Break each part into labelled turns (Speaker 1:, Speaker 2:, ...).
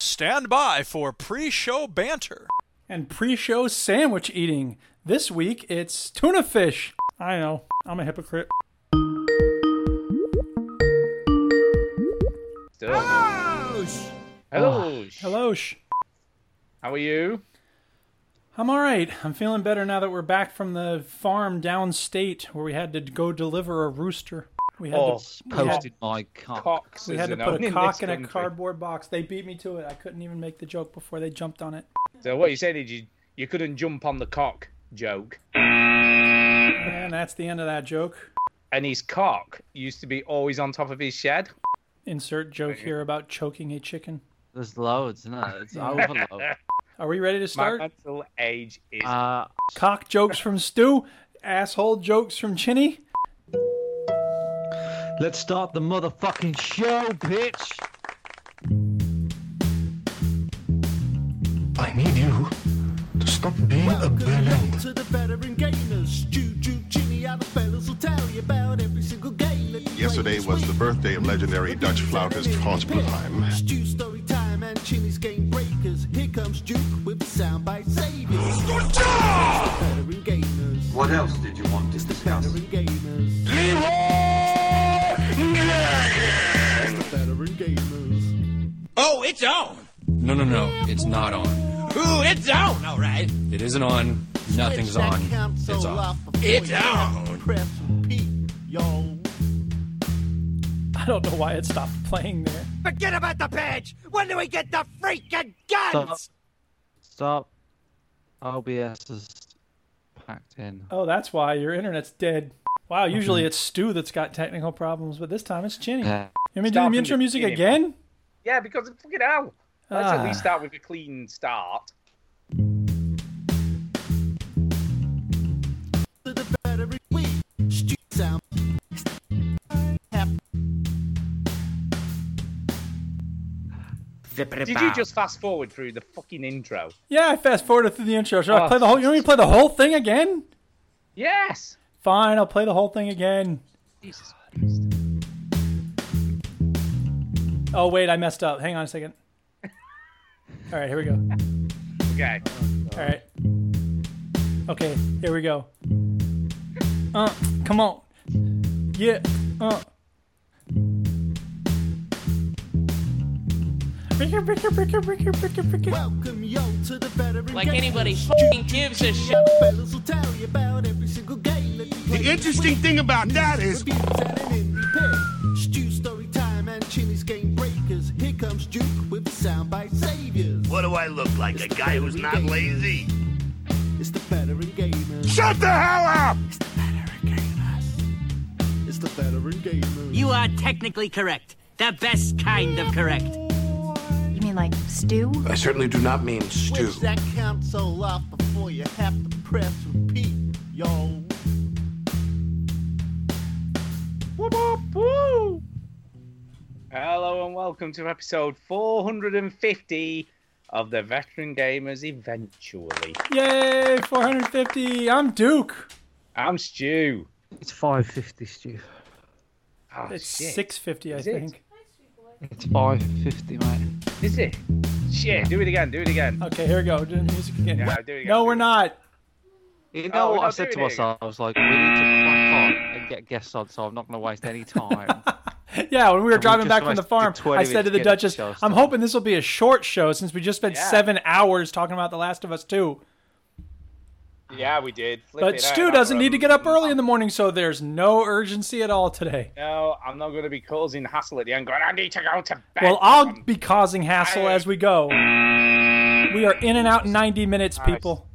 Speaker 1: Stand by for pre show banter.
Speaker 2: and pre-show sandwich eating. This week it's tuna fish. I know, I'm a hypocrite.
Speaker 3: Still. Hello.
Speaker 2: Hello, sh.
Speaker 3: How are you?
Speaker 2: I'm all right. I'm feeling better now that we're back from the farm downstate where we had to go deliver a rooster. We had
Speaker 3: Oh,
Speaker 2: to, we had,
Speaker 4: posted my cock.
Speaker 3: Cox.
Speaker 2: we
Speaker 3: is
Speaker 2: had to
Speaker 3: an
Speaker 2: put
Speaker 3: old
Speaker 2: a cock in a
Speaker 3: country.
Speaker 2: cardboard box. They beat me to it. I couldn't even make the joke before they jumped on it.
Speaker 3: So what you said is you you couldn't jump on the cock joke.
Speaker 2: And that's the end of that joke.
Speaker 3: And his cock used to be always on top of his shed.
Speaker 2: Insert joke here about choking a chicken.
Speaker 4: There's loads, isn't it? It's overload.
Speaker 2: Are we ready to
Speaker 3: My
Speaker 2: start?
Speaker 3: mental age is
Speaker 4: Uh,
Speaker 2: Cock jokes from Stu, asshole jokes from Chinny.
Speaker 4: let's start the motherfucking show, bitch.
Speaker 5: I need you to stop being a villain.
Speaker 6: to the veteran gainers. Juju, Ginny, other fellas will tell you about every single game. that you
Speaker 7: Yesterday
Speaker 6: played
Speaker 7: was
Speaker 6: this
Speaker 7: the
Speaker 6: week.
Speaker 7: birthday of legendary Dutch flautist Frans Blumheim.
Speaker 6: Stu story time and Chinny's game breakers. Here comes Duke with the soundbite saviors. Good job! Veteran gamers.
Speaker 8: What else did you want to discuss?
Speaker 6: Veteran gamers. It's the veteran gamers.
Speaker 9: Oh, it's on. No, no, no. It's not on. Ooh, it's on. All right. It isn't on. Nothing's
Speaker 6: Switch that
Speaker 9: on.
Speaker 6: console
Speaker 9: It's off.
Speaker 6: off before
Speaker 9: It's
Speaker 6: you have to
Speaker 9: on.
Speaker 6: Press repeat, yo.
Speaker 2: I don't know why it stopped playing there.
Speaker 9: Forget about the badge. When do we get the freaking
Speaker 4: Stop. Stop. OBS is packed in.
Speaker 2: Oh, that's why your internet's dead. Wow, usually it's Stu that's got technical problems, but this time it's Chinny.
Speaker 9: Ah.
Speaker 4: Yeah.
Speaker 2: You mean do
Speaker 3: Start
Speaker 2: the
Speaker 3: from
Speaker 2: intro
Speaker 3: the
Speaker 2: music
Speaker 3: beginning.
Speaker 2: again?
Speaker 3: yeah, because fucking hell. Let's
Speaker 2: Ah.
Speaker 3: at least start with a clean start.
Speaker 6: To the veteran week. Stu sound.
Speaker 3: Did you just fast forward through the fucking intro?
Speaker 2: Yeah, I fast forwarded through the intro. Should I
Speaker 3: Oh.
Speaker 2: play the whole? You want me to play the whole thing again?
Speaker 3: Yes.
Speaker 2: Fine, I'll play the whole thing again.
Speaker 3: Jesus Christ.
Speaker 2: Oh wait, I messed up. Hang on a second. All right, here we go.
Speaker 3: Okay.
Speaker 2: All right. Okay, here we go. Uh, come on. Yeah. Uh. Bricker, bricker, bricker, bricker, bricker, bricker.
Speaker 6: Welcome, yo, to the veteran
Speaker 10: Like
Speaker 6: gamers.
Speaker 10: anybody fucking gives a shit.
Speaker 6: The fellas will tell you about every single game that you play.
Speaker 5: interesting thing about that is
Speaker 6: Reviews and an indie pick. Stew story time and Chinny's game breakers. Here comes Duke with the soundbite saviors.
Speaker 5: what do I look like? A guy who's not lazy?
Speaker 6: It's the veteran gamers.
Speaker 5: Shut the hell up!
Speaker 6: It's the veteran gamers. It's the veteran gamers.
Speaker 10: You are technically correct. The best kind of correct.
Speaker 11: You mean like stew?
Speaker 5: I certainly do not mean
Speaker 6: switch that console off before you have to press repeat, yo.
Speaker 3: Hello and welcome to episode 450 of the Veteran Gamers Eventually.
Speaker 2: Yay, 450. I'm Duke.
Speaker 3: I'm Stu.
Speaker 4: It's 5.50, Stu.
Speaker 3: Oh,
Speaker 2: It's
Speaker 3: shit.
Speaker 2: 650, I
Speaker 3: Is it?
Speaker 2: think.
Speaker 4: It's 5.50, mate.
Speaker 3: Is it? Shit, do it again, do it again.
Speaker 2: Okay, here we go. We're doing music again.
Speaker 3: Yeah, do it again,
Speaker 2: no,
Speaker 3: do
Speaker 2: we're
Speaker 3: it.
Speaker 2: not.
Speaker 4: You
Speaker 3: Oh,
Speaker 4: know
Speaker 3: we're
Speaker 4: what I
Speaker 3: not
Speaker 4: said to
Speaker 3: doing it again.
Speaker 4: myself? I was like, we need to crack on and get guests on, so I'm not going to waste any time.
Speaker 2: Yeah, when we were
Speaker 4: we
Speaker 2: driving
Speaker 4: just
Speaker 2: back from the
Speaker 4: wasted
Speaker 2: farm,
Speaker 4: 20
Speaker 2: I said
Speaker 4: minutes
Speaker 2: to the
Speaker 4: to get
Speaker 2: Duchess,
Speaker 4: the show
Speaker 2: I'm
Speaker 4: started."
Speaker 2: hoping this will be a short show since we just spent
Speaker 3: Yeah.
Speaker 2: seven hours talking about The Last of Us 2.
Speaker 3: Yeah, we did. Flip
Speaker 2: But
Speaker 3: it
Speaker 2: Stu
Speaker 3: out,
Speaker 2: doesn't
Speaker 3: Abram.
Speaker 2: need to get up early in the morning, so there's no urgency at all today.
Speaker 3: No, I'm not going to be causing hassle at the end going, I need to go to bed.
Speaker 2: Well, I'll be causing hassle
Speaker 3: I-
Speaker 2: as we go. We are in and out in 90 minutes,
Speaker 3: Nice.
Speaker 2: people.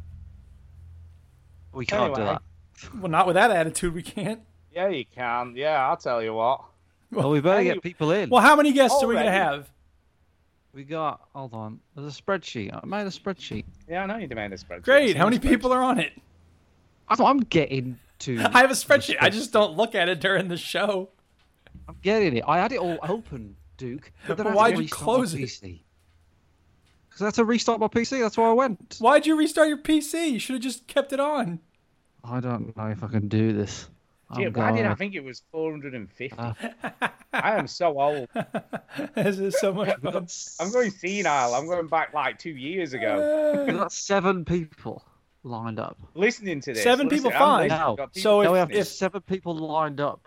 Speaker 4: We can't do
Speaker 3: Anyway.
Speaker 4: that.
Speaker 2: Well, not with that attitude, we can't.
Speaker 3: Yeah, you can. Yeah, I'll tell you what.
Speaker 4: Well, we better
Speaker 3: Hey.
Speaker 4: get people in.
Speaker 2: Well, how many guests are we going to
Speaker 3: Already?
Speaker 2: have?
Speaker 4: We got, hold on, there's a spreadsheet. I made a spreadsheet.
Speaker 3: Yeah, I know you demand this spreadsheet.
Speaker 2: Great. How many
Speaker 3: Spreadsheet.
Speaker 2: people are on it?
Speaker 4: I'm, I'm getting to.
Speaker 2: I have a spreadsheet. I just don't look at it during the show.
Speaker 4: I'm getting it. I had it all open, Duke. But then I had
Speaker 2: Why'd
Speaker 4: to
Speaker 2: you
Speaker 4: restart
Speaker 2: close
Speaker 4: my
Speaker 2: it?
Speaker 4: PC. Because I had to restart my PC. That's why I went.
Speaker 2: Why'd you restart your PC? You should have just kept it on.
Speaker 4: I don't know if I can do this.
Speaker 3: Gee,
Speaker 4: I'm
Speaker 3: why did I
Speaker 4: gonna-
Speaker 3: think it was 450?
Speaker 4: Ah.
Speaker 3: I am so old.
Speaker 2: this is so much fun.
Speaker 3: I'm going senile. I'm going back like two years ago.
Speaker 2: Uh,
Speaker 4: We've got seven people lined up.
Speaker 3: Listening to this.
Speaker 2: Seven
Speaker 3: listen,
Speaker 2: people,
Speaker 3: I'm
Speaker 2: fine.
Speaker 3: listening,
Speaker 4: No.
Speaker 3: got people
Speaker 2: So
Speaker 4: now we have
Speaker 2: if, if
Speaker 4: seven people lined up.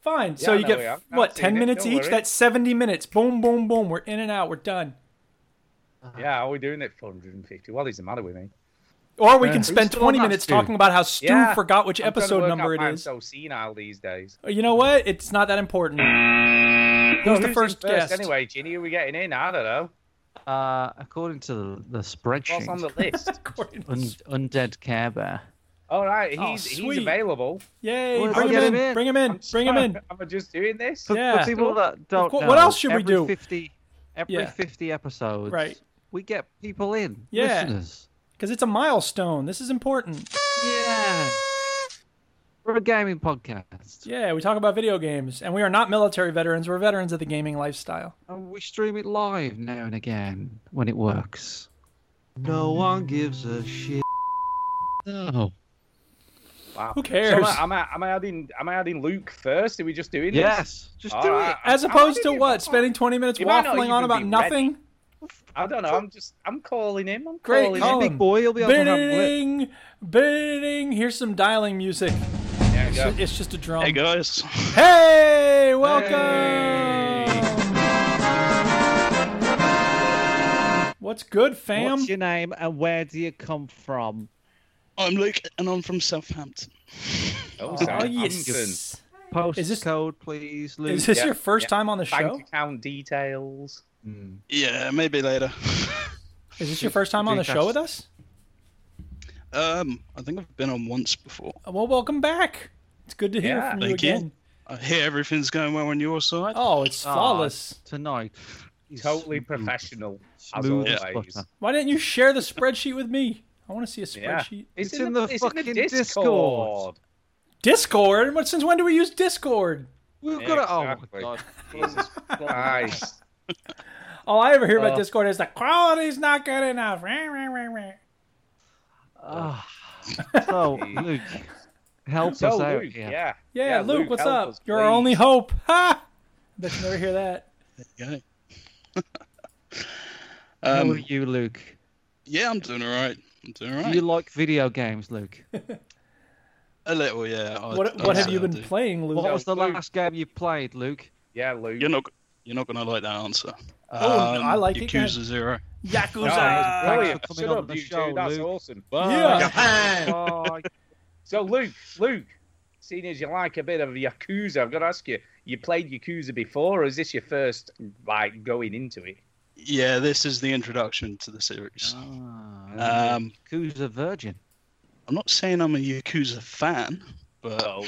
Speaker 2: fine, so
Speaker 3: Yeah,
Speaker 2: you
Speaker 3: no,
Speaker 2: get
Speaker 3: we are. I've
Speaker 2: what
Speaker 3: seen
Speaker 2: ten
Speaker 3: it,
Speaker 2: minutes
Speaker 3: don't
Speaker 2: each.
Speaker 3: worry.
Speaker 2: That's seventy minutes. Boom, boom, boom. We're in and out. We're done.
Speaker 3: Yeah, are we doing it 450? What is the matter with me?
Speaker 2: Or we
Speaker 4: Yeah.
Speaker 2: can spend
Speaker 4: Who's the
Speaker 2: twenty
Speaker 4: one
Speaker 2: minutes
Speaker 4: that's due?
Speaker 2: talking about how Stu
Speaker 3: Yeah,
Speaker 2: forgot which
Speaker 3: I'm trying to
Speaker 2: episode
Speaker 3: work
Speaker 2: number
Speaker 3: out
Speaker 2: it
Speaker 3: why I'm
Speaker 2: is.
Speaker 3: so senile these days.
Speaker 2: Uh, You know what? It's not that important.
Speaker 3: No,
Speaker 2: Who's the
Speaker 3: in
Speaker 2: first guest?
Speaker 3: Anyway, Ginny, are we getting in? I don't know.
Speaker 4: Uh, according to the, the spreadsheet,
Speaker 3: What's on the list?
Speaker 2: According to-
Speaker 4: un- Undead Care Bear.
Speaker 3: All right, he's,
Speaker 2: Oh,
Speaker 3: he's
Speaker 2: sweet.
Speaker 3: available.
Speaker 2: Yay!
Speaker 4: Well,
Speaker 2: bring
Speaker 4: I'll get
Speaker 2: him
Speaker 4: him
Speaker 2: in.
Speaker 4: in.
Speaker 2: Bring him in.
Speaker 3: I'm
Speaker 2: Bring him
Speaker 3: sorry,
Speaker 2: in.
Speaker 3: Am I just doing this?
Speaker 4: For,
Speaker 2: Yeah.
Speaker 4: for people that don't
Speaker 2: course-
Speaker 4: know,
Speaker 2: what else should we
Speaker 4: every
Speaker 2: do?
Speaker 4: 50, every
Speaker 2: Yeah.
Speaker 4: 50 episodes,
Speaker 2: Right.
Speaker 4: we get people in.
Speaker 2: Yeah.
Speaker 4: Listeners.
Speaker 2: Because it's a milestone. This is important.
Speaker 4: Yeah. We're a gaming podcast.
Speaker 2: Yeah, we talk about video games, and we are not military veterans. We're veterans of the gaming lifestyle.
Speaker 4: And we stream it live now and again when it works. No one gives a shit. No.
Speaker 3: Wow.
Speaker 2: Who cares?
Speaker 3: So am, I, am, I, am I adding am I adding Luke first? Are we just doing this?
Speaker 4: Yes. Just
Speaker 3: All
Speaker 4: do
Speaker 3: right.
Speaker 2: As
Speaker 3: I'm
Speaker 2: opposed to
Speaker 3: already
Speaker 2: what?
Speaker 3: involved.
Speaker 2: Spending 20 minutes
Speaker 3: You might not
Speaker 2: waffling on
Speaker 3: even
Speaker 2: about
Speaker 3: be
Speaker 2: nothing?
Speaker 3: I don't know. I'm just I'm calling him. I'm
Speaker 2: Great,
Speaker 3: calling
Speaker 2: call
Speaker 3: him.
Speaker 4: it.
Speaker 2: him.
Speaker 4: Big boy, you'll be able to have lit.
Speaker 2: Bidding, bidding. Here's some dialing music.
Speaker 3: There you go.
Speaker 2: It's just a drum.
Speaker 12: Hey guys,
Speaker 2: Hey, welcome. What's good, fam?
Speaker 4: What's your name and where do you come from?
Speaker 12: I'm Luke and I'm from Southampton.
Speaker 3: Oh,
Speaker 2: Oh,
Speaker 3: Southampton.
Speaker 2: yes.
Speaker 4: Postcode,
Speaker 2: Is this-
Speaker 4: please, Luke.
Speaker 2: Is this
Speaker 3: Yeah,
Speaker 2: your first
Speaker 3: yeah.
Speaker 2: time on the show?
Speaker 3: Bank account details.
Speaker 12: Yeah, maybe later.
Speaker 2: Is this your first time on the
Speaker 4: Drink
Speaker 2: show
Speaker 4: us.
Speaker 2: with us?
Speaker 12: Um, I think I've been on once before.
Speaker 2: Well, welcome back. It's good to hear
Speaker 3: Yeah,
Speaker 2: from you
Speaker 12: thank you.
Speaker 2: again.
Speaker 12: I hear everything's going well on your side.
Speaker 2: Oh, it's
Speaker 4: Ah,
Speaker 2: flawless.
Speaker 4: Tonight. is
Speaker 3: Totally
Speaker 4: smooth-
Speaker 3: professional, as
Speaker 4: smooth
Speaker 3: always.
Speaker 4: as butter.
Speaker 2: Why didn't you share the spreadsheet with me? I want to see a
Speaker 3: Yeah.
Speaker 2: spreadsheet.
Speaker 4: It's in the fucking Discord.
Speaker 2: Discord? What since when do we use Discord?
Speaker 4: We've got it. Oh,
Speaker 3: Exactly.
Speaker 4: my God.
Speaker 3: Jesus Christ.
Speaker 2: All I ever hear about
Speaker 4: Uh.
Speaker 2: Discord is the quality's not good enough. Rah, rah, rah, rah.
Speaker 4: Ah. so, Luke, help
Speaker 3: So,
Speaker 4: us out
Speaker 3: Luke,
Speaker 4: here.
Speaker 3: yeah.
Speaker 2: Yeah, Luke, what's
Speaker 3: help
Speaker 2: up?
Speaker 3: us,
Speaker 2: You're our
Speaker 3: please.
Speaker 2: only hope. Ha! Bet you never hear that.
Speaker 12: Yeah.
Speaker 4: How are
Speaker 12: um,
Speaker 4: you, Luke?
Speaker 12: yeah, I'm doing all right. I'm doing all
Speaker 4: Do
Speaker 12: right.
Speaker 4: you like video games, Luke?
Speaker 12: A little, yeah. I-
Speaker 2: What,
Speaker 12: I'd
Speaker 2: what have
Speaker 12: say
Speaker 2: you
Speaker 12: I
Speaker 2: been
Speaker 12: do.
Speaker 2: playing, Luke?
Speaker 4: What was the
Speaker 3: Luke.
Speaker 4: last game you played, Luke?
Speaker 3: Yeah, Luke.
Speaker 12: You're not. You're not gonna like that answer. Um,
Speaker 2: Oh, no, I like it, guys.
Speaker 12: Yakuza Zero.
Speaker 3: No,
Speaker 2: Yakuza!
Speaker 3: it's brilliant.
Speaker 4: Thanks for coming
Speaker 3: Shut
Speaker 4: on
Speaker 3: up,
Speaker 4: the
Speaker 3: you
Speaker 4: show,
Speaker 3: two. That's
Speaker 4: Luke.
Speaker 3: awesome.
Speaker 2: Yeah.
Speaker 4: Bye.
Speaker 3: So, Luke, Luke, seeing as you like a bit of Yakuza, I've got to ask you, you played Yakuza before, or is this your first, like, going into it?
Speaker 12: Yeah, this is the introduction to the series.
Speaker 4: Ah,
Speaker 12: Um,
Speaker 4: Who's a virgin?
Speaker 12: I'm not saying I'm a Yakuza fan, but
Speaker 3: Oh.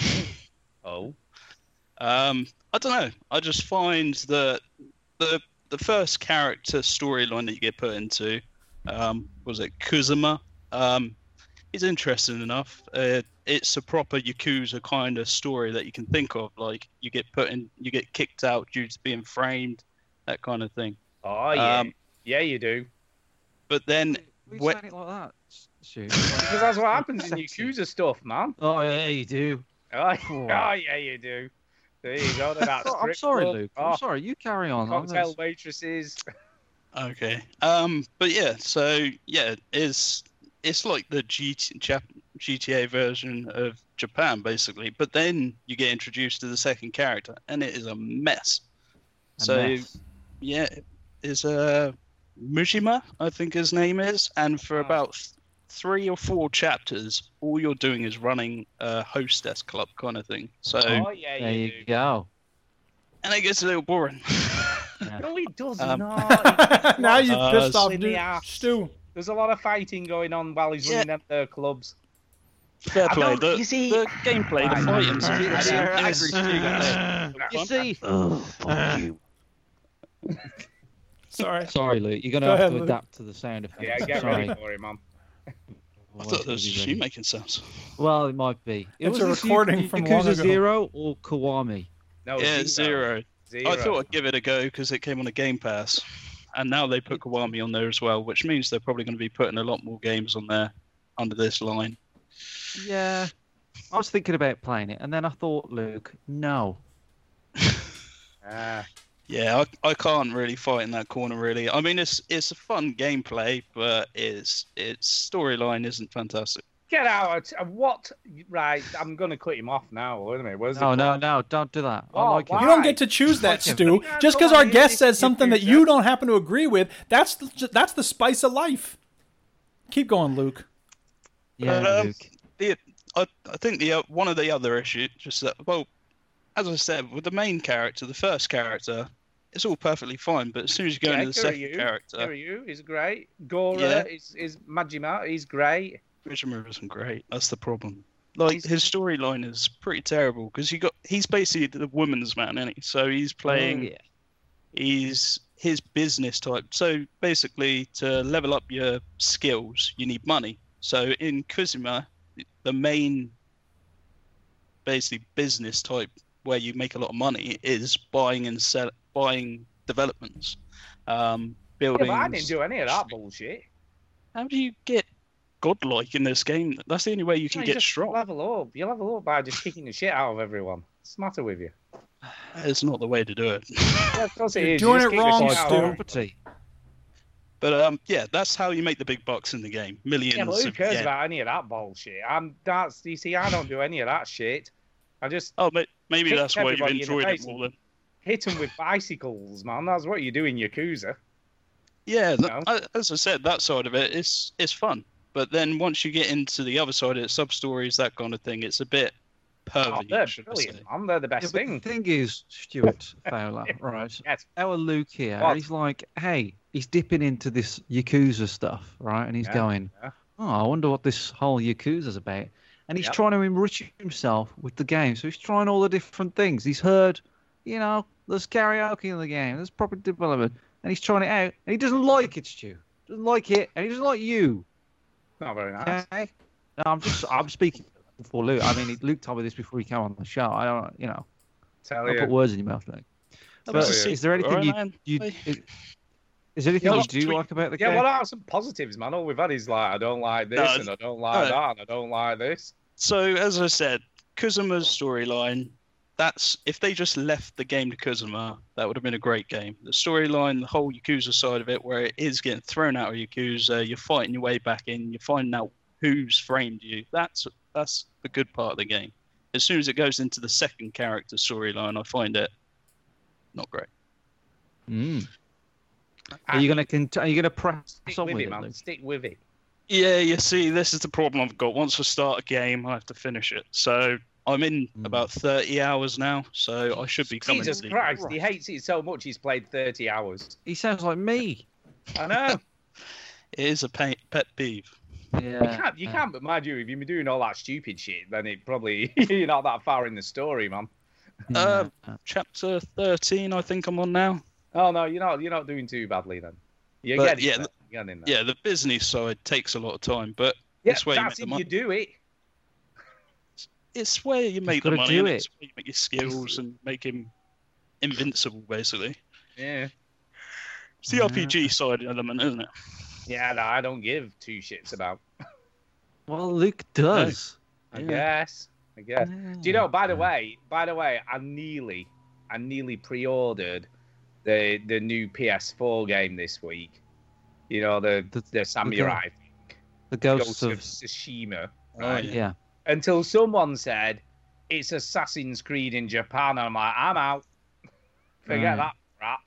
Speaker 3: Oh.
Speaker 12: Um, I don't know. I just find that the the first character storyline that you get put into um, was it Kuzuma. Um, is interesting enough. Uh, it's a proper Yakuza kind of story that you can think of. Like you get put in, you get kicked out due to being framed, that kind of thing.
Speaker 3: Oh, yeah.
Speaker 12: Um,
Speaker 3: yeah, you do.
Speaker 12: But then,
Speaker 4: Were you
Speaker 12: when-
Speaker 4: saying it like that? Shoot.
Speaker 3: Because that's what happens in Yakuza stuff, man.
Speaker 4: Oh yeah, you do.
Speaker 3: Oh,
Speaker 4: Oh.
Speaker 3: oh, yeah, you do. There you go. to that
Speaker 4: Oh, I'm
Speaker 3: strip
Speaker 4: sorry,
Speaker 3: club.
Speaker 4: Luke.
Speaker 3: Oh,
Speaker 4: I'm sorry. You carry on. I'm
Speaker 3: Cocktail
Speaker 4: gonna-
Speaker 3: waitresses.
Speaker 12: Okay. Um. But yeah. So yeah, it's it's like the GT, Jap, GTA version of Japan, basically. But then you get introduced to the second character, and it is a mess.
Speaker 4: a
Speaker 12: so
Speaker 4: mess.
Speaker 12: yeah, is uh, Mujima, I think his name is, and for about th- three or four chapters, all you're doing is running a hostess club kind of thing. So
Speaker 3: Oh, yeah,
Speaker 4: there
Speaker 3: you,
Speaker 4: you
Speaker 3: do.
Speaker 4: go.
Speaker 12: and it gets a little boring.
Speaker 3: No, he does
Speaker 12: Um,
Speaker 3: not.
Speaker 2: now you
Speaker 12: Uh,
Speaker 2: pissed off,
Speaker 3: in the
Speaker 2: dude.
Speaker 3: ass.
Speaker 2: Stu.
Speaker 3: There's a lot of fighting going on while he's
Speaker 12: Yeah.
Speaker 3: running them their clubs.
Speaker 12: Fair
Speaker 3: I
Speaker 12: play.
Speaker 3: don't-
Speaker 12: The,
Speaker 3: you see-
Speaker 12: the gameplay, the fighting,
Speaker 3: I
Speaker 12: it's
Speaker 3: don't-
Speaker 12: everything.
Speaker 4: You see?
Speaker 2: Ah. Sorry.
Speaker 4: Sorry, Luke. You're gonna
Speaker 2: Go
Speaker 4: have
Speaker 2: ahead,
Speaker 4: to
Speaker 2: Luke.
Speaker 4: adapt to the sound effects.
Speaker 3: Yeah, get
Speaker 4: Sorry.
Speaker 3: ready for it, man.
Speaker 12: I thought that was you making sounds.
Speaker 4: Well, it might be. It
Speaker 2: It's
Speaker 4: was
Speaker 2: a
Speaker 4: this
Speaker 2: recording
Speaker 4: Yak-
Speaker 2: from
Speaker 4: Yakuza
Speaker 2: long ago.
Speaker 4: Zero or Kiwami.
Speaker 3: No,
Speaker 12: yeah, zero.
Speaker 3: Zero.
Speaker 12: I thought I'd give it a go because it came on a Game Pass, and now they put Kiwami on there as well, which means they're probably going to be putting a lot more games on there under this line.
Speaker 4: Yeah. I was thinking about playing it, and then I thought, Luke, no.
Speaker 12: yeah, I, I can't really fight in that corner. Really, I mean, it's it's a fun gameplay, but its its storyline isn't fantastic.
Speaker 3: Get out! of What? Right, I'm going to cut him off now. Wait a minute. Where's
Speaker 4: No, no, no, don't do that. I
Speaker 3: Oh,
Speaker 4: like it.
Speaker 2: You don't get to choose that, Stu. Just because our guest says something that you don't happen to agree with, that's the, that's the spice of life. Keep going, Luke.
Speaker 12: But, um, the, I, I think the uh, one of the other issues, just that, well, as I said, with the main character, the first character, it's all perfectly fine, but as soon as you go into the second character,
Speaker 3: Kiryu is great. Gora
Speaker 12: Yeah.
Speaker 3: is is Majima. He's great.
Speaker 12: Majima isn't great. That's the problem. like his storyline is pretty terrible because you got he's basically the woman's man, is he? So he's
Speaker 3: Oh,
Speaker 12: playing,
Speaker 4: yeah.
Speaker 12: he's his business type. So basically, to level up your skills, you need money. So in Kuzuma, the main basically business type where you make a lot of money is buying and sell buying developments, um,
Speaker 3: Yeah,
Speaker 12: buildings.
Speaker 3: but I didn't do any of that bullshit.
Speaker 12: How do you get godlike in this game? That's the only way you can
Speaker 3: No,
Speaker 12: get
Speaker 3: just
Speaker 12: strong.
Speaker 3: Level up. You level up by just kicking the shit out of everyone. What's the matter with you?
Speaker 12: It's not the way to do it.
Speaker 3: Yeah, of course it
Speaker 12: You're
Speaker 3: is.
Speaker 12: doing
Speaker 3: You
Speaker 12: it
Speaker 3: just kick the
Speaker 12: wrong,
Speaker 3: shit out of
Speaker 12: Stu.
Speaker 3: everyone.
Speaker 12: But um, yeah, that's how you make the big bucks in the game. Millions.
Speaker 3: Yeah, but who
Speaker 12: of,
Speaker 3: cares
Speaker 12: yeah.
Speaker 3: about any of that bullshit? I'm that's you see, I don't do any of that shit. I just
Speaker 12: oh, but maybe that's why you've
Speaker 3: everybody in the
Speaker 12: enjoyed it
Speaker 3: face
Speaker 12: more
Speaker 3: and
Speaker 12: than.
Speaker 3: Hit them with bicycles, man. That's what you do in Yakuza.
Speaker 12: Yeah, th- I- as I said, that side of it is it's fun. But then once you get into the other side of it, sub stories, that kind of thing, it's a bit
Speaker 3: Oh,
Speaker 12: pervy.
Speaker 3: they're
Speaker 12: should I
Speaker 3: brilliant,
Speaker 12: say.
Speaker 3: man. They're the
Speaker 4: Yeah,
Speaker 3: best
Speaker 4: but
Speaker 3: thing.
Speaker 4: The thing is, Stuart Fowler, right? Our Luke here,
Speaker 3: What?
Speaker 4: he's like, hey, he's dipping into this Yakuza stuff, right? And he's
Speaker 3: Yeah,
Speaker 4: going, oh, I wonder what this whole Yakuza's about. And he's
Speaker 3: Yep.
Speaker 4: trying to enrich himself with the game. So he's trying all the different things. He's heard, you know, there's karaoke in the game, there's property development. And he's trying it out, and he doesn't like it, Stu. Doesn't like it, and he doesn't like you.
Speaker 3: Not very nice.
Speaker 4: Okay. No, I'm just I'm speaking for Luke. I mean, Luke told me this before he came on the show. I don't, you know,
Speaker 3: Tell
Speaker 4: I
Speaker 3: you.
Speaker 4: put words in your mouth, Luke.
Speaker 3: Tell
Speaker 4: But
Speaker 3: you.
Speaker 4: is there anything you,
Speaker 3: Alright,
Speaker 4: you
Speaker 3: man.
Speaker 4: is, is there anything
Speaker 3: Yeah,
Speaker 4: you
Speaker 3: look,
Speaker 4: do
Speaker 3: tweet-
Speaker 4: like about the
Speaker 3: Yeah,
Speaker 4: game?
Speaker 3: well, I have some positives, man. All we've had is like, I don't like this,
Speaker 12: No,
Speaker 3: and I don't like
Speaker 12: no.
Speaker 3: that, and I don't like this.
Speaker 12: So as I said, Kuzuma's storyline. That's if they just left the game to Kuzuma, that would have been a great game. The storyline, the whole Yakuza side of it, where it is getting thrown out of Yakuza, you're fighting your way back in, you're finding out who's framed you. That's that's the good part of the game. As soon as it goes into the second character storyline, I find it not great.
Speaker 4: Mm. Are you gonna cont- Are you gonna press
Speaker 3: Ah. Stick
Speaker 4: on
Speaker 3: with
Speaker 4: with
Speaker 3: it,
Speaker 4: it,
Speaker 3: man.
Speaker 4: Luke?
Speaker 3: Stick with it.
Speaker 12: Yeah, you see, this is the problem I've got. Once I start a game, I have to finish it. So I'm in
Speaker 4: Hmm.
Speaker 12: about 30 hours now, so I should be coming.
Speaker 3: Jesus
Speaker 12: to the-
Speaker 3: Christ, he hates it so much he's played 30 hours.
Speaker 4: He sounds like me.
Speaker 3: I know.
Speaker 12: It is a pa pet peeve.
Speaker 3: You can't, you can't, but mind you, if you've been doing all that stupid shit, then it probably, you're not that far in the story, man.
Speaker 12: Uh, chapter 13, I think I'm on now.
Speaker 3: Oh, no, you're not, you're not doing too badly then. You're
Speaker 12: But
Speaker 3: getting
Speaker 12: yeah,
Speaker 3: there.
Speaker 12: th-
Speaker 3: You're getting there.
Speaker 12: Yeah, the business side takes a lot of time, but
Speaker 3: Yeah,
Speaker 12: it's where you make
Speaker 3: that's
Speaker 12: the
Speaker 3: if you
Speaker 12: money.
Speaker 3: do it.
Speaker 12: It's where you make the
Speaker 4: gotta
Speaker 12: money,
Speaker 4: do
Speaker 12: and
Speaker 4: it.
Speaker 12: it's where you make your skills and make him invincible, basically.
Speaker 3: Yeah.
Speaker 12: It's the RPG side element, isn't it?
Speaker 3: Yeah, no, I don't give two shits about.
Speaker 4: Well, Luke does.
Speaker 3: I guess. I guess. Do you know? By the way, by the way, I nearly, I nearly pre-ordered the the new PS4 game this week. You know the the, samurai
Speaker 4: The Ghosts
Speaker 3: of,
Speaker 4: of-
Speaker 3: Tsushima.
Speaker 4: Oh, yeah. Yeah.
Speaker 3: Until someone said it's Assassin's Creed in Japan, I'm like, I'm out.
Speaker 4: Right.
Speaker 3: Forget that crap.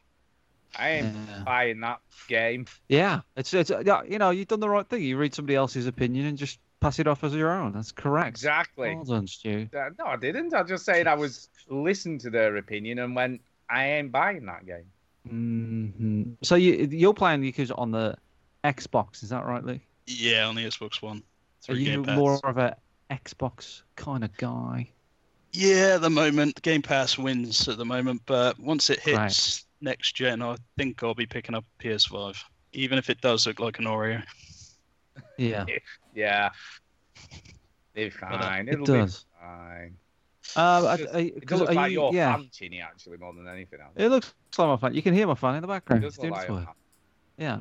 Speaker 3: I ain't buying that game.
Speaker 4: Yeah, it's it's yeah, you know you've done the right thing. You read somebody else's opinion and just pass it off as your own. That's correct.
Speaker 3: Exactly.
Speaker 4: Well done, Stu.
Speaker 3: Uh, No, I didn't. I just said I was listened to their opinion and went, I ain't buying that game.
Speaker 4: hmm So you you're playing Yakuza on the Xbox, is that right, Luke?
Speaker 12: Yeah, on the Xbox One.
Speaker 4: Are
Speaker 12: Through
Speaker 4: you
Speaker 12: Game Pass.
Speaker 4: more of a Xbox kind of guy?
Speaker 12: Yeah, at the moment, Game Pass wins at the moment, but once it hits
Speaker 4: Right.
Speaker 12: next gen, I think I'll be picking up PS5, even if it does look like an Oreo.
Speaker 4: Yeah.
Speaker 3: Yeah. They're fine.
Speaker 4: it
Speaker 3: It'll
Speaker 4: does.
Speaker 3: be fine.
Speaker 4: Um,
Speaker 3: It's
Speaker 4: I-
Speaker 3: just-
Speaker 4: I-
Speaker 3: uh, it
Speaker 4: 'cause
Speaker 3: does look
Speaker 4: are
Speaker 3: like
Speaker 4: you-
Speaker 3: your
Speaker 4: yeah.
Speaker 3: fan, Chinny, actually, more than anything else.
Speaker 4: It looks like my fan. You can hear my fan in the background.
Speaker 3: It
Speaker 4: It's
Speaker 3: does
Speaker 4: doing
Speaker 3: look
Speaker 4: its
Speaker 3: like a
Speaker 4: work. Yeah.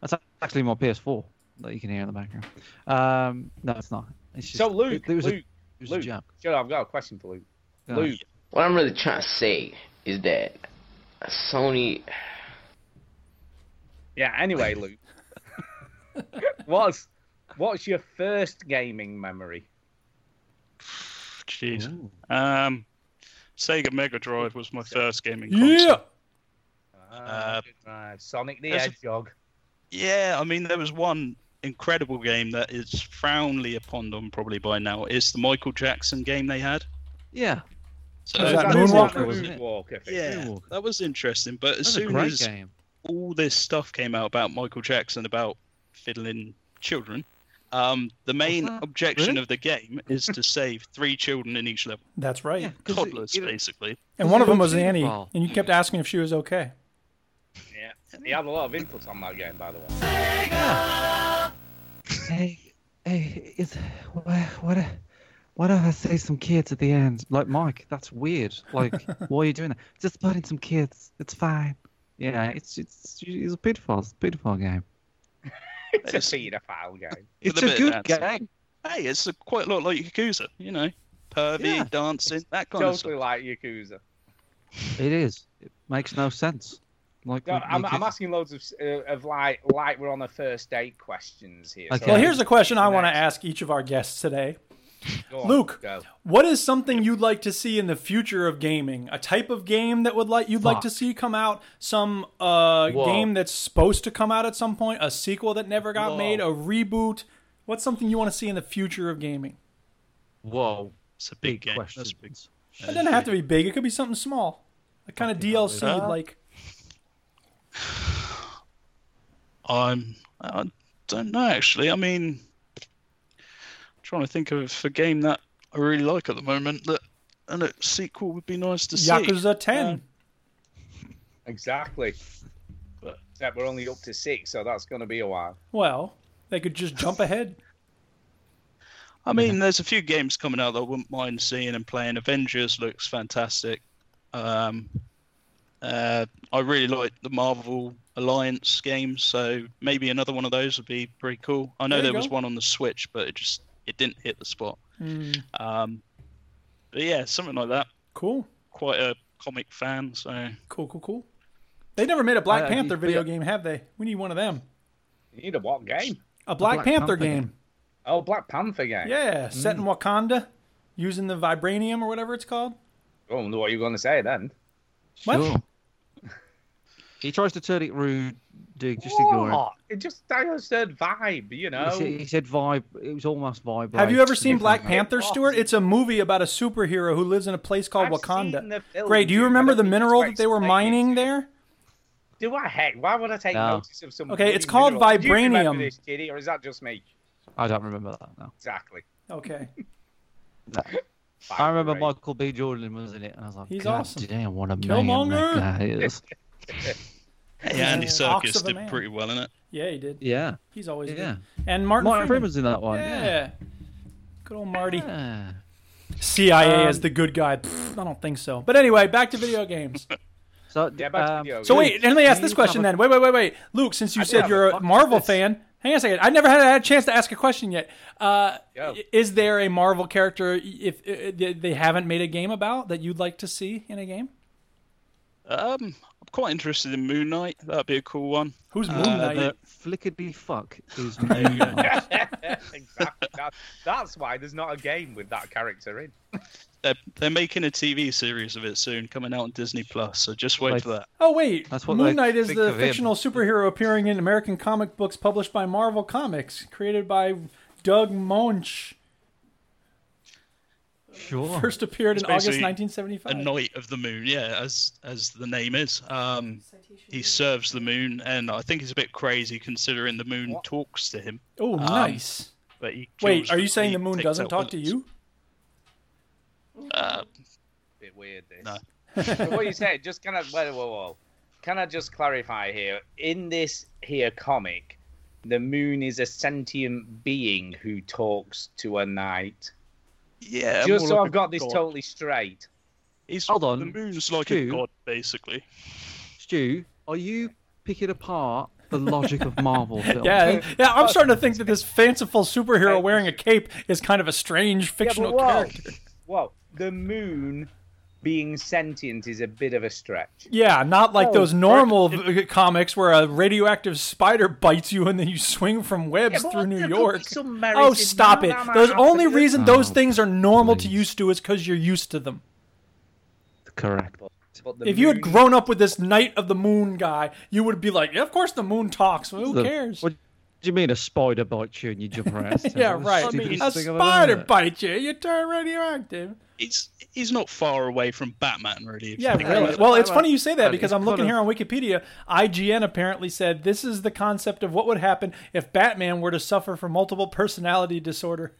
Speaker 4: That's actually my PS4 that you can hear in the background. Um, no, it's not. It's just,
Speaker 3: So, Luke,
Speaker 4: there was a-
Speaker 3: Luke,
Speaker 4: Who's
Speaker 3: Luke,
Speaker 4: junk?
Speaker 3: shut up. I've got a question for Luke. Luke,
Speaker 13: What I'm really trying to say is that Sony.
Speaker 3: Yeah, anyway, Luke. what's what's your first gaming memory?
Speaker 12: Jeez. Um, Sega Mega Drive was my first gaming console.
Speaker 3: Yeah. Ah,
Speaker 12: Uh,
Speaker 3: Sonic the
Speaker 12: there's a-
Speaker 3: Hedgehog.
Speaker 12: Yeah, I mean, there was one incredible game that is frownly upon them probably by now. It's the Michael Jackson game they had.
Speaker 4: Yeah.
Speaker 12: So
Speaker 4: Was that Moonwalker, wasn't it?
Speaker 3: Moonwalker,
Speaker 12: Yeah,
Speaker 4: Moonwalker.
Speaker 12: that was interesting. But as
Speaker 4: That's a
Speaker 12: soon
Speaker 4: great
Speaker 12: as
Speaker 4: game.
Speaker 12: all this stuff came out about Michael Jackson about fiddling children, um, the main objection
Speaker 2: Really?
Speaker 12: of the game is to save three children in each level.
Speaker 2: That's right.
Speaker 12: Toddlers, basically.
Speaker 2: and one of them was
Speaker 3: Luke's
Speaker 2: Annie,
Speaker 3: evil.
Speaker 2: and you kept asking if she was okay.
Speaker 3: Yeah. He had a lot of input on that game, by the way.
Speaker 4: Hey, hey, it's, what, what, what if I say some kids at the end? Like, Mike, that's weird. Like, why are you doing that? Just put in some kids. It's fine. Yeah, it's it's it's a pitfall. It's a pitfall game.
Speaker 3: It's a paedophile game.
Speaker 4: It's
Speaker 12: With
Speaker 4: a
Speaker 12: bit of
Speaker 4: good
Speaker 12: dancing. Hey, it's a, quite a lot like Yakuza, you know, pervy, dancing, that kind of stuff.
Speaker 3: Totally like Yakuza.
Speaker 4: It is. It makes no sense. Like,
Speaker 3: No,
Speaker 4: we-
Speaker 3: I'm,
Speaker 4: we
Speaker 3: I'm
Speaker 4: did-
Speaker 3: asking loads of uh, of like like we're on a first date questions here.
Speaker 4: Okay.
Speaker 2: Well, here's a question I want to ask each of our guests today.
Speaker 3: Go on,
Speaker 2: Luke,
Speaker 3: go.
Speaker 2: what is something you'd like to see in the future of gaming? A type of game that would like you'd like to
Speaker 4: Fuck.
Speaker 2: see come out? Some uh,
Speaker 4: Whoa.
Speaker 2: game that's supposed to come out at some point? A sequel that never got
Speaker 4: Whoa.
Speaker 2: made? A reboot? What's something you want to see in the future of gaming?
Speaker 4: Whoa.
Speaker 12: It's a big, game. That's big.
Speaker 2: It doesn't have to be big. It could be something small, a kind of DLC
Speaker 12: Huh?
Speaker 2: like.
Speaker 12: I'm, I don't know, actually. I mean, trying to think of a game that I really like at the moment that and a sequel would be nice to see. Um,
Speaker 2: Yakuza 10.
Speaker 3: Exactly. Except we're only up to six, so that's going to be a while.
Speaker 2: Well, they could just jump ahead.
Speaker 12: I
Speaker 2: Mm-hmm.
Speaker 12: mean, there's a few games coming out that I wouldn't mind seeing and playing. Avengers looks fantastic. Um, uh, I really like the Marvel Alliance games, so maybe another one of those would be pretty cool. I know
Speaker 2: There you
Speaker 12: there, was
Speaker 2: go.
Speaker 12: one on the Switch, but it just it didn't hit the spot. Um, but yeah, something like that.
Speaker 2: Cool.
Speaker 12: Quite a comic fan, so
Speaker 2: Cool, cool, cool. They never made a Black
Speaker 12: Uh,
Speaker 2: Panther
Speaker 12: yeah.
Speaker 2: video game, have they? We need one of them.
Speaker 3: You need a what game?
Speaker 2: A Black, Panther, game.
Speaker 3: Oh, Black Panther game. Mm.
Speaker 2: Yeah, set
Speaker 3: Mm-hmm.
Speaker 2: in Wakanda, using the vibranium or whatever it's called.
Speaker 3: Oh, no, what are you going to say then?
Speaker 2: What?
Speaker 4: Sure. he tries to turn it rude, Dig. Just ignore him.
Speaker 3: What? It just I just said vibe, you know.
Speaker 4: He said, he said vibe. It was almost vibe.
Speaker 2: Have you ever seen Black Panther, Stuart? It's a movie about a superhero who lives in a place called
Speaker 3: I've
Speaker 2: Wakanda.
Speaker 3: seen the film,
Speaker 2: Great. Do you
Speaker 3: dude. I
Speaker 2: remember
Speaker 3: don't
Speaker 2: the
Speaker 3: think it's
Speaker 2: mineral
Speaker 3: very
Speaker 2: that they were
Speaker 3: exciting.
Speaker 2: mining there?
Speaker 3: Do I heck? Why would I take
Speaker 4: No.
Speaker 3: notice of some?
Speaker 2: Okay,
Speaker 3: bloody
Speaker 2: it's called
Speaker 3: mineral? Do you remember
Speaker 2: vibranium.
Speaker 3: this, Kitty, or is that just me?
Speaker 4: I don't remember that. No.
Speaker 3: Exactly.
Speaker 2: Okay.
Speaker 4: I remember Michael B. Jordan was in it, and I was like,
Speaker 2: He's
Speaker 4: God
Speaker 2: awesome.
Speaker 4: Damn, what a
Speaker 2: Killmonger!
Speaker 4: man that guy is.
Speaker 12: Hey, Andy
Speaker 2: an ox
Speaker 12: Serkis
Speaker 2: of a
Speaker 12: did
Speaker 2: man.
Speaker 12: pretty well in it.
Speaker 2: Yeah, he did.
Speaker 4: Yeah.
Speaker 2: He's always
Speaker 4: Yeah.
Speaker 2: good. And Martin,
Speaker 4: Martin
Speaker 2: Freeman.
Speaker 4: Freeman's in that one,
Speaker 2: Yeah.
Speaker 4: yeah.
Speaker 2: Good old Marty. CIA
Speaker 4: CIA
Speaker 2: is
Speaker 4: is
Speaker 2: the good guy. I don't think so. But anyway, back to video games.
Speaker 4: So,
Speaker 3: back
Speaker 4: um,
Speaker 3: to video
Speaker 2: So wait,
Speaker 3: games.
Speaker 2: and let me ask
Speaker 4: do
Speaker 2: this
Speaker 4: you
Speaker 2: question then.
Speaker 4: have
Speaker 2: Wait, wait, wait, wait. Luke, since you
Speaker 4: I do
Speaker 2: said
Speaker 4: have
Speaker 2: you're
Speaker 4: a-
Speaker 2: a Marvel fan, hang on a second. I never had a chance to ask a question yet. Uh,
Speaker 3: Go.
Speaker 2: is there a Marvel character if, if they haven't made a game about that you'd like to see in a game?
Speaker 12: Um, I'm quite interested in Moon Knight. That'd be a cool one.
Speaker 2: Who's
Speaker 12: Uh,
Speaker 2: Moon Knight?
Speaker 12: the-
Speaker 4: Flickety fuck is
Speaker 3: exactly. That, that's why there's not a game with that character in.
Speaker 12: They're, they're making a TV series of it soon, coming out on Disney Plus. So just wait for that.
Speaker 2: Oh wait,
Speaker 4: That's what
Speaker 2: Moon
Speaker 4: they
Speaker 2: Knight is
Speaker 4: think
Speaker 2: the
Speaker 4: of him.
Speaker 2: fictional superhero appearing in American comic books published by Marvel Comics, created by Doug Monch.
Speaker 4: sure.
Speaker 2: First appeared
Speaker 12: It's
Speaker 2: in August
Speaker 12: basically
Speaker 2: 1975.
Speaker 12: A Knight of the Moon, yeah, as as the name is. Um, he serves the moon, and I think he's a bit crazy considering the moon talks to him.
Speaker 2: Oh,
Speaker 12: Um,
Speaker 2: nice.
Speaker 12: But he
Speaker 2: Wait,
Speaker 12: kills
Speaker 2: are you saying
Speaker 12: he
Speaker 2: the moon
Speaker 12: takes
Speaker 2: doesn't
Speaker 12: out
Speaker 2: talk to
Speaker 12: bullets.
Speaker 2: you?
Speaker 12: Uh,
Speaker 3: bit weird. This. So what you said? Just kind of. Whoa, whoa, whoa. Can I just clarify here? In this here comic, the moon is a sentient being who talks to a knight.
Speaker 12: yeah,
Speaker 3: just
Speaker 12: more
Speaker 3: so
Speaker 12: like a
Speaker 3: I've got this
Speaker 12: god.
Speaker 3: totally straight.
Speaker 12: He's,
Speaker 4: Hold on,
Speaker 12: The moon's like a
Speaker 4: Stu.
Speaker 12: god, basically.
Speaker 4: Stu, are you picking apart the logic of Marvel films.
Speaker 2: Yeah, yeah. I'm starting to think that this fanciful superhero wearing a cape is kind of a strange
Speaker 3: Yeah, but
Speaker 2: fictional
Speaker 3: whoa,
Speaker 2: character.
Speaker 3: Whoa, the moon being sentient is a bit of a stretch.
Speaker 2: Yeah, not like
Speaker 3: Oh,
Speaker 2: those
Speaker 3: right.
Speaker 2: normal v- comics where a radioactive spider bites you and then you swing from webs
Speaker 3: but
Speaker 2: through New
Speaker 3: there could be
Speaker 2: York.
Speaker 3: some merit
Speaker 2: Oh,
Speaker 3: in
Speaker 2: stop
Speaker 3: that.
Speaker 2: it!
Speaker 3: I'm
Speaker 2: Those
Speaker 3: happy
Speaker 2: only
Speaker 3: with
Speaker 2: reason
Speaker 3: it.
Speaker 2: those things are normal to used to is because you're used to them.
Speaker 4: Correct.
Speaker 3: But the
Speaker 2: If you had
Speaker 3: moon-
Speaker 2: grown up with this Knight of the Moon guy, you would be like, "Yeah, of course the moon talks. Who
Speaker 4: The-
Speaker 2: cares?"
Speaker 4: What do you mean a spider bites you and you jump around?
Speaker 2: yeah, right.
Speaker 12: I mean,
Speaker 2: a
Speaker 12: thing I've ever
Speaker 2: spider
Speaker 12: heard.
Speaker 2: bites you, you turn radioactive.
Speaker 12: He's he's not far away from Batman, really. if you
Speaker 2: Yeah,
Speaker 12: think
Speaker 2: really.
Speaker 12: about it.
Speaker 2: Well, it's funny you say that because I'm looking here on Wikipedia. IGN apparently said this is the concept of what would happen if Batman were to suffer from multiple personality disorder.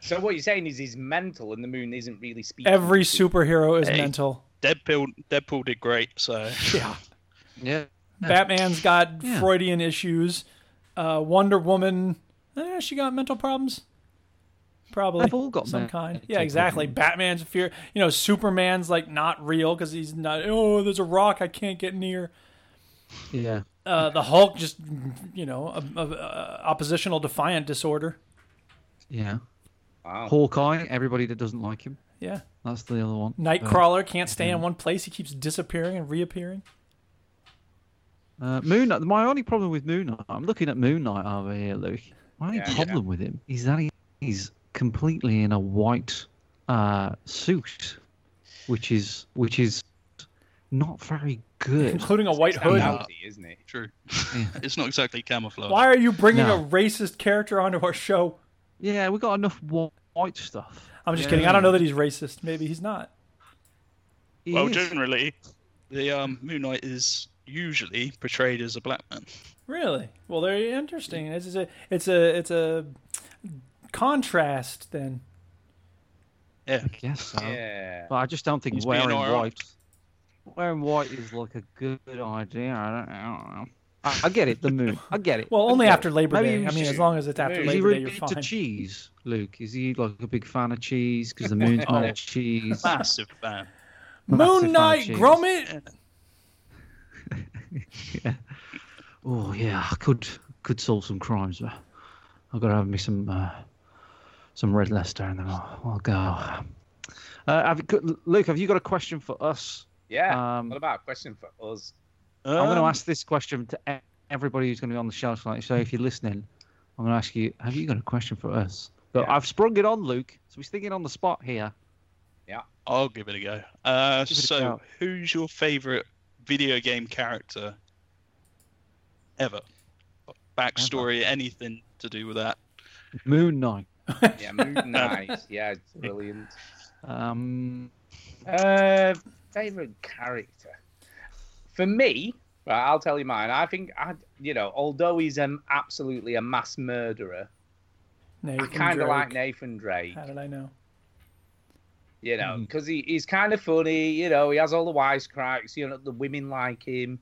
Speaker 3: So what you're saying is he's mental, and the moon isn't really speaking.
Speaker 2: Every
Speaker 3: to him.
Speaker 2: superhero is
Speaker 12: Hey.
Speaker 2: mental.
Speaker 12: Deadpool Deadpool did great, so
Speaker 2: yeah,
Speaker 4: yeah.
Speaker 2: Batman's got
Speaker 12: Yeah.
Speaker 2: Freudian issues. Uh, Wonder Woman, eh, she got mental problems. Probably
Speaker 4: They've all got
Speaker 2: some
Speaker 4: mental
Speaker 2: kind. Yeah, exactly. Batman's fear. You know, Superman's like not real because he's not. Oh, there's a rock I can't get near.
Speaker 4: Yeah.
Speaker 2: Uh, the Hulk just, you know, a, a, a oppositional defiant disorder.
Speaker 4: Yeah.
Speaker 3: Wow.
Speaker 4: Hawkeye, everybody that doesn't like him.
Speaker 2: Yeah.
Speaker 4: That's the other one. Uh-huh.
Speaker 2: Nightcrawler can't stay in one place. He keeps disappearing and reappearing.
Speaker 4: Uh, Moon Knight. My only problem with Moon Knight, I'm looking at Moon Knight over here, Luke. My only
Speaker 2: Yeah, yeah.
Speaker 4: problem with him is that he, he's completely in a white uh, suit, which is which is not very good.
Speaker 2: Including a white
Speaker 12: It's
Speaker 2: hood.
Speaker 12: reality, isn't it? True. it's not exactly camouflage.
Speaker 2: Why are you bringing
Speaker 4: No.
Speaker 2: a racist character onto our show?
Speaker 4: Yeah, we got enough whi- white stuff.
Speaker 2: I'm just
Speaker 4: Yeah.
Speaker 2: kidding. I don't know that he's racist. Maybe he's not.
Speaker 4: He
Speaker 12: Well,
Speaker 4: is.
Speaker 12: generally, the um, Moon Knight is usually portrayed as a black man.
Speaker 2: Really? Well, very interesting. It's it's a it's a it's a contrast then.
Speaker 12: Yeah.
Speaker 4: I guess so.
Speaker 3: Yeah.
Speaker 4: But I just don't think
Speaker 12: He's being
Speaker 4: wearing
Speaker 12: alright.
Speaker 4: white, wearing white is like a good idea. I don't, I don't know. I, I get it. The moon. I get it.
Speaker 2: Well,
Speaker 4: I
Speaker 2: only
Speaker 4: get
Speaker 2: after
Speaker 4: it.
Speaker 2: Labor
Speaker 4: Maybe
Speaker 2: Day.
Speaker 4: he
Speaker 2: I
Speaker 4: was
Speaker 2: mean,
Speaker 4: just-
Speaker 2: as long as it's after
Speaker 4: Is he
Speaker 2: Labor Day, you're
Speaker 4: really into
Speaker 2: fine.
Speaker 4: cheese, Luke? Is he like a big fan of cheese? Because the moon's
Speaker 12: Oh.
Speaker 4: made of cheese.
Speaker 12: Massive fan.
Speaker 4: Mm. Massive fan
Speaker 2: Moon
Speaker 4: of
Speaker 2: Knight
Speaker 4: cheese.
Speaker 2: Gromit.
Speaker 4: Oh yeah, I could could solve some crimes. But I've got to have me some uh, some red Leicester, and then I'll, I'll go. Uh, have you, got- Luke, have you got a question for us?
Speaker 3: Yeah.
Speaker 4: Um,
Speaker 3: what about a question for us?
Speaker 4: I'm going to
Speaker 3: Um,
Speaker 4: ask this question to e- everybody who's going to be on the show tonight. So if you're listening, I'm going to ask you: Have you got a question for us? But I've sprung it on Luke, so he's thinking on the spot here.
Speaker 3: Yeah.
Speaker 12: I'll give it a go. Uh,
Speaker 4: Give it a
Speaker 12: so,
Speaker 4: go.
Speaker 12: who's your favourite video game character ever? Backstory, anything to do with that?
Speaker 4: Moon Knight.
Speaker 3: Yeah, Moon Knight. yeah, it's brilliant.
Speaker 4: Um,
Speaker 3: Uh, favorite character for me. Right, I'll tell you mine. I think I, you know, although he's an absolutely a mass murderer,
Speaker 2: Nathan
Speaker 3: I kind of
Speaker 2: Drake.
Speaker 3: like Nathan Drake.
Speaker 2: How did I know?
Speaker 3: You know,
Speaker 4: Mm-hmm.
Speaker 3: because he, he's kind of funny. You know, he has all the wisecracks. You know, the women like him.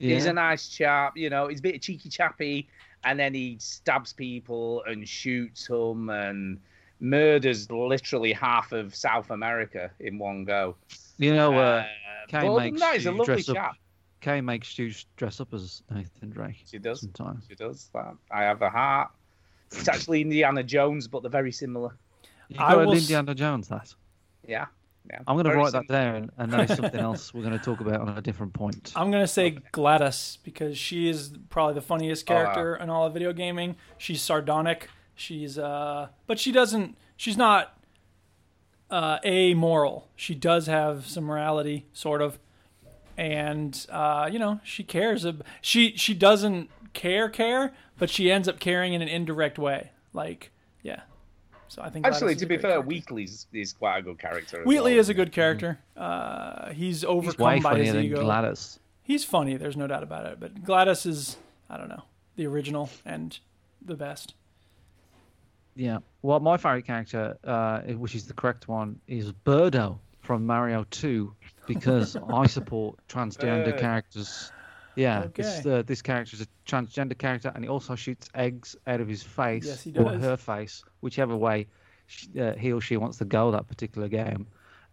Speaker 3: He's
Speaker 14: Yeah.
Speaker 3: a nice chap. You know, he's a bit cheeky chappy, and then he stabs people and shoots them and murders literally half of South America in one go.
Speaker 4: you know, uh,
Speaker 3: but
Speaker 4: Kay
Speaker 3: other than
Speaker 4: makes
Speaker 3: that, he's a
Speaker 4: you
Speaker 3: lovely
Speaker 4: dress up.
Speaker 3: chap.
Speaker 4: Kay makes you dress up as Nathan Drake.
Speaker 3: She does.
Speaker 4: sometimes.
Speaker 3: She does. that. I have a heart. It's actually Indiana Jones, but they're very similar.
Speaker 4: You
Speaker 3: I
Speaker 4: got an
Speaker 3: will s-
Speaker 4: Indiana Jones that.
Speaker 3: Yeah. yeah.
Speaker 4: I'm going to
Speaker 3: Very
Speaker 4: write that
Speaker 3: similar.
Speaker 4: down, and that is something else we're going to talk about on a different point.
Speaker 2: I'm gonna say Gladys because she is probably the funniest
Speaker 4: Oh, wow.
Speaker 2: character in all of video gaming. She's sardonic. She's uh, but she doesn't. She's not uh, amoral. She does have some morality, sort of, and uh, you know she cares. Ab- she she doesn't care care, but she ends up caring in an indirect way. Like yeah, so I think Gladys
Speaker 3: Actually,
Speaker 2: is
Speaker 3: to
Speaker 2: a
Speaker 3: be
Speaker 2: great
Speaker 3: fair,
Speaker 2: character.
Speaker 3: Wheatley's is quite a good character. as
Speaker 2: Wheatley
Speaker 3: well.
Speaker 2: is a good character. Uh, he's
Speaker 4: He's
Speaker 2: overcome
Speaker 4: way
Speaker 2: by his
Speaker 4: funnier than
Speaker 2: ego.
Speaker 4: Gladys.
Speaker 2: He's funny. There's no doubt about it. But Gladys is, I don't know, the original and the best.
Speaker 4: Yeah. Well, my favorite character, uh, which is the correct one, is Birdo from Mario 2 because I support transgender
Speaker 15: Uh,
Speaker 2: Bird.
Speaker 4: characters. Yeah, this,
Speaker 2: Okay.
Speaker 4: uh, this character is a transgender character, and he also shoots eggs out of his face
Speaker 2: Yes, he
Speaker 4: or
Speaker 2: does.
Speaker 4: her face, whichever way she, uh, he or she wants to go that particular game,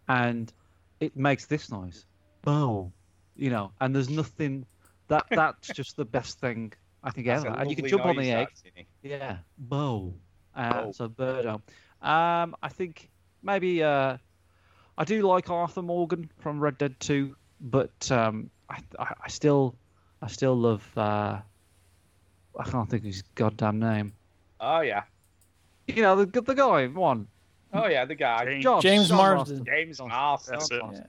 Speaker 4: and it makes this noise, boom, you know. And there's nothing That that's just the best thing I think
Speaker 3: That's
Speaker 4: ever.
Speaker 3: a
Speaker 4: And you can
Speaker 3: lovely
Speaker 4: jump on the
Speaker 3: noise,
Speaker 4: egg.
Speaker 3: that, Zinni.
Speaker 4: Yeah, bow. Uh,
Speaker 3: Bow.
Speaker 4: So Birdo. Um, I think maybe uh, I do like Arthur Morgan from Red Dead Two, but um, I, I, I still I still love. Uh, I can't think of his goddamn name.
Speaker 3: Oh yeah.
Speaker 4: You know the the guy one.
Speaker 3: Oh yeah, the guy. James,
Speaker 4: John- James John Marsden. Marsden.
Speaker 3: James Marston.
Speaker 4: That's it.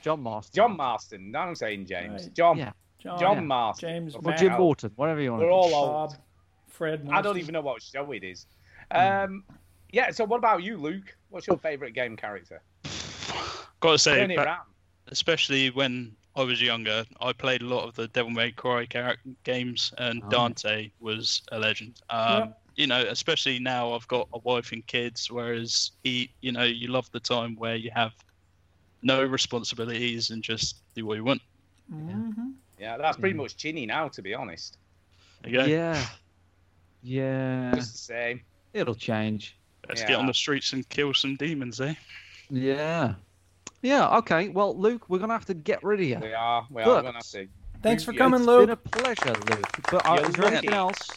Speaker 4: John Marston.
Speaker 3: John Marston. No, I'm saying James. John.
Speaker 4: Yeah.
Speaker 3: John,
Speaker 4: Yeah.
Speaker 3: Marston.
Speaker 2: James
Speaker 4: Or Jim Morton, whatever you want.
Speaker 3: They're
Speaker 4: to
Speaker 3: all
Speaker 4: call him.
Speaker 3: old.
Speaker 2: Fred.
Speaker 3: I don't even know what show it is.
Speaker 4: Hmm.
Speaker 3: Um, yeah. So what about you, Luke? What's your favourite game character?
Speaker 12: Gotta say,
Speaker 3: Turn it
Speaker 12: back-
Speaker 3: round.
Speaker 12: especially when I was younger, I played a lot of the Devil May Cry charac- games, and
Speaker 4: Oh.
Speaker 12: Dante was a legend. Um, You know, especially now I've got a wife and kids, whereas he, you know, you love the time where you have no responsibilities and just do what you want.
Speaker 4: Mm-hmm.
Speaker 3: Yeah, that's pretty much Chinny now, to be honest.
Speaker 12: There you go.
Speaker 4: Yeah. Yeah.
Speaker 3: Just the same.
Speaker 4: It'll change.
Speaker 12: Let's get on the streets and kill some demons, eh?
Speaker 4: Yeah. Yeah, okay. Well, Luke, we're going to have to get rid of you.
Speaker 3: We are. We are
Speaker 4: But-
Speaker 3: going to see.
Speaker 2: Thanks for
Speaker 3: Yeah.
Speaker 2: coming,
Speaker 4: It's
Speaker 2: Luke.
Speaker 4: been a pleasure, Luke. But uh,
Speaker 3: You're
Speaker 4: is there anything
Speaker 3: lucky.
Speaker 4: else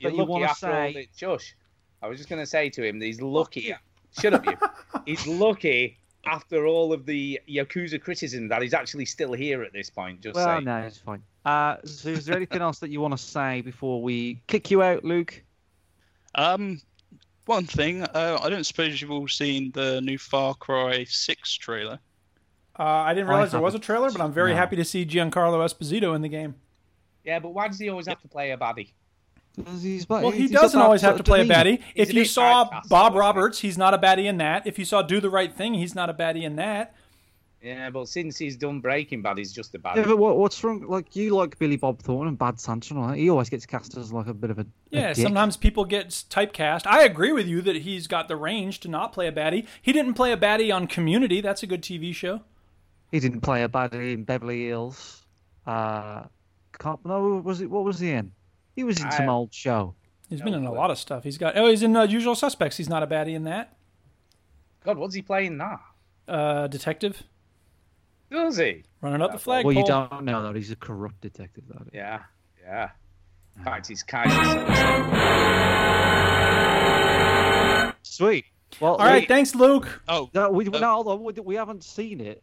Speaker 3: You're
Speaker 4: that you
Speaker 3: lucky
Speaker 4: want to
Speaker 3: after all
Speaker 4: say?
Speaker 3: that. Shush. I was just going to say to him that he's lucky. Shut up, you. he's lucky after all of the Yakuza criticism that he's actually still here at this point. Just
Speaker 4: Well,
Speaker 3: saying.
Speaker 4: no, it's fine. Uh, so is there anything else that you want to say before we kick you out, Luke?
Speaker 12: Um, one thing, uh, I don't suppose you've all seen the new Far Cry 6 trailer.
Speaker 2: Uh, I didn't
Speaker 4: I
Speaker 2: realize there was a
Speaker 4: haven't.
Speaker 2: trailer, but I'm very
Speaker 4: No.
Speaker 2: happy to see Giancarlo Esposito in the game.
Speaker 3: Yeah, but why does he always have to play a baddie?
Speaker 2: Well, he doesn't always have to play a baddie.
Speaker 3: He's
Speaker 2: If
Speaker 3: a
Speaker 2: you
Speaker 3: bit
Speaker 2: saw
Speaker 3: typecast,
Speaker 2: Bob
Speaker 3: though, isn't he?
Speaker 2: Roberts, he's not a baddie in that. If you saw Do the Right Thing, he's not a baddie in that.
Speaker 3: Yeah, but since he's done Breaking Bad, he's just a baddie.
Speaker 4: Yeah, but what, what's wrong? Like, you like Billy Bob Thornton and Bad Santa and all that. He always gets cast as, like, a bit of a. a
Speaker 2: Yeah,
Speaker 4: dick.
Speaker 2: sometimes people get typecast. I agree with you that he's got the range to not play a baddie. He didn't play a baddie on Community. That's a good TV show.
Speaker 4: He didn't play a baddie in Beverly Hills. Uh, can't, no, was it? What was he in? He was in some
Speaker 3: I-
Speaker 4: old show.
Speaker 2: He's
Speaker 4: Oh,
Speaker 2: been in a lot of stuff. He's got. Oh, he's in uh, Usual Suspects. He's not a baddie in that.
Speaker 3: God, what's he playing now?
Speaker 2: Uh, detective
Speaker 3: Does he?
Speaker 2: running up the flagpole.
Speaker 4: Well, you don't know that he's a corrupt detective, though.
Speaker 3: Uh, Yeah, yeah. In fact, he's kind of.
Speaker 4: Sweet. Well,
Speaker 2: All right, thanks, Luke.
Speaker 12: Oh,
Speaker 4: No, we,
Speaker 12: Uh,
Speaker 4: no, hold on, we, we haven't seen it.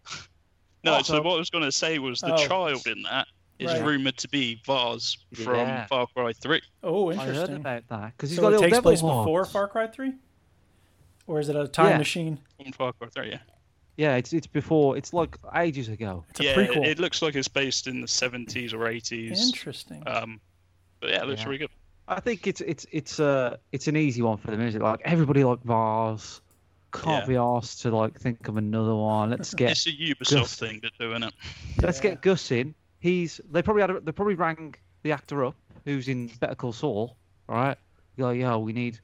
Speaker 12: No,
Speaker 4: Also-
Speaker 12: so what I was going to say was the
Speaker 2: Oh.
Speaker 12: child in that is
Speaker 2: Right.
Speaker 12: rumored to be Vars from
Speaker 4: Yeah.
Speaker 12: Far Cry 3.
Speaker 2: Oh,
Speaker 4: I heard
Speaker 2: interesting.
Speaker 4: about that because he's
Speaker 2: So
Speaker 4: got
Speaker 2: it
Speaker 4: little
Speaker 2: takes
Speaker 4: devil
Speaker 2: place
Speaker 4: horns.
Speaker 2: before Far Cry Three, or is it a time
Speaker 4: Yeah.
Speaker 2: machine?
Speaker 12: From Far Cry 3, yeah.
Speaker 4: Yeah, it's it's before. It's like ages ago.
Speaker 2: It's a
Speaker 12: yeah, it-
Speaker 2: prequel.
Speaker 12: It, looks like it's based in the 70s or 80s.
Speaker 2: Interesting.
Speaker 12: Um, but yeah, it looks
Speaker 4: Yeah.
Speaker 12: really good.
Speaker 4: I think it's it's it's uh it's an easy one for them, isn't it? Like everybody like Vars can't
Speaker 12: Yeah.
Speaker 4: be asked to like think of another one. Let's get
Speaker 12: It's a Ubisoft
Speaker 4: Just-
Speaker 12: thing to do, isn't it?
Speaker 4: Let's get Gus in. He's they probably had a, they probably rang the actor up who's in Better Call Saul. All right, go yo, we need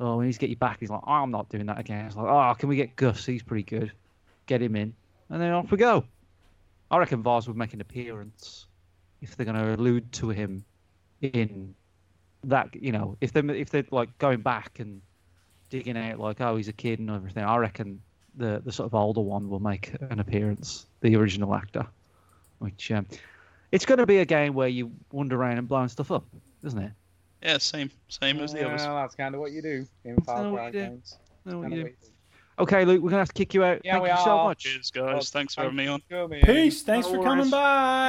Speaker 4: oh we need to get you back. He's like, I'm not doing that again. It's like, oh, can we get Gus? He's pretty good. Get him in, and then off we go. I reckon Vars would make an appearance if they're going to allude to him in that. You know, if they if they're like going back and digging out like oh he's a kid and everything. I reckon the the sort of older one will make an appearance, the original actor. Which um, it's going to be a game where you wander around and blowing stuff up, isn't it?
Speaker 12: Yeah, same same as the
Speaker 3: Yeah,
Speaker 12: others.
Speaker 3: that's kind of what you do in
Speaker 4: kinda
Speaker 3: Far
Speaker 4: what
Speaker 3: Cry
Speaker 4: you do.
Speaker 3: games.
Speaker 4: Know what
Speaker 3: Kinda
Speaker 4: you
Speaker 3: what
Speaker 4: do.
Speaker 3: you do.
Speaker 4: Okay, Luke, we're going to have to kick you out.
Speaker 3: Yeah,
Speaker 4: Thank
Speaker 3: we
Speaker 4: you so
Speaker 3: are.
Speaker 4: much.
Speaker 12: Cheers, guys. Thanks for having me on.
Speaker 3: Come here.
Speaker 2: Peace. Thanks for coming by.
Speaker 3: Bye-bye.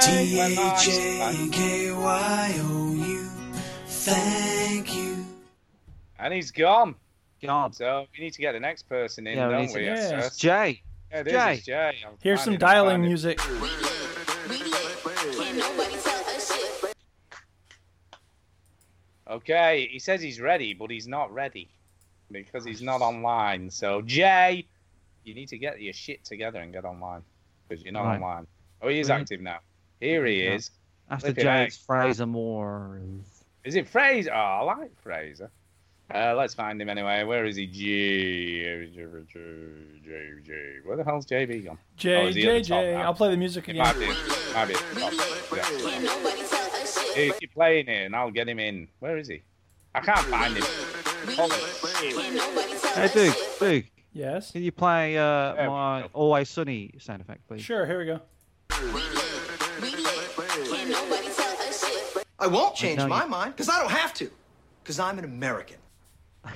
Speaker 9: Thank you.
Speaker 3: And he's gone.
Speaker 4: God.
Speaker 3: So we need to get the next person in,
Speaker 4: Yeah, we
Speaker 3: don't
Speaker 4: need
Speaker 3: we?
Speaker 4: to-
Speaker 2: Yeah.
Speaker 3: sir?
Speaker 4: It's Jay.
Speaker 3: Yeah, it is,
Speaker 4: Jay.
Speaker 3: it's Jay. I'm
Speaker 2: Here's some
Speaker 3: finding- I'm
Speaker 2: dialing
Speaker 3: finding-
Speaker 2: music.
Speaker 3: Okay, he says he's ready, but he's not ready because he's not online. So Jay, you need to get your shit together and get online because you're not
Speaker 4: Right.
Speaker 3: online. Oh, he is
Speaker 4: Right.
Speaker 3: active now. Here he
Speaker 4: Yeah.
Speaker 3: is.
Speaker 4: After
Speaker 3: Look at
Speaker 4: Jay, it's
Speaker 3: that.
Speaker 4: Fraser Moore.
Speaker 3: Is it Fraser? Oh, I like Fraser. Uh, let's find him anyway. Where is he? J. J. J. J. Where the hell's JB gone? Oh,
Speaker 2: J
Speaker 3: is he
Speaker 2: J
Speaker 3: at the top
Speaker 2: J.
Speaker 3: now?
Speaker 2: I'll play the music
Speaker 3: It
Speaker 2: again.
Speaker 3: might be. it Might be. at the top. Yeah. Hey, keep playing it, and I'll get him in. Where is he? I can't find him. Oh,
Speaker 4: Hey, Luke, Luke,
Speaker 2: Yes.
Speaker 4: can you play uh,
Speaker 3: There we
Speaker 4: my Always Sunny sound effect, please?
Speaker 2: Sure. Here we go.
Speaker 14: I won't
Speaker 4: Wait,
Speaker 14: change
Speaker 4: no,
Speaker 14: my
Speaker 4: you-
Speaker 14: mind because I don't have to. Because I'm an American.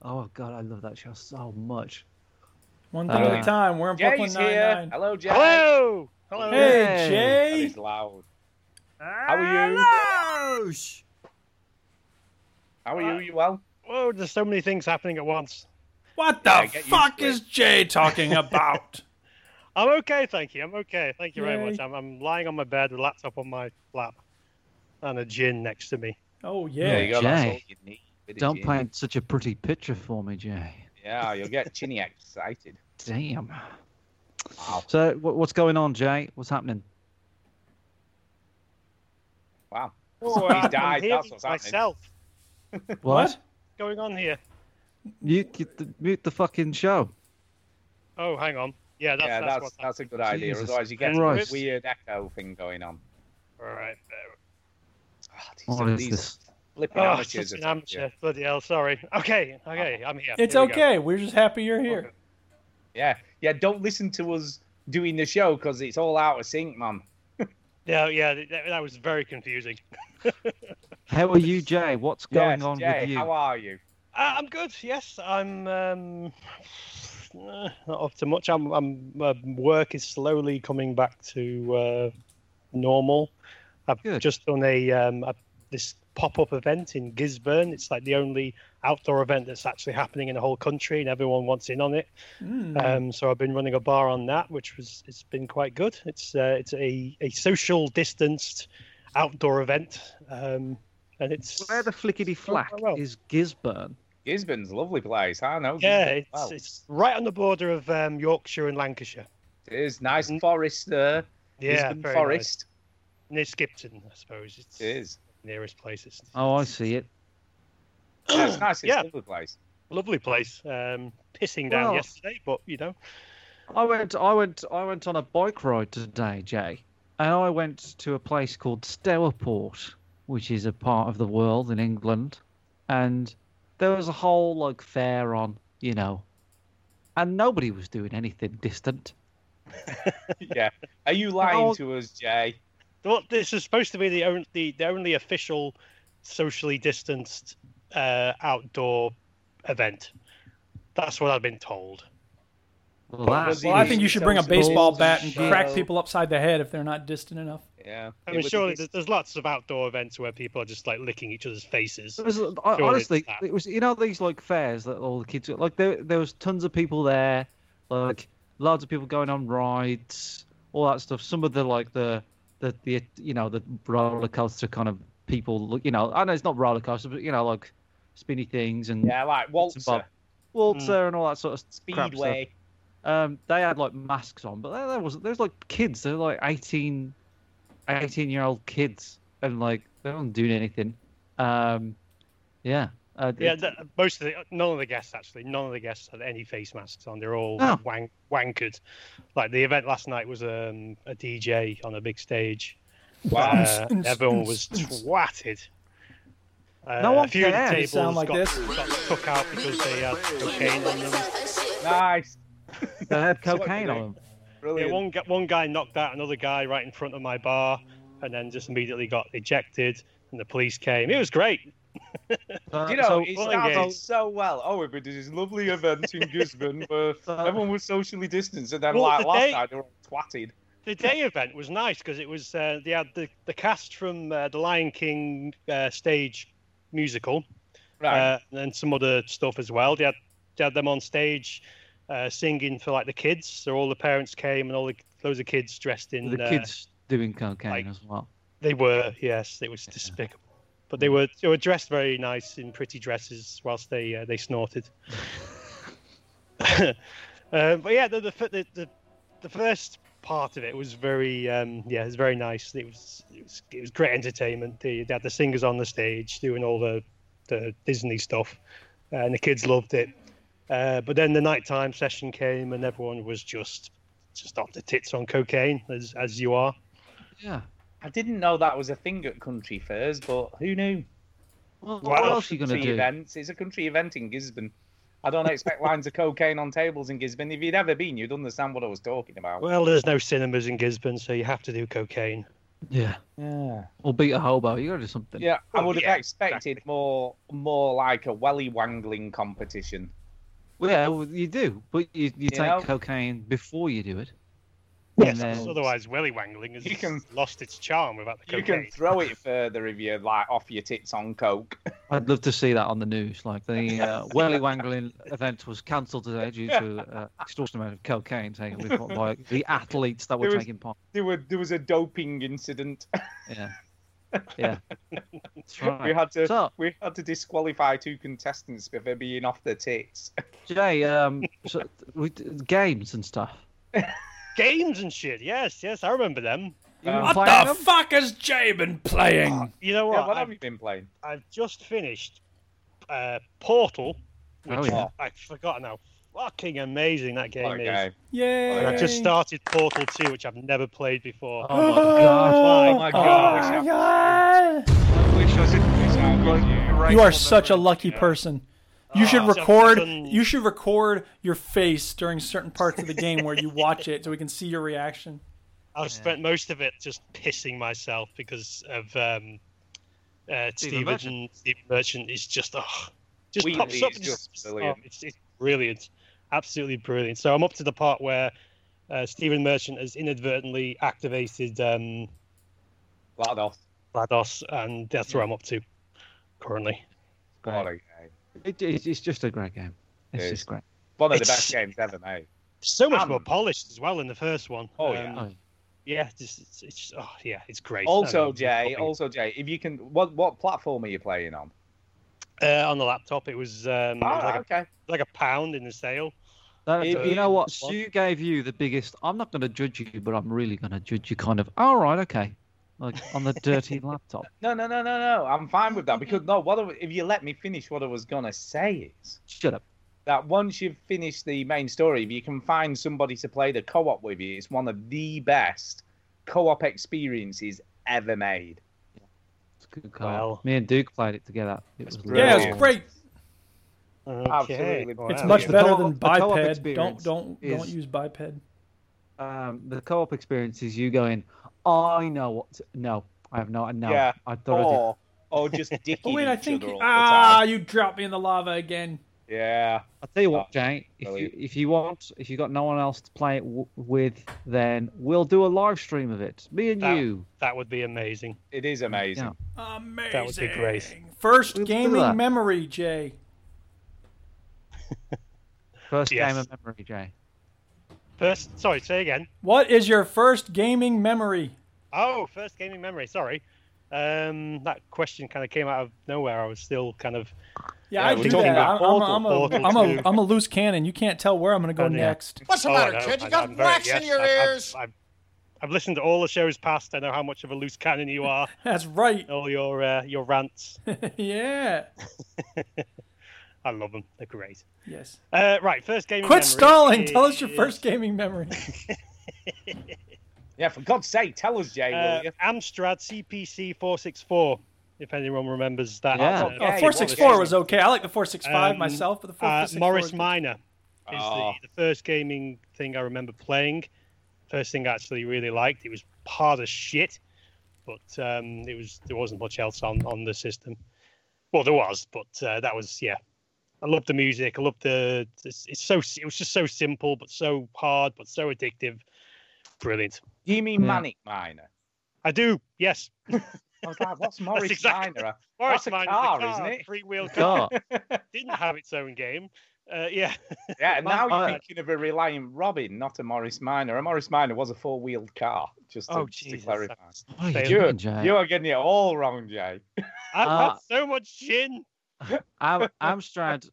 Speaker 4: Oh god, I love that show so much. Uh,
Speaker 2: One
Speaker 4: thing
Speaker 2: at a time. We're in
Speaker 3: Jay's
Speaker 2: Brooklyn Nine
Speaker 3: here.
Speaker 2: Nine.
Speaker 3: Hello, Jay.
Speaker 2: Hello.
Speaker 3: Hello.
Speaker 2: Hey,
Speaker 3: That
Speaker 2: Jay.
Speaker 3: is loud. How are you? How are you? You well?
Speaker 15: Whoa, there's so many things happening at once.
Speaker 2: What the fuck is Jay talking about?
Speaker 15: I'm okay, thank you. I'm okay. Thank you very
Speaker 2: Yay.
Speaker 15: much. I'm, I'm lying on my bed with a laptop on my lap and a gin next to me.
Speaker 2: Oh,
Speaker 3: There you go. That's all
Speaker 4: Jay,
Speaker 3: you need. Bit of
Speaker 4: don't
Speaker 3: gin.
Speaker 4: paint such a pretty picture for me, Jay.
Speaker 3: Yeah, you'll get Chinny excited.
Speaker 4: Damn. So, wh- what's going on, Jay? What's happening?
Speaker 3: Wow.
Speaker 15: Oh,
Speaker 3: Somebody's
Speaker 15: I'm
Speaker 3: died.
Speaker 15: hearing
Speaker 3: That's what's happening.
Speaker 15: myself.
Speaker 4: What?
Speaker 15: What's going on here?
Speaker 4: Mute, the, mute the fucking show.
Speaker 15: Oh, hang on. Yeah, that's
Speaker 3: yeah,
Speaker 15: that's,
Speaker 3: that's,
Speaker 15: what's
Speaker 3: that's a good idea.
Speaker 4: Jesus
Speaker 3: Otherwise, you get
Speaker 4: Christ.
Speaker 3: a weird echo thing going on.
Speaker 15: All right.
Speaker 4: What is this?
Speaker 3: Flipping
Speaker 15: Oh,
Speaker 3: amateurs.
Speaker 15: such an amateur. Bloody hell, sorry. Okay, okay, I'm here.
Speaker 2: It's
Speaker 15: Here we go.
Speaker 2: okay. We're just happy you're here.
Speaker 3: Yeah, yeah. Don't listen to us doing the show because it's all out of sync, man.
Speaker 15: Yeah, yeah, that, that was very confusing.
Speaker 4: How are you, Jay? What's going
Speaker 15: Yes,
Speaker 4: on
Speaker 15: Jay,
Speaker 4: with you?
Speaker 15: how
Speaker 3: are you?
Speaker 15: Uh, I'm good. Yes, I'm um, uh, not off to much. I'm, I'm uh, work is slowly coming back to uh, normal. I've just done a, um, a this pop up event in Gisborne. It's like the only outdoor event that's actually happening in the whole country, and everyone wants in on it.
Speaker 3: Hmm.
Speaker 2: Mm.
Speaker 15: Um, so I've been running a bar on that, which was it's been quite good. It's uh, it's a, a social distanced outdoor event, um, and it's
Speaker 4: Where the flickety flack is Gisborne?
Speaker 3: Gisborne's a lovely place. I know.
Speaker 15: yeah,
Speaker 3: Gisborne
Speaker 15: it's
Speaker 3: well.
Speaker 15: it's right on the border of um, Yorkshire and Lancashire.
Speaker 3: It is nice forest there.
Speaker 15: Mm. Yeah,
Speaker 3: Gisborne
Speaker 15: very
Speaker 3: forest.
Speaker 15: nice. near Skipton, I suppose. It's
Speaker 3: It is.
Speaker 15: nearest place. It's,
Speaker 4: Oh, I see it.
Speaker 3: Yeah, it's nice. It's
Speaker 15: Yeah.
Speaker 3: a lovely place.
Speaker 15: lovely place. Um, pissing down
Speaker 4: Well-
Speaker 15: yesterday, but you know.
Speaker 4: I went, I went, I went on a bike ride today, Jay, and I went to a place called Stourport, which is a part of the world in England, and there was a whole like fair on, you know, and nobody was doing anything distant.
Speaker 3: yeah. Are you lying to us, Jay?
Speaker 15: Well, this is supposed to be the only the, the only official socially distanced uh, outdoor event. That's what I've been told.
Speaker 4: Well,
Speaker 2: Well, I think you should bring a baseball bat and crack people upside the head if they're not distant enough.
Speaker 3: Yeah.
Speaker 15: I
Speaker 2: It
Speaker 15: mean,
Speaker 2: was-
Speaker 15: surely there's, there's lots of outdoor events where people are just like licking each other's faces.
Speaker 4: It was, I,
Speaker 15: Surely
Speaker 4: uh, honestly,
Speaker 15: it's that.
Speaker 4: it was you know these like fairs that all the kids like. There, there was tons of people there, like loads of people going on rides, all that stuff. Some of the like the the the you know the roller coaster kind of people. look- You know, I know it's not roller coaster, but you know like spinny things and
Speaker 3: yeah, like waltzer, Mm.
Speaker 4: waltzer, and all that sort of crap stuff.
Speaker 3: Speedway.
Speaker 4: Um, they had like masks on, but there, there was there was like kids. They were like 18, 18 year old kids, and like they weren't doing anything. Um, yeah. Uh,
Speaker 15: Yeah,
Speaker 4: it-
Speaker 15: that, most of the none of the guests actually, none of the guests had any face masks on. They're all
Speaker 4: Oh.
Speaker 15: wank, wankered. Like the event last night was um, a DJ on a big stage.
Speaker 3: Wow.
Speaker 15: Uh, everyone was twatted. Uh,
Speaker 3: No one
Speaker 15: a few of the
Speaker 3: cares. They
Speaker 15: tables
Speaker 3: sound like
Speaker 15: got,
Speaker 3: this.
Speaker 15: got took out because they had cocaine on them.
Speaker 3: Nice.
Speaker 4: They had
Speaker 15: That's what
Speaker 4: cocaine
Speaker 15: they
Speaker 4: on
Speaker 15: do.
Speaker 4: them.
Speaker 15: Yeah, one gu- one guy knocked out another guy right in front of my bar, and then just immediately got ejected, and the police came. It was great.
Speaker 3: you know,
Speaker 15: Uh, so-
Speaker 3: it
Speaker 15: Well,
Speaker 3: started
Speaker 15: engaged.
Speaker 3: so well. Oh, we did this lovely event in Gisborne where everyone was socially distanced, and then
Speaker 15: Well,
Speaker 3: like
Speaker 15: the
Speaker 3: last
Speaker 15: day-
Speaker 3: night they were all twatted.
Speaker 15: The day event was nice because it was uh, they had the, the cast from uh, the Lion King uh, stage musical, uh, and some other stuff as well. They had they had them on stage uh, singing for like the kids. So all the parents came and all the loads of kids dressed in
Speaker 4: the
Speaker 15: uh,
Speaker 4: kids doing cocaine as well.
Speaker 15: They were, yes, it was despicable. But they were they were dressed very nice in pretty dresses whilst they uh, they snorted. uh, but yeah, the the, fir- the the the first part of it was very um, yeah, it was very nice. It was it was, it was great entertainment. They, they had the singers on the stage doing all the the Disney stuff, and the kids loved it. Uh, but then the nighttime session came, and everyone was just just off the tits on cocaine, as as you are.
Speaker 4: Yeah.
Speaker 3: I didn't know that was a thing at country fairs, but who knew?
Speaker 4: Well,
Speaker 15: what else
Speaker 4: are you gonna
Speaker 3: country
Speaker 4: do?
Speaker 3: Events. It's a country event in Gisborne. I don't expect lines of cocaine on tables in Gisborne. If you'd ever been, you'd understand what I was talking about.
Speaker 15: Well, there's no cinemas in Gisborne, so you have to do cocaine.
Speaker 4: Yeah.
Speaker 3: Yeah.
Speaker 4: Or beat a hobo. You gotta do something.
Speaker 3: Yeah, I would have expected more, more like a welly wangling competition.
Speaker 4: Well, yeah, well, you do, but you, you, take
Speaker 3: know?
Speaker 4: cocaine before you do it.
Speaker 15: Yes,
Speaker 4: And
Speaker 15: because
Speaker 4: then-
Speaker 15: otherwise welly wangling has
Speaker 3: You can-
Speaker 15: lost its charm without the
Speaker 3: You
Speaker 15: cocaine.
Speaker 3: can throw it further if you like off your tits on coke.
Speaker 4: I'd love to see that on the news. Like the uh, Welly Wangling event was cancelled today due to uh, extortionate amount of cocaine taken with by the athletes that were
Speaker 3: There was-
Speaker 4: taking part.
Speaker 3: There were there was a doping incident.
Speaker 4: Yeah, yeah. That's right.
Speaker 3: We had to
Speaker 4: So-
Speaker 3: we had to disqualify two contestants for their being off their tits.
Speaker 4: Jay, um, so we d- games and stuff.
Speaker 15: Games and shit. Yes, yes, I remember them. Um, Uh,
Speaker 4: were What playing the them?
Speaker 2: fuck has Jay been playing?
Speaker 15: You know what?
Speaker 3: Yeah, what have
Speaker 15: I've,
Speaker 3: you been playing?
Speaker 15: I've just finished uh, Portal, which
Speaker 4: Oh, yeah.
Speaker 15: I forgot now. Fucking amazing that game
Speaker 3: What a
Speaker 15: is.
Speaker 3: game.
Speaker 2: Yay!
Speaker 15: And I've just started Portal 2, which I've never played before.
Speaker 4: Oh my god!
Speaker 3: Oh my god! I wish I- wish I was wish I was you.
Speaker 2: You are such a lucky person. You should
Speaker 15: it's a
Speaker 2: record.
Speaker 15: fucking-
Speaker 2: You should record your face during certain parts of the game where you watch it, so we can see your reaction.
Speaker 15: I've spent most of it just pissing myself because of um, uh, Steve
Speaker 4: Merchant.
Speaker 15: Merchant. Steve Merchant is just oh, just
Speaker 3: Wheatley
Speaker 15: pops up.
Speaker 3: is
Speaker 15: and just-
Speaker 3: just brilliant.
Speaker 15: oh, it's, it's brilliant, absolutely brilliant. So I'm up to the part where uh, Stephen Merchant has inadvertently activated um,
Speaker 3: Glados.
Speaker 15: Lados, and that's where I'm up to currently.
Speaker 3: What a game.
Speaker 4: It, it's, it's just a great game. It's
Speaker 3: It is.
Speaker 4: just great.
Speaker 3: One of the
Speaker 15: It's-
Speaker 3: best games ever made.
Speaker 15: So much
Speaker 3: Um,
Speaker 15: more polished as well in the first one.
Speaker 3: Oh,
Speaker 15: Um,
Speaker 4: Oh,
Speaker 15: yeah, just, it's, it's oh yeah, it's great. I
Speaker 3: Also,
Speaker 15: mean,
Speaker 3: Jay,
Speaker 15: fucking-
Speaker 3: also Jay, if you can, what what platform are you playing on?
Speaker 15: uh, on the laptop, it was, um, it was like,
Speaker 3: Ah,
Speaker 15: a,
Speaker 3: okay.
Speaker 15: like a pound in the sale.
Speaker 4: That-
Speaker 3: If
Speaker 4: you know
Speaker 3: you-
Speaker 4: what? Stu gave you the biggest. I'm not going to judge you, but I'm really going to judge you. Kind of. All right, okay. Like on the dirty laptop.
Speaker 3: No, no, no, no, no. I'm fine with that because no. What I, if you let me finish what I was gonna say is
Speaker 4: Shut up.
Speaker 3: that once you've finished the main story, if you can find somebody to play the co-op with you, it's one of the best co-op experiences ever made.
Speaker 4: It's a good call.
Speaker 15: Well-
Speaker 4: Me and Duke played it together. It was
Speaker 2: Yeah,
Speaker 3: Brilliant.
Speaker 4: lovely.
Speaker 2: it's great.
Speaker 15: Okay.
Speaker 3: Absolutely
Speaker 2: It's
Speaker 3: Wow.
Speaker 2: much
Speaker 3: The
Speaker 2: better
Speaker 4: co-op-
Speaker 2: than
Speaker 4: the co-op
Speaker 2: biped. Don't
Speaker 4: experience
Speaker 2: don't
Speaker 4: is-
Speaker 2: don't use biped.
Speaker 4: Um, the co-op experience is you going. I know what. To... No, I have not. No,
Speaker 3: Yeah.
Speaker 4: I thought
Speaker 15: Oh.
Speaker 4: I did.
Speaker 3: Or or just dicking
Speaker 2: Oh wait, I
Speaker 3: each
Speaker 2: think
Speaker 3: other all the
Speaker 2: ah,
Speaker 3: time.
Speaker 2: you dropped me in the lava again.
Speaker 3: Yeah.
Speaker 4: I'll tell you what, Jay. If you
Speaker 3: brilliant.
Speaker 4: if you want, if you got no one else to play it w- with, then we'll do a live stream of it. Me and
Speaker 15: That-
Speaker 4: you.
Speaker 15: That would be amazing.
Speaker 3: It is amazing.
Speaker 4: Yeah.
Speaker 2: Amazing.
Speaker 15: That would be great.
Speaker 2: First
Speaker 4: Look at
Speaker 2: gaming
Speaker 4: that.
Speaker 2: memory, Jay.
Speaker 4: First
Speaker 15: Yes.
Speaker 4: game of memory, Jay.
Speaker 15: First, sorry, say again.
Speaker 2: What is your first gaming memory?
Speaker 15: Oh, first gaming memory. Sorry, um, that question kind of came out of nowhere. I was still kind of
Speaker 2: Yeah,
Speaker 3: Yeah,
Speaker 2: I
Speaker 3: we're
Speaker 2: do that.
Speaker 3: talking
Speaker 2: I'm,
Speaker 3: about
Speaker 2: I'm,
Speaker 15: Portal,
Speaker 2: I'm, a,
Speaker 15: Portal
Speaker 2: I'm, a,
Speaker 15: two.
Speaker 2: I'm a loose cannon. You can't tell where I'm going to go
Speaker 15: Oh, yeah.
Speaker 2: next.
Speaker 16: What's the
Speaker 15: Oh,
Speaker 16: matter,
Speaker 15: I know.
Speaker 16: kid? You
Speaker 15: I-
Speaker 16: got
Speaker 15: I'm very-
Speaker 16: wax in
Speaker 15: yes,
Speaker 16: your
Speaker 15: I've- I've-
Speaker 16: ears.
Speaker 15: I've, I've listened to all the shows past. I know how much of a loose cannon you are.
Speaker 2: That's right.
Speaker 15: all your uh, your rants.
Speaker 2: yeah.
Speaker 15: I love them. They're great.
Speaker 2: Yes.
Speaker 15: Uh, right, first gaming.
Speaker 2: Quit
Speaker 15: memory
Speaker 2: stalling. Tell us your
Speaker 15: is,
Speaker 2: first gaming memory.
Speaker 3: Yeah, for God's sake, tell us, Jay,
Speaker 15: Uh,
Speaker 3: will you?
Speaker 15: Amstrad CPC four six four. If anyone remembers that.
Speaker 4: Yeah.
Speaker 15: Uh,
Speaker 2: Oh,
Speaker 3: Hey,
Speaker 2: four six four
Speaker 3: what
Speaker 2: was okay. I like the four six five
Speaker 15: Um,
Speaker 2: myself, but the four
Speaker 15: Uh,
Speaker 2: six four.
Speaker 15: Morris Minor is
Speaker 3: Oh.
Speaker 15: the, the first gaming thing I remember playing. First thing I actually really liked. It was hard as shit, but um, it was there wasn't much else on on the system. Well, there was, but uh, that was yeah. I loved the music. I loved the. It's, it's so. It was just so simple, but so hard, but so addictive. Brilliant.
Speaker 3: Do you mean
Speaker 4: Yeah.
Speaker 3: Manic Miner?
Speaker 15: I do. Yes.
Speaker 3: I was like, what's Morris
Speaker 15: exactly-
Speaker 3: Minor?
Speaker 15: Morris
Speaker 3: That's a
Speaker 15: Minor's the
Speaker 3: car, isn't it?
Speaker 15: Free wheel car.
Speaker 4: God.
Speaker 15: Didn't have its own game. Uh, yeah.
Speaker 3: Yeah, and now you're
Speaker 4: Mine-
Speaker 3: thinking of a Reliant Robin, not a Morris Minor. A Morris Minor was a four wheeled car, just to,
Speaker 15: Oh,
Speaker 3: just to
Speaker 15: Jesus.
Speaker 3: clarify.
Speaker 15: that's-
Speaker 4: What are you
Speaker 15: Failed.
Speaker 4: doing,
Speaker 3: You,
Speaker 4: Jay?
Speaker 3: you are getting it all wrong, Jay.
Speaker 15: I've
Speaker 4: Uh,
Speaker 15: had so much gin.
Speaker 4: Am- Amstrad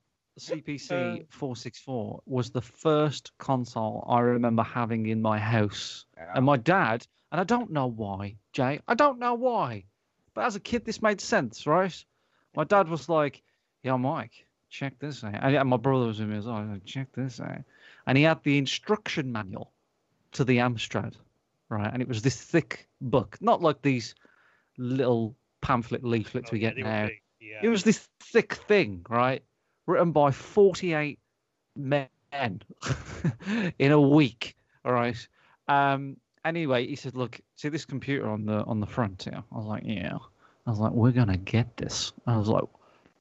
Speaker 4: CPC 464 was the first console I remember having in my house. And my dad, and I don't know why, Jay, I don't know why, but as a kid, this made sense, right? My dad was like, Yeah, Mike, check this out. And yeah, my brother was with me as well. He was like, Check this out. And he had the instruction manual to the Amstrad, right? And it was this thick book, not like these little pamphlet leaflets we
Speaker 15: Oh, yeah,
Speaker 4: get
Speaker 15: they were
Speaker 4: now.
Speaker 15: big, yeah.
Speaker 4: It was this thick thing, right? Written by 48 men in a week, all right? Um, anyway, he said, "Look, see this computer on the on the front here." I was like, "Yeah." I was like, "We're gonna get this." I was like,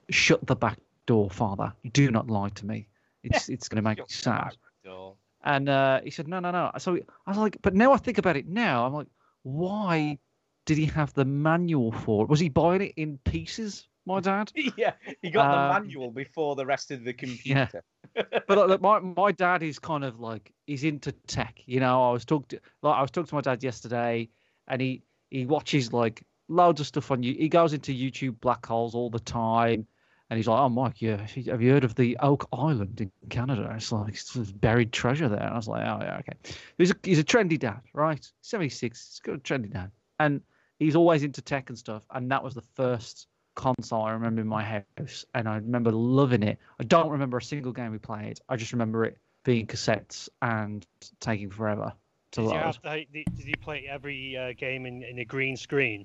Speaker 4: "Shut the back door, father. Do not lie to me. It's it's gonna make you sad."
Speaker 3: Dull.
Speaker 4: And uh, he said, "No, no, no." So I was like, "But now I think about it. Now I'm like, why did he have the manual for it? Was he buying it in pieces, my dad?"
Speaker 3: yeah, he got the
Speaker 4: Um,
Speaker 3: manual before the rest of the
Speaker 4: yeah.
Speaker 3: computer.
Speaker 4: but like, look, my my dad is kind of like he's into tech. You know, I was talking to like I was talking to my dad yesterday, and he he watches like loads of stuff on you. He goes into YouTube black holes all the time, and he's like, "Oh, Mike, yeah, have you heard of the Oak Island in Canada? It's like it's there's buried treasure there." And I was like, "Oh yeah, okay." He's a he's a trendy dad, right? Seventy six, he's got a trendy dad, and he's always into tech and stuff. And that was the first console I remember in my house, and I remember loving it. I don't remember a single game we played. I just remember it being cassettes and taking forever to
Speaker 15: Did you,
Speaker 4: load.
Speaker 15: have to, did you play every uh, game in, in a green screen?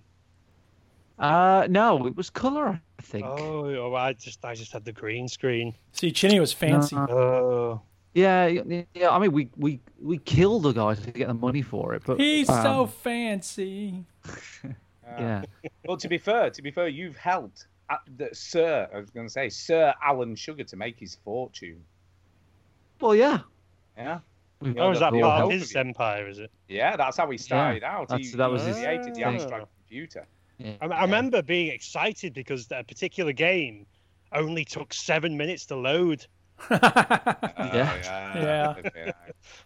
Speaker 4: Uh, no, it was color, I think.
Speaker 15: Oh, oh, I just I just had the green screen.
Speaker 2: See, Chinny was fancy.
Speaker 4: No.
Speaker 15: Oh.
Speaker 4: Yeah, y- yeah. I mean, we we we killed the guy to get the money for it, but
Speaker 2: He's
Speaker 4: um,
Speaker 2: so fancy.
Speaker 4: yeah.
Speaker 3: Uh, Well, to be fair, to be fair, you've helped uh, the, Sir. I was going to say Sir Alan Sugar to make his fortune.
Speaker 4: Well, yeah.
Speaker 3: Yeah.
Speaker 4: We've
Speaker 3: You know,
Speaker 15: Oh, is
Speaker 3: the-
Speaker 15: that
Speaker 3: the
Speaker 15: part
Speaker 3: help
Speaker 15: of
Speaker 3: of
Speaker 15: his
Speaker 3: you.
Speaker 15: empire? Is it? Oh.
Speaker 3: Yeah, that's how he started out.
Speaker 4: that's-
Speaker 3: he,
Speaker 4: that
Speaker 3: he
Speaker 4: was his
Speaker 3: created the
Speaker 15: thing.
Speaker 3: abstract computer.
Speaker 15: I, I remember being excited because that particular game only took seven minutes to load.
Speaker 3: Oh, yeah.
Speaker 2: Yeah.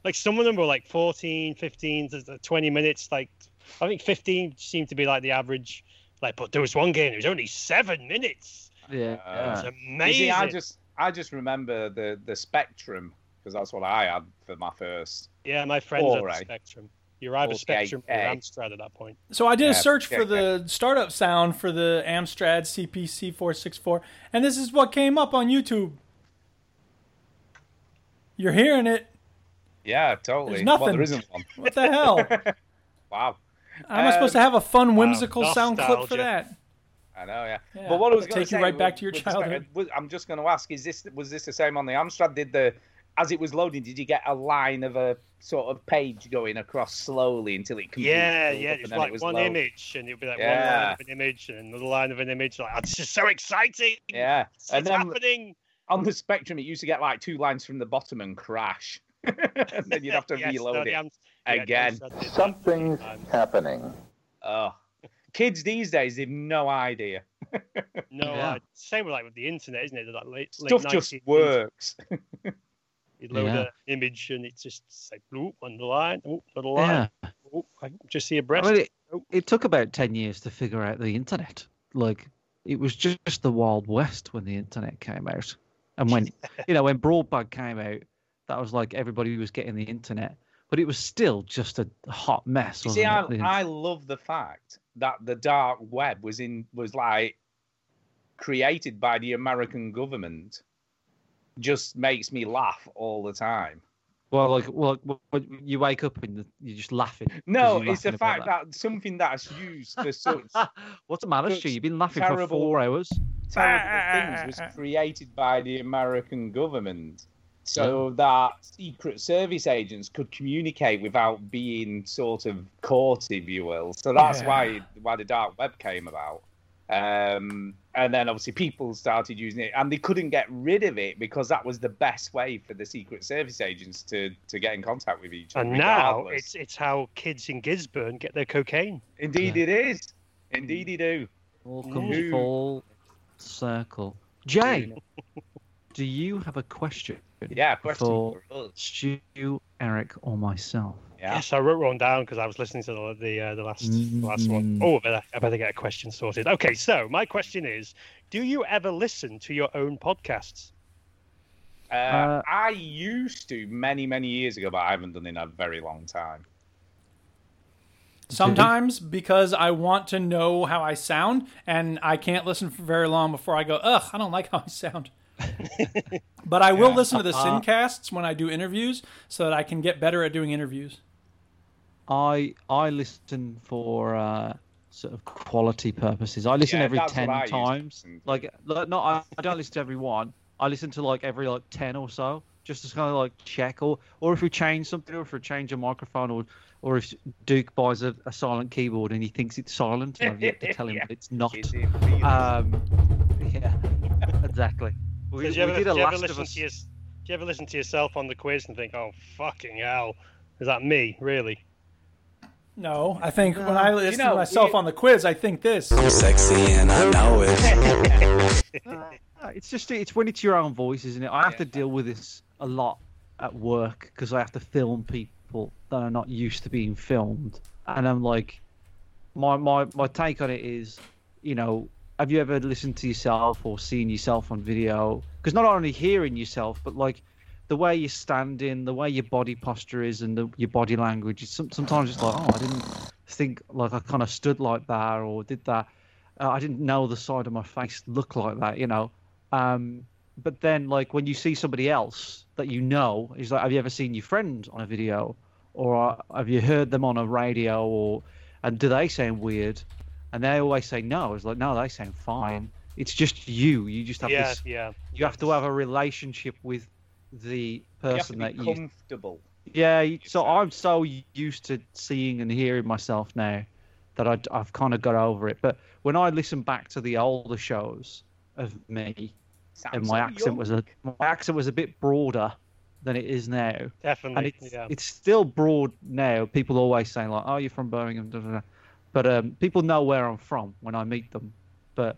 Speaker 15: like some of them were like 14 15 to to 20 minutes like i think 15 seemed to be like the average like but there was one game it was only seven minutes
Speaker 4: Yeah.
Speaker 15: That's
Speaker 3: Uh, You see, I
Speaker 15: amazing.
Speaker 3: just I just remember the the Spectrum because that's what I had for my first.
Speaker 15: yeah my friends
Speaker 3: All
Speaker 15: had the
Speaker 3: right.
Speaker 15: spectrum you're either
Speaker 3: Okay,
Speaker 15: spectrum or
Speaker 3: okay.
Speaker 15: amstrad at that point
Speaker 2: So I did a
Speaker 3: Yeah,
Speaker 2: search
Speaker 3: yeah,
Speaker 2: for the startup sound for the Amstrad CPC 464, and this is what came up on YouTube. You're hearing it.
Speaker 3: Yeah, totally.
Speaker 2: There's
Speaker 3: Well,
Speaker 2: nothing.
Speaker 3: there isn't one.
Speaker 2: What the hell?
Speaker 3: Wow.
Speaker 2: Am I supposed to have a fun, whimsical
Speaker 3: Wow,
Speaker 2: sound clip for
Speaker 3: nostalgia.
Speaker 2: that?
Speaker 3: I know, yeah.
Speaker 2: Yeah,
Speaker 3: But what I was
Speaker 2: that'll
Speaker 3: going
Speaker 2: take you right back to your childhood.
Speaker 3: I'm just going to ask: Is this was this the same on the Amstrad? Did the as it was loading, did you get a line of a sort of page going across slowly until it completely
Speaker 15: yeah
Speaker 3: filled
Speaker 15: yeah
Speaker 3: up
Speaker 15: it's
Speaker 3: and then
Speaker 15: like
Speaker 3: it was
Speaker 15: one
Speaker 3: low?
Speaker 15: image and it'll be like one
Speaker 3: Yeah.
Speaker 15: line of an image and another line of an image like it's just so exciting
Speaker 3: Yeah,
Speaker 15: it's,
Speaker 3: and
Speaker 15: it's
Speaker 3: then
Speaker 15: happening
Speaker 3: on the Spectrum, it used to get like two lines from the bottom and crash, and then you'd have to
Speaker 15: Yes, no,
Speaker 3: reload
Speaker 15: the
Speaker 3: it
Speaker 15: Amst- yeah, the
Speaker 3: again.
Speaker 15: Amstrad did that.
Speaker 16: Something's
Speaker 15: Um,
Speaker 16: happening.
Speaker 3: Oh, kids these days, they've no idea.
Speaker 15: No,
Speaker 3: Yeah.
Speaker 15: uh, same with like with the internet, isn't it? Like late, late
Speaker 3: Stuff just
Speaker 15: 90s,
Speaker 3: works.
Speaker 15: You load
Speaker 4: Yeah.
Speaker 15: an image and it's just like oop, another line, oop, another
Speaker 4: Yeah.
Speaker 15: line. Oop, I can just see a
Speaker 4: I
Speaker 15: breast.
Speaker 4: mean, it, it took about ten years to figure out the internet. Like it was just the wild west when the internet came out, and when you know when broadband came out, that was like everybody was getting the internet, but it was still just a hot mess.
Speaker 3: You
Speaker 4: Wasn't
Speaker 3: see, I,
Speaker 4: it? The-
Speaker 3: I love the fact that the dark web was in was like created by the American government. Just makes me laugh all the time.
Speaker 4: Well, like, well, like, when you wake up and you're just laughing. 'cause
Speaker 3: No,
Speaker 4: you're
Speaker 3: it's the
Speaker 4: laughing about
Speaker 3: fact that. something that's used for such
Speaker 4: What's the matter,
Speaker 3: such
Speaker 4: Stu? You've been laughing for
Speaker 3: terrible-
Speaker 4: four hours.
Speaker 3: terrible things was created by the American government so that secret service agents could communicate without being sort of caught, if you will. So that's
Speaker 5: Yeah.
Speaker 3: why why the dark web came about. Um, and then obviously people started using it, and they couldn't get rid of it because that was the best way for the secret service agents to to get in contact with each other.
Speaker 15: and now
Speaker 3: regardless.
Speaker 15: it's it's how kids in Gisborne get their cocaine.
Speaker 3: indeed it is, indeed you do.
Speaker 4: Comes
Speaker 3: Ooh.
Speaker 4: full circle. Jay, do you have a question?
Speaker 3: Yeah, question
Speaker 4: for
Speaker 3: for us.
Speaker 4: Stu, Eric, or myself?
Speaker 15: Yes, I wrote one down because I was listening to the the, uh, the last the last one.
Speaker 4: Mm.
Speaker 15: Oh, I better, I better get a question sorted. Okay, so my question is: Do you ever listen to your own podcasts?
Speaker 3: Uh, I used to many, many years ago, but I haven't done it in a very long time.
Speaker 2: Sometimes because I want to know how I sound, and I can't listen for very long before I go, ugh, I don't like how I sound. but I will
Speaker 4: Yeah.
Speaker 2: listen to the
Speaker 3: Uh-huh.
Speaker 4: Uh-uh.
Speaker 2: Syncasts when I do interviews so that I can get better at doing interviews.
Speaker 4: I I listen for uh, sort of quality purposes. I listen
Speaker 2: Yeah,
Speaker 4: every
Speaker 2: that's what
Speaker 4: ten
Speaker 2: I used to
Speaker 4: times. Like, like, not I, I don't listen to every one. I listen to like every like ten or so, just to kind of like check, or or if we change something, or if we change a microphone, or or if Duke buys a, a silent keyboard and he thinks it's silent, and I've yet to tell him that it's not. Um, yeah, exactly. We,
Speaker 15: did you
Speaker 4: we
Speaker 15: ever,
Speaker 4: did a
Speaker 15: did you ever
Speaker 4: Last of
Speaker 15: listen
Speaker 4: Us.
Speaker 15: to your, do you ever listen to yourself on the quiz and think, "Oh fucking hell, is that me really?"
Speaker 2: No, I think when I listen
Speaker 15: know,
Speaker 2: to myself on the quiz, I think this.
Speaker 9: Sexy and I know it.
Speaker 4: Uh, It's just it's when it's your own voice, isn't it? I have to deal with this a lot at work because I have to film people that are not used to being filmed, and I'm like, my my my take on it is, you know, have you ever listened to yourself or seen yourself on video? Because not only hearing yourself, but like the way you're standing, the way your body posture is, and the, your body language. It's some, sometimes it's like, oh, I didn't think like I kind of stood like that or did that. Uh, I didn't know the side of my face looked like that, you know. Um, but then, like when you see somebody else that you know, is like, have you ever seen your friend on a video, or uh, have you heard them on a radio, or and do they sound weird? And they always say no. It's like no, they sound fine. It's just you. You just have
Speaker 15: Yeah,
Speaker 4: this.
Speaker 15: yeah.
Speaker 4: You have to have a relationship with the
Speaker 3: You have to
Speaker 4: person
Speaker 3: be
Speaker 4: that you
Speaker 3: comfortable.
Speaker 4: yeah, y- so I'm so used to seeing and hearing myself now that I, have kind of got over it. But when I listen back to the older shows of me, and
Speaker 15: Sounds
Speaker 4: my
Speaker 15: so
Speaker 4: accent was a my accent was a bit broader than it is now.
Speaker 15: Definitely,
Speaker 4: and it's,
Speaker 15: yeah.
Speaker 4: it's still broad now. People always say like, "Oh, you're from Birmingham," da, da, da. but um, people know where I'm from when I meet them. But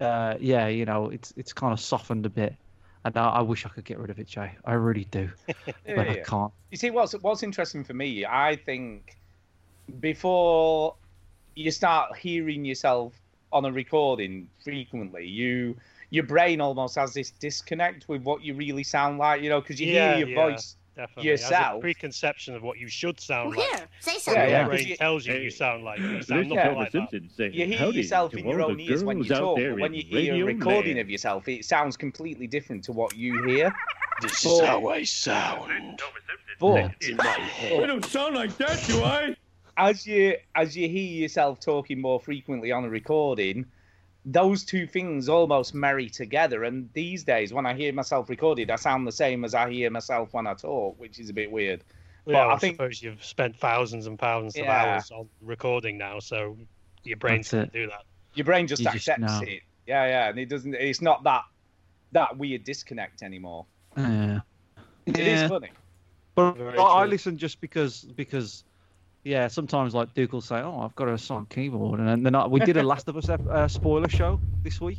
Speaker 4: uh, yeah, you know, it's it's kind of softened a bit, and I, I wish I could get rid of it, Jay. I really do, but I
Speaker 3: Yeah.
Speaker 4: can't.
Speaker 3: You see, what's what's interesting for me, I think, before you start hearing yourself on a recording frequently, you your brain almost has this disconnect with what you really sound like, you know, because you
Speaker 15: Yeah,
Speaker 3: hear your
Speaker 15: yeah,
Speaker 3: voice
Speaker 15: definitely. As a
Speaker 3: yourself.
Speaker 15: preconception of what you should sound like. What
Speaker 3: say
Speaker 15: your
Speaker 3: something. Yeah.
Speaker 15: brain
Speaker 3: Yeah.
Speaker 15: tells you you sound like you sound
Speaker 3: Lucy
Speaker 15: nothing
Speaker 3: Homer
Speaker 15: like
Speaker 3: Simpson
Speaker 15: that.
Speaker 3: You hear yourself in your own ears when you talk, but when you hear a recording of yourself, it sounds completely different to what you hear.
Speaker 5: This
Speaker 3: But-
Speaker 5: is how I sound.
Speaker 3: But
Speaker 5: in my head. I don't
Speaker 3: sound like that, do I? As you as you hear yourself talking more frequently on a recording, those two things almost marry together. And these days, when I hear myself recorded, I sound the same as I hear myself when I talk, which is a bit weird. But
Speaker 15: Yeah,
Speaker 3: I
Speaker 15: well, I
Speaker 3: think
Speaker 15: suppose you've spent thousands and thousands of
Speaker 3: Yeah.
Speaker 15: hours on recording now, so your brain
Speaker 3: That's
Speaker 15: doesn't
Speaker 3: it.
Speaker 15: do that.
Speaker 3: your brain just
Speaker 15: You just know.
Speaker 3: accepts it. Yeah, yeah, and it doesn't. It's not that that weird disconnect anymore.
Speaker 4: Yeah.
Speaker 3: It is
Speaker 4: Yeah.
Speaker 3: funny.
Speaker 4: But
Speaker 3: Very
Speaker 4: I, I
Speaker 3: true.
Speaker 4: listen just because because yeah, sometimes like Duke will say, "Oh, I've got a silent keyboard," and then I, we did a Last of Us ep- uh, spoiler show this week,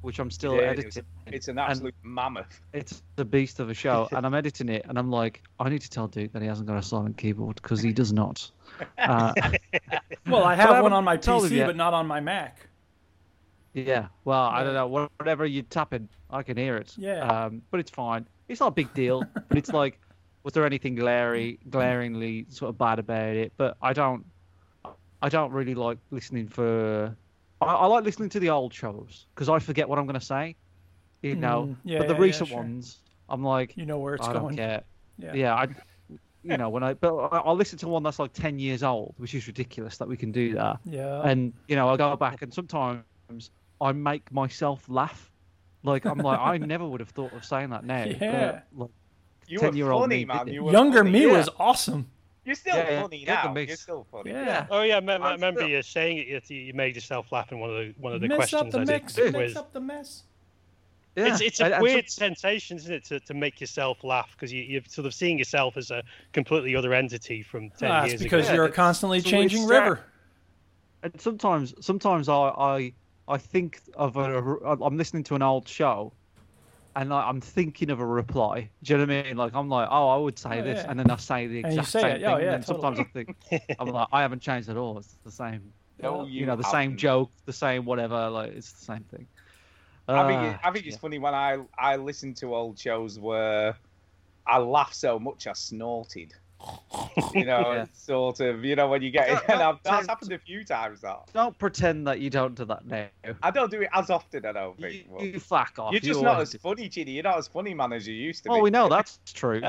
Speaker 4: which I'm still
Speaker 3: Yeah, it
Speaker 4: editing.
Speaker 3: was- it's an absolute mammoth.
Speaker 4: It's the beast of a show, and I'm editing it, and I'm like, I need to tell Duke that he hasn't got a silent keyboard because he does not. Uh,
Speaker 2: Well, I
Speaker 4: But
Speaker 2: have one
Speaker 4: haven't
Speaker 2: on my
Speaker 4: told him
Speaker 2: PC,
Speaker 4: yet.
Speaker 2: but not on my Mac.
Speaker 4: Yeah. Well, I don't know. wha- Whatever you tap in, I can hear it.
Speaker 2: Yeah.
Speaker 4: Um, but it's fine. It's not a big deal. but it's like, was there anything glary, glaringly sort of bad about it? But I don't. I don't really like listening for. I, I like listening to the old shows because I forget what I'm going to say. You know.
Speaker 2: Mm, yeah,
Speaker 4: but the
Speaker 2: yeah, yeah,
Speaker 4: recent
Speaker 2: sure.
Speaker 4: ones, I'm like.
Speaker 2: You know where it's
Speaker 4: I
Speaker 2: going.
Speaker 4: Don't care.
Speaker 2: Yeah.
Speaker 4: Yeah. I. You know when I but I, I listen to one that's like ten years old, which is ridiculous that we can do that.
Speaker 2: Yeah.
Speaker 4: And you know, I go back and sometimes I make myself laugh. Like I'm like, I never would have thought of saying that now. but,
Speaker 2: Yeah.
Speaker 4: like,
Speaker 3: You were
Speaker 4: 10-year-old
Speaker 3: funny,
Speaker 4: me
Speaker 3: man,
Speaker 4: did it.
Speaker 3: you were
Speaker 2: Younger me
Speaker 4: Yeah.
Speaker 2: was awesome.
Speaker 3: You're still
Speaker 4: Yeah, yeah.
Speaker 3: funny
Speaker 4: You're the
Speaker 3: now. You're
Speaker 4: beast.
Speaker 3: still funny.
Speaker 2: Yeah.
Speaker 15: Oh yeah, I remember, I remember you saying it, that you made yourself laugh in one of the one of the
Speaker 2: mess
Speaker 15: questions
Speaker 2: up the
Speaker 15: I did
Speaker 2: mix,
Speaker 15: for the
Speaker 2: mix
Speaker 15: quiz.
Speaker 2: up the mess.
Speaker 15: It's,
Speaker 2: Yeah.
Speaker 15: it's a
Speaker 2: And- and
Speaker 15: weird sensation, isn't it, to, to make yourself laugh because you, you're sort of seeing yourself as a completely other entity from ten
Speaker 2: Ah,
Speaker 15: years
Speaker 2: it's
Speaker 15: ago.
Speaker 2: because you're a constantly
Speaker 4: it's-
Speaker 2: changing
Speaker 4: it's-
Speaker 2: river.
Speaker 4: And sometimes, sometimes I, I, I think of a. I'm listening to an old show, and I, I'm thinking of a reply. Do you know what I mean? Like I'm like, oh, I would say
Speaker 2: Oh,
Speaker 4: this,
Speaker 2: yeah.
Speaker 4: and then I say the
Speaker 2: And you
Speaker 4: exact
Speaker 2: say
Speaker 4: same
Speaker 2: it.
Speaker 4: thing.
Speaker 2: Oh, yeah,
Speaker 4: and then sometimes I think I'm like, I haven't changed at all. It's the same.
Speaker 3: No,
Speaker 4: you,
Speaker 3: you
Speaker 4: know, the same
Speaker 3: haven't.
Speaker 4: joke, the same whatever. Like it's the same thing.
Speaker 3: I think it,
Speaker 4: Ah,
Speaker 3: I think it's funny when I I listen to old shows where I laugh so much I snorted. You know,
Speaker 4: Ah. Yeah.
Speaker 3: it's sort of. You know, when you get,
Speaker 4: That-
Speaker 3: and I've,
Speaker 4: that-
Speaker 3: that's happened a few times. That
Speaker 4: Don't pretend that you don't do that now.
Speaker 3: I don't do it as often. I don't think. well.
Speaker 4: You fuck off.
Speaker 3: You're just
Speaker 4: you
Speaker 3: not
Speaker 4: always
Speaker 3: as funny, Ginny. You're not as funny, man, as you used to
Speaker 4: Well,
Speaker 3: be.
Speaker 4: we know that's true.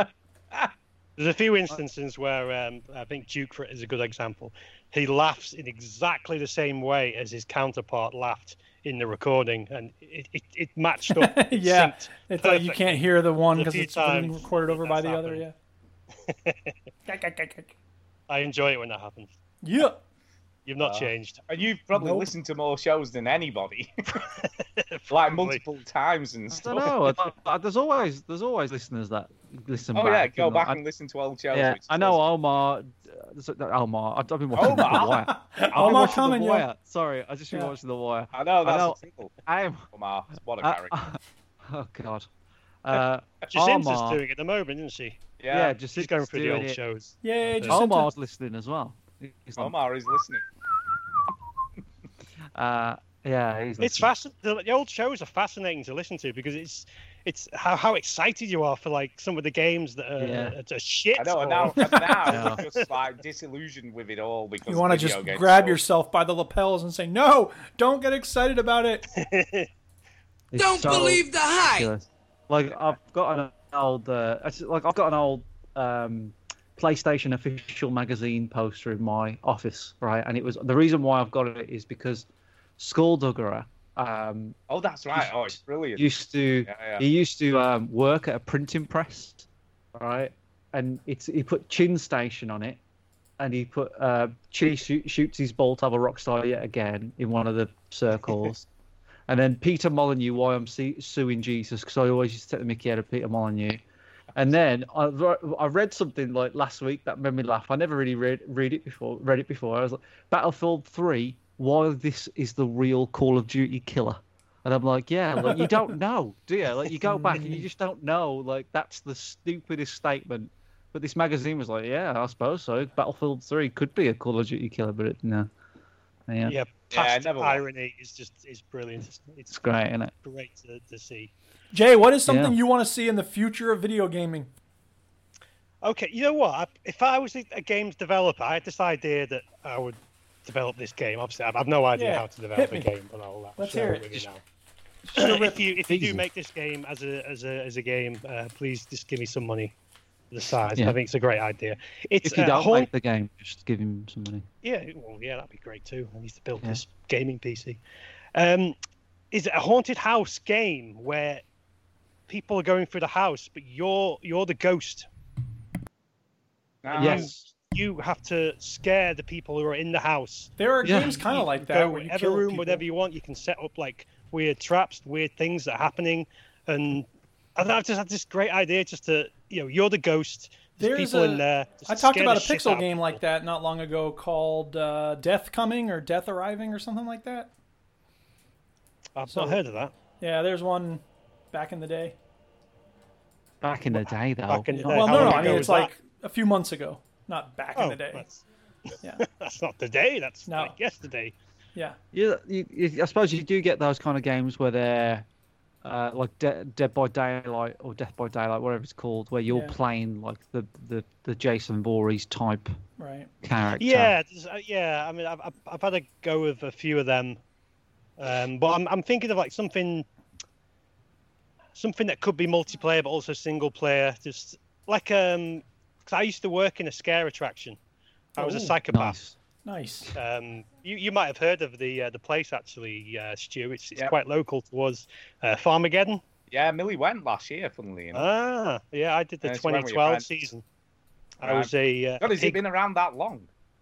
Speaker 15: There's a few instances where um, I think Duke for- is a good example. He laughs in exactly the same way as his counterpart laughed in the recording, and it, it, it matched up.
Speaker 2: yeah,
Speaker 15: synced
Speaker 2: it's like you
Speaker 15: perfect.
Speaker 2: can't hear the one
Speaker 15: The
Speaker 2: because
Speaker 15: few
Speaker 2: it's being
Speaker 15: times
Speaker 2: recorded over by
Speaker 15: that's
Speaker 2: the other. Yeah.
Speaker 15: I enjoy it when that happens.
Speaker 2: Yeah.
Speaker 15: You've not changed.
Speaker 3: Uh, And you've probably
Speaker 15: Nope.
Speaker 3: listened to more shows than anybody. like multiple times and
Speaker 4: I
Speaker 3: stuff.
Speaker 4: don't know. I- I- there's always there's always listeners that listen.
Speaker 3: Oh,
Speaker 4: back,
Speaker 3: yeah, go
Speaker 4: and
Speaker 3: back
Speaker 4: I-
Speaker 3: and listen to old shows.
Speaker 4: Yeah,
Speaker 3: which
Speaker 4: I know Omar. uh, so- no, Omar, I've I've been watching
Speaker 3: Omar?
Speaker 4: The Wire. I've been
Speaker 3: Omar
Speaker 4: watching
Speaker 3: coming,
Speaker 4: The
Speaker 3: yeah.
Speaker 4: Wire. Sorry, I just been
Speaker 3: Yeah.
Speaker 4: watching The Wire.
Speaker 3: I know, that's
Speaker 4: I know.
Speaker 3: a single.
Speaker 4: I am.
Speaker 3: Omar, what a
Speaker 4: I-
Speaker 3: character.
Speaker 4: oh God. Uh,
Speaker 15: Jacinta's
Speaker 4: Omar-
Speaker 15: doing it at the moment, isn't she?
Speaker 4: Yeah,
Speaker 15: just
Speaker 4: just
Speaker 15: she's going through the old
Speaker 4: it.
Speaker 15: shows.
Speaker 2: Yeah,
Speaker 4: Omar's listening as well. He's on-
Speaker 3: Omar is listening.
Speaker 4: Uh, yeah, he's
Speaker 15: It's fascin- the, the old shows are fascinating to listen to because it's it's how, how excited you are for like some of the games that are,
Speaker 3: Yeah.
Speaker 15: are just shit.
Speaker 3: I know, and now,
Speaker 15: or-
Speaker 3: and now we're just like disillusioned with it all because
Speaker 2: You want to
Speaker 3: video
Speaker 2: just
Speaker 3: games.
Speaker 2: grab yourself by the lapels and say, "No, don't get excited about it."
Speaker 4: It's
Speaker 2: Don't believe the hype.
Speaker 4: ridiculous. Like I've got an old, uh, it's- like I've got an old um, PlayStation official magazine poster in my office, right? And it was the reason why I've got it is because Skullduggerer um,
Speaker 3: Oh, that's right. Oh, it's brilliant.
Speaker 4: used to
Speaker 3: Yeah, yeah.
Speaker 4: he used to um, work at a printing press, right? And it's he put Chin Station on it, and he put uh, Chi shoot, shoots his bolt out of a rock star yet again in one of the circles, and then Peter Molyneux, why I'm see- suing Jesus because I always used to take the Mickey out of Peter Molyneux. And then I, I read something like last week that made me laugh. I never really read read it before. Read it before. I was like, Battlefield Three. Why this is the real Call of Duty killer? And I'm like, yeah, like you don't know, do you? Like you go back and you just don't know. Like that's the stupidest statement. But this magazine was like, yeah, I suppose so. Battlefield Three could be a Call of Duty killer, but it, no. Yeah.
Speaker 15: yeah,
Speaker 3: Yeah, I
Speaker 15: past
Speaker 3: never watched.
Speaker 15: irony is just is brilliant. It's,
Speaker 4: It's great, isn't it?
Speaker 15: great to, to see.
Speaker 2: Jay, what is something
Speaker 15: Yeah.
Speaker 2: you want to see in the future of video gaming?
Speaker 15: Okay, you know what? I, if I was a a games developer, I had this idea that I would develop this game. Obviously, I've, I've no idea
Speaker 2: Yeah,
Speaker 15: how to develop a
Speaker 2: hit me.
Speaker 15: game and all that.
Speaker 2: Let's
Speaker 15: so
Speaker 2: hear it.
Speaker 15: with you now.
Speaker 2: Sure,
Speaker 15: if you if you do
Speaker 2: easy.
Speaker 15: make this game as a as a as a game, uh, please just give me some money. for The size,
Speaker 4: Yeah.
Speaker 15: I think it's a great idea. It's uh,
Speaker 4: if you
Speaker 15: a
Speaker 4: don't
Speaker 15: whole-
Speaker 4: like the game, just give him some money.
Speaker 15: yeah, well, yeah, that'd be great too. I need to build
Speaker 4: Yeah.
Speaker 15: this gaming PC. Um, is it a haunted house game where people are going through the house, but you're you're the ghost? And you-
Speaker 4: Yes.
Speaker 15: You have to scare the people who are in the house.
Speaker 2: There are
Speaker 4: Yeah. games kinda
Speaker 15: You
Speaker 2: like
Speaker 15: can
Speaker 2: that
Speaker 15: Go
Speaker 2: where you
Speaker 15: whatever
Speaker 2: kill
Speaker 15: room,
Speaker 2: people.
Speaker 15: whatever you want. You can set up like weird traps, weird things that are happening, and I don't know, I've just had this great idea just to you know you're the ghost. There's, people in there. just
Speaker 2: I talked
Speaker 15: scare
Speaker 2: about a
Speaker 15: the shit out
Speaker 2: pixel
Speaker 15: of
Speaker 2: game
Speaker 15: people.
Speaker 2: like that not long ago called uh, Death Coming or Death Arriving or something like that.
Speaker 15: I've
Speaker 2: So-
Speaker 15: not heard of that.
Speaker 2: Yeah, there's one back in the day.
Speaker 4: Back in the day, though.
Speaker 15: Back in the day.
Speaker 2: well,
Speaker 15: how
Speaker 2: no,
Speaker 15: long
Speaker 2: no, I
Speaker 15: ago
Speaker 2: mean
Speaker 15: was
Speaker 2: it's
Speaker 15: that?
Speaker 2: like a few months ago, not back in
Speaker 15: Oh,
Speaker 2: the day.
Speaker 15: that's-
Speaker 2: Yeah,
Speaker 15: that's not today. That's like yesterday.
Speaker 2: yeah.
Speaker 4: Yeah, you, you, I suppose you do get those kind of games where they're uh, like De- Dead by Daylight or Death by Daylight, whatever it's called, where you're
Speaker 15: Yeah.
Speaker 4: playing like the, the, the Jason Voorhees type
Speaker 2: Right.
Speaker 4: character.
Speaker 15: Yeah, there's- uh, yeah. I mean, I've, I've, I've had a go with a few of them, um, but I'm, I'm thinking of like something, something that could be multiplayer but also single player. Just like um, 'cause I used to work in a scare attraction. I was
Speaker 2: Oh,
Speaker 15: a psychopath.
Speaker 2: Nice.
Speaker 15: Um, you, you might have heard of the uh, the place actually, uh, Stu. It's, it's quite local towards uh, Farmageddon.
Speaker 3: Yeah, Millie went last year, funnily enough.
Speaker 15: Ah, yeah, I did the
Speaker 3: Yeah, it's when we
Speaker 15: 2012
Speaker 3: went.
Speaker 15: season. I
Speaker 3: Right.
Speaker 15: was a. Uh,
Speaker 3: God, has
Speaker 15: pig-
Speaker 3: it been around that long?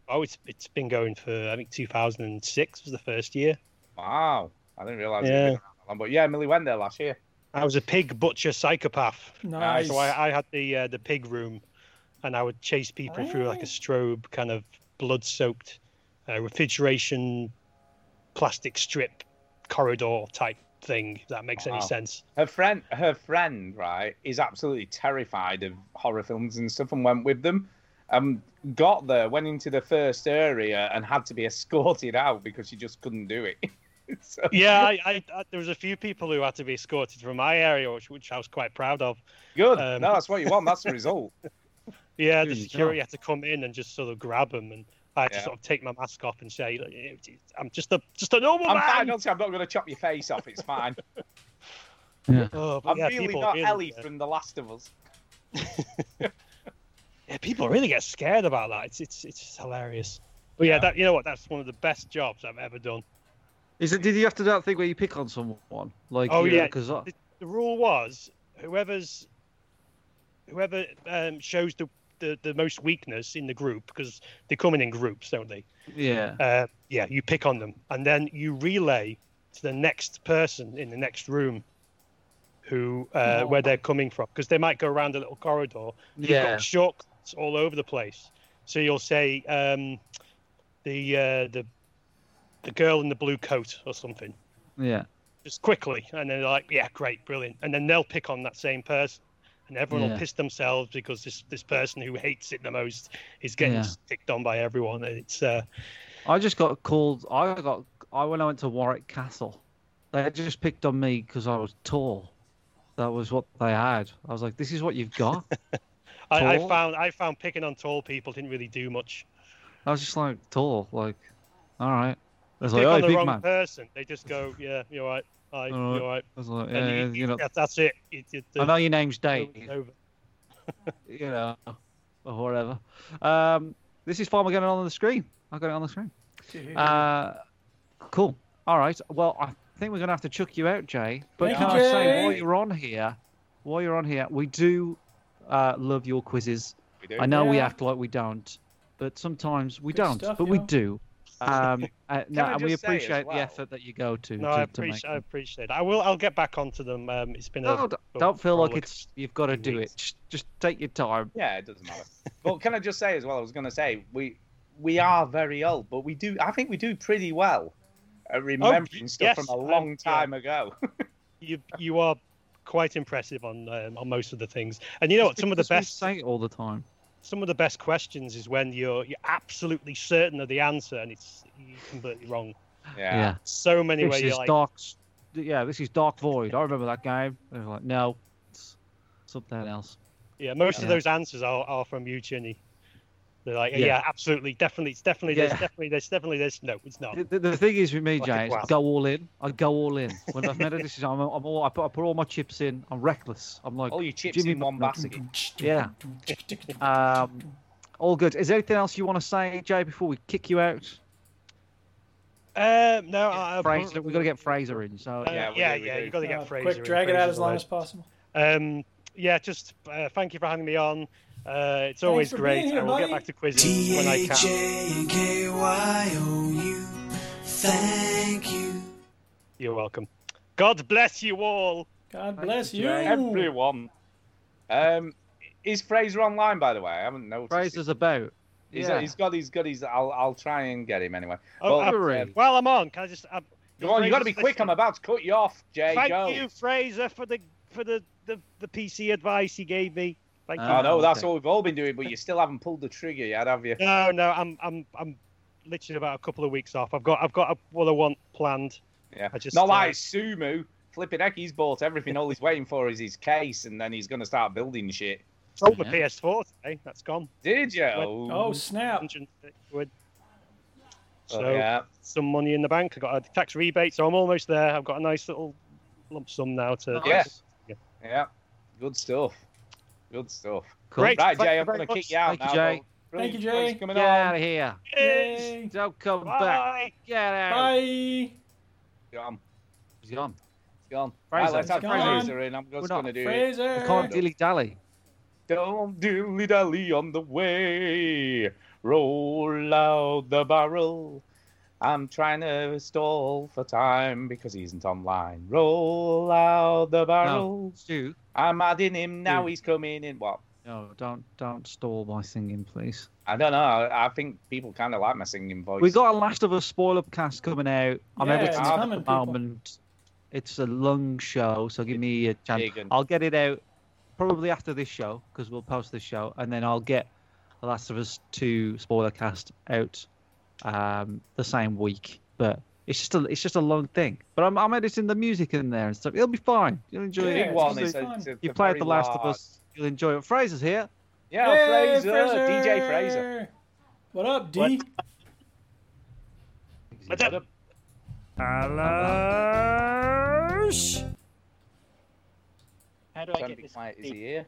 Speaker 15: Oh, it's it's been going for I think 2006 was the first year.
Speaker 3: Wow. I didn't realise it
Speaker 15: Yeah.
Speaker 3: had been around that long. But yeah, Millie went there last year.
Speaker 15: I was a pig butcher psychopath.
Speaker 3: Nice.
Speaker 15: So I, I had the uh, the pig room, and I would chase people through like a strobe kind of blood-soaked uh, refrigeration plastic strip corridor type thing. If that makes
Speaker 3: Wow.
Speaker 15: any sense?
Speaker 3: Her friend, her friend, right, is absolutely terrified of horror films and stuff, and went with them. Um, got there, went into the first area, and had to be escorted out because she just couldn't do it. So-
Speaker 15: yeah, I, I, I there was a few people who had to be escorted from my area, which which I was quite proud of. Um,
Speaker 3: Good. No, that's what you want. That's the result.
Speaker 15: Yeah, the
Speaker 3: Good
Speaker 15: security
Speaker 3: job.
Speaker 15: had to come in and just sort of grab him, and I had to
Speaker 3: Yeah.
Speaker 15: sort of take my mask off and say, "Look, it- it- "I'm just a just a normal
Speaker 3: I'm
Speaker 15: man."
Speaker 3: fine. Honestly, I'm not going to chop your face off. It's fine.
Speaker 15: Oh, but
Speaker 3: I'm
Speaker 15: yeah,
Speaker 3: really
Speaker 15: people
Speaker 3: not
Speaker 15: really, uh,
Speaker 3: Ellie from The Last of Us.
Speaker 15: yeah, people really get scared about that. It's it's it's hilarious. But yeah, that you know what? That's one of the best jobs I've ever done.
Speaker 4: Is it? Did you have to do that thing where you pick on someone? Like,
Speaker 15: oh
Speaker 4: you-
Speaker 15: yeah,
Speaker 4: 'cause I-
Speaker 15: the, the rule was whoever's whoever um, shows the, the the most weakness in the group because they're coming in groups, don't they?
Speaker 4: yeah.
Speaker 15: Uh, yeah, you pick on them, and then you relay to the next person in the next room, who uh,
Speaker 4: Oh.
Speaker 15: where they're coming from, because they might go around a little corridor. You've
Speaker 4: Yeah.
Speaker 15: got shortcuts all over the place, so you'll say um, the uh, the the girl in the blue coat or something
Speaker 4: yeah.
Speaker 15: just quickly, and then they're like, yeah, great, brilliant, and then they'll pick on that same person. And everyone
Speaker 4: Yeah.
Speaker 15: will piss themselves because this, this person who hates it the most is getting
Speaker 4: Yeah.
Speaker 15: picked on by everyone. and It's uh,
Speaker 4: I just got called. I got. I when I went to Warwick Castle, they had just picked on me because I was tall. That was what they had. I was like, "This is what you've got."
Speaker 15: I, I
Speaker 4: Tall?
Speaker 15: found I found picking on tall people didn't really do much.
Speaker 4: I was just like, "Tall, like, all right." I was
Speaker 15: Pick
Speaker 4: like,
Speaker 15: on
Speaker 4: "Oh,
Speaker 15: the
Speaker 4: big
Speaker 15: wrong
Speaker 4: man."
Speaker 15: person, they just go, yeah, you're right, I,
Speaker 4: All right.
Speaker 15: you're right.
Speaker 4: I was like,
Speaker 15: And
Speaker 4: yeah,
Speaker 15: you-
Speaker 4: yeah, you know,
Speaker 15: that- that's it. It- it-
Speaker 4: I know your name's
Speaker 15: it's
Speaker 4: Dave.
Speaker 15: over.
Speaker 4: you know, or whatever. Um, this is fine. We're getting it on the screen. I got it on the screen. Uh, cool. All right. Well, I think we're gonna have to chuck you out, Jay. But
Speaker 2: Thank
Speaker 4: can
Speaker 2: you,
Speaker 4: I say
Speaker 2: Jay.
Speaker 4: while you're on here, while you're on here, we do uh, love your quizzes.
Speaker 3: We do.
Speaker 4: I know we
Speaker 3: Yeah.
Speaker 4: act like we don't, but sometimes we
Speaker 3: Good
Speaker 4: don't.
Speaker 3: stuff,
Speaker 4: but we
Speaker 3: yeah.
Speaker 4: do. Um, uh, no,
Speaker 15: I
Speaker 4: and we
Speaker 15: just say as
Speaker 4: appreciate
Speaker 15: well-
Speaker 4: the effort that you go to.
Speaker 15: No,
Speaker 4: to,
Speaker 15: I
Speaker 4: to make
Speaker 15: appreciate. I appreciate. I will. I'll get back onto them. Um, it's been a.
Speaker 4: No, d- don't feel like it's you've got to do it. Just, just take your time.
Speaker 3: Yeah, it doesn't matter. but can I just say as well? I was going to say we we are very old, but we do. I think we do pretty well at remembering stuff
Speaker 15: Oh, yes,
Speaker 3: from a
Speaker 15: um,
Speaker 3: long
Speaker 15: yeah.
Speaker 3: time ago.
Speaker 15: You you are quite impressive on um, on most of the things, and you know what? Some of the
Speaker 4: Because we
Speaker 15: best
Speaker 4: say it all the time.
Speaker 15: some of the best questions is when you're you're absolutely certain of the answer and it's you're completely wrong.
Speaker 4: Yeah. Yeah.
Speaker 15: So many
Speaker 4: this
Speaker 15: ways.
Speaker 4: is
Speaker 15: You're like,
Speaker 4: dark. s- Yeah, this is Dark Void. I remember that game. They were like, no, it's something else.
Speaker 15: Yeah, most
Speaker 4: Yeah.
Speaker 15: of those answers are, are from you, Ginny. They're like, yeah,
Speaker 4: Yeah.
Speaker 15: absolutely, definitely, it's definitely this,
Speaker 4: Yeah.
Speaker 15: definitely this, definitely this. No, it's not.
Speaker 4: The, the- the thing is with me,
Speaker 15: Like a
Speaker 4: James,
Speaker 15: glass.
Speaker 4: go all in. I go all in. When I've made a decision, I'm, I'm all, I, put, I put all my chips in. I'm reckless. I'm like
Speaker 3: All your chips
Speaker 4: Jimmy
Speaker 3: in one
Speaker 4: Buffett.
Speaker 3: basket.
Speaker 4: Yeah. Um, all good. Is there anything else you want to say, Jay, before we kick you out?
Speaker 15: Um, no, I, I
Speaker 4: Fraser, we got to get Fraser in. So
Speaker 15: Uh, yeah, yeah, you got to get
Speaker 2: Uh,
Speaker 15: Fraser.
Speaker 2: quick,
Speaker 15: in.
Speaker 2: drag it out
Speaker 15: Fraser's
Speaker 2: as long
Speaker 15: alright.
Speaker 2: as possible.
Speaker 15: Um, yeah, just uh, thank you for having me on. Uh, it's
Speaker 2: Thanks
Speaker 15: always
Speaker 2: for
Speaker 15: great.
Speaker 2: being here,
Speaker 15: I will
Speaker 2: buddy.
Speaker 15: get back to quizzing when I can.
Speaker 5: T-H-A-K-Y-O-U. Thank you.
Speaker 15: You're welcome. God bless you all.
Speaker 2: God
Speaker 15: bless you.
Speaker 3: everyone. Um, is Fraser online? By the way, I haven't noticed.
Speaker 4: Fraser's about.
Speaker 3: He's,
Speaker 4: Yeah.
Speaker 3: he's got his goodies. I'll I'll try and get him anyway.
Speaker 15: Oh,
Speaker 3: Well,
Speaker 15: I-
Speaker 3: um,
Speaker 15: while I'm on, can I just? I'm,
Speaker 3: go on, you got to be
Speaker 15: Fraser's
Speaker 3: quick. I'm about to cut you off, Jay.
Speaker 15: Thank
Speaker 3: go.
Speaker 15: you, Fraser, for the for the, the, the PC advice he gave me. Thank
Speaker 4: Ah,
Speaker 15: you.
Speaker 3: I know Uh, that's what we've all been doing, but you still haven't pulled the trigger yet, have you?
Speaker 15: No, no, I'm I'm I'm literally about a couple of weeks off. I've got I've got a, what I want planned.
Speaker 3: Yeah.
Speaker 15: I just
Speaker 3: Not
Speaker 15: uh,
Speaker 3: like Sumu. Flipping heck, he's bought everything. All he's waiting for is his case, and then he's going to start building shit.
Speaker 15: sold my PS4 today. That's gone.
Speaker 3: Did you?
Speaker 15: Went-
Speaker 2: Oh snap!
Speaker 15: 130 quid.
Speaker 3: Oh,
Speaker 15: So
Speaker 3: yeah.
Speaker 15: some money in the bank. I got a tax rebate, so I'm almost there. I've got a nice little lump sum now to.
Speaker 3: Yeah. Yeah. Good stuff. Good stuff.
Speaker 4: Cool.
Speaker 15: Great.
Speaker 3: Right,
Speaker 15: Thank
Speaker 3: Jay,
Speaker 15: you
Speaker 3: I'm
Speaker 15: very
Speaker 3: going to
Speaker 15: much.
Speaker 3: kick you out
Speaker 4: Thank you,
Speaker 3: now.
Speaker 4: Jay.
Speaker 3: though.
Speaker 2: Thank you,
Speaker 3: Brilliant. Thanks
Speaker 2: Jay.
Speaker 3: for coming
Speaker 4: Get
Speaker 3: on.
Speaker 4: out of here.
Speaker 15: Yes.
Speaker 4: Don't come back.
Speaker 15: Bye.
Speaker 4: Get out.
Speaker 2: Bye.
Speaker 3: Gone.
Speaker 4: He's gone.
Speaker 3: Gone.
Speaker 4: Fraser.
Speaker 3: Right, let's have
Speaker 2: Gone.
Speaker 3: Fraser in. I'm
Speaker 4: We're
Speaker 3: just
Speaker 4: not-
Speaker 3: going to do it.
Speaker 2: Fraser.
Speaker 4: We can't dilly dally.
Speaker 3: Don't dilly dally on the way. Roll out the barrel. I'm trying to stall for time because he isn't online. Roll out the barrel.
Speaker 4: No, Stu.
Speaker 3: I'm adding him now.
Speaker 4: Yeah.
Speaker 3: He's coming in. What?
Speaker 4: No, don't don't stall my singing, please.
Speaker 3: I don't know. I I think people kind of like my singing voice.
Speaker 4: We got a Last of Us spoiler cast coming out. I'm
Speaker 2: Yeah,
Speaker 4: editing
Speaker 2: it's
Speaker 4: it at
Speaker 2: coming,
Speaker 4: the
Speaker 2: people.
Speaker 4: moment. It's a long show, so give me a chance.
Speaker 3: Big un.
Speaker 4: I'll get it out probably after this show because we'll post this show, and then I'll get the Last of Us Two spoiler cast out um, the same week. But it's just a it's just a long thing. But I'm I'm editing the music in there and stuff. It'll be fine. You'll enjoy
Speaker 3: big
Speaker 4: it.
Speaker 3: one.
Speaker 4: It's
Speaker 3: It's a,
Speaker 2: fun.
Speaker 3: it's a-
Speaker 4: you
Speaker 3: a
Speaker 4: played
Speaker 3: very
Speaker 4: The Last of
Speaker 3: large-
Speaker 4: Us. You'll enjoy it. Fraser's here.
Speaker 3: Yeah,
Speaker 2: Hey,
Speaker 3: Fraser, DJ Fraser.
Speaker 2: What up, D?
Speaker 15: What?
Speaker 17: How do I
Speaker 3: Trying to
Speaker 17: get
Speaker 3: be
Speaker 17: this?
Speaker 3: quiet. Is he here? Is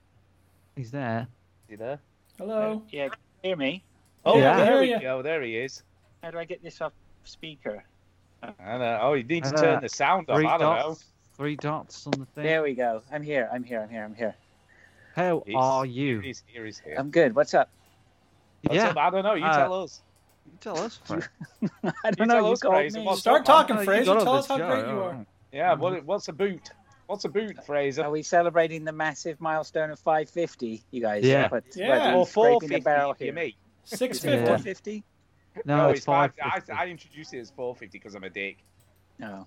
Speaker 4: He's there.
Speaker 3: he there?
Speaker 2: Hello.
Speaker 17: Yeah, hear me.
Speaker 3: Oh,
Speaker 4: Yeah.
Speaker 3: there
Speaker 2: Hear
Speaker 3: we
Speaker 2: ya.
Speaker 3: go. There he is.
Speaker 17: How do I get this off speaker?
Speaker 3: I know. Oh, you need to
Speaker 4: Uh,
Speaker 3: turn the sound off.
Speaker 4: three
Speaker 3: I don't know.
Speaker 4: dots, Three dots on the thing.
Speaker 17: There we go. I'm here. I'm here. I'm here. I'm here.
Speaker 4: How are you?
Speaker 3: He's here. He's here.
Speaker 17: I'm good. What's up?
Speaker 3: What's up? I don't know. You
Speaker 4: Uh,
Speaker 3: tell us.
Speaker 4: You tell us. Frank.
Speaker 17: I don't
Speaker 3: you
Speaker 17: know.
Speaker 3: Tell
Speaker 17: You
Speaker 3: us,
Speaker 17: called
Speaker 3: Fraser.
Speaker 17: me.
Speaker 3: What's
Speaker 17: Start
Speaker 3: up?
Speaker 17: talking,
Speaker 3: I don't know.
Speaker 17: Fraser.
Speaker 3: You got
Speaker 17: Tell
Speaker 3: on
Speaker 17: us
Speaker 3: this
Speaker 17: how great
Speaker 3: show.
Speaker 17: you are.
Speaker 3: Yeah. What, what's a boot? What's a boot, Fraser?
Speaker 17: Are we celebrating the massive milestone of 550, you guys?
Speaker 4: Yeah.
Speaker 17: But
Speaker 3: Yeah.
Speaker 17: Or
Speaker 3: Or
Speaker 17: 450 the
Speaker 3: 450
Speaker 17: barrel
Speaker 3: if you
Speaker 17: here.
Speaker 3: me.
Speaker 17: 650.
Speaker 4: Yeah.
Speaker 17: 450?
Speaker 4: No, it's
Speaker 3: five. I,
Speaker 4: 550.
Speaker 3: I introduced it as 450 because I'm a dick.
Speaker 17: No.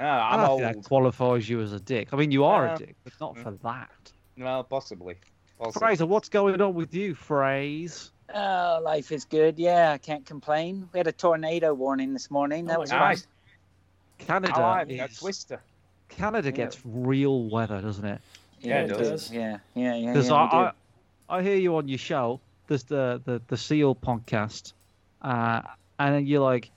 Speaker 3: Oh, I'm
Speaker 4: I don't
Speaker 3: old.
Speaker 4: think that qualifies you as a dick. I mean, you are
Speaker 3: Yeah.
Speaker 4: a dick, but not for that.
Speaker 3: Well, possibly. possibly.
Speaker 4: Fraser, what's going on with you, Phrase?
Speaker 17: Oh, life is good. Yeah, I can't complain. We had a tornado warning this morning. That was
Speaker 3: nice.
Speaker 4: Canada.
Speaker 3: Oh, I like that
Speaker 4: is-
Speaker 3: twister.
Speaker 4: Canada gets real weather, doesn't it?
Speaker 17: Yeah, it does. Yeah, yeah, yeah.
Speaker 4: Because
Speaker 17: yeah, we
Speaker 4: I,
Speaker 17: do.
Speaker 4: I, I hear you on your show. There's the the the Seal podcast, uh, and then you're like,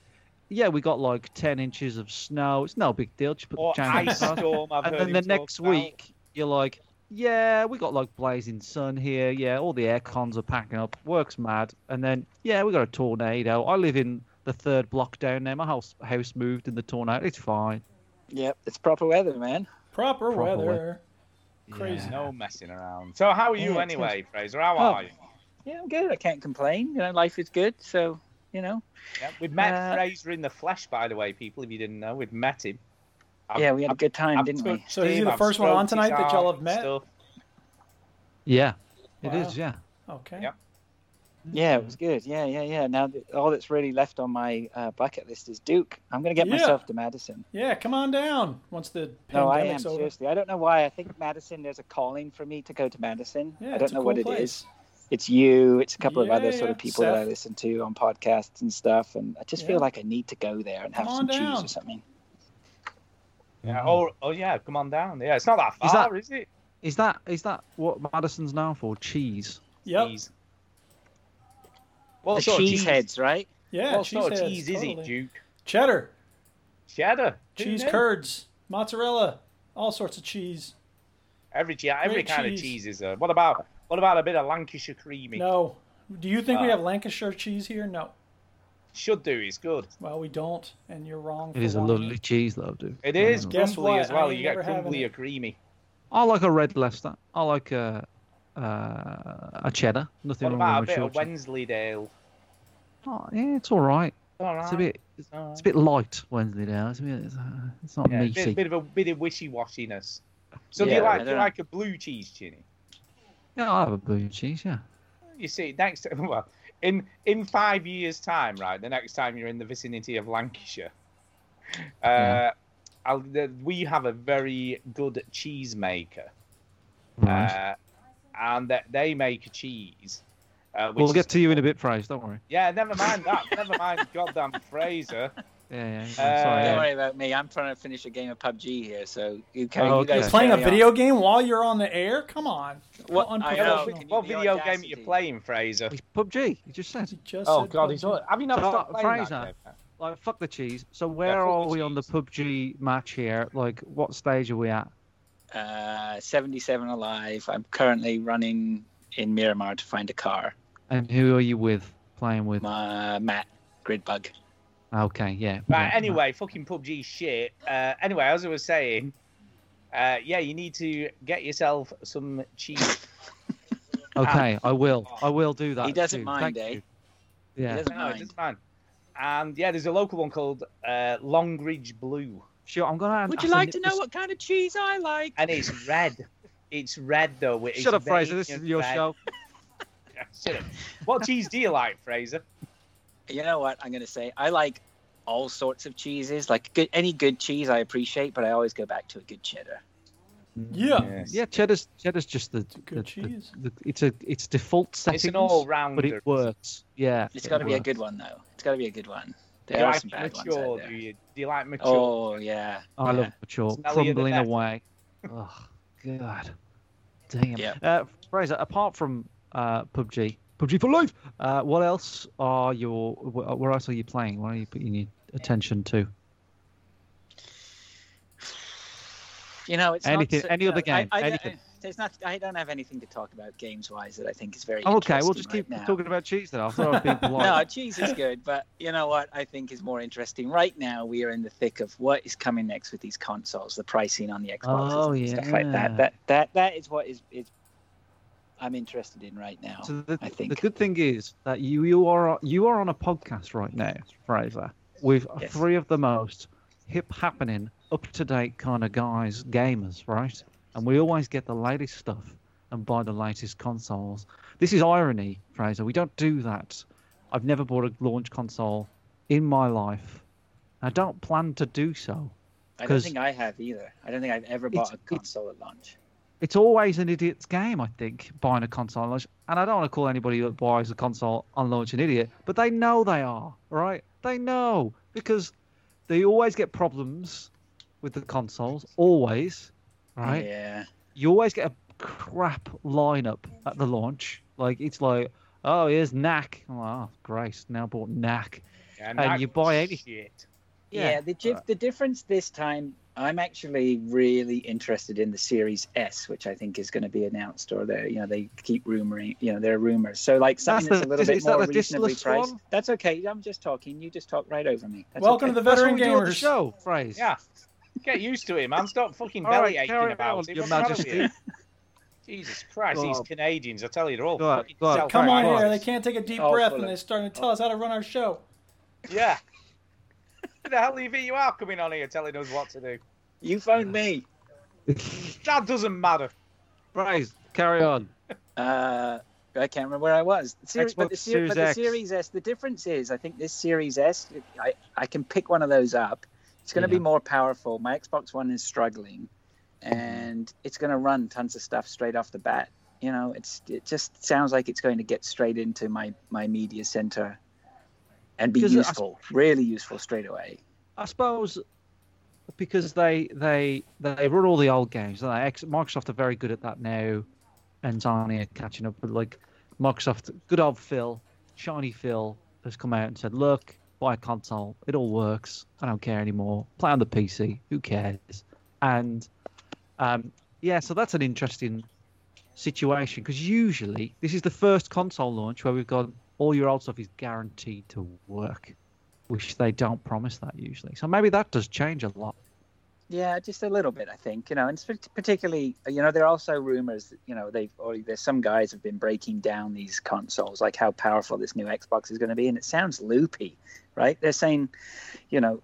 Speaker 4: yeah, we got like ten inches of snow. It's no big deal. Just put
Speaker 3: Or
Speaker 4: the chain
Speaker 3: ice
Speaker 4: on.
Speaker 3: storm, I've
Speaker 4: and
Speaker 3: heard
Speaker 4: then the
Speaker 3: him talk
Speaker 4: next
Speaker 3: about.
Speaker 4: week, you're like, yeah, we got like blazing sun here. Yeah, all the air cons are packing up. Work's mad. And then yeah, we got a tornado. I live in the third block down there. My house house moved in the tornado. It's fine.
Speaker 17: Yep, it's proper weather, man.
Speaker 2: Proper,
Speaker 4: Proper
Speaker 2: weather.
Speaker 3: Crazy. No messing around. So, how are you
Speaker 17: Yeah, it
Speaker 3: anyway, Fraser? How
Speaker 17: Oh.
Speaker 3: are you?
Speaker 17: Yeah, I'm good. I can't complain. You know, life is good. So, you know.
Speaker 3: Yeah, we've met
Speaker 17: Uh,
Speaker 3: Fraser in the flesh, by the way, people. If you didn't know, we've met him.
Speaker 17: Yeah, we had a good time, didn't we?
Speaker 2: So is he the first one on tonight that y'all have met?
Speaker 4: Yeah, it
Speaker 2: Wow.
Speaker 4: is. Yeah.
Speaker 2: Okay.
Speaker 3: Yep.
Speaker 17: Yeah, it was good. Yeah, yeah, yeah. Now th all that's really left on my uh, bucket list is Duke. I'm going to get
Speaker 2: Yeah.
Speaker 17: myself to Madison.
Speaker 2: Yeah, come on down once the
Speaker 17: No, I am
Speaker 2: pandemic's over.
Speaker 17: seriously. I don't know why. I think Madison. There's a calling for me to go to Madison.
Speaker 2: Yeah,
Speaker 17: I
Speaker 2: it's
Speaker 17: don't
Speaker 2: a
Speaker 17: know
Speaker 2: cool
Speaker 17: what
Speaker 2: place.
Speaker 17: it is. It's you. It's a couple of
Speaker 2: Yeah,
Speaker 17: other sort of
Speaker 2: yeah,
Speaker 17: people that I
Speaker 2: Seth.
Speaker 17: listen to on podcasts and stuff, and I just
Speaker 2: Yeah.
Speaker 17: feel like I need to go there and have
Speaker 2: Come on
Speaker 17: some cheese
Speaker 2: down.
Speaker 17: or something.
Speaker 3: Yeah. Oh, oh, yeah. Come on down. Yeah, it's not that
Speaker 4: Is that-
Speaker 3: far, is it?
Speaker 4: Is that is that what Madison's now for? Cheese.
Speaker 2: Yep.
Speaker 3: Well,
Speaker 17: the
Speaker 3: sort of
Speaker 17: cheese heads, right?
Speaker 2: Yeah,
Speaker 3: What sort of
Speaker 2: cheeseheads,
Speaker 3: cheese is it,
Speaker 2: totally.
Speaker 3: Duke?
Speaker 2: Cheddar,
Speaker 3: Cheddar. Who
Speaker 2: cheese
Speaker 3: knew?
Speaker 2: curds, mozzarella, all sorts of cheese.
Speaker 3: Every, che- every
Speaker 2: Great
Speaker 3: kind
Speaker 2: cheese.
Speaker 3: of cheese is a. What about what about a bit of Lancashire creamy?
Speaker 2: No. Do you think we
Speaker 3: Ah.
Speaker 2: have Lancashire cheese here? No.
Speaker 3: Should do. It's good.
Speaker 2: Well, we don't, and you're wrong.
Speaker 4: It is a
Speaker 2: for wanting
Speaker 4: lovely cheese, though, dude.
Speaker 3: It
Speaker 17: Mm-hmm.
Speaker 3: is
Speaker 2: Guess
Speaker 3: crumbly
Speaker 2: what?
Speaker 3: as
Speaker 2: I
Speaker 3: well.
Speaker 2: ain't
Speaker 3: You get
Speaker 2: never having
Speaker 3: crumbly
Speaker 2: it.
Speaker 3: or creamy.
Speaker 4: I like a red Leicester. I like a uh, a cheddar. Nothing
Speaker 3: What
Speaker 4: wrong
Speaker 3: about a
Speaker 4: with
Speaker 3: bit of
Speaker 4: short cheese.
Speaker 3: Wensleydale?
Speaker 4: Oh, yeah, it's all right.
Speaker 3: Alright,
Speaker 4: It's a bit. It's,
Speaker 3: alright.
Speaker 4: a bit light Wednesday now. It's, a bit, it's, uh, it's not
Speaker 3: Yeah, a
Speaker 4: meaty.
Speaker 3: bit, bit of a bit of wishy washiness. So do
Speaker 17: Yeah,
Speaker 3: you
Speaker 17: I
Speaker 3: like do you
Speaker 17: don't-
Speaker 3: like a blue cheese, Chinny?
Speaker 4: Yeah, I'll have a blue cheese. Yeah.
Speaker 3: You see, next well, in in five years' time, right? The next time you're in the vicinity of Lancashire, uh,
Speaker 4: Yeah.
Speaker 3: I'll, the, we have a very good cheese maker,
Speaker 4: Right.
Speaker 3: uh, and that they make a cheese. Uh, which
Speaker 4: we'll
Speaker 3: is-
Speaker 4: get to you in a bit, Price. Don't worry.
Speaker 3: Yeah, never mind that. never mind, goddamn Fraser.
Speaker 4: Yeah, yeah. yeah.
Speaker 3: Uh,
Speaker 4: Mm-hmm. Sorry.
Speaker 17: Don't
Speaker 4: Yeah.
Speaker 17: worry about me. I'm trying to finish a game of PUBG here, so you, can,
Speaker 4: Oh,
Speaker 17: you guys
Speaker 4: okay.
Speaker 2: Playing a
Speaker 17: carry on.
Speaker 2: video game while you're on the air? Come on.
Speaker 17: What-
Speaker 2: How
Speaker 17: I know.
Speaker 2: unprofessional.
Speaker 17: Can you
Speaker 3: What
Speaker 17: be
Speaker 3: video game are
Speaker 17: audacity?
Speaker 3: you playing, Fraser?
Speaker 4: It's PUBG. You just said.
Speaker 2: He just
Speaker 3: Oh
Speaker 2: said
Speaker 3: God,
Speaker 2: PUBG.
Speaker 3: he's all, have you not
Speaker 4: So,
Speaker 3: stopped playing that
Speaker 4: Fraser.
Speaker 3: game?
Speaker 4: Like fuck the cheese. So where
Speaker 3: fuck
Speaker 4: are
Speaker 3: the
Speaker 4: we on the PUBG match here? Like what stage are we at?
Speaker 17: Uh, 77 alive. I'm currently running in Miramar to find a car.
Speaker 4: And who are you with? Playing with?
Speaker 17: My Matt Gridbug.
Speaker 4: Okay, yeah. we
Speaker 3: Right,
Speaker 4: don't-
Speaker 3: anyway, fucking PUBG shit. Uh, anyway, as I was saying, uh, yeah, you need to get yourself some cheese.
Speaker 4: Okay, I will. I will do that.
Speaker 17: He doesn't
Speaker 4: too. Thank
Speaker 17: mind, eh?
Speaker 4: you.
Speaker 17: He
Speaker 4: Yeah.
Speaker 17: doesn't
Speaker 3: no, it
Speaker 17: mind.
Speaker 3: doesn't mind. And yeah, there's a local one called uh, Longridge Blue,
Speaker 4: Sure, I'm gonna.
Speaker 17: Would you like to know what kind of cheese I like?
Speaker 3: and it's red. It's red though. It's
Speaker 4: Shut up, Fraser.
Speaker 3: very
Speaker 4: This is your
Speaker 3: red.
Speaker 4: show.
Speaker 3: Yeah, Shut up. What cheese do you like, Fraser?
Speaker 17: You know what? I'm going to say I like all sorts of cheeses. Like good, any good cheese I appreciate, but I always go back to a good cheddar.
Speaker 2: Yeah.
Speaker 3: Yes.
Speaker 4: Yeah, cheddar's cheddar's just the,
Speaker 2: good
Speaker 4: the- the-
Speaker 2: cheese.
Speaker 4: the- it's a it's default setting.
Speaker 3: It's an all-rounder.
Speaker 4: but it works. Yeah,
Speaker 17: It's
Speaker 4: it
Speaker 17: got to be a
Speaker 4: works.
Speaker 17: good one though. It's got to be a good one.
Speaker 3: Do
Speaker 17: There
Speaker 3: you
Speaker 17: are
Speaker 3: like
Speaker 17: some bad
Speaker 3: mature?
Speaker 17: ones out there.
Speaker 3: Do you do you like mature?
Speaker 17: Oh yeah.
Speaker 4: I
Speaker 17: yeah.
Speaker 4: love mature
Speaker 3: Smellier than
Speaker 4: crumbling
Speaker 3: that.
Speaker 4: away. oh God, damn.
Speaker 17: Yeah.
Speaker 4: Uh, Fraser, apart from uh, PUBG, PUBG for life. Uh, what else are your? wh- Where else are you playing? What are you putting your attention to?
Speaker 17: You know, it's
Speaker 4: Anything-
Speaker 17: Not, so-
Speaker 4: any other
Speaker 17: I-
Speaker 4: game,
Speaker 17: I, I,
Speaker 4: anything.
Speaker 17: There's not. I don't have anything to talk about games wise that I think is very.
Speaker 4: Oh, okay, we'll
Speaker 17: interesting
Speaker 4: just
Speaker 17: right
Speaker 4: keep
Speaker 17: now.
Speaker 4: talking about cheese then. I thought I was being polite.
Speaker 17: No, cheese is good, but you know what I think is more interesting right now. We are in the thick of what is coming next with these consoles, the pricing on the Xboxes
Speaker 4: Oh,
Speaker 17: and stuff like that.
Speaker 4: yeah.
Speaker 17: That that that is what is is I'm interested in right now.
Speaker 4: So the,
Speaker 17: I think
Speaker 4: the good thing is that you you are you are on a podcast right now, Fraser, with three of the most hip happening, up to date kind of guys, gamers, right? And we always get the latest stuff and buy the latest consoles. This is irony, Fraser. We don't do that. I've never bought a launch console in my life. I don't plan to do so.
Speaker 17: I don't
Speaker 4: 'cause-
Speaker 17: think I have either. I don't think I've ever bought a console at launch.
Speaker 4: it's always an idiot's game, I think, buying a console on launch. And I don't want to call anybody that buys a console on launch an idiot, but they know they are, right? They know because they always get problems with the consoles, always, right?
Speaker 17: Yeah.
Speaker 4: You always get a crap lineup at the launch. Like it's like, oh, here's Knack. I'm like, oh, great, now bought Knack, and Uh, you buy any
Speaker 3: shit.
Speaker 17: Yeah,
Speaker 4: Yeah. Uh.
Speaker 17: the gif- the difference this time, I'm actually really interested in the Series S, which I think is going to be announced, or they, you know, they keep rumoring, you know, there are rumors. So like
Speaker 4: That's
Speaker 17: something that's,
Speaker 4: the-
Speaker 17: a little
Speaker 4: is-
Speaker 17: bit
Speaker 4: is that
Speaker 17: more
Speaker 4: the
Speaker 17: reasonably
Speaker 4: distless
Speaker 17: priced.
Speaker 4: one?
Speaker 17: That's okay. I'm just talking. You just talk right over me. That's
Speaker 2: Welcome
Speaker 17: okay.
Speaker 2: to the veteran
Speaker 4: That's what we do on
Speaker 2: gamers
Speaker 4: the show, Fraser.
Speaker 3: Yeah. Get used to it, man. Stop fucking
Speaker 4: All right,
Speaker 3: belly aching
Speaker 4: carry
Speaker 3: about
Speaker 4: on,
Speaker 3: it.
Speaker 4: Your
Speaker 3: What's the matter with
Speaker 4: Majesty.
Speaker 3: you? Jesus Christ,
Speaker 4: Go
Speaker 3: these
Speaker 4: on.
Speaker 3: Canadians, I tell you, they're all
Speaker 4: Go on,
Speaker 3: fucking
Speaker 4: go on.
Speaker 3: self
Speaker 2: Come on
Speaker 4: Right.
Speaker 2: here. They can't take a deep
Speaker 3: Oh,
Speaker 2: breath,
Speaker 3: full
Speaker 2: and
Speaker 3: of-
Speaker 2: they're starting to tell us how to run our show.
Speaker 3: Yeah. Who the hell do you think you are coming on here telling us what to do?
Speaker 17: You phoned me.
Speaker 3: That doesn't matter.
Speaker 4: Right, carry on.
Speaker 17: Uh, I can't remember where I was. Seri- but the,
Speaker 4: Xbox
Speaker 17: Ser-
Speaker 4: Series
Speaker 17: but the
Speaker 4: X.
Speaker 17: Series S, the difference is, I think this Series S, I, I can pick one of those up. It's going to
Speaker 4: Yeah.
Speaker 17: be more powerful. My Xbox One is struggling, and it's going to run tons of stuff straight off the bat. You know, it's it just sounds like it's going to get straight into my my media center, and be
Speaker 4: 'Cause I-
Speaker 17: useful, really useful straight away.
Speaker 4: I suppose because they they they run all the old games. don't they? Ex- Microsoft are very good at that now, and Sony are catching up. But like Microsoft, good old Phil, shiny Phil, has come out and said, "Look, buy a console. It all works. I don't care anymore. Play on the PC. Who cares?" And um, yeah, so that's an interesting situation because usually this is the first console launch where we've got all your old stuff is guaranteed to work which they don't promise that usually. So maybe that does change a lot.
Speaker 17: Yeah, just a little bit, I think. You know, and sp- particularly, you know, there are also rumors. That, you know, they've or there's some guys have been breaking down these consoles, like how powerful this new Xbox is going to be, and it sounds loopy, right? They're saying, you know,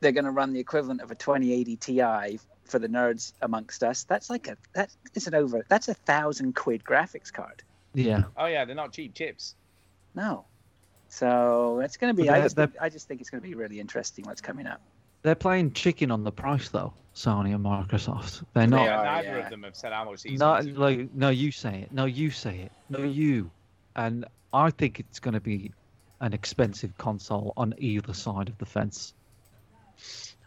Speaker 17: they're going to run the equivalent of a 2080 Ti for the nerds amongst us. That's like a that isn't over. That's a thousand quid graphics card.
Speaker 4: Yeah.
Speaker 3: Oh, yeah, they're not cheap chips.
Speaker 17: No, so it's going to be.
Speaker 4: But
Speaker 17: I
Speaker 4: they're-
Speaker 17: just,
Speaker 4: they're-
Speaker 17: think, I just think it's going to be really interesting what's coming up.
Speaker 4: They're playing chicken on the price though, Sony and Microsoft. They're
Speaker 3: They
Speaker 4: not.
Speaker 3: are- neither
Speaker 17: yeah.
Speaker 3: of them have said how much these
Speaker 4: not
Speaker 3: are.
Speaker 4: like no, you say it. No, you say it. No, you. And I think it's going to be an expensive console on either side of the fence.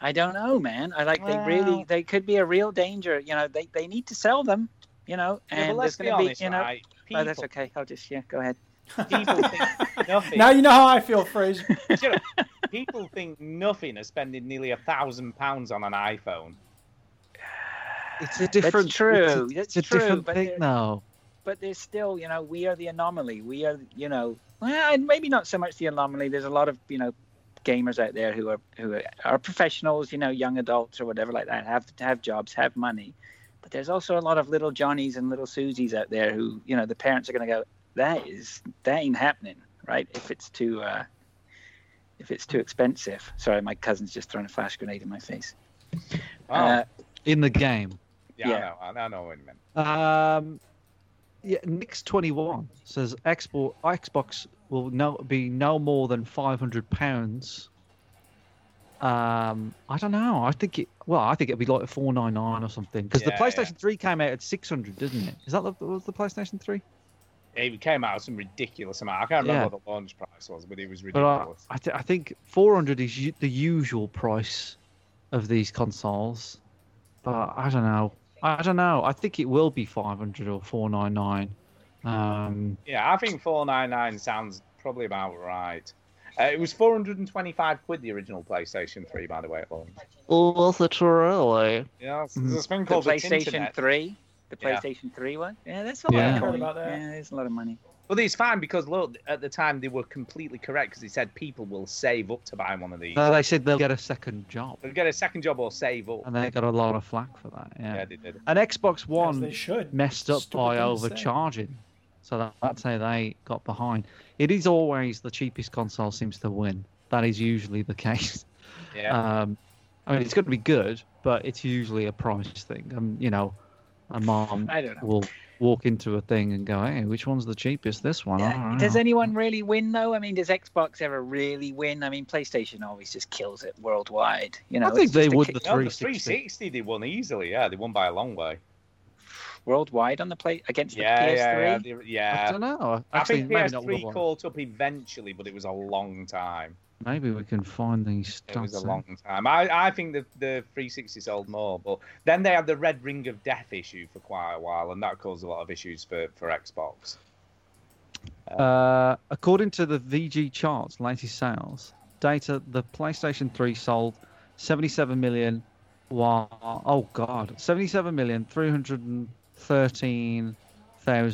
Speaker 17: I don't know, man. I like
Speaker 4: Well-
Speaker 17: they really they could be a real danger. You know, they they need to sell them. You know,
Speaker 3: Yeah, but
Speaker 17: and
Speaker 3: let's
Speaker 17: there's
Speaker 3: be
Speaker 17: going to be,
Speaker 3: honest,
Speaker 17: you know.
Speaker 3: right?
Speaker 17: No, Oh, that's
Speaker 3: People-
Speaker 17: okay. I'll just yeah, go ahead.
Speaker 3: People think nothing.
Speaker 2: Now you know how I feel, Fraser.
Speaker 3: You know, people think nothing of spending nearly a thousand pounds on an iPhone.
Speaker 4: It's a different.
Speaker 17: true,
Speaker 4: It's a, it's
Speaker 17: that's
Speaker 4: a
Speaker 17: true,
Speaker 4: different
Speaker 17: but
Speaker 4: thing
Speaker 17: they're-
Speaker 4: now.
Speaker 17: But there's still, you know, we are the anomaly. We are, you know, well, and maybe not so much the anomaly. There's a lot of you know gamers out there who are who are, are professionals. You know, young adults or whatever like that have have jobs, have money. But there's also a lot of little Johnnies and little Susies out there who, you know, the parents are going to go, that is that ain't happening, right? If it's too uh, if it's too expensive. Sorry, my cousin's just thrown a flash grenade in my face.
Speaker 3: Oh,
Speaker 17: Uh,
Speaker 4: In the game.
Speaker 3: yeah,
Speaker 17: yeah.
Speaker 3: I know. I know what you meant.
Speaker 4: Um, yeah, Nix twenty one says export Xbox will no be no more than five hundred pounds. Um, I don't know. I think it. Well, I think it'd be like four nine nine or something because
Speaker 3: Yeah,
Speaker 4: the
Speaker 3: yeah.
Speaker 4: PlayStation three came out at six hundred, didn't it? Is that the, was the PlayStation three?
Speaker 3: It came out some ridiculous amount. I can't remember
Speaker 4: Yeah.
Speaker 3: what the launch price was, but it was
Speaker 4: But
Speaker 17: uh,
Speaker 4: I,
Speaker 3: ridiculous.
Speaker 4: I, th- I think four hundred is u- the usual price of these consoles. But I don't know. I don't know. I think it will be five hundred or four nine nine. Um,
Speaker 3: Yeah, I think 499 sounds probably about right. Uh, it was 425 quid the original PlayStation 3, by the way, at launch.
Speaker 4: Oh, that's really.
Speaker 3: Yeah, it's-
Speaker 4: Mhm.
Speaker 3: there's a thing
Speaker 4: The
Speaker 3: called the
Speaker 17: PlayStation
Speaker 3: Tinternet.
Speaker 17: 3? The
Speaker 3: Yeah.
Speaker 17: PlayStation 3 one? Yeah, that's a lot
Speaker 3: Yeah.
Speaker 17: of money.
Speaker 3: About that.
Speaker 17: Yeah, there's a lot of money.
Speaker 3: Well, it's fine because look, at the time they were completely correct because they said people will save up to buy one of these.
Speaker 17: Uh,
Speaker 4: No, they said they'll get a second job,
Speaker 3: They'll get a second job or save up.
Speaker 4: and they got a lot of flack for that. Yeah.
Speaker 3: Yeah, they did.
Speaker 4: And Xbox One
Speaker 2: they should.
Speaker 4: messed up
Speaker 2: Stupid
Speaker 4: by
Speaker 2: thing to say.
Speaker 4: overcharging, so that, that's how they got behind. It is always the cheapest console seems to win. That is usually the case.
Speaker 3: Yeah.
Speaker 4: Um, I mean, it's going to be good, but it's usually a price thing. Um, you know, a mom
Speaker 17: I don't know.
Speaker 4: will walk into a thing and go, "Hey, which one's the cheapest? This one." I don't
Speaker 17: Does
Speaker 4: know."
Speaker 17: anyone really win though? I mean, does Xbox ever really win? I mean, PlayStation always just kills it worldwide. You know,
Speaker 4: I think
Speaker 17: it's
Speaker 4: they
Speaker 17: just a
Speaker 4: would
Speaker 17: kick-
Speaker 4: the
Speaker 3: No, the
Speaker 4: 360.
Speaker 3: 360 they won easily. Yeah, they won by a long way.
Speaker 17: worldwide on the play against the
Speaker 3: Yeah,
Speaker 17: PS3.
Speaker 3: yeah, yeah. they- yeah.
Speaker 4: I don't know.
Speaker 3: I
Speaker 4: Actually,
Speaker 3: think
Speaker 4: maybe not
Speaker 3: PS3
Speaker 4: worldwide.
Speaker 3: caught up eventually, but it was a long time.
Speaker 4: Maybe we can find these stats.
Speaker 3: It was a
Speaker 4: out.
Speaker 3: long time. I, I think the, the 360 sold more, but then they had the Red Ring of Death issue for quite a while, and that caused a lot of issues for, for Xbox.
Speaker 4: Uh, according to the VG charts, latest sales data, the PlayStation 3 sold 77 million. While, oh god, 77 million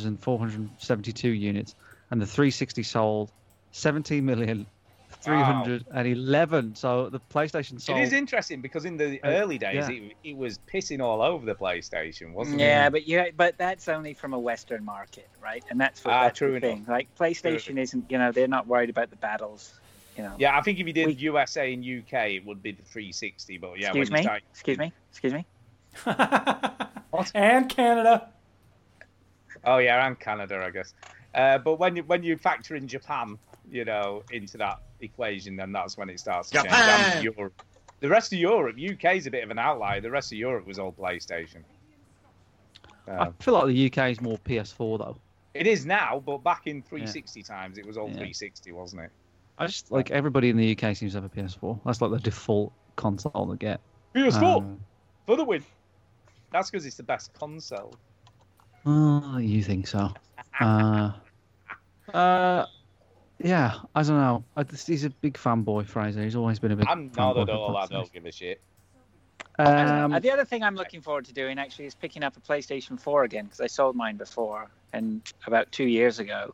Speaker 4: 313,472 units, and the 360 sold 17 million 311. So the PlayStation sold.
Speaker 3: it is interesting because in the
Speaker 4: Uh,
Speaker 3: early
Speaker 4: yeah.
Speaker 3: days, it, it was pissing all over the PlayStation, wasn't
Speaker 17: Yeah,
Speaker 3: it?
Speaker 17: but yeah, but that's only from a Western market, right? And that's what
Speaker 3: Ah,
Speaker 17: that's
Speaker 3: true
Speaker 17: the
Speaker 3: enough.
Speaker 17: thing. Like PlayStation isn't, you know, they're not worried about the battles. You know.
Speaker 3: Yeah, I think if you did USA and UK, it would be the 360. But yeah,
Speaker 17: Excuse
Speaker 3: when
Speaker 17: me.
Speaker 3: you start-
Speaker 17: Excuse me. Excuse me.
Speaker 2: And Canada.
Speaker 3: oh yeah, and Canada, I guess. Uh, but when you when you factor in Japan, you know, into that equation, then that's when it starts. To change.
Speaker 5: Japan!
Speaker 3: And Europe. The rest of Europe, UK is a bit of an outlier. The rest of Europe was all PlayStation.
Speaker 4: I feel like the UK is more PS4 though.
Speaker 3: It is now, but back in 360 times, it was all 360, wasn't it?
Speaker 4: I just like everybody in the UK seems to have a PS4. That's like the default console they get.
Speaker 3: PS4
Speaker 4: Um,
Speaker 3: for the win. That's because it's the best console.
Speaker 4: Oh, you think so? Uh, uh, yeah, I don't know. I, this- he's a big fanboy, Fraser. He's always been a big.
Speaker 3: I'm not
Speaker 4: fanboy
Speaker 3: at
Speaker 4: for
Speaker 3: all. I
Speaker 4: God's
Speaker 3: don't
Speaker 4: sake.
Speaker 3: give a shit.
Speaker 4: Um,
Speaker 17: Uh, the other thing I'm looking forward to doing actually is picking up a PlayStation 4 again because I sold mine before and about two years ago.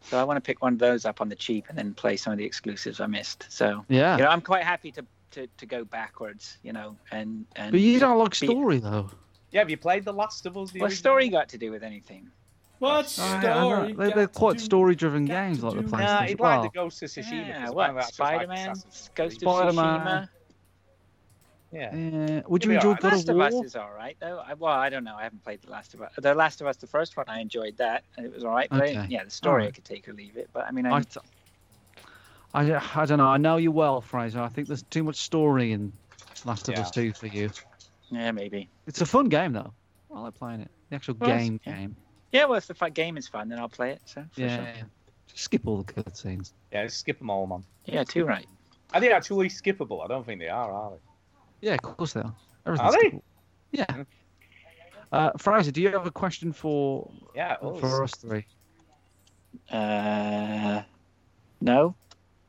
Speaker 17: So I want to pick one of those up on the cheap and then play some of the exclusives I missed. So
Speaker 4: Yeah.
Speaker 17: you know, I'm quite happy to, to, to go backwards, you know, and and.
Speaker 4: but you don't like
Speaker 17: be-
Speaker 4: story though.
Speaker 3: Yeah, have you played The Last of Us? The
Speaker 17: What's story got to do with anything?
Speaker 2: What
Speaker 4: I- I know.
Speaker 2: story?
Speaker 4: They're, they're quite story-driven games, like the PlayStation.
Speaker 3: Nah, he'd like the
Speaker 4: well,
Speaker 3: Ghost of Tsushima.
Speaker 17: Yeah,
Speaker 3: 'cause
Speaker 17: what?
Speaker 3: apparently that's just like
Speaker 17: Spider-Man,
Speaker 3: Assassin's
Speaker 17: Ghost of
Speaker 3: Creed.
Speaker 4: Spider-Man.
Speaker 17: Tsushima.
Speaker 3: Yeah.
Speaker 4: yeah. Uh, Would
Speaker 3: It'll
Speaker 4: you
Speaker 3: be
Speaker 4: enjoy
Speaker 3: alright.
Speaker 4: God
Speaker 17: Last
Speaker 4: of
Speaker 17: of Us
Speaker 4: War?
Speaker 17: is all right though. I, well, I don't know. I haven't played the Last of Us. The Last of Us, the first one, I enjoyed that and it was all right. But I didn't-
Speaker 4: Okay.
Speaker 17: yeah, the story I
Speaker 4: Alright.
Speaker 17: could take or leave it. But I mean,
Speaker 4: I,
Speaker 17: I,
Speaker 4: t- I, I don't know. I know you well, Fraser. I think there's too much story in Last of
Speaker 3: Yeah.
Speaker 4: Us 2 for you.
Speaker 17: yeah, maybe.
Speaker 4: It's a fun game though. I like playing it. The actual
Speaker 17: Well, it's-
Speaker 4: game
Speaker 17: yeah.
Speaker 4: game.
Speaker 17: Yeah, well, if the fi- game is fun, then I'll play it. So for
Speaker 4: Yeah.
Speaker 17: sure.
Speaker 4: yeah. Just skip all the cutscenes.
Speaker 3: Yeah, just skip them all, man.
Speaker 17: yeah, too right.
Speaker 3: Are they actually skippable? I don't think they are, are they?
Speaker 4: Yeah, of course they are.
Speaker 3: Are
Speaker 4: Everything's
Speaker 3: they?
Speaker 4: skippable. Yeah. Uh, Fraser, do you have a question for
Speaker 3: Yeah,
Speaker 4: for
Speaker 3: oh,
Speaker 4: us three?
Speaker 17: Uh, no.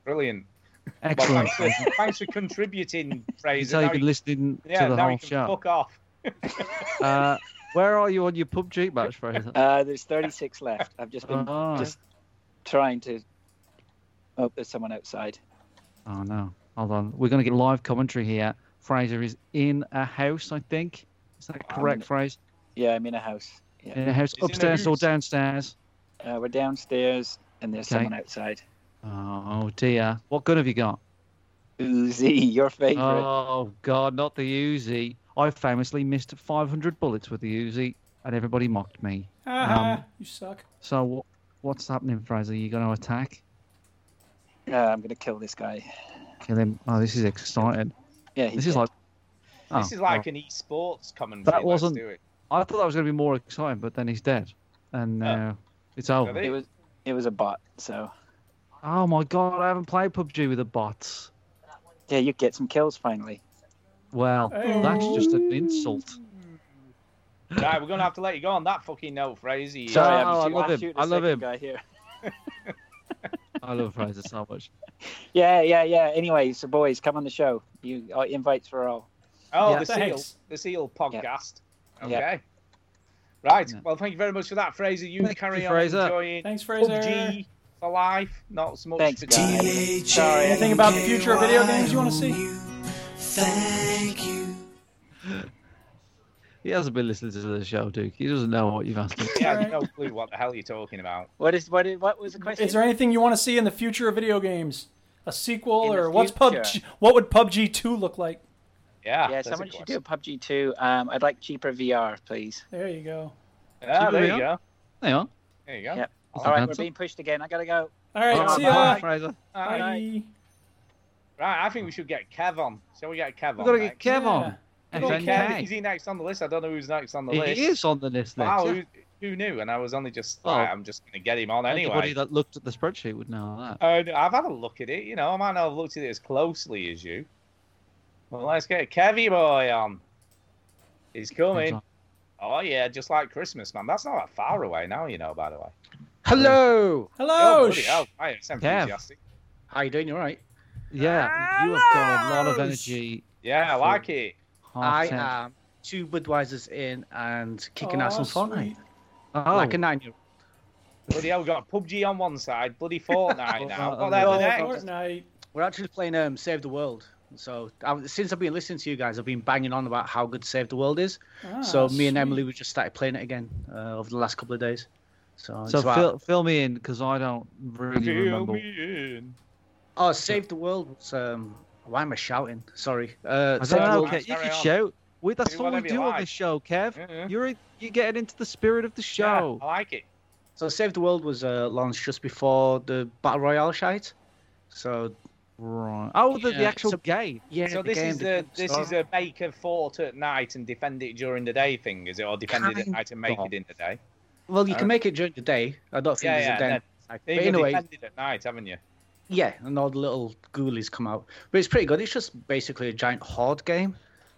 Speaker 3: brilliant. Well,
Speaker 4: Excellent.
Speaker 3: thanks,
Speaker 4: Fraser.
Speaker 3: for, thanks for contributing, Fraser.
Speaker 4: So
Speaker 3: Now
Speaker 4: you've been
Speaker 3: you-
Speaker 4: listening
Speaker 3: yeah,
Speaker 4: to the
Speaker 3: now
Speaker 4: whole
Speaker 3: you can
Speaker 4: show.
Speaker 3: fuck off.
Speaker 4: Uh, where are you on your PUBG match, Fraser?
Speaker 17: Uh, there's 36 left. I've just been
Speaker 4: Oh.
Speaker 17: just trying to. Oh, there's someone outside.
Speaker 4: Oh no. Hold on. We're gonna get live commentary here. Fraser is in a house, I think. Is that a correct
Speaker 17: Um,
Speaker 4: phrase?
Speaker 17: Yeah, I'm in a house. Yeah.
Speaker 4: In a house
Speaker 3: He's in a
Speaker 4: upstairs or
Speaker 3: house.
Speaker 4: downstairs?
Speaker 17: Uh, we're downstairs, and there's
Speaker 4: Okay.
Speaker 17: someone outside.
Speaker 4: Oh dear. What gun have you got?
Speaker 17: Uzi, your favorite.
Speaker 4: Oh God, not the Uzi! I famously missed 500 bullets with the Uzi, and everybody mocked me.
Speaker 2: Ah,
Speaker 4: Um,
Speaker 2: you suck.
Speaker 4: so what, what's happening, Fraser? You going to attack?
Speaker 17: Uh, I'm gonna kill this guy.
Speaker 4: Kill him? Oh, this is exciting.
Speaker 17: Yeah, he's
Speaker 4: This is
Speaker 17: dead.
Speaker 4: like. Oh,
Speaker 3: this is like
Speaker 4: well,
Speaker 3: an esports commentary.
Speaker 4: That
Speaker 3: Let's
Speaker 4: wasn't-
Speaker 3: do it.
Speaker 4: I thought that was going to be more exciting, but then he's dead, and uh, it's over.
Speaker 3: Oh. Really?
Speaker 17: It was, it was a bot. So
Speaker 4: Oh my God, I haven't played PUBG with the bots.
Speaker 17: yeah, you get some kills finally.
Speaker 4: Well, that's just an insult.
Speaker 3: Right, we're going to have to let you go on that fucking note, Fraser.
Speaker 4: Sorry,
Speaker 17: I'm
Speaker 4: Oh, I
Speaker 17: shoot-
Speaker 4: love
Speaker 17: I'm
Speaker 4: him.
Speaker 17: shooting
Speaker 4: I
Speaker 17: a
Speaker 4: love
Speaker 17: second
Speaker 4: him.
Speaker 17: Guy here.
Speaker 4: I I love Fraser so much.
Speaker 17: Yeah, yeah, yeah. Anyway, so boys, come on the show. You uh, invites for all.
Speaker 3: Oh, the seal, the seal podcast. Okay. Right. Well, thank you very much for that, Fraser. You carry
Speaker 2: you,
Speaker 3: on
Speaker 2: Fraser.
Speaker 3: enjoying.
Speaker 2: Thanks, Fraser.
Speaker 3: PUBG for life, not so much
Speaker 17: Thanks,
Speaker 3: for
Speaker 17: guys.
Speaker 5: E
Speaker 3: gaming.
Speaker 2: Sorry. Anything about the future of video games you want to see?
Speaker 5: Thank you.
Speaker 4: He hasn't been listening to the show, Duke. He doesn't know what you've asked him.
Speaker 3: Yeah, I've no clue what the hell you're talking about.
Speaker 17: What is what? Is, what was the question?
Speaker 2: Is there anything you want to see in the future of video games? A sequel,
Speaker 17: In the
Speaker 2: or what's PUBG?
Speaker 17: future.
Speaker 2: What would PUBG Two look like?
Speaker 3: Yeah.
Speaker 17: Yeah.
Speaker 2: that's a
Speaker 17: Someone should do a PUBG too. Um, I'd like cheaper VR, please.
Speaker 2: There you go.
Speaker 3: Ah, there you go.
Speaker 4: Hang on.
Speaker 3: There you go.
Speaker 17: Yep.
Speaker 4: That's
Speaker 17: All
Speaker 4: a
Speaker 17: right, we're
Speaker 4: pencil.
Speaker 17: being pushed again. I Oh, gotta go.
Speaker 2: All right.
Speaker 4: Bye.
Speaker 2: see ya.
Speaker 4: Bye, Fraser.
Speaker 2: Bye.
Speaker 3: Right, I think we should get Kev on. Shall we get Kev on?
Speaker 4: We've got to get
Speaker 3: next?
Speaker 4: Kev on.
Speaker 3: We've got Kev. Is
Speaker 4: FNK.
Speaker 3: he next on the list? I don't know who's next on the
Speaker 4: He
Speaker 3: list.
Speaker 4: is on the list
Speaker 3: Wow,
Speaker 4: next.
Speaker 3: who, who knew? And I was only just,
Speaker 4: Well,
Speaker 3: right, I'm just going to get him on
Speaker 4: Anybody
Speaker 3: anyway.
Speaker 4: that looked at the spreadsheet would know that.
Speaker 3: And I've had a look at it. You know, I might not have looked at it as closely as you. Well, let's get Kevy Boy on. He's coming. Oh, yeah, just like Christmas, man. That's not that far away now, you know, by the way.
Speaker 18: Hello.
Speaker 3: Oh, bloody hell. Right, it's
Speaker 18: Kev.
Speaker 3: enthusiastic.
Speaker 18: How you doing? You all right?
Speaker 4: Yeah, you have got a lot of energy.
Speaker 3: Yeah, I like it.
Speaker 18: I
Speaker 4: ten.
Speaker 18: am two Budweisers in and kicking ass
Speaker 3: Oh,
Speaker 18: on Fortnite.
Speaker 3: sweet.
Speaker 4: Oh.
Speaker 18: Like a nine year
Speaker 3: Bloody hell, we've got PUBG on one side, bloody Fortnite now. What
Speaker 18: old.
Speaker 3: the hell next?
Speaker 2: Fortnite.
Speaker 18: We're actually playing um, Save the World. So I, since I've been listening to you guys, I've been banging on about how good Save the World is.
Speaker 2: Ah,
Speaker 18: so me and
Speaker 2: sweet.
Speaker 18: Emily, we just started playing it again uh, over the last couple of days. So,
Speaker 4: So
Speaker 18: it's about-
Speaker 4: fill, fill me in because I don't really remember.
Speaker 18: Oh, Save the World. was, um, why am I shouting? Sorry.
Speaker 4: I
Speaker 18: Uh,
Speaker 4: don't
Speaker 18: Save the
Speaker 4: know,
Speaker 18: World-
Speaker 4: Kev. You can shout. We, that's
Speaker 18: Do
Speaker 4: all we
Speaker 18: whatever you
Speaker 4: do on
Speaker 18: like.
Speaker 4: this show, Kev. You're you're getting into the spirit of the show.
Speaker 3: I like it.
Speaker 18: So Save the World was uh, launched just before the Battle Royale shite. So
Speaker 4: right. Oh, the, the actual game.
Speaker 18: Yeah.
Speaker 3: so
Speaker 18: the
Speaker 3: this
Speaker 18: game,
Speaker 3: is
Speaker 18: the
Speaker 3: a
Speaker 18: good
Speaker 3: this
Speaker 18: story.
Speaker 3: is a make a fort at night and defend it during the day thing, is it? Or defend it at
Speaker 18: Kind
Speaker 3: night and make
Speaker 18: of.
Speaker 3: it in the day?
Speaker 18: Well, you
Speaker 3: Uh,
Speaker 18: can make it during the day. I don't think
Speaker 3: Yeah,
Speaker 18: there's
Speaker 3: yeah.
Speaker 18: a day.
Speaker 3: and
Speaker 18: Like,
Speaker 3: then
Speaker 18: but
Speaker 3: you've got
Speaker 18: anyway,
Speaker 3: defend it at night, haven't you?
Speaker 18: yeah, and all the little ghoulies come out. But it's pretty good. It's just basically a giant horde game,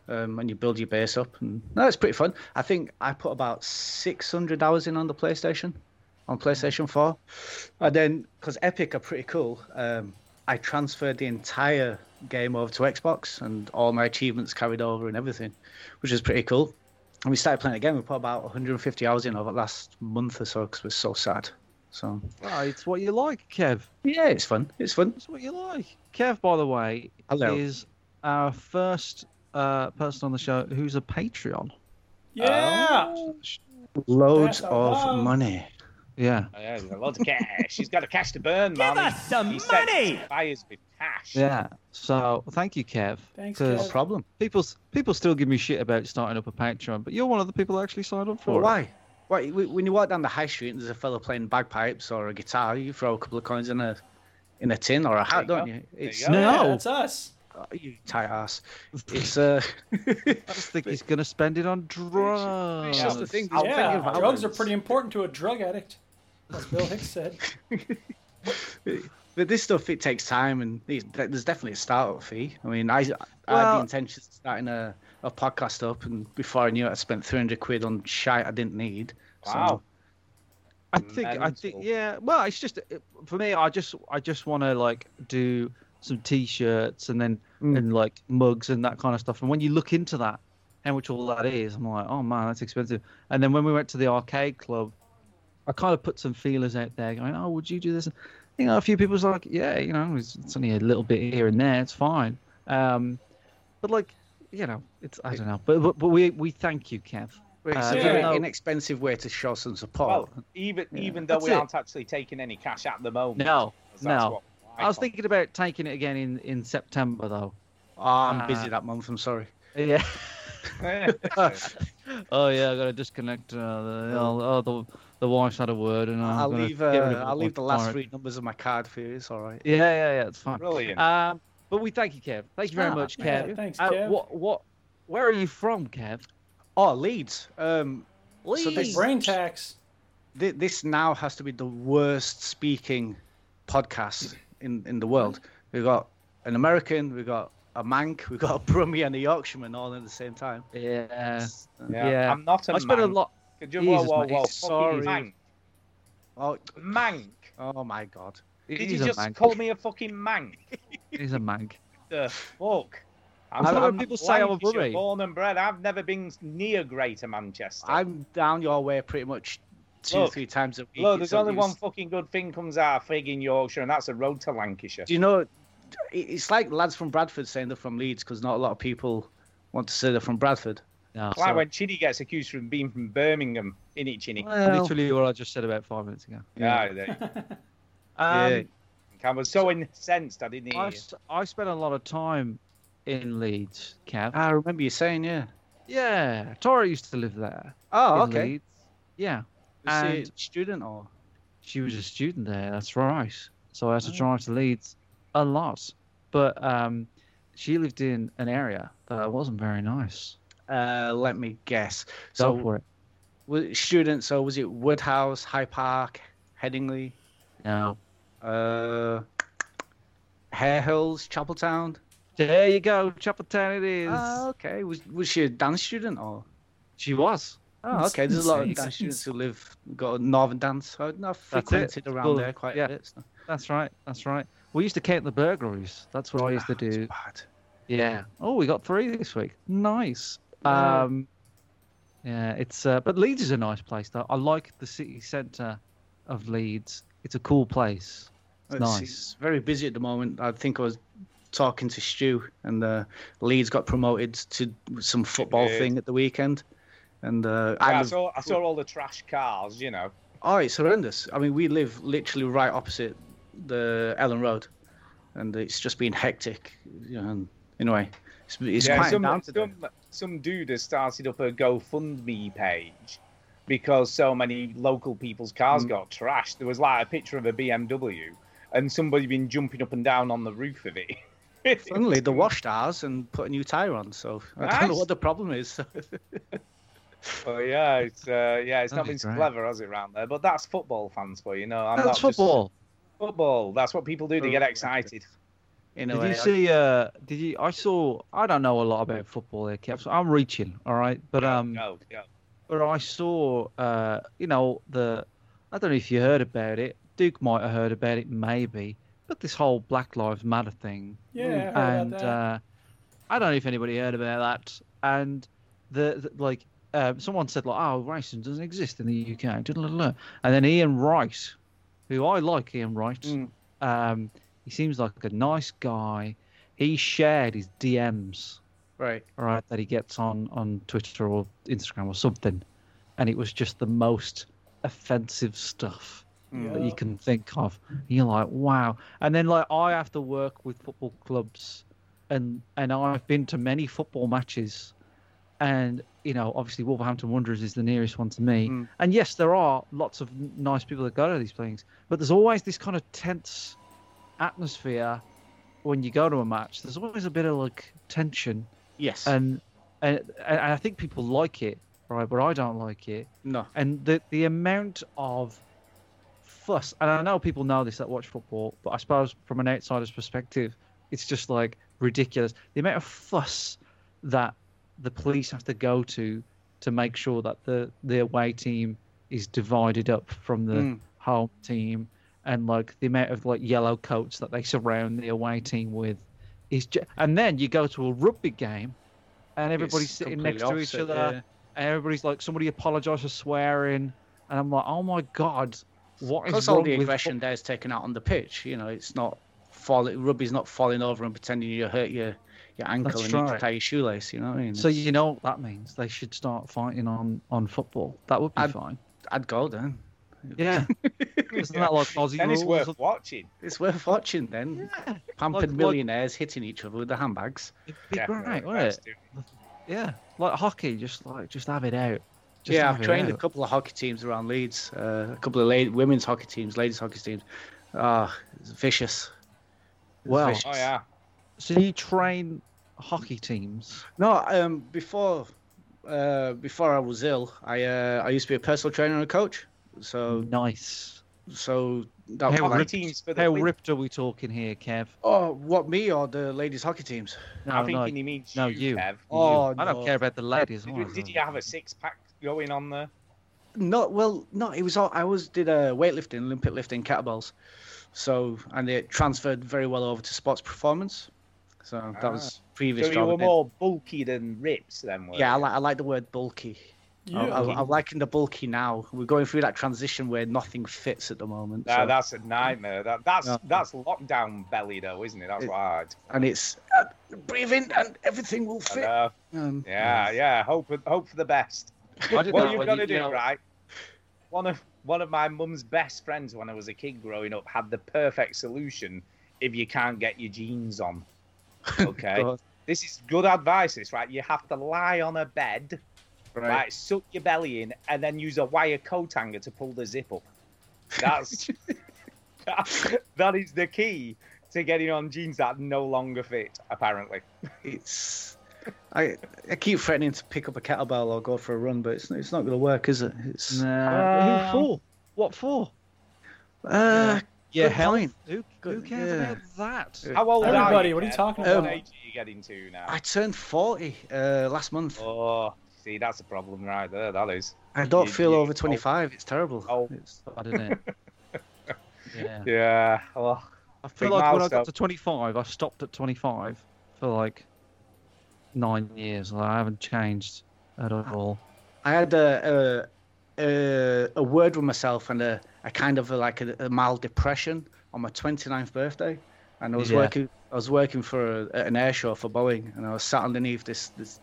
Speaker 18: um, and you build your base up. And no, it's pretty fun. I think I put about 600 hours in on the PlayStation, on PlayStation 4, and then because Epic are pretty cool, um, I transferred the entire game over to Xbox, and all my achievements carried over and everything, which is pretty cool. And we started playing again. We put about 150 hours in over the last month or so because we're so sad. So
Speaker 4: Well, it's what you like, Kev.
Speaker 18: yeah, it's fun. It's fun.
Speaker 4: It's what you like. Kev, by the way,
Speaker 18: Hello.
Speaker 4: is our first uh, person on the show who's a Patreon.
Speaker 2: Yeah.
Speaker 3: Oh,
Speaker 18: Loads
Speaker 2: That's a lot.
Speaker 18: of money.
Speaker 4: Yeah.
Speaker 3: Oh, yeah, there's a lot of cash. He's got a cash to burn, man. Give us some money. Buyers with cash.
Speaker 4: Yeah. So thank you, Kev.
Speaker 2: Thanks,
Speaker 4: 'cause
Speaker 2: Kev. No
Speaker 18: problem.
Speaker 4: People people still give me shit about starting up a Patreon, but you're one of the people that actually signed up for
Speaker 18: Well,
Speaker 4: it.
Speaker 18: why? Why? wh- When you walk down the high street and there's a fella playing bagpipes or a guitar, you throw a couple of coins in a in a tin or a hat, don't you? It's
Speaker 2: Yeah,
Speaker 4: No.
Speaker 2: that's us.
Speaker 18: Oh, you tight ass. It's uh,
Speaker 4: I just think he's gonna spend it on drugs.
Speaker 18: just the thing, I'll think
Speaker 2: Yeah,
Speaker 18: of
Speaker 2: drugs
Speaker 18: ours.
Speaker 2: are pretty important to a drug addict, as Bill Hicks said.
Speaker 18: but this stuff it takes time and it's- there's definitely a startup fee. I mean, I, I had
Speaker 4: Well-
Speaker 18: the intention of starting a, a podcast up, and before I knew it, I spent 300 quid on shite I didn't need. So-
Speaker 3: Wow.
Speaker 4: I think I think yeah. Well, it's just it- for me. I just I just want to like do some t-shirts and then and like mugs and that kind of stuff. And when you look into that, how much all that is, I'm like, oh man, that's expensive. And then when we went to the arcade club, I kind of put some feelers out there, going, oh, would you do this? You know, a few people's like, yeah, you know, it's, it's only a little bit here and there. It's fine. Um, but like, you know, it's I don't know. But but, but we we thank you, Kev.
Speaker 18: But
Speaker 4: Uh,
Speaker 18: it's a
Speaker 4: even
Speaker 18: very
Speaker 4: though-
Speaker 18: inexpensive way to show some
Speaker 3: Well,
Speaker 18: support.
Speaker 3: even
Speaker 18: Yeah.
Speaker 3: even though
Speaker 4: That's
Speaker 3: we
Speaker 4: it.
Speaker 3: aren't actually taking any cash at the moment.
Speaker 4: No,
Speaker 3: that's
Speaker 4: no.
Speaker 3: what
Speaker 4: I was thinking about taking it again in, in September though.
Speaker 18: Oh, I'm busy
Speaker 4: Uh,
Speaker 18: that month. I'm sorry.
Speaker 4: Yeah.
Speaker 3: Yeah.
Speaker 4: oh yeah, I gotta disconnect. Uh, the, oh, the the wife's had a word, and I'm
Speaker 18: I'll
Speaker 4: gonna
Speaker 18: leave. Uh,
Speaker 4: get rid of it
Speaker 18: I'll leave the last
Speaker 4: tomorrow.
Speaker 18: three numbers of my card for you. It's all right.
Speaker 4: Yeah, yeah, yeah. It's fine.
Speaker 3: Brilliant.
Speaker 4: Um, but we thank you, Kev. Thank you very
Speaker 18: Ah,
Speaker 4: much,
Speaker 18: yeah,
Speaker 4: Kev.
Speaker 2: thanks,
Speaker 4: Uh,
Speaker 2: Kev.
Speaker 4: what what? Where are you from, Kev?
Speaker 18: Oh, Leeds. Um, so
Speaker 2: Please.
Speaker 18: this,
Speaker 2: Brain tax.
Speaker 18: thi- this now has to be the worst speaking podcast in, in the world. We've got an American, we've got a Mank, we've got a Brummie and a Yorkshireman all at the same time.
Speaker 4: Yeah.
Speaker 3: Yeah.
Speaker 4: Yeah.
Speaker 3: I'm not a
Speaker 4: I spent a
Speaker 3: man.
Speaker 4: lot.
Speaker 3: Could you-
Speaker 4: Jesus,
Speaker 3: whoa, whoa,
Speaker 4: mate,
Speaker 3: whoa.
Speaker 4: it's
Speaker 3: Fucking
Speaker 18: sorry.
Speaker 3: Mank.
Speaker 18: Oh,
Speaker 3: Mank.
Speaker 18: oh my God.
Speaker 3: Did
Speaker 4: he's
Speaker 3: you
Speaker 4: a
Speaker 3: just
Speaker 4: mank.
Speaker 3: call me a fucking mank?
Speaker 4: He's a mank.
Speaker 3: the fuck?
Speaker 4: I-
Speaker 3: from
Speaker 4: I'm- people say I'm a
Speaker 3: Lancashire,
Speaker 4: roommate.
Speaker 3: Born and bred. I've never been near Greater Manchester.
Speaker 18: I'm down your way pretty much two,
Speaker 3: Look,
Speaker 18: three times a week.
Speaker 3: Look,
Speaker 18: It's
Speaker 3: there's only
Speaker 18: at
Speaker 3: one
Speaker 18: least-
Speaker 3: fucking good thing comes out of frigging Yorkshire, and that's a road to Lancashire.
Speaker 18: Do you know? it- It's like lads from Bradford saying they're from Leeds because not a lot of people want to say they're from Bradford.
Speaker 4: No.
Speaker 3: It's like when Chiddy gets accused from being from Birmingham, innit, Chiddy?
Speaker 4: Literally what I just said about five minutes ago.
Speaker 3: Yeah, there you go.
Speaker 4: Um,
Speaker 3: I was so incensed I didn't hear
Speaker 4: I,
Speaker 3: you.
Speaker 4: s- I spent a lot of time in Leeds, Cap.
Speaker 18: Ah, I remember you saying, yeah.
Speaker 4: Yeah, Tora used to live there.
Speaker 18: Oh,
Speaker 4: in
Speaker 18: okay.
Speaker 4: Leeds. Yeah.
Speaker 18: Was he a
Speaker 4: And
Speaker 18: student or?
Speaker 4: she was a student there. That's right. So I had to drive to Leeds a lot. But um, she lived in an area that wasn't very nice.
Speaker 18: Uh, let me guess.
Speaker 4: So
Speaker 18: So,
Speaker 4: Go for it.
Speaker 18: was it student? So, was it Woodhouse, High Park, Headingley,
Speaker 4: No.
Speaker 18: uh, Hare Hills, Chapel Town?
Speaker 4: There you go, Chapel Town it is.
Speaker 18: Ah, okay. Was was she a dance student or?
Speaker 4: She was.
Speaker 18: Oh, okay. There's a lot of dance students who live got a northern dance. I- I've frequented around
Speaker 4: Well,
Speaker 18: there quite
Speaker 4: yeah.
Speaker 18: a bit. so-
Speaker 4: That's right. That's right. We used to count the burglaries. That's what I used to do.
Speaker 18: bad.
Speaker 4: Yeah. Oh, we got three this week. Nice.
Speaker 18: Wow.
Speaker 4: Um, yeah, it's uh, but Leeds is a nice place though. I like the city centre of Leeds. It's a cool place. It's nice.
Speaker 18: it's very busy at the moment. I think I was talking to Stu, and uh, Leeds got promoted to some football
Speaker 3: did.
Speaker 18: thing at the weekend. And uh,
Speaker 3: Yeah,
Speaker 18: I
Speaker 3: I,
Speaker 18: live-
Speaker 3: saw, I saw all the trash cars, you know.
Speaker 18: oh, it's horrendous. I mean, we live literally right opposite the Ellen Road, and it's just been hectic. You know, and anyway, it's, it's
Speaker 3: yeah,
Speaker 18: quite
Speaker 3: some,
Speaker 18: down to
Speaker 3: some, some dude has started up a GoFundMe page because so many local people's cars
Speaker 18: Mm.
Speaker 3: got trashed. There was like a picture of a BMW and somebody been jumping up and down on the roof of it.
Speaker 18: Suddenly, they washed ours and put a new tyre on. So I don't know
Speaker 3: Nice.
Speaker 18: what the problem is.
Speaker 3: But yeah, it's uh, yeah, it's not
Speaker 18: That'd be
Speaker 3: been so
Speaker 18: great.
Speaker 3: clever, has it, round there? But that's football fans for you know. I'm
Speaker 4: That's
Speaker 3: not just-
Speaker 4: football.
Speaker 3: football. That's what people do. They get excited.
Speaker 18: In
Speaker 4: Did you see? Uh, did you? I saw. I don't know a lot about football there, Cap. So I'm reaching. All right, but um,
Speaker 3: Go, go.
Speaker 4: but I saw. Uh, you know the. I don't know if you heard about it. Duke might have heard about it, maybe. But this whole Black Lives Matter thing.
Speaker 2: Yeah, I heard about
Speaker 4: and
Speaker 2: that.
Speaker 4: uh, I don't know if anybody heard about that. And the, the like, um, someone said like, "Oh, racism doesn't exist in the UK." And then Ian Rice, who I like, Ian Rice.
Speaker 2: Mm.
Speaker 4: Um, he seems like a nice guy. He shared his DMs,
Speaker 18: right?
Speaker 4: all right, that he gets on on Twitter or Instagram or something, and it was just the most offensive stuff that you
Speaker 2: Yeah.
Speaker 4: can think of. And you're like, wow. And then like I have to work with football clubs, and and I've been to many football matches, and you know obviously Wolverhampton Wanderers is the nearest one to me. And yes, there are lots of n- nice people that go to these things, but there's always this kind of tense atmosphere when you go to a match. There's always a bit of like tension,
Speaker 18: Yes.
Speaker 4: and and, and I think people like it, right? But I don't like it.
Speaker 18: no.
Speaker 4: And the the amount of fuss, and I know people know this that watch football, but I suppose from an outsider's perspective, it's just like ridiculous. The amount of fuss that the police have to go to to make sure that the the away team is divided up from the
Speaker 18: Mm.
Speaker 4: home team, and like the amount of like yellow coats that they surround the away team with is, ju- and then you go to a rugby game, and everybody's
Speaker 18: It's
Speaker 4: sitting
Speaker 18: completely
Speaker 4: next to each
Speaker 18: opposite,
Speaker 4: other
Speaker 18: yeah.
Speaker 4: and everybody's like, somebody apologise for swearing, and I'm like, oh my god, what is
Speaker 18: Because
Speaker 4: wrong
Speaker 18: all the
Speaker 4: with
Speaker 18: aggression there is taken out on the pitch. You know, it's not falling. Rugby's not falling over and pretending you hurt your your ankle
Speaker 4: That's
Speaker 18: and you need to
Speaker 4: right.
Speaker 18: tie your shoelace. You know what I mean?
Speaker 4: So
Speaker 18: It's-
Speaker 4: you know what that means? They should start fighting on on football. That would be
Speaker 18: I'd-
Speaker 4: fine.
Speaker 18: I'd go then.
Speaker 4: Yeah, isn't that like Aussie
Speaker 3: And it's
Speaker 4: rules?
Speaker 3: worth watching.
Speaker 18: It's worth watching then. Pampered
Speaker 4: Like- like-
Speaker 18: millionaires hitting each other with their handbags.
Speaker 4: Be great, wouldn't it? Yeah, like hockey, just like just have it out. Just
Speaker 18: yeah,
Speaker 4: have
Speaker 18: I've
Speaker 4: it
Speaker 18: trained a
Speaker 4: out.
Speaker 18: couple of hockey teams around Leeds, uh, a couple of la- women's hockey teams, ladies hockey teams. Ah, it's vicious. It's
Speaker 4: Wow.
Speaker 18: vicious.
Speaker 3: Oh yeah.
Speaker 4: So you train hockey teams?
Speaker 18: No, um, before uh, before I was ill, I uh, I used to be a personal trainer and a coach. So
Speaker 4: Nice.
Speaker 18: so that
Speaker 4: how ripped,
Speaker 18: was like,
Speaker 3: Oh, teams for the
Speaker 4: how
Speaker 3: win.
Speaker 4: ripped are we talking here, Kev?
Speaker 18: oh, what me or the ladies hockey teams?
Speaker 4: No,
Speaker 3: I'm thinking
Speaker 4: no,
Speaker 3: he means
Speaker 4: no,
Speaker 3: you,
Speaker 4: you.
Speaker 3: Kev.
Speaker 18: Oh,
Speaker 4: I don't
Speaker 18: no.
Speaker 4: care about the ladies.
Speaker 3: Did,
Speaker 4: all
Speaker 3: you-
Speaker 4: right.
Speaker 3: did you have a six pack going on there?
Speaker 18: No, well, no, it was all I always did uh, weightlifting, Olympic lifting, kettlebells. So and it transferred very well over to sports performance. So that was
Speaker 3: Ah.
Speaker 18: previous.
Speaker 3: So
Speaker 18: job
Speaker 3: you
Speaker 18: I
Speaker 3: were
Speaker 18: did.
Speaker 3: more bulky than rips then. Were
Speaker 18: Yeah, I
Speaker 3: you?
Speaker 18: like, I like the word bulky. I- I,
Speaker 3: Yeah.
Speaker 18: I'm liking the bulky now. We're going through that transition where nothing fits at the moment.
Speaker 3: No,
Speaker 18: so-
Speaker 3: that's a nightmare. That that's
Speaker 18: No.
Speaker 3: that's lockdown belly though, isn't it? That's
Speaker 18: It-
Speaker 3: hard.
Speaker 18: and it's uh, breathe in and everything will
Speaker 3: I
Speaker 18: fit.
Speaker 3: know.
Speaker 18: Um,
Speaker 3: yeah, yeah. Hope hope for the best.
Speaker 18: I did
Speaker 3: what
Speaker 18: that
Speaker 3: you've
Speaker 18: when
Speaker 3: got to
Speaker 18: you-
Speaker 3: do,
Speaker 18: you know-
Speaker 3: right? One of one of my mum's best friends when I was a kid growing up had the perfect solution if you can't get your jeans on. Okay.
Speaker 18: God.
Speaker 3: this is good advice, this right? You have to lie on a bed, right.
Speaker 18: Right.
Speaker 3: Suck your belly in and then use a wire coat hanger to pull the zip up. That's that is the key to getting on jeans that no longer fit, apparently.
Speaker 18: It's I I keep threatening to pick up a kettlebell or go for a run, but it's it's not going to work, is it? It's
Speaker 4: Uh, who for? What for?
Speaker 18: Uh,
Speaker 4: Yeah,
Speaker 18: good
Speaker 4: health.
Speaker 18: point.
Speaker 4: Who, who
Speaker 18: Good-
Speaker 4: cares
Speaker 18: yeah.
Speaker 4: about that?
Speaker 3: How old are
Speaker 18: Everybody,
Speaker 3: you?
Speaker 18: what are you
Speaker 3: Kev?
Speaker 18: talking
Speaker 3: What
Speaker 18: about?
Speaker 3: age are you getting to now?
Speaker 18: I turned forty uh, last month.
Speaker 3: Oh, see, that's a problem right there. That is.
Speaker 18: I don't
Speaker 3: You-
Speaker 18: feel
Speaker 3: you-
Speaker 18: over twenty five. It's terrible.
Speaker 3: Oh.
Speaker 18: It's bad, isn't it? yeah.
Speaker 3: Yeah. Well,
Speaker 4: I feel
Speaker 3: big
Speaker 4: like when I
Speaker 3: milestone.
Speaker 4: got to 25, I stopped at 25 for like nine years. Like, I haven't changed at all.
Speaker 18: I had a a, a, a word with myself and a, a kind of a, like a, a mild depression on my 29th birthday, and I was
Speaker 4: Yeah.
Speaker 18: working I was working for a, an air show for Boeing, and I was sat underneath this this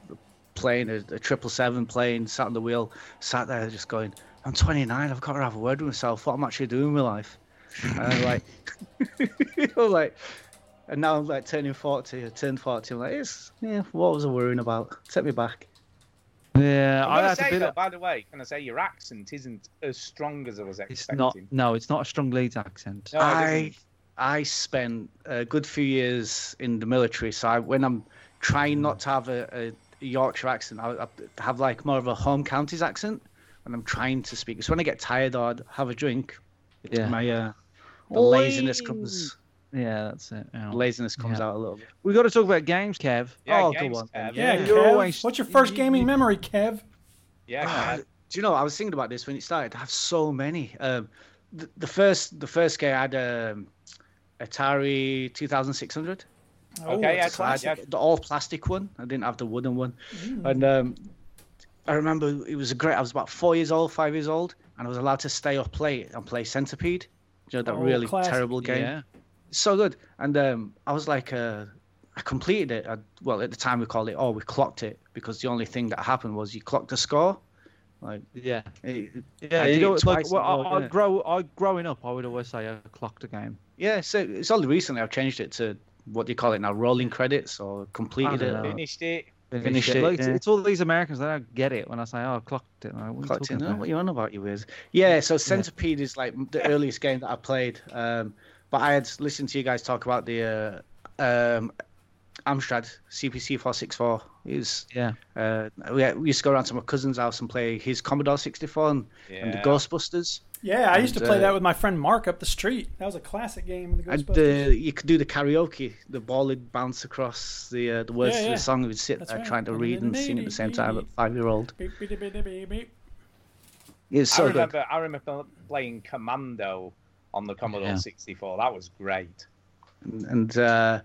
Speaker 18: plane, a triple seven plane, sat on the wheel, sat there just going, I'm 29, I've got to have a word with myself. What I'm actually doing with my life, and I'm like, I'm like. And now I'm like turning 40, I turned 40. I'm like, it's, yeah, what was I worrying about? Take me back.
Speaker 4: Yeah,
Speaker 3: I'm
Speaker 4: I
Speaker 3: gonna
Speaker 4: had a
Speaker 3: say
Speaker 4: bit.
Speaker 3: though,
Speaker 4: Of,
Speaker 3: by the way, can I say your accent isn't as strong as I was
Speaker 4: it's
Speaker 3: expecting?
Speaker 4: not. No, it's not a strong Leeds accent.
Speaker 3: No, I
Speaker 18: I I spent a good few years in the military, so I, when I'm trying not to have a, a Yorkshire accent, I, I have like more of a home counties accent when I'm trying to speak. It's when I get tired or I have a drink,
Speaker 4: Yeah.
Speaker 18: my uh, the
Speaker 4: Oi.
Speaker 18: laziness comes
Speaker 4: Yeah, that's it. yeah.
Speaker 18: laziness comes out a little bit.
Speaker 4: We got to talk about games, Kev.
Speaker 18: Yeah,
Speaker 4: oh,
Speaker 18: games,
Speaker 4: go on.
Speaker 2: Yeah,
Speaker 18: Kev. Yeah,
Speaker 2: Kev.
Speaker 18: you're always-
Speaker 2: What's your first gaming memory, Kev?
Speaker 3: Yeah.
Speaker 18: do you know? I was thinking about this when it started. I have so many. Um, the, the first, the first game I had um, Atari 2600.
Speaker 3: Oh, Okay, that's a yeah, classic.
Speaker 18: I had the all plastic one. I didn't have the wooden one.
Speaker 4: Mm.
Speaker 18: And um, I remember it was a great. I was about four years old, five years old, and I was allowed to stay up late and play Centipede. You know that
Speaker 4: Oh,
Speaker 18: really
Speaker 4: classic.
Speaker 18: terrible game.
Speaker 4: Yeah.
Speaker 18: So good. And um, I was like, uh, I completed it. I, well, at the time we called it, oh, we clocked it because the only thing that happened was you clocked a score. Like
Speaker 4: yeah,
Speaker 18: yeah,
Speaker 4: Yeah, you know, it's like well, I, I grow. I growing up, I would always say I clocked a game.
Speaker 18: yeah. So it's only recently I've changed it to what do you call it now? Rolling credits or completed
Speaker 4: don't
Speaker 18: it.
Speaker 4: know.
Speaker 3: Finished it.
Speaker 18: Finished it,
Speaker 4: Like, it's,
Speaker 18: yeah.
Speaker 4: it's all these Americans. They don't get it when I say, "Oh, I clocked it." Like, what are you
Speaker 18: Clocked
Speaker 4: talking
Speaker 18: in. Oh,
Speaker 4: about?
Speaker 18: what you on about, you is? Yeah, so Centipede is like the earliest game that I played. Um, but I had listened to you guys talk about the uh, um, Amstrad CPC 464. It was,
Speaker 4: yeah.
Speaker 18: Uh, we, had- we used to go around to my cousin's house and play his Commodore 64 and, and the
Speaker 2: Yeah.
Speaker 18: Ghostbusters.
Speaker 2: Yeah, I used to
Speaker 18: And,
Speaker 2: play
Speaker 18: uh,
Speaker 2: that with my friend Mark up the street. That was a classic game. in The
Speaker 18: And
Speaker 2: Ghostbusters.
Speaker 18: uh, you could do the karaoke. The ball would bounce across the uh, the words
Speaker 2: Yeah,
Speaker 18: to
Speaker 2: yeah.
Speaker 18: the song. We'd sit
Speaker 2: That's
Speaker 18: there
Speaker 2: right.
Speaker 18: trying to read and sing at the same time at five year old.
Speaker 2: Beep, beep, beep, beep, beep, beep.
Speaker 18: It's so
Speaker 3: I
Speaker 18: good.
Speaker 3: remember. I remember playing Commando on the Commodore
Speaker 18: Yeah.
Speaker 3: 64. That was great.
Speaker 18: and uh,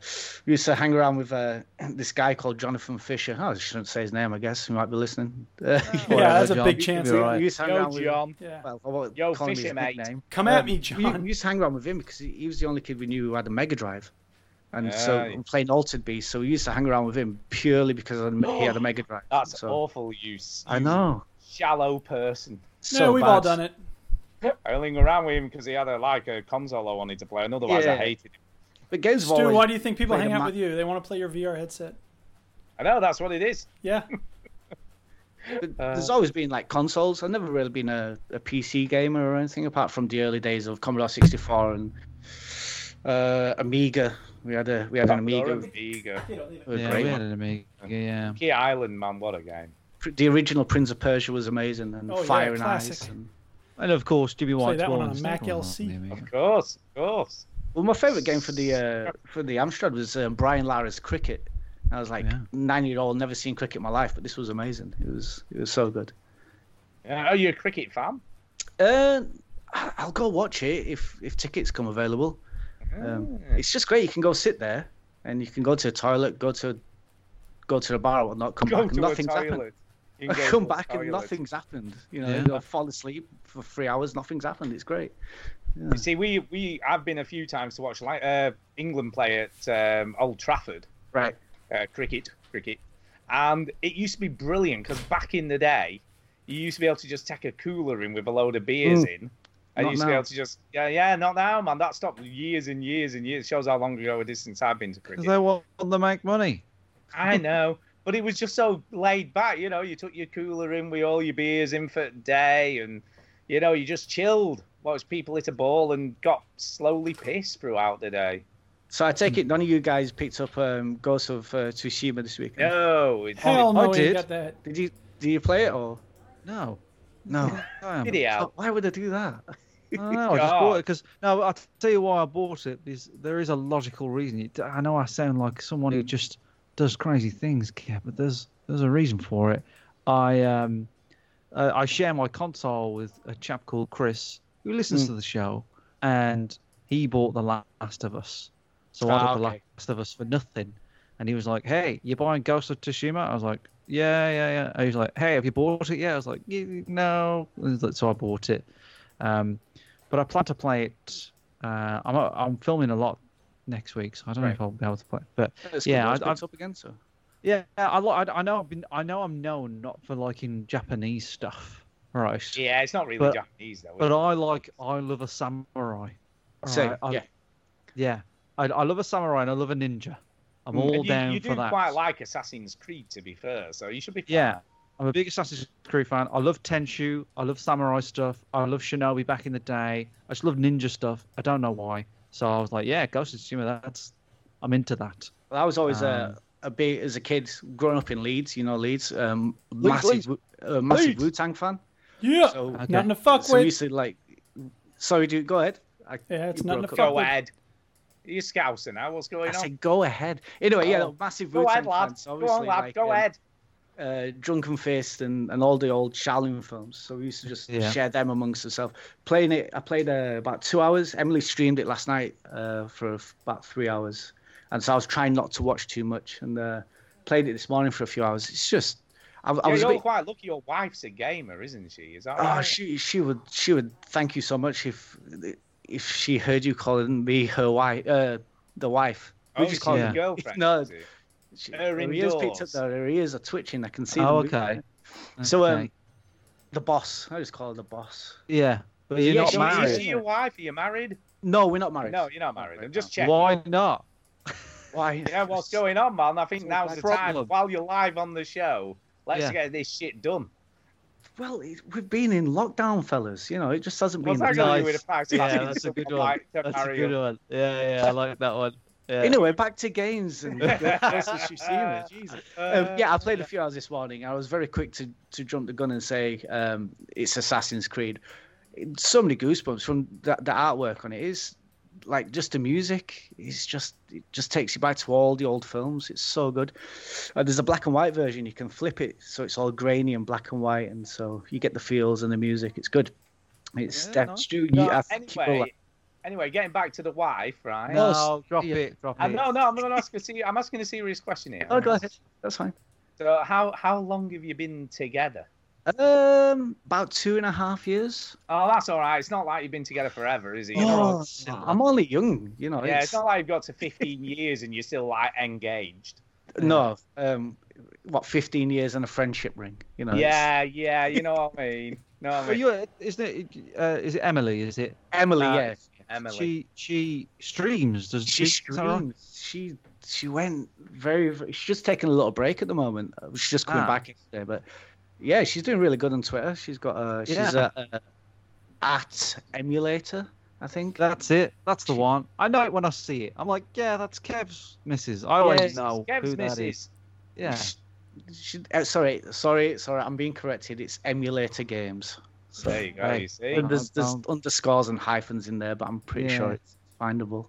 Speaker 18: we used to hang around with uh, this guy called Jonathan Fisher. Oh, I shouldn't say his name, I guess. He might be listening. Uh,
Speaker 2: Yeah, that's a big chance.
Speaker 18: We, we used to hang
Speaker 2: Yo,
Speaker 18: around with
Speaker 2: John. Yeah.
Speaker 18: Well, I won't
Speaker 2: Yo,
Speaker 18: call him his
Speaker 2: Fisher, mate.
Speaker 18: nickname.
Speaker 2: Come at
Speaker 18: Um,
Speaker 2: me, John.
Speaker 18: We, we used to hang around with him because he, he was the only kid we knew who had a Mega Drive. And
Speaker 3: Aye.
Speaker 18: so playing Altered Beast, so we used to hang around with him purely because of the- he had a Mega Drive.
Speaker 3: That's
Speaker 18: so,
Speaker 3: awful, you s-
Speaker 18: I know.
Speaker 3: shallow person.
Speaker 18: So we've all bad. done
Speaker 2: it.
Speaker 3: I only hung around with him because he had a, like a console I wanted to play, and otherwise I
Speaker 18: Yeah.
Speaker 3: hated him.
Speaker 18: But games
Speaker 2: Stu, why do you think people hang out with you? They want to play your VR headset.
Speaker 3: I know that's what it is.
Speaker 2: Yeah. Uh,
Speaker 18: There's always been like consoles. I've never really been a, a PC gamer or anything apart from the early days of Commodore 64 and uh, Amiga. We had a we had an
Speaker 3: Commodore
Speaker 18: Amiga.
Speaker 3: Amiga.
Speaker 18: was
Speaker 4: Yeah,
Speaker 18: great
Speaker 4: we
Speaker 18: one.
Speaker 4: had an Amiga. Yeah.
Speaker 3: Key Island, man, what a game.
Speaker 18: Pr- The original Prince of Persia was amazing, and
Speaker 3: Oh, yeah,
Speaker 18: Fire and Ice.
Speaker 3: classic.
Speaker 18: And...
Speaker 4: And of course, Jimmy
Speaker 18: Play
Speaker 4: White's
Speaker 18: that one
Speaker 4: Wall
Speaker 18: on a
Speaker 4: and
Speaker 18: Mac
Speaker 4: stuff like that.
Speaker 18: LC.
Speaker 4: Yeah,
Speaker 3: Of course, of course.
Speaker 18: Well, my favorite game for the uh, for the Amstrad was um, Brian Lara's Cricket. I was like nine year old, never seen cricket in my life, but this was amazing. It was it was so good.
Speaker 3: Yeah, are you a cricket fan?
Speaker 18: Uh, I- I'll go watch it if if tickets come available. Um,
Speaker 4: Ah.
Speaker 18: It's just great. You can go sit there, and you can go to the toilet, go to go to the bar or whatnot, come
Speaker 12: Go
Speaker 18: back,
Speaker 12: to
Speaker 18: and
Speaker 12: a
Speaker 18: nothing's happened.
Speaker 12: toilet. You can go
Speaker 18: come
Speaker 12: to a
Speaker 18: back and
Speaker 12: toilet.
Speaker 18: nothing's happened. You know,
Speaker 12: Yeah.
Speaker 18: I fall asleep for three hours, nothing's happened. It's great.
Speaker 3: You see, we we I've been a few times to watch like uh, England play at um, Old Trafford,
Speaker 18: right?
Speaker 3: Uh, cricket, cricket, and it used to be brilliant because back in the day, you used to be able to just take a cooler in with a load of beers
Speaker 12: Mm.
Speaker 3: in, and
Speaker 12: Not
Speaker 3: you used to be
Speaker 12: now.
Speaker 3: able to just yeah yeah not now man that stopped years and years and years. It shows how long ago a distance I've been to cricket.
Speaker 4: Because they want to make money.
Speaker 3: I know. But it was just so laid back, you know. You took your cooler in with all your beers in for the day, and you know you just chilled, watched people hit a ball, and got slowly pissed throughout the day.
Speaker 18: So I take it none of you guys picked up um, Ghost of uh, Tsushima this weekend.
Speaker 3: No, it's
Speaker 2: Hell no,
Speaker 18: I
Speaker 2: he
Speaker 18: did.
Speaker 2: got that.
Speaker 18: Did you? Did you play it or? No, no. Damn.
Speaker 4: Idiot.
Speaker 18: Why would I do that?
Speaker 4: I don't know. I just
Speaker 18: God.
Speaker 4: bought it because no. I'll tell you why I bought it. Is there is a logical reason. It- I know I sound like someone
Speaker 18: Mm.
Speaker 4: who just does crazy things, yeah, but there's there's a reason for it. I um, uh, I share my console with a chap called Chris who listens
Speaker 18: Mm.
Speaker 4: to the show, and he bought The Last of Us. So I
Speaker 18: Ah,
Speaker 4: got The
Speaker 18: okay.
Speaker 4: Last of Us for nothing, and he was like, "Hey, you buying Ghost of Tsushima?" I was like, "Yeah, yeah, yeah." And he was like, "Hey, have you bought it yet?" I was like, "Y- "No," so I bought it. Um, but I plan to play it. Uh, I'm I'm filming a lot next week, so I don't know if I'll be able to play. it. But
Speaker 18: It's
Speaker 4: yeah,
Speaker 18: yeah,
Speaker 4: I, I,
Speaker 18: picked up again. So
Speaker 4: yeah, I, li- I, I know I've been I know I'm known not for liking Japanese stuff, right?
Speaker 3: Yeah, it's not really
Speaker 4: But-
Speaker 3: Japanese though. is
Speaker 4: But
Speaker 3: it?
Speaker 4: I like I love a samurai.
Speaker 3: Same,
Speaker 4: Alright, I-
Speaker 3: yeah.
Speaker 4: yeah. I, I love a samurai and I love a ninja. I'm
Speaker 3: Mm.
Speaker 4: all
Speaker 3: And you,
Speaker 4: down
Speaker 3: you
Speaker 4: for
Speaker 3: do
Speaker 4: that.
Speaker 3: quite like Assassin's Creed, to be fair. So you should be.
Speaker 18: Uh,
Speaker 4: Yeah, I'm a big Assassin's Creed fan. I love Tenshu. I love samurai stuff. I love Shinobi back in the day. I just love ninja stuff. I don't know why. So I was like, yeah, Ghost of Tsushima. That's I'm into that.
Speaker 18: Well, I was always uh,
Speaker 4: Um,
Speaker 18: a big as a kid growing up in Leeds. You know Leeds, um,
Speaker 4: Leeds, Leeds.
Speaker 18: massive, Wu- uh, massive
Speaker 4: Leeds.
Speaker 18: Wu Tang fan.
Speaker 2: Yeah,
Speaker 18: so,
Speaker 2: Okay. nothing to fuck
Speaker 18: so we
Speaker 2: with.
Speaker 18: used to like. Sorry, dude. Go ahead. I,
Speaker 2: yeah,
Speaker 18: it's
Speaker 2: nothing to fuck
Speaker 3: Go
Speaker 2: with.
Speaker 3: ahead. You're scousing now. What's going
Speaker 18: I
Speaker 3: on?
Speaker 18: said go ahead. Anyway, yeah,
Speaker 3: Oh.
Speaker 18: massive
Speaker 3: Go
Speaker 18: Wu Tang
Speaker 3: ahead, lad.
Speaker 18: fans.
Speaker 3: Go on,
Speaker 18: Obviously,
Speaker 3: lad.
Speaker 18: Like, um,
Speaker 3: Go ahead.
Speaker 18: Uh, Drunken Fist and, and all the old Shaolin films. So we used to just
Speaker 4: Yeah.
Speaker 18: share them amongst ourselves. Playing it, I played uh, about two hours. Emily streamed it last night uh, for f- about three hours, and so I was trying not to watch too much. And uh, played it this morning for a few hours. It's just, I, I
Speaker 3: yeah,
Speaker 18: was a
Speaker 3: you're
Speaker 18: bit.
Speaker 3: quite lucky. Your wife's a gamer, isn't she? Is that
Speaker 4: Ah,
Speaker 18: Oh,
Speaker 3: right?
Speaker 18: she she would she would thank you so much if if she heard you calling me her wife, uh, the wife.
Speaker 3: Oh, she's
Speaker 18: call
Speaker 3: your
Speaker 18: her-
Speaker 3: girlfriend.
Speaker 18: No,
Speaker 3: is it?
Speaker 18: she,
Speaker 3: Her
Speaker 18: her ears picked up
Speaker 3: indoors.
Speaker 18: though. Her ears are twitching. I can see.
Speaker 4: Oh,
Speaker 18: them moving.
Speaker 4: okay.
Speaker 18: So um,
Speaker 4: Okay.
Speaker 18: the boss. I just call her the boss.
Speaker 4: yeah, but you're
Speaker 18: Yeah,
Speaker 4: not
Speaker 18: she-
Speaker 3: Is
Speaker 4: married.
Speaker 3: she your wife? Are you married?
Speaker 18: No, we're not married.
Speaker 3: No, you're not married. I'm just checking.
Speaker 4: Why not?
Speaker 18: Why?
Speaker 3: Yeah, what's going on, man? I think
Speaker 18: It's
Speaker 3: now's
Speaker 18: my
Speaker 3: the time.
Speaker 18: problem.
Speaker 3: While you're live on the show, let's
Speaker 18: Yeah.
Speaker 3: get this shit done.
Speaker 18: Well, it, we've been in lockdown, fellas. You know, it just hasn't
Speaker 3: Well,
Speaker 18: been.
Speaker 3: thank God you were the price
Speaker 4: Yeah,
Speaker 3: match.
Speaker 4: that's a good
Speaker 3: I'm
Speaker 4: one.
Speaker 3: like, don't
Speaker 4: That's a
Speaker 3: marry
Speaker 4: good
Speaker 3: her.
Speaker 4: one. Yeah, yeah, I like that one. Yeah.
Speaker 18: Anyway, back to games and the places you've seen it. Jesus.
Speaker 15: Uh,
Speaker 18: Um, yeah, I played a few hours this morning. I was very quick to, to jump the gun and say um, it's Assassin's Creed. It- So many goosebumps from the, the artwork on it. Is like just the music. It's just it just takes you back to all the old films. It's so good. Uh, there's a black and white version. You can flip it, so it's all grainy and black and white, and so you get the feels and the music. It's good. It's
Speaker 4: Yeah,
Speaker 18: yeah,
Speaker 4: nice.
Speaker 18: Stu.
Speaker 3: No,
Speaker 18: you- I think you'll
Speaker 3: anyway,
Speaker 18: like-
Speaker 3: anyway, getting back to the wife, right?
Speaker 18: No,
Speaker 4: No, drop it, drop
Speaker 3: Uh,
Speaker 4: it.
Speaker 3: no, no, I'm not asking. a seri- I'm asking a serious question here.
Speaker 18: oh, go ahead. That's fine.
Speaker 3: So, how how long have you been together?
Speaker 18: Um, about two and a half years.
Speaker 3: Oh, that's all right. It's not like you've been together forever, is it? You know,
Speaker 18: Oh, I'm only young, you know.
Speaker 3: yeah, it's
Speaker 18: it's-
Speaker 3: not like you've got to 15 years and you're still like engaged.
Speaker 18: no, um, what 15 years and a friendship ring, you know. it's-
Speaker 3: yeah, yeah, you know what I mean. No, I
Speaker 4: But
Speaker 3: mean,
Speaker 4: you're, isn't it? Uh, is it Emily? Is it?
Speaker 18: Emily,
Speaker 4: Uh,
Speaker 18: yeah,
Speaker 3: Emily.
Speaker 4: She she streams. Does
Speaker 18: she
Speaker 4: she? is that right?
Speaker 18: streams. She she went very, very. She's just taking a little break at the moment. Uh, She's just coming
Speaker 4: Ah.
Speaker 18: back yesterday, but yeah, she's doing really good on Twitter. She's got a she's
Speaker 4: Yeah.
Speaker 18: a, a at emulator, I think.
Speaker 4: That's it. That's the one. I know it when I see it. I'm like, yeah, that's Kev's missus. I always
Speaker 18: Yes,
Speaker 4: know
Speaker 3: Kev's
Speaker 4: who that is.
Speaker 3: missus.
Speaker 4: Yeah.
Speaker 18: She- she- uh, sorry, sorry, sorry. I'm being corrected. It's emulator games. So-
Speaker 3: There you go.
Speaker 4: Right.
Speaker 3: You see.
Speaker 18: And there's, there's
Speaker 4: Countdown.
Speaker 18: underscores and hyphens in there, but I'm pretty
Speaker 4: Yeah.
Speaker 18: sure it's findable.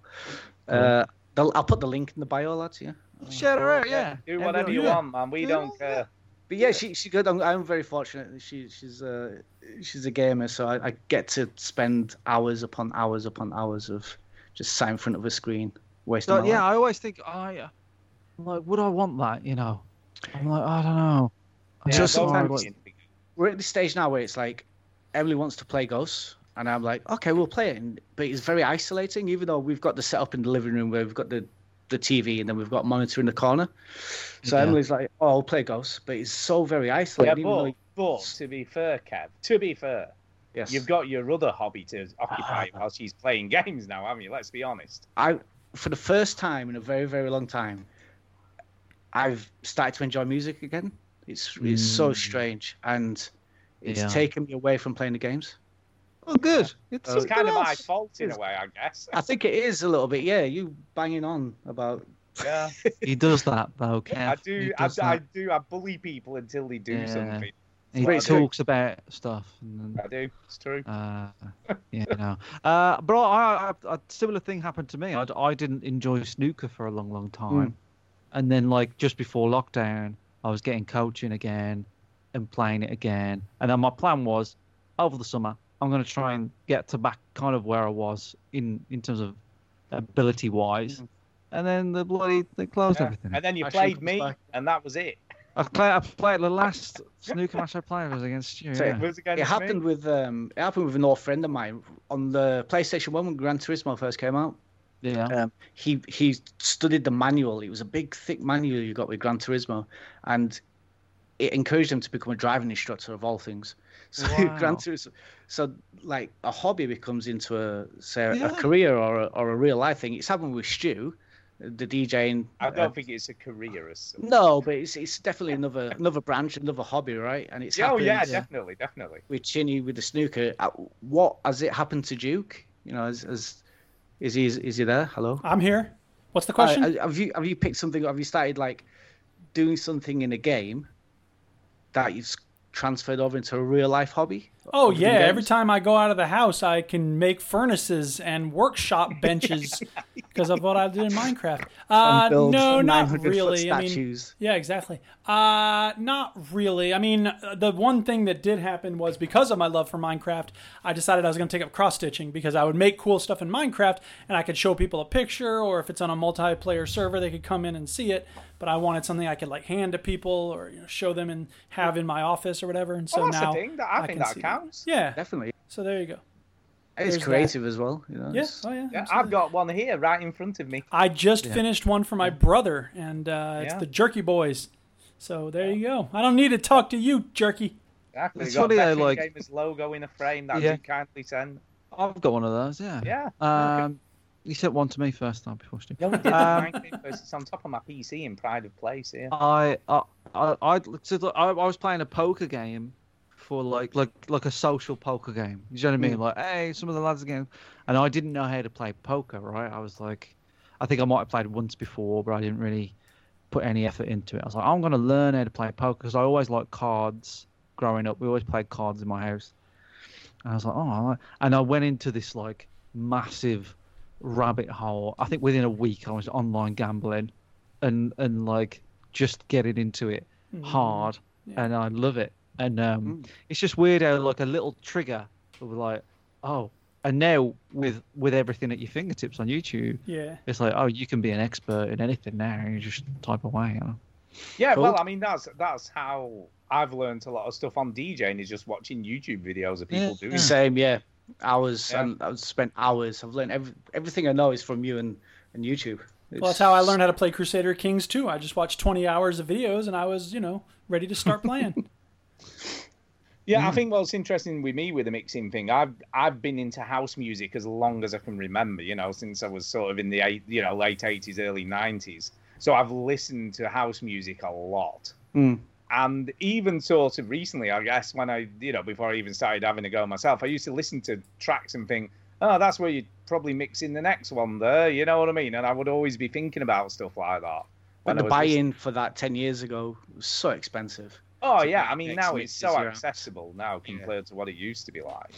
Speaker 18: Uh, they'll- I'll put the link in the bio, lads. Yeah.
Speaker 4: Shout her out, yeah.
Speaker 3: Do whatever you want, man. We don't care.
Speaker 18: But yeah, she she's good. I'm, I'm very fortunate. that She she's uh she's a gamer, so I, I get to spend hours upon hours upon hours of just sat in front of a screen, wasting
Speaker 4: Like,
Speaker 18: my
Speaker 4: yeah,
Speaker 18: life.
Speaker 4: I always think, oh, yeah. I'm like, would I want that? You know, I'm like, I don't know. I'm
Speaker 18: Yeah,
Speaker 4: so
Speaker 18: sometimes-
Speaker 4: sorry, but-
Speaker 18: We're at the stage now where it's like Emily wants to play Ghosts, and I'm like, okay, we'll play it. And, but it's very isolating, even though we've got the setup in the living room where we've got the the TV and then we've got a monitor in the corner. So
Speaker 3: Yeah.
Speaker 18: Emily's like, oh, I'll play Ghosts, but it's so very
Speaker 3: Yeah,
Speaker 18: isolating. even though
Speaker 3: but, but to be fair, Kev, to be fair,
Speaker 18: Yes.
Speaker 3: you've got your other hobby to occupy while she's playing games now, haven't you? Let's be honest.
Speaker 18: I, for the first time in a very, very long time, I've started to enjoy music again. It's it's so
Speaker 4: Mm.
Speaker 18: strange, and it's
Speaker 4: Yeah.
Speaker 18: taken me away from playing the games.
Speaker 4: Oh, good. It's,
Speaker 3: It's kind of my
Speaker 18: else.
Speaker 3: fault in a
Speaker 18: It's-
Speaker 3: way, I guess.
Speaker 18: Uh, I think it is a little bit. Yeah, you banging on about.
Speaker 3: Yeah.
Speaker 4: he does that though, Kev.
Speaker 3: I
Speaker 4: He
Speaker 3: do, I,
Speaker 4: does
Speaker 3: I
Speaker 4: that.
Speaker 3: do, I bully people until they do
Speaker 4: Yeah.
Speaker 3: something.
Speaker 4: He
Speaker 3: Well, I do.
Speaker 4: talks about stuff. And
Speaker 3: I do. It's true.
Speaker 4: Uh, you know, uh, but I, I, a similar thing happened to me. I, I didn't enjoy snooker for a long, long
Speaker 3: Mm.
Speaker 4: time, and then like just before lockdown, I was getting coaching again and playing it again. And then my plan was over the summer, I'm going to try and get to back kind of where I was in in terms of ability wise. And then the bloody they closed
Speaker 3: Mm. Yeah.
Speaker 4: everything.
Speaker 3: And then you
Speaker 4: I
Speaker 3: played
Speaker 4: should-
Speaker 3: me, and that was it.
Speaker 4: I played. I played the last snooker match I played was against you.
Speaker 18: So
Speaker 4: yeah.
Speaker 18: it happened with um, it happened with an old friend of mine on the PlayStation One when Gran Turismo first came out.
Speaker 4: Yeah.
Speaker 18: Um, he he studied the manual. It was a big thick manual you got with Gran Turismo, and it encouraged him to become a driving instructor of all things. So
Speaker 4: Wow.
Speaker 18: Gran Turismo, so like a hobby becomes into a say a
Speaker 3: Yeah.
Speaker 18: career or a, or a real life thing. It's happened with Stu, the DJing.
Speaker 3: I
Speaker 18: uh,
Speaker 3: don't think it's a career as such.
Speaker 18: no, but it's it's definitely another another branch, another hobby, right? And it's
Speaker 3: oh, yeah,
Speaker 18: happened- uh,
Speaker 3: definitely, definitely.
Speaker 18: with Chinny with the snooker. uh, What has it happened to Duke? You know, is is, is he is he there? Hello. Uh,
Speaker 2: I'm here. What's the question?
Speaker 18: have you have you picked something? Have you started like doing something in a game that you've s- transferred over into a real life hobby?
Speaker 2: Oh
Speaker 18: Other than
Speaker 2: yeah! Every
Speaker 18: games?
Speaker 2: time I go out of the house, I can make furnaces and workshop benches because of what I did in Minecraft. Uh,
Speaker 18: And build
Speaker 2: no, not
Speaker 18: 900 foot
Speaker 2: really. I mean,
Speaker 18: statues.
Speaker 2: yeah, exactly. Uh, not really. I mean, uh, the one thing that did happen was because of my love for Minecraft, I decided I was going to take up cross stitching because I would make cool stuff in Minecraft and I could show people a picture, or if it's on a multiplayer server, they could come in and see it. But I wanted something I could like hand to people or you know, show them and have in my office or whatever. And so
Speaker 3: Well, that's the
Speaker 2: now
Speaker 3: thing, that- I think
Speaker 2: can
Speaker 3: that
Speaker 2: see
Speaker 3: counts.
Speaker 2: Yeah,
Speaker 18: definitely.
Speaker 2: So there you go.
Speaker 18: It's
Speaker 2: There's that.
Speaker 18: creative as well. You know.
Speaker 2: Yeah.
Speaker 18: it's-
Speaker 2: Oh yeah.
Speaker 3: Yeah,
Speaker 2: absolutely.
Speaker 3: I've got one here right in front of me.
Speaker 2: I just
Speaker 3: Yeah.
Speaker 2: finished one for my brother, and uh, it's
Speaker 3: Yeah.
Speaker 2: the Jerky Boys. So there you go. I don't need to talk to you, Jerky.
Speaker 3: Exactly.
Speaker 4: It's
Speaker 3: got
Speaker 4: funny how,
Speaker 3: Veteran
Speaker 4: like-
Speaker 3: Gamers logo in a frame that
Speaker 4: Yeah.
Speaker 3: you kindly sent.
Speaker 4: I've got one of those. Yeah.
Speaker 3: Yeah.
Speaker 4: Um, you sent one to me first time before Stu.
Speaker 3: No, we didn't.
Speaker 4: Um,
Speaker 3: Mine came first. It's on top of my PC in pride of place here.
Speaker 18: Oh,
Speaker 4: I, I, I, I, so the- I, I was playing a poker game for like, like, like a social poker game. You know what I mean?
Speaker 18: Mm.
Speaker 4: Like, hey, some of the lads again, and I didn't know how to play poker. Right? I was like, I think I might have played once before, but I didn't really put any effort into it. I was like, I'm going to learn how to play poker because I always liked cards. Growing up, we always played cards in my house. And I was like, oh, all right. and I went into this like massive rabbit hole. I think within a week, I was online gambling, and and like just getting into it
Speaker 2: Mm.
Speaker 4: hard,
Speaker 2: Yeah.
Speaker 4: and I love it. And um, it's just weird how like a little trigger of like, oh, and now with with everything at your fingertips on YouTube,
Speaker 2: Yeah.
Speaker 4: it's like, oh, you can be an expert in anything now. You just type away. You know?
Speaker 3: Yeah, well,
Speaker 4: Cool.
Speaker 3: I mean that's that's how I've learned a lot of stuff on DJing is just watching YouTube videos of people doing it.
Speaker 18: Same, yeah. Hours.
Speaker 3: Yeah.
Speaker 18: And I've spent hours. I've learned every, everything I know is from you and, and YouTube.
Speaker 2: Well, that's how I learned how to play Crusader Kings too. I just watched 20 hours of videos, and I was, you know, ready to start playing.
Speaker 3: Yeah,
Speaker 18: Mm.
Speaker 3: I think what's interesting with me with the mixing thing, I've I've been into house music as long as I can remember, you know, since I was sort of in the eight, you know late eighties, early nineties. So I've listened to house music a lot,
Speaker 18: Mm.
Speaker 3: and even sort of recently, I guess when I you know before I even started having a go myself, I used to listen to tracks and think, oh, that's where you'd probably mix in the next one there, you know what I mean? And I would always be thinking about stuff like that.
Speaker 18: But
Speaker 3: when I
Speaker 18: the
Speaker 3: was
Speaker 18: buy
Speaker 3: listening.
Speaker 18: in for that 10 years ago was so expensive.
Speaker 3: Oh
Speaker 18: to
Speaker 3: yeah,
Speaker 18: get
Speaker 3: I mean
Speaker 18: X
Speaker 3: now it's
Speaker 18: mixes
Speaker 3: so
Speaker 18: around.
Speaker 3: accessible now compared to what it used to be like.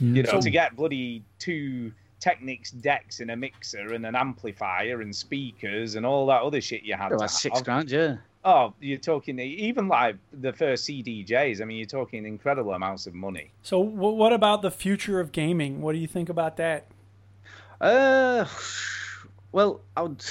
Speaker 18: Mm.
Speaker 3: You know,
Speaker 18: So-
Speaker 3: to get bloody two Technics decks and a mixer and an amplifier and speakers and all that other shit you had.
Speaker 18: They're
Speaker 3: to
Speaker 18: like six
Speaker 3: have.
Speaker 18: grand, yeah.
Speaker 3: Oh, you're talking even like the first CDJs. I mean, you're talking incredible amounts of money.
Speaker 2: so, w- what about the future of gaming? What do you think about that?
Speaker 18: Uh, well, I would.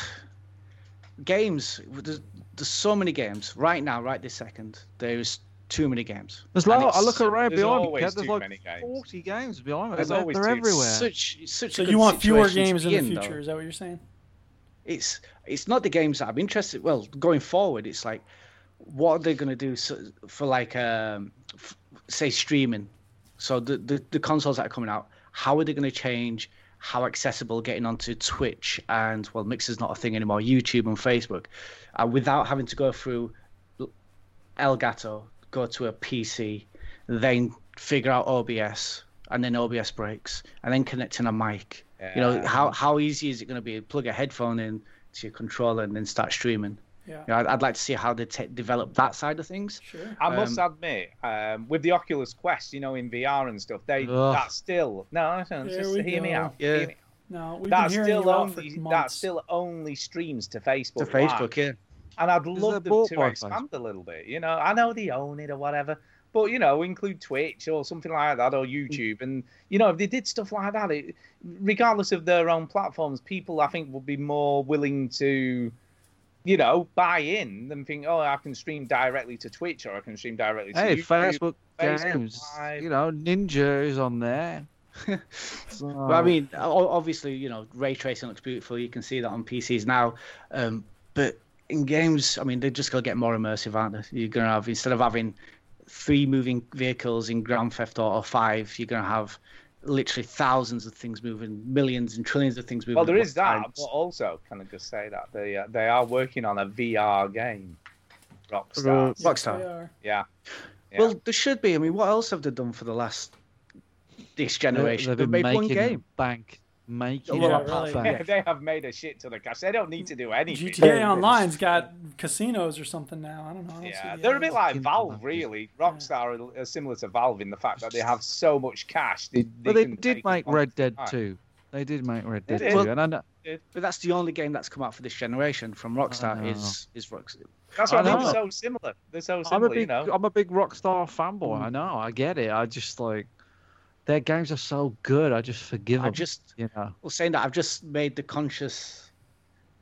Speaker 18: Games. There's, there's so many games right now, right this second. There's too many games.
Speaker 4: There's like,
Speaker 18: And it's-
Speaker 4: I look around
Speaker 18: There's
Speaker 4: behind me,
Speaker 18: always
Speaker 4: Kev, there's
Speaker 18: too
Speaker 4: like
Speaker 18: many games.
Speaker 4: 40 games behind me.
Speaker 18: There's
Speaker 4: They're,
Speaker 18: always
Speaker 4: they're
Speaker 18: too-
Speaker 4: everywhere.
Speaker 18: Such, such
Speaker 2: So
Speaker 18: a
Speaker 2: you
Speaker 18: good
Speaker 2: want fewer
Speaker 18: situation to
Speaker 2: games in
Speaker 18: be
Speaker 2: the
Speaker 18: though.
Speaker 2: future? Is that what you're saying?
Speaker 18: it's it's not the games that I'm interested. Well, going forward, it's like what are they going to do so, for like um, f- say streaming? So the, the the consoles that are coming out, how are they going to change how accessible getting onto Twitch and well, Mixer's not a thing anymore, YouTube and Facebook, uh, without having to go through Elgato, go to a PC, then figure out OBS, and then OBS breaks, and then connecting a mic. You know,
Speaker 17: Yeah.
Speaker 18: how how easy is it going to be? Plug a headphone in to your controller and then start streaming.
Speaker 2: Yeah.
Speaker 18: You know, I'd, I'd like to see how they te- develop that side of things.
Speaker 2: Sure.
Speaker 3: I must
Speaker 18: Um,
Speaker 3: admit, um, with the Oculus Quest, you know, in VR and stuff, they
Speaker 18: Ugh.
Speaker 3: that's still no, no, no
Speaker 2: There
Speaker 3: just
Speaker 2: we
Speaker 3: hear me
Speaker 2: go.
Speaker 3: out.
Speaker 18: Yeah.
Speaker 3: hear me out.
Speaker 2: No, we've
Speaker 3: That
Speaker 2: been hearing you
Speaker 3: still
Speaker 2: out for
Speaker 3: only that
Speaker 2: months.
Speaker 3: still only streams to
Speaker 18: To
Speaker 3: Facebook.
Speaker 18: Facebook,
Speaker 3: Live.
Speaker 18: yeah.
Speaker 3: And
Speaker 18: Is
Speaker 3: I'd love
Speaker 18: that
Speaker 3: them
Speaker 18: bought
Speaker 3: to
Speaker 18: by
Speaker 3: expand a little bit. You know, I know they own it or whatever, but you know, include Twitch or something like that or YouTube. And you know, if they did stuff like that, it, regardless of their own platforms, people I think would be more willing to, you know, buy in than think, oh, I can stream directly to Twitch or I can stream directly to
Speaker 4: Hey,
Speaker 3: YouTube.
Speaker 4: Facebook, games. You know, Ninja is on there. So-
Speaker 18: Well, I mean, o- obviously, you know, ray tracing looks beautiful. You can see that on PCs now. Um, but in games, I mean, they're just going to get more immersive, aren't they? You're going to have, instead of having three moving vehicles in Grand Theft Auto 5, you're going to have literally thousands of things moving, millions and trillions of things moving.
Speaker 3: Well, there
Speaker 18: at
Speaker 3: is that,
Speaker 18: once.
Speaker 3: but also, can I just say that they uh, they are working on a VR game, Rockstar.
Speaker 18: Uh, Rockstar. Yes, they
Speaker 2: are.
Speaker 3: Yeah.
Speaker 18: Well, there should be. I mean, what else have they done for the last this generation?
Speaker 4: They've
Speaker 18: They've,
Speaker 4: been
Speaker 18: made one
Speaker 4: making
Speaker 18: game.
Speaker 4: Bank. Making
Speaker 18: Well,
Speaker 4: it
Speaker 18: apart
Speaker 4: back.
Speaker 3: they have made a shit ton of cash. They don't need to do anything.
Speaker 2: GTA Online's got casinos or something now. I don't know. I don't
Speaker 3: Yeah,
Speaker 2: see the
Speaker 3: they're a bit
Speaker 2: others.
Speaker 3: like Valve, really. Rockstar are similar to Valve in the fact that they have so much cash. They, they
Speaker 4: But they
Speaker 3: can
Speaker 4: did
Speaker 3: take
Speaker 4: make
Speaker 3: on-
Speaker 4: Red Dead
Speaker 3: Right.
Speaker 4: 2. They did make Red
Speaker 18: They
Speaker 4: Dead
Speaker 18: did.
Speaker 4: 2. And I know,
Speaker 18: But that's the only game that's come out for this generation from Rockstar
Speaker 4: know.
Speaker 18: is is Rockstar.
Speaker 3: That's why
Speaker 4: I
Speaker 3: they're
Speaker 4: know.
Speaker 3: so similar. They're so
Speaker 4: I'm a
Speaker 3: similar,
Speaker 4: big
Speaker 3: you know.
Speaker 4: I'm a big Rockstar fanboy.
Speaker 18: Mm.
Speaker 4: I know. I get it. I just like their games are so good. I just forgive
Speaker 18: I
Speaker 4: them.
Speaker 18: just-
Speaker 4: you know.
Speaker 18: Well, saying that, I've just made the conscious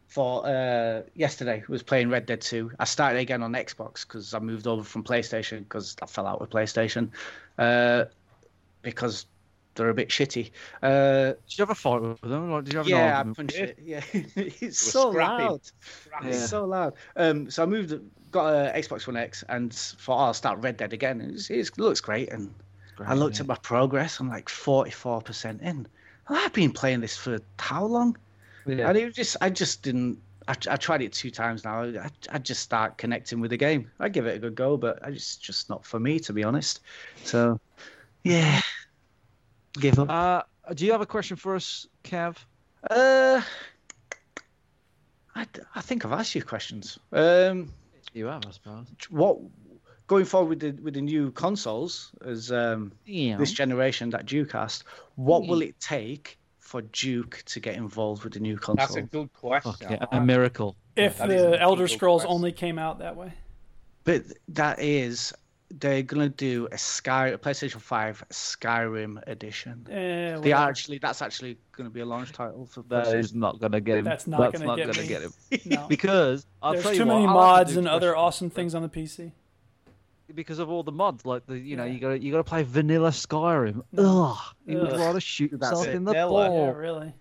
Speaker 18: thought uh, yesterday. was playing Red Dead 2. I started again on Xbox because I moved over from PlayStation because I fell out with PlayStation uh, because they're a bit shitty. Uh,
Speaker 4: Did you have a fight with them? Like, did you have an
Speaker 18: yeah, I
Speaker 4: argument?
Speaker 18: punched it. Yeah, it's
Speaker 4: were
Speaker 18: so
Speaker 4: scrapping.
Speaker 18: loud.
Speaker 4: Yeah.
Speaker 18: It's so loud. Um, so I moved, got a Xbox One X, and thought oh, I'll start Red Dead again. And It's, it's, it looks great, and I looked at my progress. I'm like 44 percent in. I've been playing this for how long?
Speaker 4: Yeah.
Speaker 18: And it was just, I just didn't. I, I tried it two times now. I, I just start connecting with the game. I give it a good go, but I just just not for me to be honest. So, yeah, give up.
Speaker 4: Uh, do you have a question for us, Kev?
Speaker 18: Uh, I, d- I think I've asked you questions. Um,
Speaker 4: you have, I suppose.
Speaker 18: What going forward with the with the new consoles as um,
Speaker 4: Yeah.
Speaker 18: this generation that Duke asked, what will
Speaker 4: Yeah.
Speaker 18: it take for Duke to get involved with the new console?
Speaker 3: That's a good question.
Speaker 4: Fuck yeah, a miracle.
Speaker 2: If
Speaker 18: That is
Speaker 2: the
Speaker 18: a
Speaker 2: Elder
Speaker 18: difficult
Speaker 2: Scrolls
Speaker 18: question.
Speaker 2: only came out that way,
Speaker 18: But that is they're gonna do a Sky a PlayStation Five Skyrim edition.
Speaker 2: Eh,
Speaker 18: they
Speaker 2: whatever.
Speaker 18: are actually that's actually gonna be a launch title for
Speaker 4: That
Speaker 18: PlayStation.
Speaker 4: is not gonna get him.
Speaker 2: That's not gonna get me.
Speaker 4: him.
Speaker 2: No.
Speaker 4: Because I'll
Speaker 2: there's
Speaker 4: tell you
Speaker 2: too
Speaker 4: what,
Speaker 2: many
Speaker 4: I'll have to
Speaker 2: mods
Speaker 4: do
Speaker 2: and other
Speaker 4: questions
Speaker 2: awesome things on the PC.
Speaker 4: because of all the mods. Like the you know you got to you got to play vanilla Skyrim. Ugh, you would
Speaker 18: Ugh.
Speaker 4: rather shoot
Speaker 18: That's
Speaker 4: yourself
Speaker 18: it.
Speaker 4: in the
Speaker 18: Vanilla.
Speaker 4: ball.
Speaker 18: Yeah,
Speaker 2: really.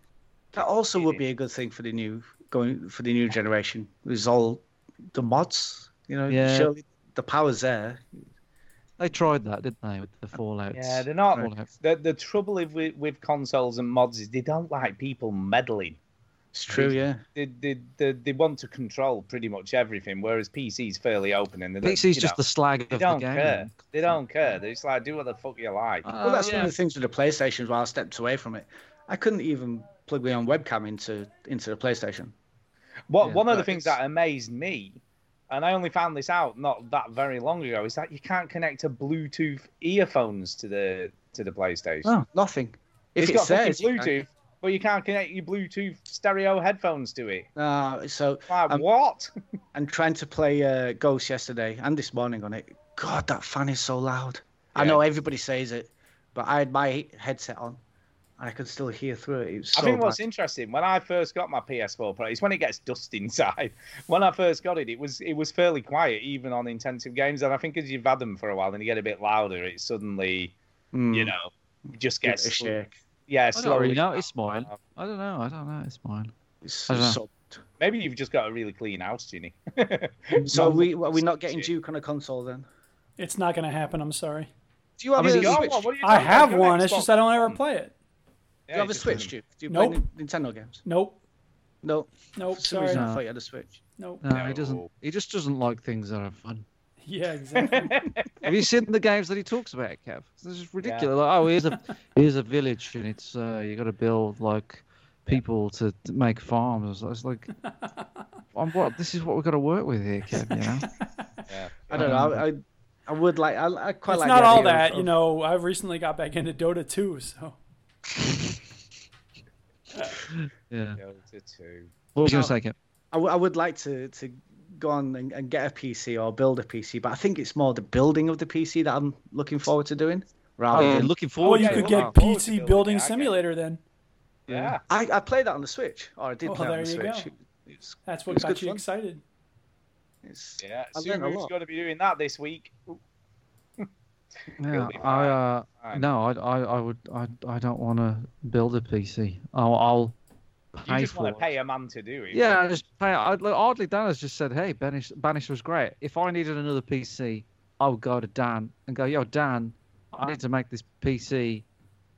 Speaker 18: That also would be a good thing for the new going for the new generation. Is all the mods, you know?
Speaker 4: Yeah.
Speaker 18: Surely the power's there.
Speaker 4: They tried that, didn't they, with the Fallout?
Speaker 3: Yeah, they're not.
Speaker 4: Fallout.
Speaker 3: The, the trouble is with, with consoles and mods is they don't like people meddling.
Speaker 18: It's true, yeah.
Speaker 3: They, they, they, they want to control pretty much everything, whereas PC's fairly open and they don't-
Speaker 4: PC's
Speaker 3: you
Speaker 4: just
Speaker 3: know,
Speaker 4: the slag of
Speaker 3: they
Speaker 4: the
Speaker 3: don't
Speaker 4: game.
Speaker 3: care. They don't care. They're just like do what the fuck you like.
Speaker 18: well, that's
Speaker 4: Uh,
Speaker 18: one of the things with the PlayStation. While I stepped away from it, I couldn't even plug my own webcam into into the PlayStation.
Speaker 3: What
Speaker 18: Yeah,
Speaker 3: one of the
Speaker 18: but
Speaker 3: things
Speaker 18: it's-
Speaker 3: that amazed me, and I only found this out not that very long ago, is that you can't connect a Bluetooth earphones to the to the PlayStation.
Speaker 18: Oh, nothing. If
Speaker 3: it's
Speaker 18: it
Speaker 3: got fucking
Speaker 18: says you can.
Speaker 3: Bluetooth, but you can't connect your Bluetooth stereo headphones to it.
Speaker 18: Uh, so
Speaker 3: Like what?
Speaker 18: and trying to play uh, Ghost yesterday and this morning on it. God, that fan is so loud. I know everybody says it, but I had my headset on, and I could still hear through it. it was
Speaker 3: I
Speaker 18: so
Speaker 3: think what's
Speaker 18: bad.
Speaker 3: interesting when I first got my PS4 Pro is when it gets dust inside. When I first got it, it was it was fairly quiet even on intensive games, and I think as you've had them for a while and you get a bit louder, it suddenly,
Speaker 4: Mm.
Speaker 3: you know, it just
Speaker 4: Give
Speaker 3: gets
Speaker 4: it a shake.
Speaker 3: Yeah,
Speaker 4: I don't
Speaker 3: slowly. Um,
Speaker 4: really know. It's mine. I don't know. I don't know. It's mine.
Speaker 18: It's
Speaker 4: I don't know.
Speaker 3: Maybe you've just got a really clean house, Ginny.
Speaker 18: So are we are we not getting Duke on a console then?
Speaker 2: It's not going to happen. I'm sorry.
Speaker 18: Do you have I mean, a you got Switch? one, what are you
Speaker 2: I
Speaker 18: talking about?
Speaker 2: have
Speaker 18: You have an
Speaker 2: one. It's just
Speaker 18: Xbox
Speaker 2: I don't ever play it.
Speaker 18: do you have a Switch, Duke? Do you
Speaker 2: Nope.
Speaker 18: play Nin- Nintendo games?
Speaker 2: Nope.
Speaker 18: Nope.
Speaker 2: Nope.
Speaker 18: For some reason, I
Speaker 4: sorry.
Speaker 18: thought you had a Switch.
Speaker 2: Nope.
Speaker 4: No, he doesn't. He just doesn't like things that are fun.
Speaker 2: Yeah, exactly.
Speaker 4: Have you seen the games that he talks about, Kev? This is ridiculous. Like, oh, here's a here's a village, and it's uh, you got to build like people to, to make farms. It's like, I'm, what? This is what we've got to work with here, Kev. You know.
Speaker 18: I don't know. I, I, I would like. I, I quite
Speaker 2: it's
Speaker 18: like.
Speaker 2: not
Speaker 18: the
Speaker 2: all
Speaker 18: idea
Speaker 2: that,
Speaker 18: of-
Speaker 2: you know. I've recently got back into Dota 2, so
Speaker 4: Yeah.
Speaker 3: Dota 2.
Speaker 4: What was you gonna
Speaker 18: No.
Speaker 4: say, Kev?
Speaker 18: I, w- I would like to to go on and, and get a PC or build a PC, but I think it's more the building of the PC that I'm looking forward to doing rather
Speaker 4: Oh, yeah,
Speaker 18: than
Speaker 4: looking
Speaker 2: well, Oh, you could get PC building simulator then.
Speaker 18: Yeah, I, I played that on the Switch, or I did
Speaker 2: Well,
Speaker 18: play it on
Speaker 2: Oh, there you
Speaker 18: the
Speaker 2: go.
Speaker 18: Switch.
Speaker 2: That's what
Speaker 18: it's
Speaker 2: got
Speaker 18: good
Speaker 2: you
Speaker 18: fun.
Speaker 2: excited.
Speaker 3: Yeah,
Speaker 18: I learned a
Speaker 3: Subaru's
Speaker 18: lot.
Speaker 3: going to be doing that this week.
Speaker 4: Yeah, I uh, no, I, I I would I I don't want to build a PC. I'll, I'll
Speaker 3: You
Speaker 4: pay
Speaker 3: just
Speaker 4: for
Speaker 3: want
Speaker 4: it.
Speaker 3: to pay a man to do it.
Speaker 4: Yeah, I just pay. I, like, oddly, Dan has just said, "Hey, Banish, Banish was great. If I needed another PC, I would go to Dan and go, yo, Dan, I need to make this PC.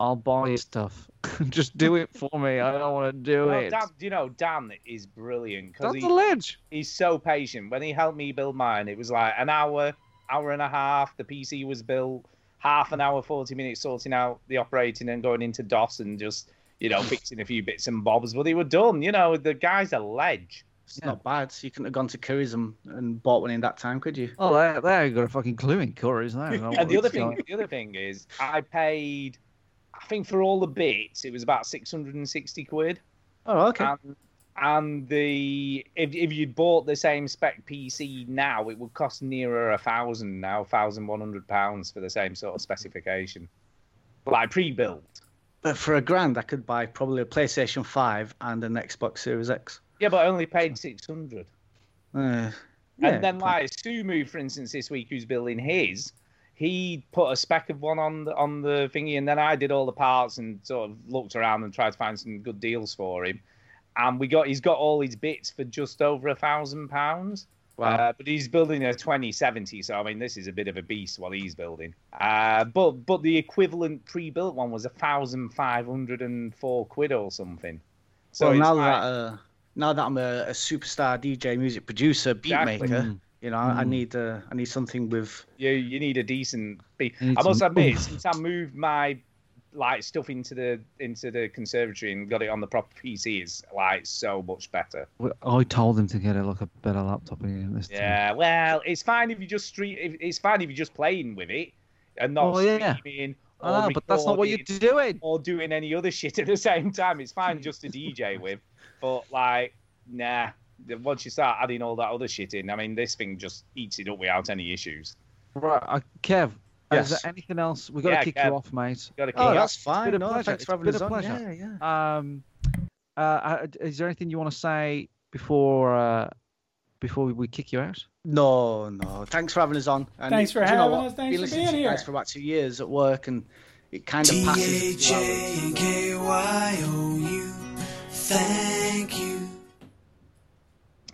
Speaker 4: I'll buy you stuff. just do it for me. I don't want to do
Speaker 3: Well,
Speaker 4: it."
Speaker 3: Dan, you know, Dan is brilliant because
Speaker 4: Dan's
Speaker 3: he,
Speaker 4: a ledge.
Speaker 3: he's so patient. When he helped me build mine, it was like an hour, hour and a half. The PC was built, half an hour, 40 minutes sorting out the operating and going into DOS and just, you know, fixing a few bits and bobs. But they were done. You know, the guy's a ledge.
Speaker 18: It's not bad. So you couldn't have gone to Curism and bought one in that time, could you?
Speaker 4: Oh, they they ain't got a fucking clue in Curry's now.
Speaker 3: and the other thing, the other thing is, I paid, I think for all the bits, it was about six hundred and sixty quid.
Speaker 18: Oh, okay.
Speaker 3: And, and the if if you'd bought the same spec PC now, it would cost nearer a thousand now, thousand one hundred pounds for the same sort of specification, like pre-built.
Speaker 18: But for a grand, I could buy probably a PlayStation Five and an Xbox Series X.
Speaker 3: Yeah, but I only paid six hundred.
Speaker 18: Uh, yeah.
Speaker 3: And then, like Sumu, for instance, this week, who's building his, he put a spec of one on the on the thingy, and then I did all the parts and sort of looked around and tried to find some good deals for him. And we got he's got all his bits for just over a thousand pounds.
Speaker 18: Wow.
Speaker 3: Uh, but he's building a 2070, so I mean, this is a bit of a beast what he's building. Uh, but but the equivalent pre-built one was a thousand five hundred and four quid or something. So
Speaker 18: well,
Speaker 3: it's
Speaker 18: now
Speaker 3: like-
Speaker 18: that uh, now that I'm a, a superstar DJ, music producer, beat
Speaker 3: Exactly.
Speaker 18: maker,
Speaker 3: Mm.
Speaker 18: you know, I I
Speaker 3: Mm.
Speaker 18: need uh, I need something with
Speaker 3: you you need a decent beat.
Speaker 18: Need
Speaker 3: I must
Speaker 18: some
Speaker 3: admit,
Speaker 18: oomph.
Speaker 3: since I moved my like stuff into the into the conservatory and got it on the proper PC, it's like so much better.
Speaker 4: Well, I told him to get a like a better laptop and he didn't listen to me.
Speaker 3: Yeah, well, it's fine if you just stream. If, it's fine if you're just playing with it and not
Speaker 4: Oh, yeah.
Speaker 3: streaming.
Speaker 4: I
Speaker 3: or
Speaker 4: know, but that's not what you're
Speaker 3: recording
Speaker 4: doing.
Speaker 3: Or doing any other shit at the same time. It's fine just to DJ with, but like, nah. the- Once you start adding all that other shit in, I mean, this thing just eats it up without any issues.
Speaker 4: Right, uh, Kev. Is
Speaker 3: Yes.
Speaker 4: there anything else? We've got
Speaker 3: Yeah,
Speaker 4: to kick
Speaker 3: Kev.
Speaker 4: you off, mate.
Speaker 3: Gotta kick Oh, you that's off. fine.
Speaker 4: It's been a
Speaker 3: No,
Speaker 4: pleasure.
Speaker 3: thanks for
Speaker 4: It's been
Speaker 3: having
Speaker 4: a
Speaker 3: us
Speaker 4: pleasure.
Speaker 3: on.
Speaker 4: yeah. Um, uh, uh, is there anything you want to say before uh, before we kick you out?
Speaker 18: No, no. Thanks for having us on. And
Speaker 4: Thanks for
Speaker 18: do you know
Speaker 4: having
Speaker 18: what?
Speaker 4: us. Thanks
Speaker 18: We
Speaker 4: for
Speaker 18: listened
Speaker 4: being
Speaker 18: to you
Speaker 4: here.
Speaker 18: guys for about two years at work, and it kind of passes.
Speaker 5: T-H-A-N-K-Y-O-U. Thank you.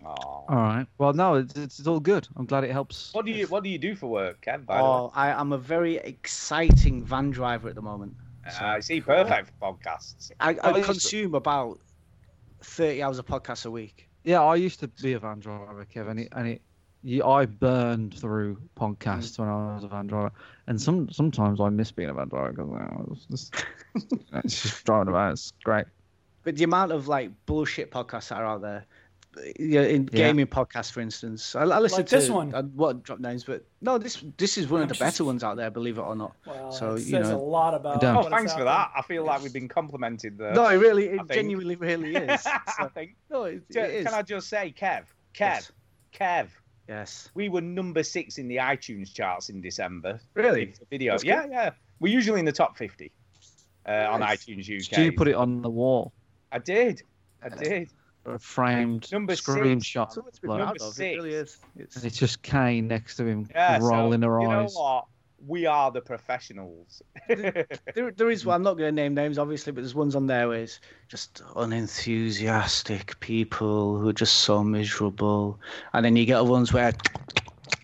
Speaker 3: Aw.
Speaker 4: All right. Well, no, it's, it's, it's all good. I'm glad it helps.
Speaker 3: What do you What do you do for work, Ken? By the way,
Speaker 18: Oh, I, I'm a very exciting van driver at the moment.
Speaker 3: uh, see, perfect for podcasts.
Speaker 18: I,
Speaker 4: Oh,
Speaker 18: I
Speaker 4: you-
Speaker 18: consume about thirty hours of podcasts a week.
Speaker 4: Yeah, I used to be a van driver, Kev, and it, and it you, I burned through podcasts when I was a van driver, and some sometimes I miss being a van driver because it's just, it's just driving about. It's great.
Speaker 18: But the amount of like bullshit podcasts that are out there, you know, in
Speaker 4: Yeah.
Speaker 18: gaming podcasts, for instance, I, I listen
Speaker 2: Like
Speaker 18: to
Speaker 2: this one.
Speaker 18: I won't drop names, but no, this this is one of the better ones out there, believe it or not.
Speaker 2: Wow,
Speaker 18: so
Speaker 2: that
Speaker 18: you
Speaker 2: says
Speaker 18: know,
Speaker 2: a lot about.
Speaker 18: don't.
Speaker 3: Oh,
Speaker 2: what it's
Speaker 3: thanks
Speaker 2: out
Speaker 3: for
Speaker 2: there.
Speaker 3: that. I feel like we've been complimented there.
Speaker 18: No, it really, it
Speaker 3: I think.
Speaker 18: genuinely, really is.
Speaker 3: I
Speaker 18: So-
Speaker 3: think.
Speaker 18: No, it,
Speaker 3: Ju-
Speaker 18: it is.
Speaker 3: Can I just say, Kev, Kev,
Speaker 18: Yes.
Speaker 3: Kev?
Speaker 18: Yes.
Speaker 3: We were number six in the iTunes charts in December.
Speaker 18: Really?
Speaker 3: For Video.
Speaker 18: That's
Speaker 3: Yeah,
Speaker 18: good.
Speaker 3: yeah. We're usually in the top fifty. uh, on iTunes UK.
Speaker 4: Stu put it on the wall
Speaker 3: I did. I did.
Speaker 4: for a framed
Speaker 3: Number six.
Speaker 4: screenshot.
Speaker 3: So it's
Speaker 4: Like,
Speaker 3: number six.
Speaker 4: and it's just Kane next to him,
Speaker 3: Yeah, so,
Speaker 4: rolling her
Speaker 3: you
Speaker 4: eyes.
Speaker 3: know what? We are the professionals.
Speaker 18: there, there is one. I'm not going to name names, obviously, but there's ones on there where it's just unenthusiastic people who are just so miserable, and then you get other ones where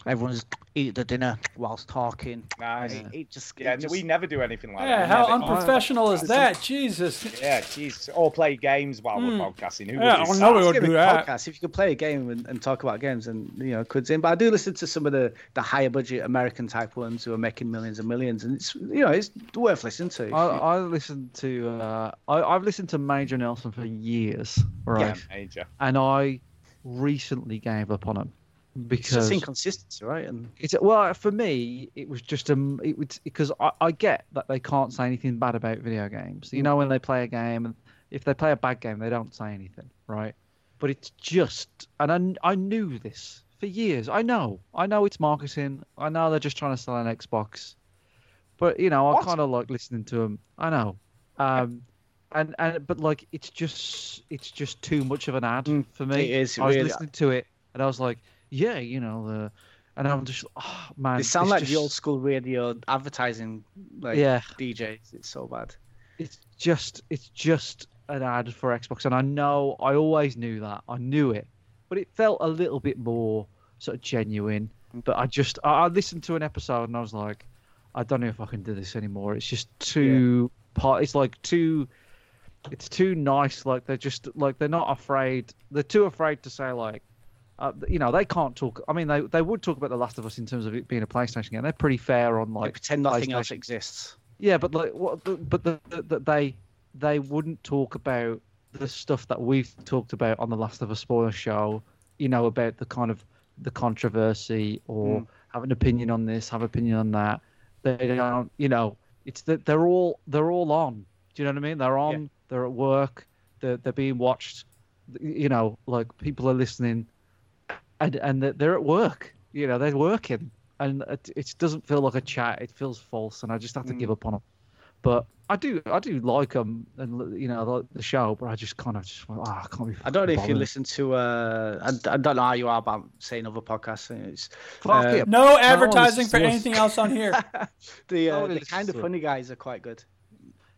Speaker 18: everyone's eating the dinner whilst talking.
Speaker 3: Nice.
Speaker 18: It, it just,
Speaker 3: yeah,
Speaker 18: it
Speaker 3: no,
Speaker 18: just-
Speaker 3: we never do anything like
Speaker 2: Yeah,
Speaker 3: that.
Speaker 2: how
Speaker 3: Never.
Speaker 2: unprofessional is that? Jesus.
Speaker 3: Yeah, jeez. Or play games while
Speaker 2: Hmm.
Speaker 3: we're podcasting. Who
Speaker 2: Yeah,
Speaker 3: would
Speaker 2: I
Speaker 3: do
Speaker 2: know we
Speaker 3: that?
Speaker 2: would
Speaker 18: Give
Speaker 2: do
Speaker 18: a
Speaker 2: that.
Speaker 18: podcast if you could play a game and, and talk about games and you know could in but i do listen to some of the the higher budget american type ones who are making millions and millions and it's you know it's worth listening to
Speaker 4: I, I listened to uh, I, I've listened to Major Nelson for years, right?
Speaker 3: Yeah, major.
Speaker 4: And I recently gave up on him
Speaker 18: it's just
Speaker 4: because
Speaker 18: inconsistency right and
Speaker 4: it's well for me it was just um it would because I, I get that they can't say anything bad about video games.
Speaker 18: Mm.
Speaker 4: You know when they play a game and if they play a bad game they don't say anything, right? But it's just and I I knew this for years. I know I know it's marketing. I know they're just trying to sell an Xbox, but you know I kind of like listening to them. I know. Um, and and but like it's just it's just too much of an ad for me.
Speaker 18: Mm, it is, it
Speaker 4: I was
Speaker 18: really-
Speaker 4: listening to it and I was like, yeah, you know the, and I'm just, oh man,
Speaker 18: they sound
Speaker 4: it's
Speaker 18: like the
Speaker 4: just-
Speaker 18: old school radio advertising like
Speaker 4: Yeah.
Speaker 18: djs it's so bad
Speaker 4: it's just it's just an ad for Xbox, and I know I always knew that I knew it, but it felt a little bit more sort of genuine. But I just I, I listened to an episode and I was like, I don't know if I can do this anymore. It's just too part. It's like too. It's too nice. Like they're just like they're not afraid. They're too afraid to say like, uh, you know, they can't talk. I mean, they they would talk about The Last of Us in terms of it being a PlayStation game. They're pretty fair on like
Speaker 18: pretend nothing else
Speaker 4: PlayStation.
Speaker 18: exists
Speaker 4: Yeah, but like, what? the- But the, the, the, they they wouldn't talk about the stuff that we've talked about on the Last of Us spoiler show. You know about the kind of the controversy or
Speaker 18: Mm.
Speaker 4: have an opinion on this, have an opinion on that. They don't, you know. It's that they're all they're all on. Do you know what I mean? They're on. They're at work. They're they're being watched. You know, like people are listening and and that they're at work. You know, they're working, and it, it doesn't feel like a chat. It feels false, and I just have to give
Speaker 18: Mm.
Speaker 4: up on them. But I do, I do like them, and you know, I like the show. But I just kind of just, went, ah, I can't be.
Speaker 18: I don't know if you
Speaker 4: bothered."
Speaker 18: listen to. Uh, I, I don't know how you are about saying other podcasts. It's
Speaker 4: Fuck
Speaker 18: uh,
Speaker 4: it.
Speaker 2: No advertising for anything else on here.
Speaker 18: The,
Speaker 4: No
Speaker 18: uh,
Speaker 4: one
Speaker 18: the
Speaker 4: listens
Speaker 18: kind of
Speaker 4: to it.
Speaker 18: funny guys are quite good.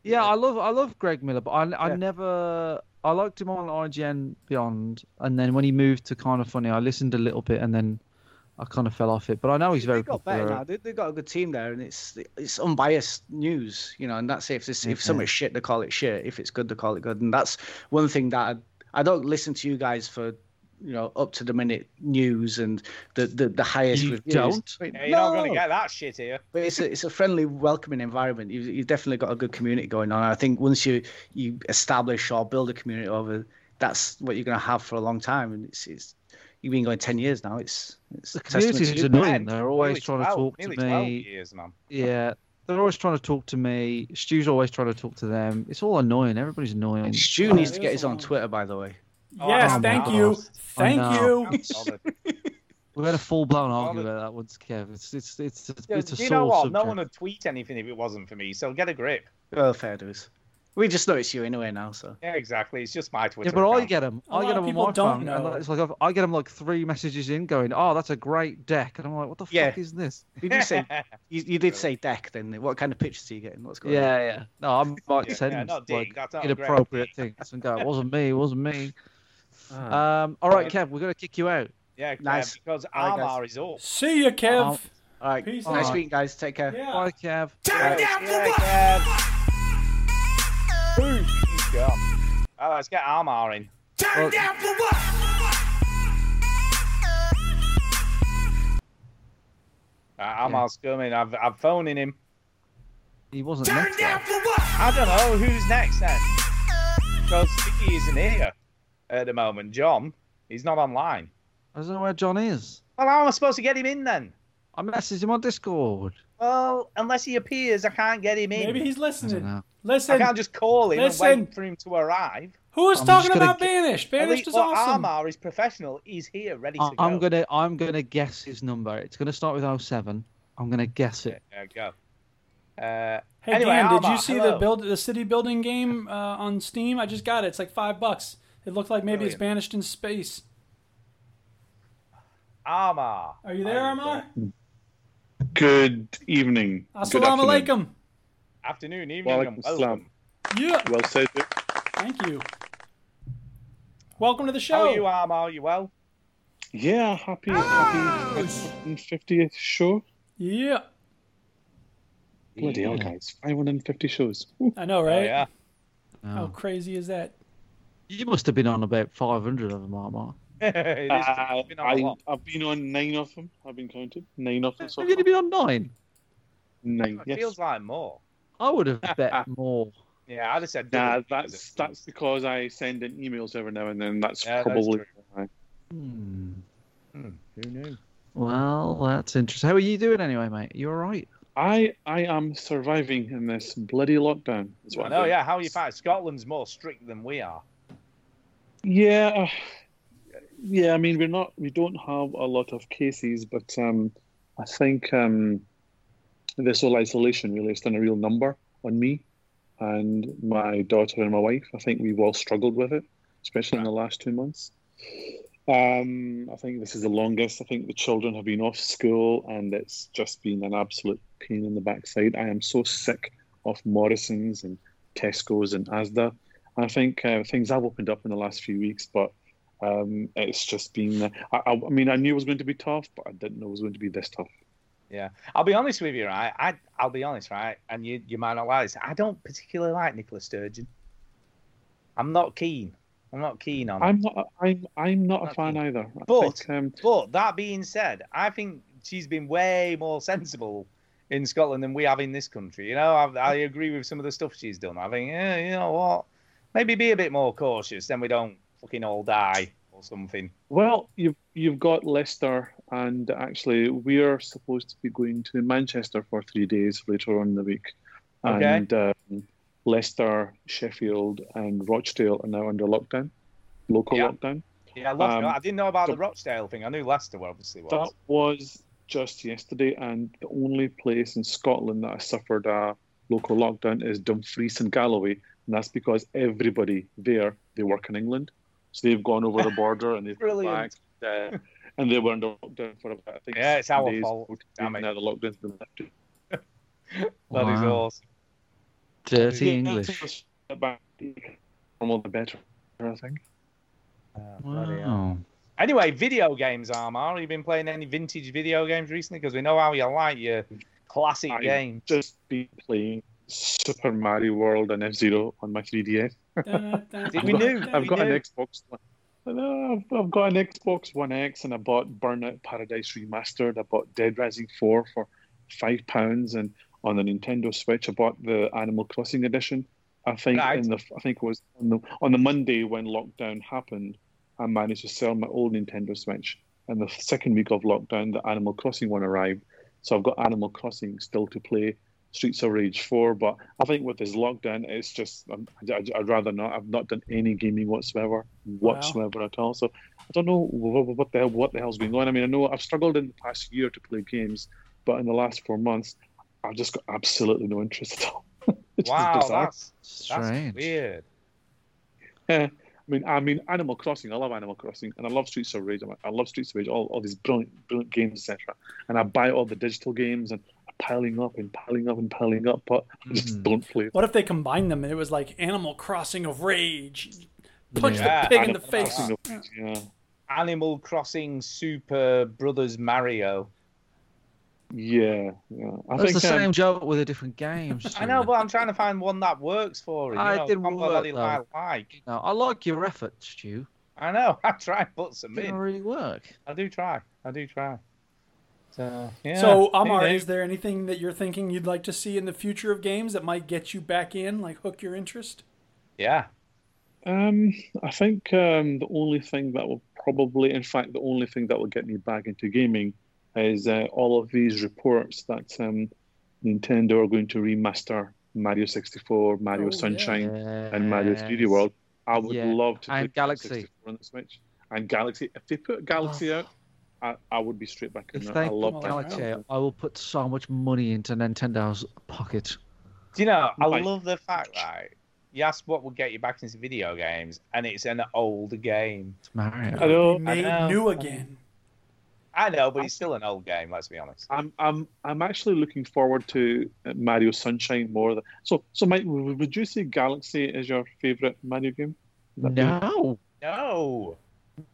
Speaker 4: Yeah, I love, I love Greg Miller, but I, I never, I liked him on IGN Beyond, and then when he moved to kind of funny, I listened a little bit, and then I kind of fell off it. But I know he's very
Speaker 18: They got better now.
Speaker 4: popular.
Speaker 18: They, they've got a good team there, and it's it's unbiased news, you know. And that's it. if this, if something's shit, they call it shit. If it's good, they call it good. And that's one thing that I, I don't listen to you guys for, you know, up to the minute news and the the, the highest.
Speaker 4: You
Speaker 18: reviews.
Speaker 4: don't?
Speaker 18: But
Speaker 3: Yeah, you're not going
Speaker 18: no.
Speaker 3: to get that shit here.
Speaker 18: But it's a, it's a friendly, welcoming environment. You've, you've definitely got a good community going on. I think once you, you establish or build a community over, that's what you're going to have for a long time. And it's, it's you've been going 10 years now. It's, it's
Speaker 4: The
Speaker 18: a testament
Speaker 4: community
Speaker 18: to
Speaker 4: is
Speaker 18: you.
Speaker 4: annoying. They're always
Speaker 3: Nearly
Speaker 4: trying
Speaker 3: 12
Speaker 4: to talk to
Speaker 3: nearly
Speaker 4: me.
Speaker 3: 12 years, man.
Speaker 4: Yeah, they're always trying to talk to me. Stu's always trying to talk to them. It's all annoying. Everybody's annoying.
Speaker 18: Stu needs to get his on Twitter, by the way.
Speaker 2: Yes,
Speaker 4: Oh,
Speaker 2: thank
Speaker 4: my
Speaker 2: you.
Speaker 4: God. I
Speaker 2: Thank
Speaker 4: know.
Speaker 2: you.
Speaker 4: We had a full blown argument about that once, Kev. It's it's it's it's,
Speaker 3: Yeah,
Speaker 4: it's a
Speaker 3: do you
Speaker 4: sore
Speaker 3: know what?
Speaker 4: subject.
Speaker 3: No one would tweet anything if it wasn't for me, so get a grip.
Speaker 18: Well, fair dues. We just know it's you anyway now, so.
Speaker 3: Yeah, exactly. It's just my Twitter.
Speaker 4: yeah, but I
Speaker 3: account.
Speaker 4: get them.
Speaker 2: A
Speaker 4: I
Speaker 2: lot
Speaker 4: get
Speaker 2: of
Speaker 4: them on
Speaker 2: people
Speaker 4: my
Speaker 2: don't
Speaker 4: phone. and
Speaker 2: know.
Speaker 4: it's like I've, I get them like three messages in, going, "Oh, that's a great deck," and I'm like, "What the
Speaker 18: Yeah.
Speaker 4: fuck is this?"
Speaker 18: Did you say you, you did say deck? Then what kind of pictures are you getting? What's going on?
Speaker 4: Yeah, yeah. No, I'm like
Speaker 18: Yeah,
Speaker 4: sending
Speaker 18: yeah, not
Speaker 4: like
Speaker 18: dick, that's not a great
Speaker 4: inappropriate things and go, "It wasn't me. It wasn't me."
Speaker 2: Ah.
Speaker 4: Um, all right, Kev, we're gonna kick you out.
Speaker 3: Yeah,
Speaker 18: Nice.
Speaker 3: nice. because
Speaker 18: Alright, guys.
Speaker 3: Armar is up.
Speaker 2: See you, Kev.
Speaker 18: All right,
Speaker 2: Peace
Speaker 18: nice
Speaker 2: out.
Speaker 18: week, guys. Take care.
Speaker 2: Yeah.
Speaker 4: Bye, Kev.
Speaker 3: Turn down the He's gone. Oh, let's get Almar in.
Speaker 4: Well,
Speaker 3: Uh, Almar's coming. I've, I'm phoning him.
Speaker 4: he wasn't. next time.
Speaker 3: I don't know who's next then. Because Sticky isn't here at the moment. John, he's not online.
Speaker 4: I don't know where John is.
Speaker 3: Well, how am I supposed to get him in then?
Speaker 4: I messaged him on Discord.
Speaker 3: Well, unless he appears, I can't get him in.
Speaker 2: Maybe he's
Speaker 4: I don't
Speaker 2: listening.
Speaker 4: know.
Speaker 3: I
Speaker 2: Listen,
Speaker 3: can't just call him and
Speaker 2: Listen.
Speaker 3: wait for him to arrive.
Speaker 2: who is
Speaker 4: I'm
Speaker 2: talking
Speaker 4: just gonna
Speaker 2: about
Speaker 4: get-
Speaker 2: Banished?
Speaker 3: At
Speaker 2: Banished
Speaker 3: least,
Speaker 2: is
Speaker 3: well,
Speaker 2: awesome.
Speaker 3: Almar is professional. He's here, ready to
Speaker 4: I-
Speaker 3: go.
Speaker 4: I'm gonna I'm gonna oh guess his number. It's gonna start with 07. I'm gonna guess it.
Speaker 3: There we go. Uh,
Speaker 2: Hey
Speaker 3: Anyway,
Speaker 2: Dan, did
Speaker 3: Alma,
Speaker 2: you see the
Speaker 3: hello.
Speaker 2: build the city building game uh, on Steam? I just got it. It's like five bucks. It looked like maybe it's banished in space.
Speaker 3: Arma.
Speaker 2: Are you there, Armar?
Speaker 19: Good evening. Good
Speaker 2: Assalamu
Speaker 19: afternoon.
Speaker 2: alaikum.
Speaker 3: Afternoon, evening,
Speaker 19: Walaikum
Speaker 3: and welcome.
Speaker 19: assalam.
Speaker 2: Yeah.
Speaker 19: Well said.
Speaker 2: Thank you. Welcome to the show.
Speaker 3: How are you, Arma? Are you well?
Speaker 19: Yeah, happy, happy 50th show.
Speaker 2: Yeah.
Speaker 19: Bloody hell, guys. 550 shows.
Speaker 2: I know, right?
Speaker 3: Oh, yeah.
Speaker 19: Oh.
Speaker 2: How crazy is that?
Speaker 4: You must have been on about 500 of them, Mark. Mark.
Speaker 3: It
Speaker 19: Uh,
Speaker 3: is- it's been a
Speaker 19: I,
Speaker 3: lot.
Speaker 19: I've been on nine of them. I've been counted. Nine of them. So
Speaker 4: Have you
Speaker 19: far.
Speaker 4: been on nine?
Speaker 19: Nine.
Speaker 3: It
Speaker 19: Yes.
Speaker 3: feels like more.
Speaker 4: I would have bet more.
Speaker 3: Yeah, I'd have said.
Speaker 19: Nah,
Speaker 3: double because
Speaker 19: that's
Speaker 3: it-
Speaker 19: that's because I send in emails every now and then. That's
Speaker 3: Yeah, that's
Speaker 19: probably. why.
Speaker 3: Hmm, Who knew?
Speaker 4: Hmm. Well, that's interesting. How are you doing anyway, mate? You all right?
Speaker 19: I I am surviving in this bloody lockdown. Is what I'm
Speaker 3: No,
Speaker 19: doing.
Speaker 3: yeah. How are you finding? Scotland's more strict than we are.
Speaker 19: Yeah, uh, yeah. I mean, we're not, we don't have a lot of cases, but um, I think um, this whole isolation really has done a real number on me and my daughter and my wife. I think we've all struggled with it, especially in the last two months. Um, I think this is the longest. I think the children have been off school, and it's just been an absolute pain in the backside. I am so sick of Morrison's and Tesco's and ASDA. I think uh, things have opened up in the last few weeks, but um, it's just been. I, I, I mean, I knew it was going to be tough, but I didn't know it was going to be this tough.
Speaker 3: Yeah, I'll be honest with you, right? I I'll be honest, right? And you you might not like this. I don't particularly like Nicola Sturgeon. I'm not keen. I'm not keen on. her.
Speaker 19: I'm not. I'm. I'm not a fan either. I
Speaker 3: Um, But-
Speaker 19: think, um,
Speaker 3: But that being said, I think she's been way more sensible in Scotland than we have in this country. You know, I, I agree with some of the stuff she's done. I think, yeah, you know what? Maybe be a bit more cautious, then we don't fucking all die or something.
Speaker 19: well, you've you've got Leicester, and actually, we're supposed to be going to Manchester for three days later on in the week,
Speaker 3: Okay.
Speaker 19: and um, Leicester, Sheffield, and Rochdale are now under lockdockdown, local
Speaker 3: Yeah.
Speaker 19: lockdown.
Speaker 3: Yeah, I, lost,
Speaker 19: Um,
Speaker 3: I didn't know about
Speaker 19: so-
Speaker 3: the Rochdale thing. I knew Leicester obviously was.
Speaker 19: That was just yesterday, and the only place in Scotland that I suffered a local lockdown is Dumfries and Galloway, and that's because everybody there they work in England, so they've gone over the border and they've come
Speaker 3: Brilliant.
Speaker 19: back, uh, and they were under lockdown for about I think
Speaker 3: Yeah, it's our
Speaker 19: days,
Speaker 3: fault. Damn it.
Speaker 19: Now the lockdown's been lifted.
Speaker 3: That is
Speaker 4: Wow.
Speaker 3: awesome.
Speaker 4: Dirty
Speaker 19: Yeah,
Speaker 4: English.
Speaker 19: it's about the Normal the better, I think.
Speaker 3: Ah, Bloody
Speaker 4: Oh.
Speaker 3: hell. Anyway, video games, Armar. Have you been playing any vintage video games recently? Because we know how you like your classic
Speaker 19: I've
Speaker 3: games.
Speaker 19: just been playing Super Mario World and F Zero on my 3DS.
Speaker 3: We
Speaker 19: I've got-
Speaker 3: knew.
Speaker 19: I've
Speaker 3: we
Speaker 19: got
Speaker 3: knew.
Speaker 19: an Xbox One. No, I've, I've got an Xbox One X, and I bought Burnout Paradise Remastered. I bought Dead Rising Four for five pounds, and on the Nintendo Switch, I bought the Animal Crossing edition. I think
Speaker 3: Right.
Speaker 19: in the I think it was on the on the Monday when lockdown happened, I managed to sell my old Nintendo Switch. And the second week of lockdown, the Animal Crossing one arrived. So I've got Animal Crossing still to play, Streets of Rage 4. But I think with this lockdown, it's just, um, I- I- I'd rather not. I've not done any gaming whatsoever, whatsoever at all. So I don't know wh- wh- what the, hell, what the hell's been going on. I mean, I know I've struggled in the past year to play games, but in the last four months, I've just got absolutely no interest at all. It's just
Speaker 3: Wow,
Speaker 19: bizarre.
Speaker 3: that's, that's weird.
Speaker 19: Yeah, I mean, I mean, Animal Crossing. I love Animal Crossing, and I love Streets of Rage. I'm like, I love Streets of Rage. All, all these brilliant, brilliant games, etc. And I buy all the digital games and piling up and piling up and piling up, but I just don't play.
Speaker 2: What if they combined them and it was like Animal Crossing of Rage? Punch
Speaker 3: Yeah,
Speaker 2: the pig in the
Speaker 3: Animal
Speaker 2: face.
Speaker 3: Crossing
Speaker 19: of- Yeah,
Speaker 3: Animal Crossing Super Brothers Mario.
Speaker 19: yeah, yeah. I
Speaker 4: That's the
Speaker 19: um,
Speaker 4: same joke with a different game.
Speaker 3: I know,
Speaker 4: Stuart.
Speaker 3: but I'm trying to find one that works for him. You
Speaker 4: Ah, it
Speaker 3: know,
Speaker 4: didn't
Speaker 3: one
Speaker 4: work,
Speaker 3: that he
Speaker 4: though.
Speaker 3: might like.
Speaker 4: No, I like your efforts, Stu.
Speaker 3: I know. I try and put
Speaker 4: It
Speaker 3: some
Speaker 4: didn't
Speaker 3: in.
Speaker 4: really work.
Speaker 3: I do try. I do try. So, yeah.
Speaker 2: so,
Speaker 3: Hey,
Speaker 2: Amar,
Speaker 3: there.
Speaker 2: is there anything that you're thinking you'd like to see in the future of games that might get you back in, like hook your interest?
Speaker 3: Yeah.
Speaker 19: Um, I think um, the only thing that will probably, in fact, the only thing that will get me back into gaming is uh, all of these reports that um, Nintendo are going to remaster Mario 64, Mario
Speaker 4: Oh,
Speaker 19: Sunshine, and Mario 3D World. I would
Speaker 4: Yeah.
Speaker 19: love to
Speaker 4: And
Speaker 19: play Mario
Speaker 4: Galaxy.
Speaker 19: 64 on the Switch and Galaxy. If they put Galaxy out, I, I would be straight back in.
Speaker 4: If
Speaker 19: that.
Speaker 4: they
Speaker 19: I love
Speaker 4: put
Speaker 19: that.
Speaker 4: Galaxy, out, I will put so much money into Nintendo's pocket.
Speaker 3: Do you know? I
Speaker 19: Right.
Speaker 3: love the fact right. You asked what would get you back into video games, and it's an old game.
Speaker 4: Mario.
Speaker 19: I know.
Speaker 2: Made
Speaker 3: know.
Speaker 2: new again.
Speaker 3: I know, but it's still an old game. Let's be honest.
Speaker 19: I'm I'm I'm actually looking forward to uh, Mario Sunshine more. than- So so Mike, w- would you say Galaxy is your favorite Mario game?
Speaker 4: No.
Speaker 3: No.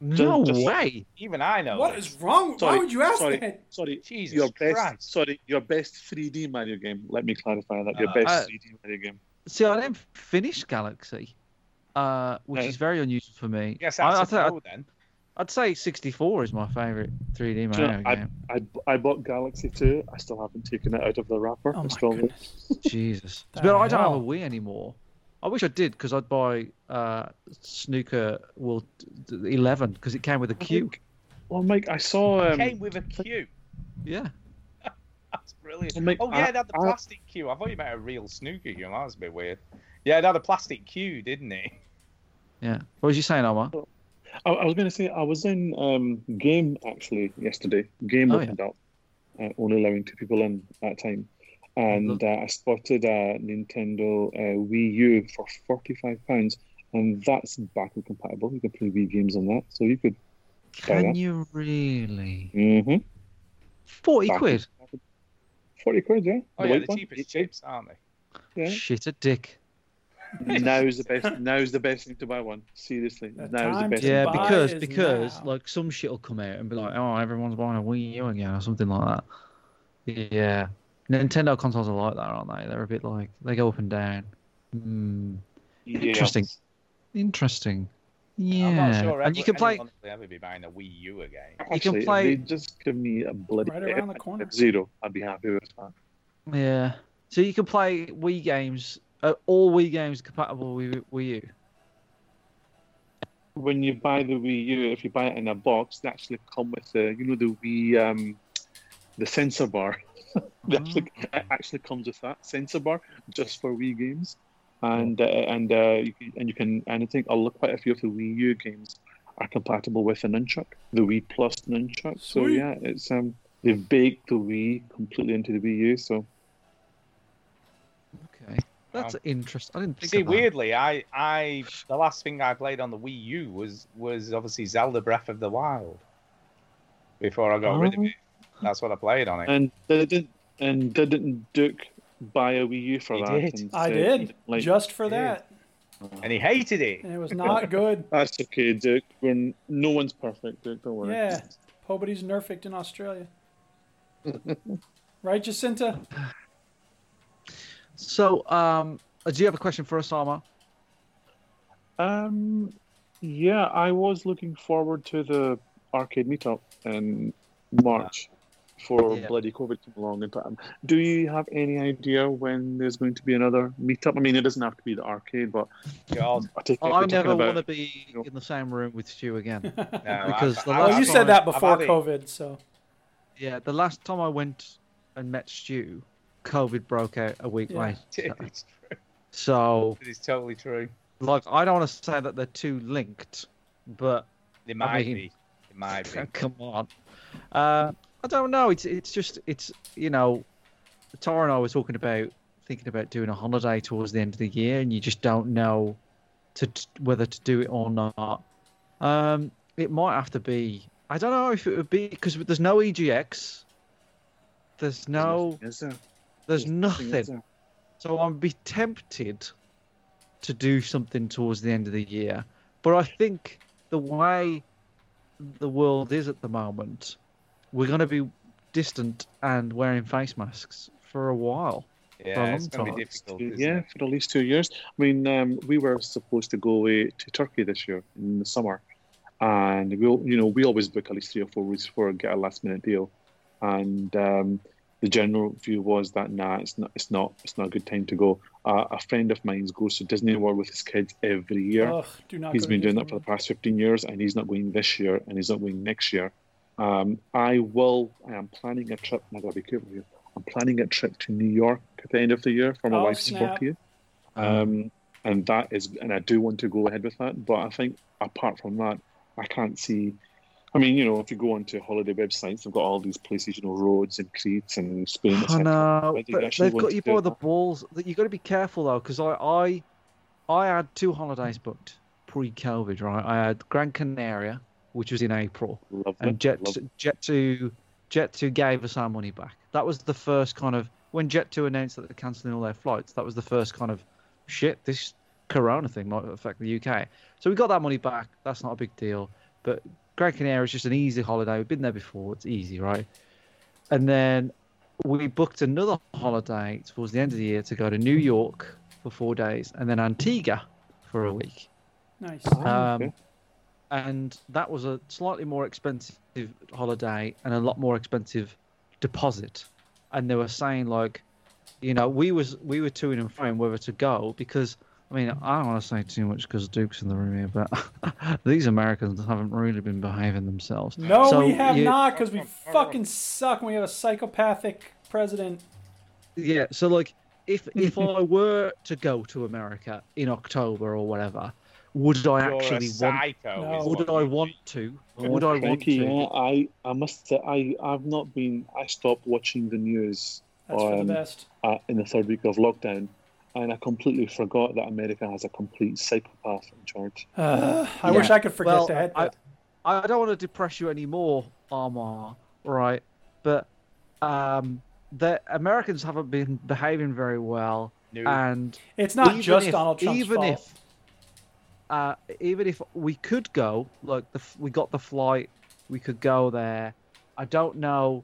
Speaker 4: No way.
Speaker 3: Even I know.
Speaker 2: What
Speaker 3: this.
Speaker 2: is wrong? Why
Speaker 19: Sorry,
Speaker 2: would you ask
Speaker 19: sorry,
Speaker 2: that?
Speaker 19: Sorry,
Speaker 3: Jesus
Speaker 19: your best.
Speaker 3: Christ.
Speaker 19: Sorry, your best 3D Mario game. Let me clarify that. Your
Speaker 4: Uh,
Speaker 19: best
Speaker 4: I-
Speaker 19: 3D Mario game.
Speaker 4: See, I didn't finish Galaxy, uh, which
Speaker 19: No.
Speaker 4: is very unusual for me.
Speaker 3: Yes,
Speaker 4: I,
Speaker 3: that's
Speaker 4: I
Speaker 3: a
Speaker 4: th-
Speaker 3: no then.
Speaker 4: I'd say 64 is my favourite 3D
Speaker 19: Do you
Speaker 4: Mario
Speaker 19: know, I,
Speaker 4: game.
Speaker 19: I, I bought Galaxy 2. I still haven't taken it out of the wrapper.
Speaker 2: Oh
Speaker 19: I
Speaker 2: my
Speaker 19: still
Speaker 2: goodness.
Speaker 4: Jesus.
Speaker 2: The
Speaker 4: but I don't have a
Speaker 2: hell?
Speaker 4: Wii anymore. I wish I did because I'd buy uh, Snooker World 11 because it came with a cube.
Speaker 19: Well, Mike, I saw. Um,
Speaker 3: Came with a queue.
Speaker 4: Yeah.
Speaker 3: That's brilliant.
Speaker 19: Well, mate,
Speaker 3: oh yeah,
Speaker 19: I-
Speaker 3: they had the
Speaker 19: I-
Speaker 3: plastic queue. I thought you meant a real snooker game. That was a bit weird. Yeah, they had a plastic queue, didn't it?
Speaker 4: Yeah. What was you saying, Omar?
Speaker 19: I, I was going to say I was in um, game actually yesterday. Game
Speaker 4: Oh,
Speaker 19: opened up, uh, only allowing two people in at a time, and
Speaker 4: Mm-hmm.
Speaker 19: uh, I spotted a Nintendo uh, Wii U for forty-five pounds, and that's backward compatible. You can play Wii games on that, so you could. buy
Speaker 4: Can
Speaker 19: that.
Speaker 4: you really?
Speaker 19: hmm
Speaker 4: 40
Speaker 19: Back-
Speaker 4: quid?
Speaker 19: Forty quid, yeah.
Speaker 3: Oh
Speaker 19: The
Speaker 3: yeah,
Speaker 19: white
Speaker 3: the
Speaker 19: one.
Speaker 3: cheapest chips, aren't they?
Speaker 19: Yeah.
Speaker 4: Shit a dick.
Speaker 19: now's the best. Now's the best thing to buy one. Seriously,
Speaker 2: The
Speaker 19: now's the
Speaker 2: time
Speaker 19: best.
Speaker 2: to
Speaker 19: thing
Speaker 4: Yeah,
Speaker 2: buy
Speaker 4: because
Speaker 2: is
Speaker 4: because
Speaker 2: now.
Speaker 4: like some shit will come out and be like, oh, everyone's buying a Wii U again or something like that. Yeah, Nintendo consoles are like that, aren't they? They're a bit like they go up and down. Hmm.
Speaker 19: Yeah.
Speaker 4: Interesting. Interesting. Yeah,
Speaker 3: I'm not sure.
Speaker 4: and you can play.
Speaker 3: Will ever be buying a Wii U again?
Speaker 4: You can
Speaker 19: Actually, if they
Speaker 4: play-
Speaker 19: just give me a bloody
Speaker 2: Right around the corner.
Speaker 19: zero. I'd be happy with that.
Speaker 4: Yeah, so you can play Wii games. Uh, all Wii games compatible with Wii U.
Speaker 19: when you buy the Wii U, if you buy it in a box, they actually come with the you know the Wii um, the sensor bar. they actually,
Speaker 2: Mm.
Speaker 19: it actually comes with that sensor bar just for Wii games, and uh, and uh, you can, and you can and I think a lot quite a few of the Wii U games are compatible with the nunchuck, the Wii Plus nunchuck. So
Speaker 2: Sweet.
Speaker 19: yeah, it's um they've baked the Wii completely into the Wii U. So
Speaker 4: Okay, that's interesting. I didn't think.
Speaker 3: Um, See,
Speaker 4: of that.
Speaker 3: weirdly, I, I, the last thing I played on the Wii U was, was obviously Zelda Breath of the Wild. Before I got rid
Speaker 2: Oh.
Speaker 3: of it, that's what I played on it.
Speaker 19: and didn't and didn't Duke buy a Wii U for
Speaker 3: He
Speaker 19: that?
Speaker 3: did.
Speaker 19: And
Speaker 2: I
Speaker 19: said,
Speaker 2: did
Speaker 19: like,
Speaker 2: just for
Speaker 3: Dude.
Speaker 2: that,
Speaker 3: And he hated it.
Speaker 2: and it was not good.
Speaker 19: That's okay, Duke. We're n- no one's perfect, Duke. Don't worry.
Speaker 2: Yeah, Pobody's nerfed in Australia. right, Jacinta?
Speaker 4: So, um, do you have a question for us, Arma?
Speaker 19: Um, yeah, I was looking forward to the arcade meetup in March for
Speaker 4: Yeah.
Speaker 19: bloody COVID came along. And um, do you have any idea when there's going to be another meetup? I mean, it doesn't have to be the arcade, but
Speaker 3: God,
Speaker 19: I take it
Speaker 4: I
Speaker 19: we're
Speaker 4: never
Speaker 19: talking about
Speaker 4: want to be in the same room with Stu again.
Speaker 3: no, I-
Speaker 4: Because the
Speaker 3: I-
Speaker 2: Well,
Speaker 4: last
Speaker 3: I-
Speaker 2: Oh, you
Speaker 4: time-
Speaker 2: said that
Speaker 3: I've
Speaker 2: before
Speaker 3: had it.
Speaker 2: COVID, so
Speaker 4: Yeah, the last time I went and met Stu, COVID broke out a week
Speaker 2: Yeah.
Speaker 4: later.
Speaker 3: It's true.
Speaker 4: So,
Speaker 3: It is totally true.
Speaker 4: like, I don't want to say that they're too linked, but
Speaker 3: It might
Speaker 4: mean-
Speaker 3: be. It might be.
Speaker 4: come on. Uh, I don't know. It's it's just it's you know, Tara and I were talking about thinking about doing a holiday towards the end of the year, and you just don't know to t- whether to do it or not. Um, it might have to be. I don't know if it would be because there's no EGX. There's no.
Speaker 19: Yes, sir.
Speaker 4: There's
Speaker 19: Yes,
Speaker 4: nothing.
Speaker 19: sir.
Speaker 4: So I'd be tempted to do something towards the end of the year. But I think the way the world is at the moment, we're going to be distant and wearing face masks for a while.
Speaker 3: Yeah, it's
Speaker 4: long
Speaker 3: going to be
Speaker 4: time.
Speaker 3: difficult. isn't
Speaker 19: Yeah,
Speaker 3: it?
Speaker 19: for at least two years. I mean, um, we were supposed to go away to Turkey this year in the summer, and we'll, you know, we always book at least three or four weeks before and get a last minute deal. And um, the general view was that nah, it's not, it's not, it's not a good time to go. Uh, a friend of mine's goes to Disney World with his kids every year.
Speaker 2: ugh, do not.
Speaker 19: He's
Speaker 2: go to
Speaker 19: been doing that for the
Speaker 2: Disneyland.
Speaker 19: past 15 years, and he's not going this year, and he's not going next year. Um, I will. I am planning a trip. and I gotta be careful here. I'm planning a trip to New York at the end of the year for my
Speaker 2: Oh,
Speaker 19: wife's
Speaker 2: snap.
Speaker 19: 40th,
Speaker 4: Uh-huh.
Speaker 19: um, and that is, and I do want to go ahead with that. But I think apart from that, I can't see I mean, you know, if you go onto holiday websites, they've got all these places, you know, roads and Crete and Spain.
Speaker 4: I
Speaker 19: etc.
Speaker 4: know,
Speaker 19: Whether you
Speaker 4: but
Speaker 19: actually
Speaker 4: they've
Speaker 19: want
Speaker 4: got
Speaker 19: to
Speaker 4: you
Speaker 19: do
Speaker 4: by
Speaker 19: it.
Speaker 4: the balls. That you got to be careful though, because I, I, I had two holidays booked pre-COVID. Right, I had Gran Canaria, which was in April, and Jet
Speaker 19: lovely.
Speaker 4: Jet Two Jet Two gave us our money back. That was the first kind of when Jet Two announced that they're cancelling all their flights. That was the first kind of shit. This Corona thing might affect the UK. So we got that money back. That's not a big deal. But Gran Canaria is just an easy holiday. We've been there before. It's easy, right? And then we booked another holiday towards the end of the year to go to New York for four days and then Antigua for a week.
Speaker 2: Nice.
Speaker 4: Um, and that was a slightly more expensive holiday and a lot more expensive deposit. And they were saying like, you know, we was we were to and fro whether to go because I mean I don't want to say too much because Duke's in the room here, but these Americans haven't really been behaving themselves.
Speaker 2: No,
Speaker 4: So
Speaker 2: we have
Speaker 4: you-
Speaker 2: not because we fucking suck and we have a psychopathic president.
Speaker 4: Yeah, so like if if I were to go to America in October or whatever, would I
Speaker 19: You're a
Speaker 4: actually
Speaker 19: psycho, is
Speaker 4: want? Would
Speaker 19: what
Speaker 4: I want to?
Speaker 19: Yeah,
Speaker 4: Would I want
Speaker 19: thank
Speaker 4: to?
Speaker 19: you, yeah, I, I must say, I, I've not been. I stopped watching the news
Speaker 2: That's for the best.
Speaker 19: uh, in the third week of lockdown, and I completely forgot that America has a complete psychopath in charge.
Speaker 2: Uh, I wish I could forget
Speaker 4: well,
Speaker 2: to hit
Speaker 4: I,
Speaker 2: that.
Speaker 4: I don't want to depress you anymore, Armar. Right, but um, the Americans haven't been behaving very well,
Speaker 2: No.
Speaker 4: and
Speaker 2: It's not
Speaker 4: even
Speaker 2: just
Speaker 4: if-
Speaker 2: Donald Trump's
Speaker 4: even
Speaker 2: fault.
Speaker 4: if uh, even if we could go, like the, f- we got the flight, we could go there. I don't know,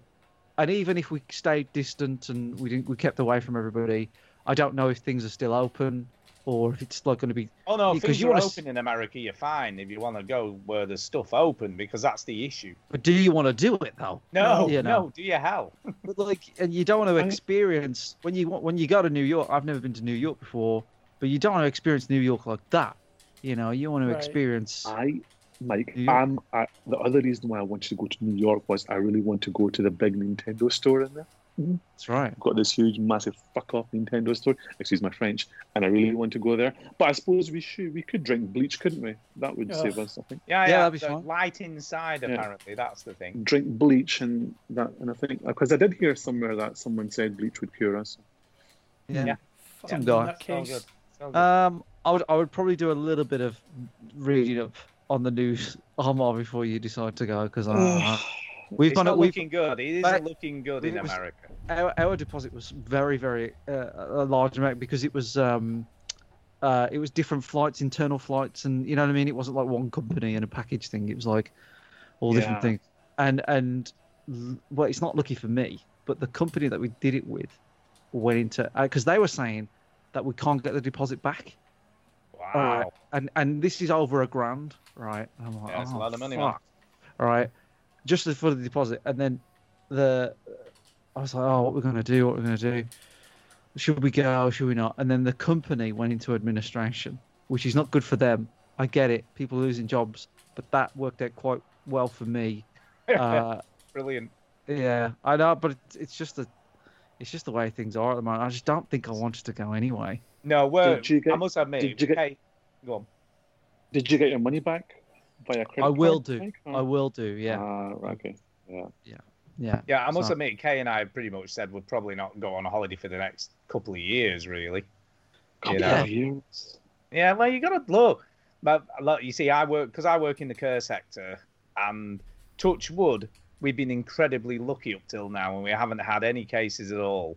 Speaker 4: and even if we stayed distant and we didn't, we kept away from everybody. I don't know if things are still open or if it's like going to be.
Speaker 3: Oh no, if
Speaker 4: because
Speaker 3: things
Speaker 4: you
Speaker 3: are
Speaker 4: wanna s-
Speaker 3: open in America, you're fine. If you want to go where there's stuff open, because that's the issue.
Speaker 4: But do you want to do it though?
Speaker 3: No,
Speaker 4: You know?
Speaker 3: no, do you hell?
Speaker 4: But like, and you don't want to experience when you when you go to New York. I've never been to New York before, but you don't want to experience New York like that. You know, you want to
Speaker 19: Right.
Speaker 4: experience.
Speaker 19: I, Mike,
Speaker 4: You-
Speaker 19: I'm, Um, I, the other reason why I wanted to go to New York was I really want to go to the big Nintendo store in there.
Speaker 4: That's right.
Speaker 19: I've got this huge, massive fuck off Nintendo store. Excuse my French, and I really want to go there. But I suppose we should. We could drink bleach, couldn't we? That would
Speaker 3: Yeah.
Speaker 19: save us, I think.
Speaker 3: Yeah, yeah. the light inside,
Speaker 19: Yeah.
Speaker 3: apparently, that's the thing.
Speaker 19: Drink bleach and that, and I think because I did hear somewhere that someone said bleach would cure us.
Speaker 4: Yeah. Some
Speaker 19: Yeah,
Speaker 4: guy.
Speaker 19: in that case. Sounds good.
Speaker 4: Um, I would I would probably do a little bit of reading up on the news armor before you decide to go because we've
Speaker 3: it's
Speaker 4: gone.
Speaker 3: not
Speaker 4: we've,
Speaker 3: looking good. It
Speaker 4: but-
Speaker 3: isn't looking good in
Speaker 4: it was-
Speaker 3: America.
Speaker 4: our, our deposit was very very uh, a large amount because it was um uh it was different flights internal flights and you know what i mean it wasn't like one company and a package thing it was like all
Speaker 19: Yeah.
Speaker 4: different things and and l- well it's not lucky for me but the company that we did it with went into because they were saying that we can't get the deposit back
Speaker 3: Wow.
Speaker 4: Alright, and and this is over a grand, right? And I'm like,
Speaker 3: Yeah, that's a
Speaker 4: "Oh,
Speaker 3: lot of money, man."
Speaker 4: fuck. All right, just for the deposit, and then the I was like, oh, what we're gonna do? What we're gonna do? Should we go? Should we not? And then the company went into administration, which is not good for them. I get it, people losing jobs, but that worked out quite well for me. Uh,
Speaker 3: Brilliant.
Speaker 4: yeah, I know, but it's, it's just the it's just the way things are at the moment. I just don't think I wanted to go anyway.
Speaker 3: No, well,
Speaker 4: Did you
Speaker 3: I must admit,
Speaker 4: did you get-
Speaker 3: okay, go on.
Speaker 19: Did you get your money back via credit?
Speaker 4: I will
Speaker 19: card,
Speaker 4: do.
Speaker 19: Mike, or-
Speaker 4: I will do. Yeah.
Speaker 19: Ah, okay. Yeah.
Speaker 4: Yeah. Yeah.
Speaker 3: Yeah, I must
Speaker 4: so-
Speaker 3: admit, Kay and I pretty much said we'd probably not go on a holiday for the next couple of years, really.
Speaker 19: Couple
Speaker 3: know.
Speaker 19: of years.
Speaker 3: Yeah, well, you gotta look. But look, you see, I work because I work in the care sector, and touch wood, we've been incredibly lucky up till now, and we haven't had any cases at all.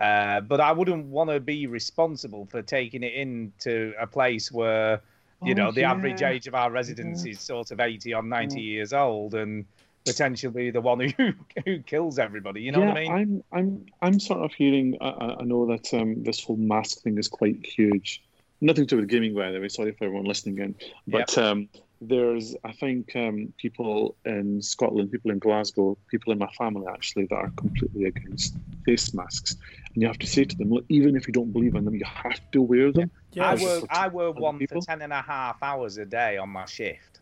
Speaker 3: Uh, but I wouldn't want to be responsible for taking it into a place where, you
Speaker 19: Oh,
Speaker 3: know, the average
Speaker 19: yeah.
Speaker 3: age of our residents is sort of eighty or ninety years old, and potentially the one who who kills everybody. You know
Speaker 19: yeah,
Speaker 3: what I mean?
Speaker 19: I'm, I'm, I'm sort of hearing. I- I, I know that um, this whole mask thing is quite huge. Nothing to do with gaming, by the way. Sorry for everyone listening in. But um, there's, I think, um, people in Scotland, people in Glasgow, people in my family actually that are completely against face masks. And you have to say to them, look, even if you don't believe in them, you have to wear them.
Speaker 3: I
Speaker 19: It's
Speaker 3: wear,
Speaker 19: just-
Speaker 3: I wear one for 10 and a half hours a day on my shift.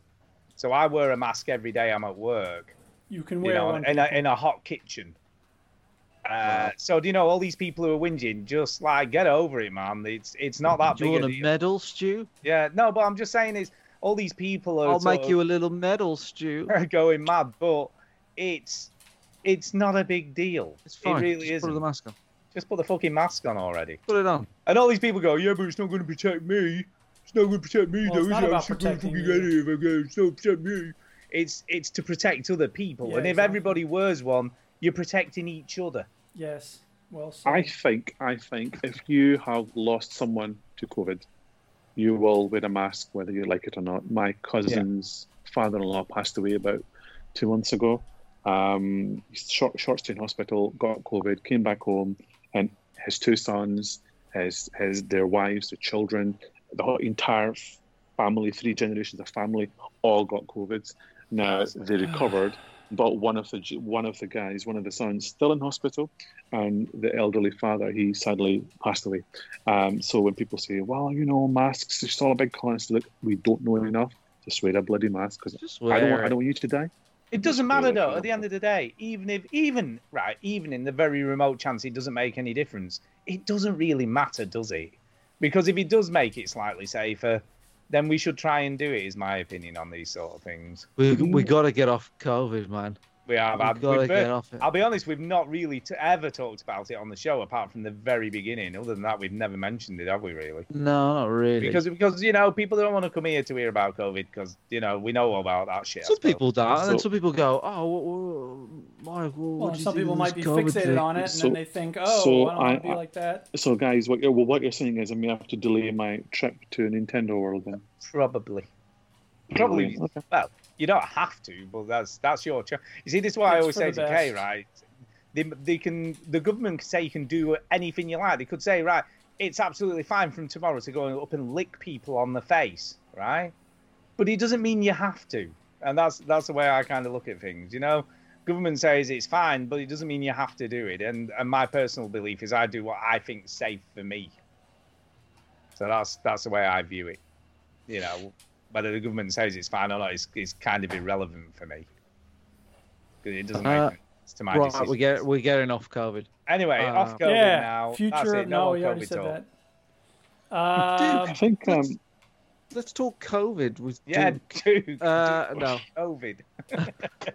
Speaker 3: So I wear a mask every day I'm at work.
Speaker 2: You can
Speaker 3: you
Speaker 2: wear
Speaker 3: know,
Speaker 2: one.
Speaker 3: in, a, in a hot kitchen. Uh, so do you know all these people who are whinging? Just like get over it, man. It's it's not that
Speaker 4: Do you
Speaker 3: big.
Speaker 4: want
Speaker 3: a
Speaker 4: a
Speaker 3: deal.
Speaker 4: medal, Stu?
Speaker 3: Yeah, no, but I'm just saying is all these people are.
Speaker 4: I'll
Speaker 3: sort
Speaker 4: make
Speaker 3: of-
Speaker 4: you a little medal, Stu.
Speaker 3: are going mad, but it's it's not a big deal. It's
Speaker 4: fine.
Speaker 3: It really
Speaker 4: Just
Speaker 3: isn't.
Speaker 4: put the mask on.
Speaker 3: Just put the fucking mask on already.
Speaker 4: Put it on.
Speaker 3: And all these people go, yeah, but it's not going to protect me. It's not going to protect me,
Speaker 2: Well, it's
Speaker 3: though. is
Speaker 2: not
Speaker 3: it?
Speaker 2: about
Speaker 3: It's not gonna
Speaker 2: protecting
Speaker 3: fucking
Speaker 2: you.
Speaker 3: get it if I go, It's not protect me. It's it's to protect other people.
Speaker 2: Yeah,
Speaker 3: and if
Speaker 2: exactly.
Speaker 3: everybody wears one, you're protecting each other.
Speaker 2: Yes. Well, said.
Speaker 19: I think, I think if you have lost someone to COVID, you will wear a mask whether you like it or not. My cousin's father-in-law passed away about two months ago. Um, he's short, short stay in hospital, got COVID, came back home, and his two sons, his his their wives, their children, the whole entire f- family, three generations of family, all got COVID. Now they recovered, but one of the one of the guys, one of the sons, still in hospital, and the elderly father, he sadly passed away. Um, so when people say, "Well, you know, masks, it's all a big con," I say, look, we don't know enough. Just wear a bloody mask because I don't,
Speaker 3: wear
Speaker 19: want-
Speaker 3: it.
Speaker 19: I don't want you to die.
Speaker 3: It doesn't matter though. At the end of the day, even if even right, even in the very remote chance it doesn't make any difference, it doesn't really matter, does it? Because if it does make it slightly safer, then we should try and do it. Is my opinion on these sort of things.
Speaker 4: We we gotta get off COVID, man.
Speaker 3: We have.
Speaker 4: We've
Speaker 3: I've-
Speaker 4: gotta
Speaker 3: we've
Speaker 4: get
Speaker 3: been-
Speaker 4: off it.
Speaker 3: I'll be honest, we've not really t- ever talked about it on the show, apart from the very beginning. Other than that, we've never mentioned it, have we? Really?
Speaker 4: No, not really.
Speaker 3: Because because you know people don't want to come here to hear about COVID because you know we know all about that shit. I
Speaker 4: some
Speaker 3: suppose.
Speaker 4: people die, and then
Speaker 3: So-
Speaker 4: some people go, "Oh, what, what, what, what
Speaker 2: Well,
Speaker 4: do you
Speaker 2: some
Speaker 4: think
Speaker 2: people
Speaker 4: of
Speaker 2: might be
Speaker 4: this COVID
Speaker 2: fixated
Speaker 4: thing?"
Speaker 2: on it, and
Speaker 19: so-
Speaker 2: then they think, oh,
Speaker 19: so
Speaker 2: I don't want to
Speaker 19: I-
Speaker 2: be like that.
Speaker 19: So, guys, what, well, what you're saying is I may have to delay my trip to Nintendo World then.
Speaker 3: Probably. Probably.
Speaker 2: Um,
Speaker 3: Well, you don't have to, but that's that's your choice. You see, this is why I
Speaker 2: It's
Speaker 3: always
Speaker 2: for
Speaker 3: say
Speaker 2: the
Speaker 3: to Kay,
Speaker 2: best.
Speaker 3: right? They, they can the government can say you can do anything you like. They could say, right, it's absolutely fine from tomorrow to go up and lick people on the face, right? But it doesn't mean you have to, and that's that's the way I kind of look at things. You know, government says it's fine, but it doesn't mean you have to do it. And and my personal belief is I do what I think's safe for me. So that's that's the way I view it. You know, whether the government says it's fine or not is is kind of irrelevant for me. 'Cause it doesn't make
Speaker 4: Uh,
Speaker 3: sense to my
Speaker 4: right,
Speaker 3: decision.
Speaker 4: we get we're getting off COVID.
Speaker 3: Anyway,
Speaker 4: Uh,
Speaker 3: off COVID
Speaker 2: yeah,
Speaker 3: now.
Speaker 2: future
Speaker 3: That's
Speaker 2: of
Speaker 3: it, no,
Speaker 2: no,
Speaker 3: more
Speaker 2: we already
Speaker 3: COVID
Speaker 2: said
Speaker 3: talk.
Speaker 2: that. Um,
Speaker 19: I think um,
Speaker 4: Let's talk COVID with
Speaker 3: Yeah,
Speaker 4: Duke.
Speaker 3: Duke.
Speaker 4: Uh,
Speaker 3: Duke,
Speaker 4: no.
Speaker 3: COVID.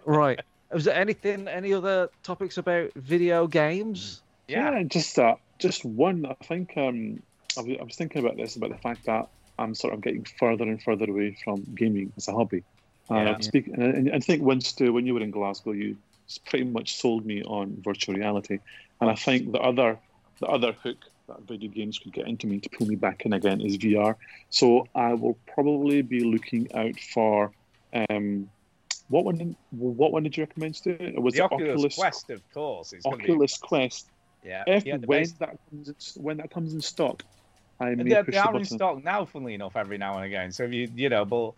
Speaker 4: right. Was there anything? Any other topics about video games?
Speaker 19: Yeah, just uh, just one. I think um, I was, I was thinking about this about the fact that I'm sort of getting further and further away from gaming as a hobby. And
Speaker 7: Yeah.
Speaker 19: I'm speak, and, I- and I think once too, when you were in Glasgow, you s- pretty much sold me on virtual reality, and I think the other the other hook that video games could get into me to pull me back in again is VR. So I will probably be looking out for. Um, what one? What one did you recommend to? It was
Speaker 3: the
Speaker 19: it
Speaker 3: Oculus,
Speaker 19: Oculus
Speaker 3: Quest, of course. It's gonna be,
Speaker 19: Oculus Quest.
Speaker 3: yeah.
Speaker 19: If
Speaker 3: yeah, the
Speaker 19: when
Speaker 3: base-
Speaker 19: that comes in, when that comes in stock, I
Speaker 3: And
Speaker 19: may
Speaker 3: they're,
Speaker 19: push
Speaker 3: they
Speaker 19: the
Speaker 3: are
Speaker 19: button.
Speaker 3: in stock now, funnily enough, every now and again. So if you you know, but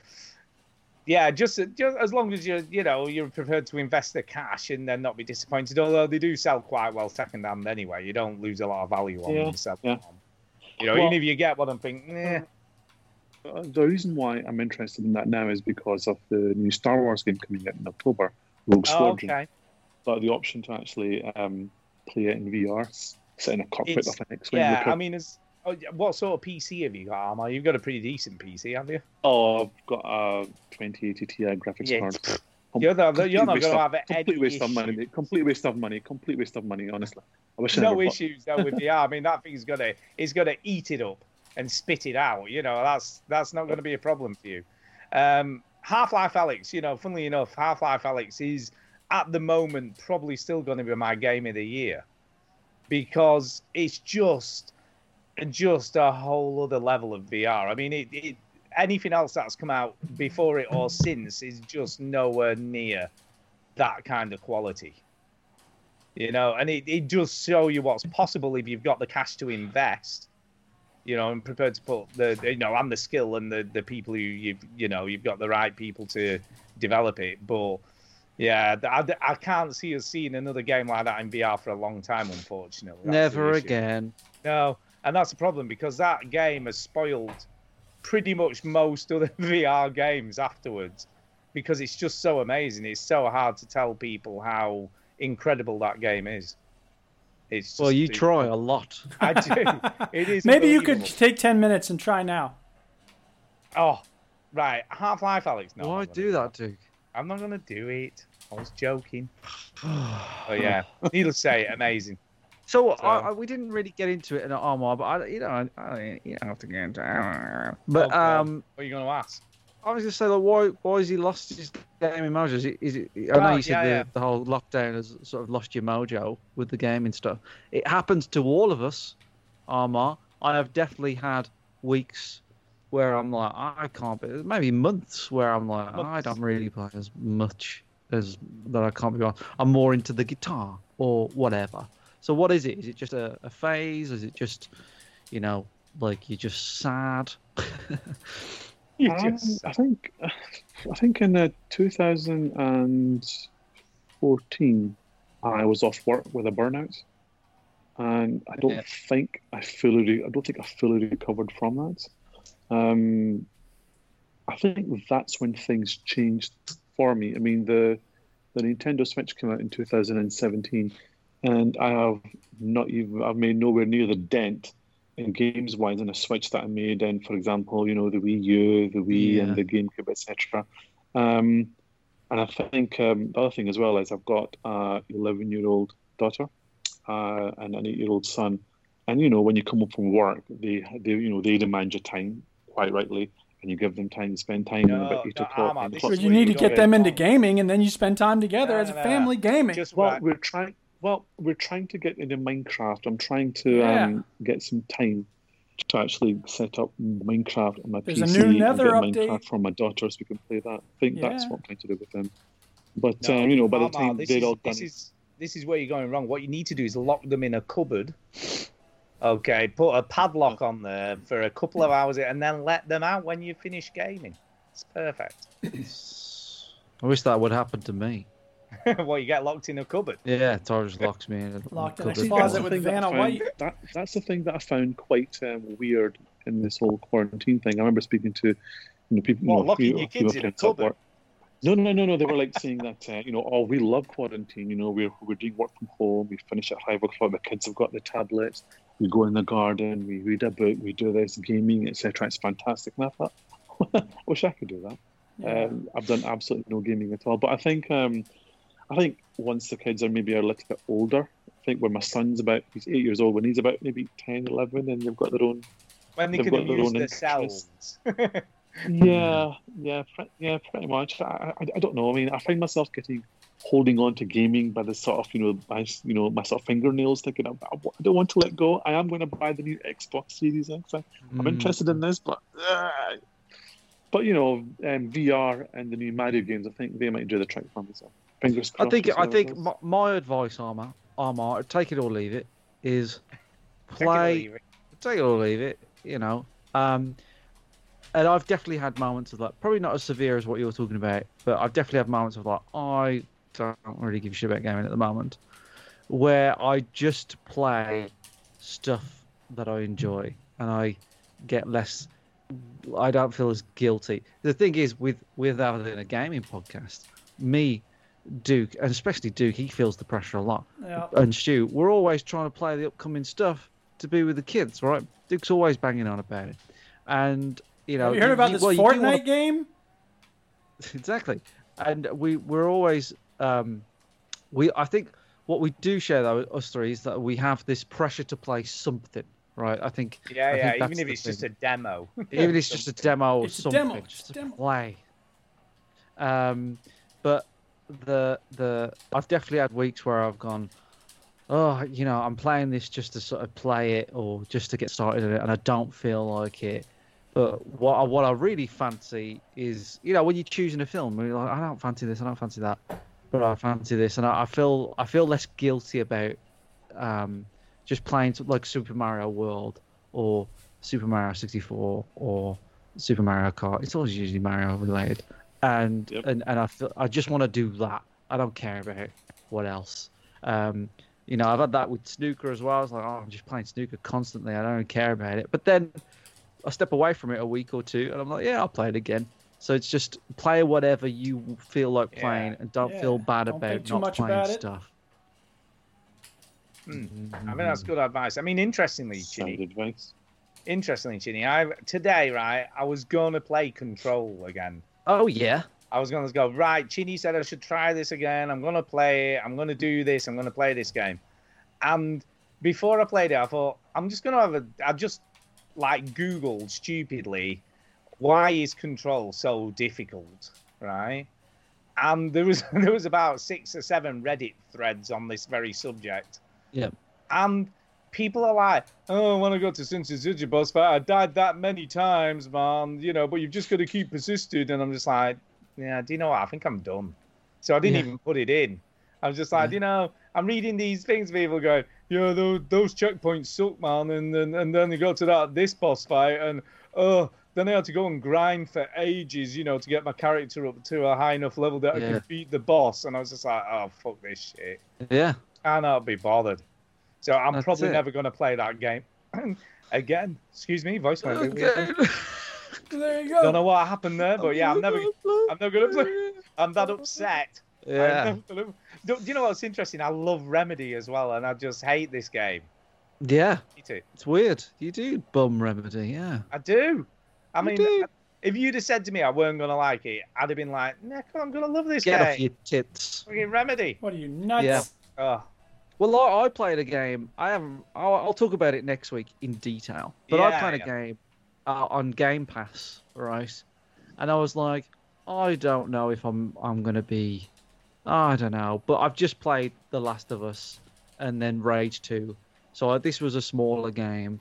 Speaker 3: yeah, just, just as long as you you know you're prepared to invest the cash and then not be disappointed. Although they do sell quite well second hand anyway, you don't lose a lot of value on
Speaker 19: Yeah,
Speaker 3: them. So,
Speaker 19: yeah.
Speaker 3: you know,
Speaker 19: Well-
Speaker 3: even if you get what I'm thinking, eh,
Speaker 19: Uh, The reason why I'm interested in that now is because of the new Star Wars game coming out in October, Rogue
Speaker 3: oh,
Speaker 19: Squadron.
Speaker 3: okay.
Speaker 19: But the option to actually um, play it in VR, s- sit in a cockpit
Speaker 3: It's-
Speaker 19: of an X-wing.
Speaker 3: yeah,
Speaker 19: looking-
Speaker 3: I mean, it's, oh, yeah, what sort of PC have you got, Armor? You've got a pretty decent PC, haven't you?
Speaker 19: oh, I've got a 2080 Ti graphics
Speaker 3: Yeah,
Speaker 19: card.
Speaker 3: it's-
Speaker 19: Com-
Speaker 3: You're not- you're
Speaker 19: complete
Speaker 3: not
Speaker 19: waste
Speaker 3: gonna
Speaker 19: of-
Speaker 3: have any
Speaker 19: complete waste of money.
Speaker 3: issue.
Speaker 19: mate. Complete waste of money. Complete waste of money. Honestly, I wish I
Speaker 3: no
Speaker 19: never bought-
Speaker 3: issues though with the arm. I mean, that thing's gonna it's gonna eat it up and spit it out. You know, that's that's not gonna be a problem for you. Um, Half Life Alex, you know, funnily enough, Half Life Alex is at the moment probably still gonna be my game of the year because it's just just a whole other level of VR. I mean, it, it anything else that's come out before it or since is just nowhere near that kind of quality. You know, and it, it does show you what's possible if you've got the cash to invest. You know, and prepared to put the you know and the skill and the the people who you've you know you've got the right people to develop it. But yeah, I, I can't see us seeing another game like that in VR for a long time, unfortunately. That's the
Speaker 4: Never
Speaker 3: issue.
Speaker 4: again.
Speaker 3: No, and that's the problem because that game has spoiled pretty much most other VR games afterwards because it's just so amazing. It's so hard to tell people how incredible that game is. It's just,
Speaker 4: Well, you
Speaker 3: it-
Speaker 4: try a lot.
Speaker 3: I do. It is.
Speaker 2: maybe you could
Speaker 3: unbelievable.
Speaker 2: take ten minutes and try now.
Speaker 3: Oh, Right, Half Life, Alex. No,
Speaker 4: Why do that, Duke?
Speaker 3: I'm not gonna do it. I was joking. Oh yeah, needless to say, amazing.
Speaker 4: So, I, I, we didn't really get into it in Armour, but I, you know, I, I, you don't have to get into. It. But
Speaker 3: Oh, God.
Speaker 4: um,
Speaker 3: What are you gonna ask?
Speaker 4: I was going to say, like, why why has he lost his game in mojo? Is it, is it, I know
Speaker 3: Well,
Speaker 4: you said
Speaker 3: yeah,
Speaker 4: the,
Speaker 3: yeah.
Speaker 4: the whole lockdown has sort of lost your mojo with the game and stuff. It happens to all of us, Armar. I have definitely had weeks where I'm like, I can't be, maybe months where I'm like, I don't really play as much as that I can't be on. I'm more into the guitar or whatever. So, what is it? Is it just a, a phase? Is it just, you know, like you're just sad?
Speaker 19: Um, I think I think in uh, 2014 I was off work with a burnout, and I don't
Speaker 7: Yeah.
Speaker 19: think I fully re- I don't think I fully recovered from that. Um, I think that's when things changed for me. I mean the the Nintendo Switch came out in 2017, and I have not even I've made nowhere near the dent in games wise in a Switch that I made in, for example, you know the Wii U, the Wii,
Speaker 7: Yeah.
Speaker 19: and the GameCube, etc. Um, and I think um, the other thing as well is I've got a 11 year old daughter uh, and an 8 year old son, and you know when you come home from work, they they you know they demand your time quite rightly. And you give them time to spend time and about eight o'clock. nine o'clock.
Speaker 2: But you need to get them into gaming, and then you spend time together as a family gaming.
Speaker 19: well, we're trying. Well, we're trying to get into Minecraft. I'm trying to
Speaker 2: Yeah.
Speaker 19: um, get some time to actually set up Minecraft on my
Speaker 2: There's a
Speaker 19: PC
Speaker 2: new
Speaker 19: and get
Speaker 2: Nether
Speaker 19: Minecraft
Speaker 2: update.
Speaker 19: for my daughter so we can play that. I think that's
Speaker 3: Yeah.
Speaker 19: what I'm trying to do with them. But
Speaker 3: No,
Speaker 19: um, you know, by the
Speaker 3: Armand,
Speaker 19: time
Speaker 3: this
Speaker 19: they're
Speaker 3: is-
Speaker 19: all done,
Speaker 3: this is this is where you're going wrong. What you need to do is lock them in a cupboard. Okay, put a padlock on there for a couple of hours, and then let them out when you finish gaming. It's perfect.
Speaker 4: I wish that would happen to me.
Speaker 3: well, you get locked in a cupboard.
Speaker 4: Yeah, Tara just locks me in. a
Speaker 3: Locked in a
Speaker 4: cupboard.
Speaker 3: closet
Speaker 19: the thing that I
Speaker 3: Vanna
Speaker 19: found-
Speaker 3: White.
Speaker 19: That, that's the thing that I found quite um, weird in this whole quarantine thing. I remember speaking to you know, people.
Speaker 7: What, locking
Speaker 19: you know, few-
Speaker 7: your
Speaker 19: few
Speaker 7: kids in a
Speaker 19: friends at
Speaker 7: cupboard?
Speaker 19: work. No, no, no, no. They were like saying that, uh, you know, oh, we love quarantine. You know, we're, we're doing work from home. We finish at five o'clock. The kids have got the tablets. We go in the garden. We read a book. We do this gaming, etc. It's fantastic. And I thought, I wish I could do that. Um, I've done absolutely no gaming at all. But I think um, I think once the kids are maybe a little bit older, I think when my son's about, he's eight years old, when he's about maybe 10, 11, and they've got their own.
Speaker 3: When they
Speaker 19: they've
Speaker 3: can
Speaker 19: got their
Speaker 3: amuse
Speaker 19: own interests.
Speaker 3: themselves.
Speaker 19: Yeah, yeah, pre- yeah, pretty much. I, I, I don't know. I mean, I find myself getting holding on to gaming by the sort of you know my s- you know my sort of fingernails thinking I, I wa- I don't want to let go I am going to buy the new Xbox Series X I, I'm
Speaker 7: Mm.
Speaker 19: interested in this but uh, but you know um, VR and the new Mario games I think they might do the trick for me so fingers
Speaker 4: I
Speaker 19: crossed
Speaker 4: think
Speaker 19: it's
Speaker 4: I
Speaker 19: one of
Speaker 4: think
Speaker 19: those.
Speaker 4: my, my advice, Armor, Armor, take it or leave it, is
Speaker 19: it or
Speaker 4: play.
Speaker 19: leave it.
Speaker 4: Take it or leave it. You know, um, and I've definitely had moments of like probably not as severe as what you were talking about, but I've definitely had moments of like I don't really give a shit about gaming at the moment, where I just play stuff that I enjoy and I get less. I don't feel as guilty. The thing is, with with having a gaming podcast, me, Duke, and especially Duke, he feels the pressure a lot.
Speaker 2: Yeah.
Speaker 4: And Stu, we're always trying to play the upcoming stuff to be with the kids, right? Duke's always banging on about it, and you know.
Speaker 2: Have you heard about this
Speaker 4: well, you do
Speaker 2: Fortnite
Speaker 4: wanna-
Speaker 2: game?
Speaker 4: exactly and we we're always um we i think what we do share though us three is that we have this pressure to play something right i think
Speaker 3: Yeah,
Speaker 4: I think
Speaker 3: yeah.
Speaker 4: that's
Speaker 3: Even if
Speaker 4: the
Speaker 3: it's
Speaker 4: thing.
Speaker 3: just a demo.
Speaker 4: even if it's just a demo or
Speaker 3: It's a
Speaker 4: something
Speaker 3: demo, it's
Speaker 4: just
Speaker 3: a
Speaker 4: a
Speaker 3: demo.
Speaker 4: play um but the the i've definitely had weeks where i've gone oh you know i'm playing this just to sort of play it or just to get started in it and i don't feel like it but what I, what I really fancy is, you know, when you're choosing a film, you're like, I don't fancy this, I don't fancy that, but I fancy this, and I, I feel I feel less guilty about um, just playing some- like Super Mario World or Super Mario 64 or Super Mario Kart. It's always usually Mario related, and and, and I feel, I just want to do that. I don't care about what else. Um, you know, I've had that with snooker as well. I was like, oh, I'm just playing snooker constantly. I don't even care about it. But then I step away from it a week or two, and I'm like, yeah, I'll play it again. So it's just play whatever you feel like playing, and don't
Speaker 3: Yeah.
Speaker 4: feel bad
Speaker 3: Don't
Speaker 4: about
Speaker 3: think too
Speaker 4: not
Speaker 3: much
Speaker 4: playing
Speaker 3: about it.
Speaker 4: stuff.
Speaker 3: Hmm. I mean, that's good advice. I mean, interestingly, Chini, interestingly, Chinny, I today right, I was gonna play Control again.
Speaker 4: Oh yeah.
Speaker 3: I was gonna go right. Chinny said I should try this again. I'm gonna play it. I'm gonna do this. I'm gonna play this game. And before I played it, I thought I'm just gonna have a. I just like Googled stupidly, why is Control so difficult, right? And there was there was about six or seven Reddit threads on this very subject.
Speaker 4: Yeah.
Speaker 3: And people are like, oh, when I got to Cincy boss fight, I died that many times, man, you know, but you've just got to keep persisted. And I'm just like, yeah, do you know what? I think I'm done. So I didn't
Speaker 20: Yeah.
Speaker 3: even put it in. I was just like, you know, I'm reading these things, people going, yeah, those, those checkpoints suck, man. And, and, and then they got to that this boss fight, and oh, then I had to go and grind for ages, you know, to get my character up to a high enough level that I
Speaker 4: Yeah.
Speaker 3: could beat the boss. And I was just like, oh, fuck this shit.
Speaker 4: Yeah.
Speaker 3: I'll not be bothered. So I'm
Speaker 4: That's
Speaker 3: probably
Speaker 4: it.
Speaker 3: never going to play that game again. Excuse me, voice might be
Speaker 4: Okay.
Speaker 2: There you
Speaker 3: Don't know what happened there, but yeah, I'm never, I'm never going to play. I'm that upset. I'm
Speaker 4: Yeah.
Speaker 3: never gonna- Do do you know what's interesting? I love Remedy as well, and I just hate this game.
Speaker 4: Yeah.
Speaker 3: Hate it.
Speaker 4: It's weird. You do bum remedy, yeah.
Speaker 3: I do. I
Speaker 4: You
Speaker 3: mean,
Speaker 4: do.
Speaker 3: if you'd have said to me I weren't going to like it, I'd have been like, "Nah, come on, I'm going to love this
Speaker 4: Get
Speaker 3: game."
Speaker 4: off your tits.
Speaker 3: Fucking Remedy.
Speaker 2: What are you nuts?
Speaker 4: Yeah.
Speaker 3: Oh,
Speaker 17: Well, I, I played a game. I haven't. I'll, I'll talk about it next week in detail.
Speaker 4: But I
Speaker 17: Yeah,
Speaker 4: played a game uh, on Game Pass, right? And I was like, I don't know if I'm I'm gonna be, I don't know. But I've just played The Last of Us, and then Rage Two, so I, this was a smaller game.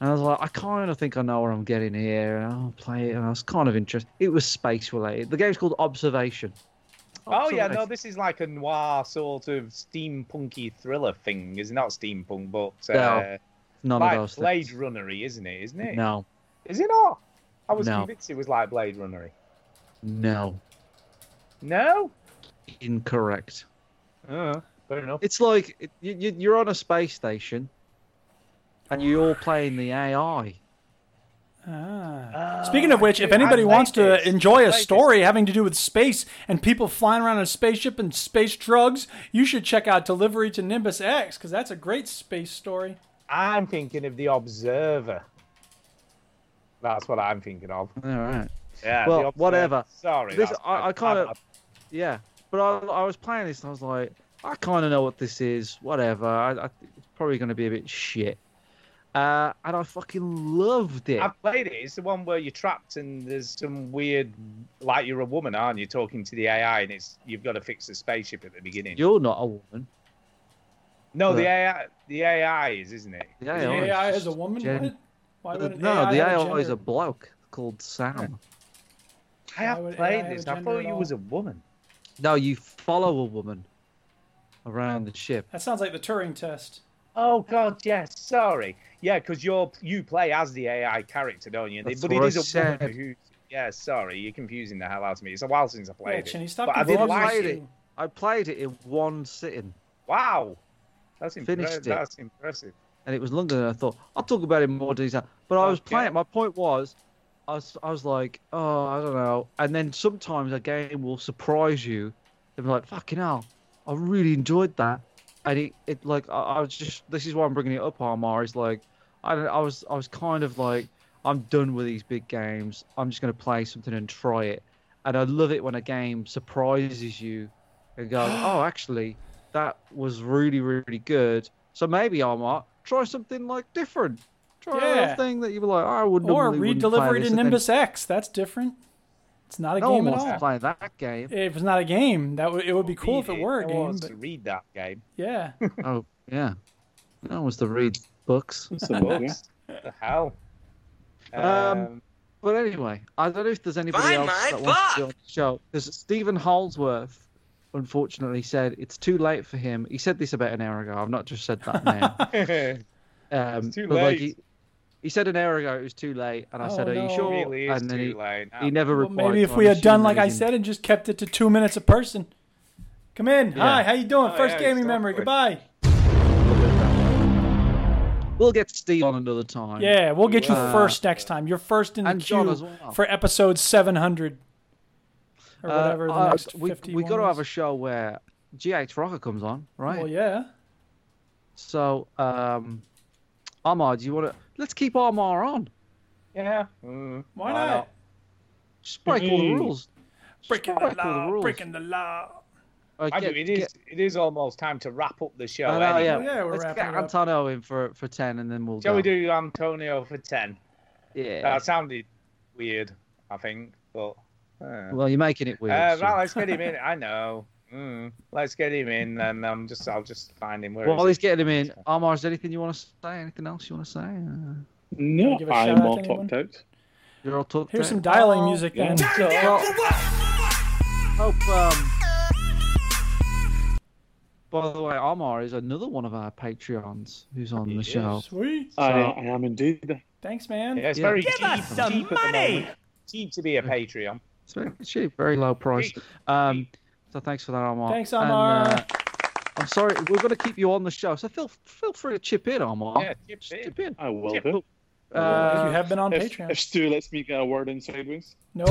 Speaker 4: And I was like, I kind of think I know where I'm getting here, and I'll play it. And I was kind of interested. It was space related. The game's called Observation.
Speaker 3: oh yeah,
Speaker 17: Observation.
Speaker 3: no, this is like a noir sort of steampunky thriller thing. It's not steampunk, but uh,
Speaker 4: No, none of
Speaker 3: like
Speaker 4: those things.
Speaker 3: Blade Runnery, isn't it? Isn't it?
Speaker 4: No,
Speaker 3: Is it not? I was
Speaker 4: No.
Speaker 3: convinced it was like Blade Runnery.
Speaker 4: no,
Speaker 3: No.
Speaker 4: incorrect.
Speaker 3: Uh, fair enough.
Speaker 17: It's like it- you, you, you're on a space station, and you're all playing the AI.
Speaker 5: Uh,
Speaker 2: Ah. Speaking of which, if
Speaker 17: I
Speaker 2: anybody
Speaker 17: like
Speaker 2: wants to
Speaker 17: this. I
Speaker 2: enjoy a
Speaker 17: like
Speaker 2: story having to do with space and people flying around in a spaceship and space drugs, you should check out Delivery to Nimbus X because that's a great space story.
Speaker 3: I'm thinking of the Observer. That's what I'm thinking of.
Speaker 4: All right.
Speaker 3: Yeah. The
Speaker 4: well,
Speaker 3: Observer.
Speaker 4: whatever.
Speaker 3: Sorry.
Speaker 4: This,
Speaker 3: that's-
Speaker 4: I, I kind
Speaker 3: I'm-
Speaker 4: of, yeah. But I, I was playing this and I was like, I kind of know what this is. Whatever. I, I, it's probably going to be a bit shit. Uh, and I fucking loved it.
Speaker 3: I've played it. It's the one where you're trapped and there's some weird, like you're a woman, aren't you? Talking to the AI and it's you've got to fix the spaceship at the beginning.
Speaker 4: You're not a woman.
Speaker 3: no, the
Speaker 4: but-
Speaker 3: AI, the AI is, isn't it?
Speaker 4: The AI is
Speaker 2: AI is a woman?
Speaker 4: gen-
Speaker 2: What? Why would an
Speaker 4: no,
Speaker 2: AI
Speaker 4: the
Speaker 2: have a
Speaker 4: AI is
Speaker 2: gender?
Speaker 4: a bloke called
Speaker 2: Hmm.
Speaker 4: Sam.
Speaker 3: I have
Speaker 2: would AI
Speaker 3: played
Speaker 2: have
Speaker 3: this.
Speaker 2: a
Speaker 3: I
Speaker 2: gender
Speaker 3: thought
Speaker 2: at
Speaker 3: you
Speaker 2: all?
Speaker 3: was a woman.
Speaker 4: No, you follow a woman around the ship.
Speaker 2: That sounds like the Turing test.
Speaker 3: Oh God, yes. Sorry. Yeah, because you're you play as the AI character, don't you? They-
Speaker 4: That's
Speaker 3: but it
Speaker 4: what I
Speaker 3: is a
Speaker 4: said.
Speaker 3: woman who. Yeah, sorry, you're confusing the hell out of me. It's a while since I played it.
Speaker 2: Chinny, stop
Speaker 3: but I did
Speaker 4: Well, I
Speaker 3: like
Speaker 4: played
Speaker 3: it.
Speaker 4: it. I played it in one sitting,
Speaker 3: Wow, that's
Speaker 4: Finished
Speaker 3: impressive.
Speaker 4: it.
Speaker 3: That's impressive.
Speaker 4: and it was longer than I thought. I'll talk about it in more detail. But I was playing. it. My point was, I was, I was like, oh, I don't know. And then sometimes a game will surprise you. And be like, fucking hell, I really enjoyed that. And it, it like, I, I was just. This is why I'm bringing it up, Armar. Is like, I, don't- I was, I was kind of like, I'm done with these big games. I'm just gonna play something and try it. And I love it when a game surprises you and go, oh, actually, that was really, really good. So maybe I might try something like different. Try a
Speaker 2: Yeah.
Speaker 4: little thing that you were like, I would
Speaker 2: Or
Speaker 4: normally
Speaker 2: read
Speaker 4: wouldn't play
Speaker 2: Delivery
Speaker 4: this,"
Speaker 2: to
Speaker 4: and then
Speaker 2: Nimbus X. That's different. It's not a
Speaker 4: No
Speaker 2: game
Speaker 4: one
Speaker 2: at
Speaker 4: wants
Speaker 2: all.
Speaker 4: to play that game.
Speaker 2: If it's not a game, that would it would be cool if it
Speaker 3: Read
Speaker 2: were a
Speaker 3: No one
Speaker 2: game.
Speaker 3: wants
Speaker 2: But
Speaker 3: to read that game.
Speaker 2: yeah.
Speaker 4: Oh yeah, that was to read books.
Speaker 3: Books. the hell.
Speaker 4: Um, but anyway, I don't know if there's anybody
Speaker 3: Buy
Speaker 4: else
Speaker 3: my
Speaker 4: that wants to be on the show because Stephen Holdsworth, unfortunately, said it's too late for him. He said this about an hour ago. I've not just said that now. Um,
Speaker 3: It's too
Speaker 4: but, like,
Speaker 3: late.
Speaker 4: he, he said an hour ago it was too late, and I said,
Speaker 2: Oh,
Speaker 4: "Are
Speaker 2: no.
Speaker 4: you sure?"
Speaker 2: Really
Speaker 3: is
Speaker 4: and then
Speaker 3: too
Speaker 4: he,
Speaker 3: late.
Speaker 4: he never
Speaker 2: Well,
Speaker 4: replied.
Speaker 2: maybe
Speaker 4: so
Speaker 2: if
Speaker 4: I'm
Speaker 2: we had done
Speaker 4: assuming
Speaker 2: like
Speaker 4: he
Speaker 2: I
Speaker 4: didn't.
Speaker 2: said and just kept it to two minutes a person. Come in.
Speaker 4: Yeah.
Speaker 2: Hi, how you doing?
Speaker 4: Oh,
Speaker 2: First
Speaker 4: yeah,
Speaker 2: gaming memory.
Speaker 4: exactly.
Speaker 2: Goodbye.
Speaker 4: we'll get Steve on another time.
Speaker 2: Yeah, we'll get you
Speaker 4: Uh,
Speaker 2: first next time. You're first in the
Speaker 4: and John
Speaker 2: queue
Speaker 4: as well.
Speaker 2: for episode 700 or
Speaker 4: uh,
Speaker 2: whatever the
Speaker 4: uh,
Speaker 2: next
Speaker 4: we
Speaker 2: 50
Speaker 4: we got to
Speaker 2: one
Speaker 4: have
Speaker 2: is.
Speaker 4: a show where GH Rocker comes on, right?
Speaker 2: Well, yeah.
Speaker 4: So, um, Ahmad, do you want to Let's keep Armar on.
Speaker 3: Yeah.
Speaker 2: Why, not?
Speaker 4: Just break all the
Speaker 3: Mhm.
Speaker 4: rules.
Speaker 2: Breaking
Speaker 4: Strike
Speaker 2: the
Speaker 4: all the
Speaker 2: law.
Speaker 4: rules.
Speaker 2: breaking the law.
Speaker 4: Uh,
Speaker 3: I mean,
Speaker 4: get-
Speaker 3: it is it is almost time to wrap up the show.
Speaker 4: I know, uh, yeah.
Speaker 3: anyway.
Speaker 4: Let's get Antonio in for, for 10 and then we'll
Speaker 3: Shall
Speaker 4: go.
Speaker 3: we do Antonio for ten?
Speaker 4: Yeah.
Speaker 3: That sounded weird. I think, but. uh.
Speaker 4: Well, you're making it weird.
Speaker 3: Uh,
Speaker 4: so-
Speaker 3: right, let's get him in. I know. Mm, let's get him in, and I'm just, I'll just find him. Where
Speaker 4: While
Speaker 3: is
Speaker 4: he's
Speaker 3: he?
Speaker 4: getting him in, Armar, is there anything you want to say? Anything else you want to say? Uh,
Speaker 19: No,
Speaker 4: give a shout
Speaker 19: I'm
Speaker 4: out
Speaker 19: all
Speaker 4: to anyone?
Speaker 19: topped out.
Speaker 4: You're all talked
Speaker 2: Here's
Speaker 4: out?
Speaker 2: some dialing
Speaker 4: Oh,
Speaker 2: music
Speaker 4: yeah.
Speaker 2: then.
Speaker 4: So, well, hope, um, by the way, Armar is another one of our Patreons who's on the show.
Speaker 2: Sweet.
Speaker 19: I, I am indeed.
Speaker 2: Thanks, man.
Speaker 3: Yeah, it's very cheap, cheap at the moment. Cheap to be a Patreon.
Speaker 4: It's very cheap, very low price. Um, so thanks for that, Armar.
Speaker 2: Thanks,
Speaker 4: And,
Speaker 2: Armar.
Speaker 4: uh, I'm sorry, we're going to keep you on the show, so feel feel free to chip in, Armar.
Speaker 19: Yeah,
Speaker 3: chip
Speaker 4: in. Chip in.
Speaker 19: I will
Speaker 4: Chip.
Speaker 19: do.
Speaker 4: Uh,
Speaker 2: you have been on
Speaker 19: if,
Speaker 2: Patreon.
Speaker 19: If Stu lets me get a word in sideways.
Speaker 2: No.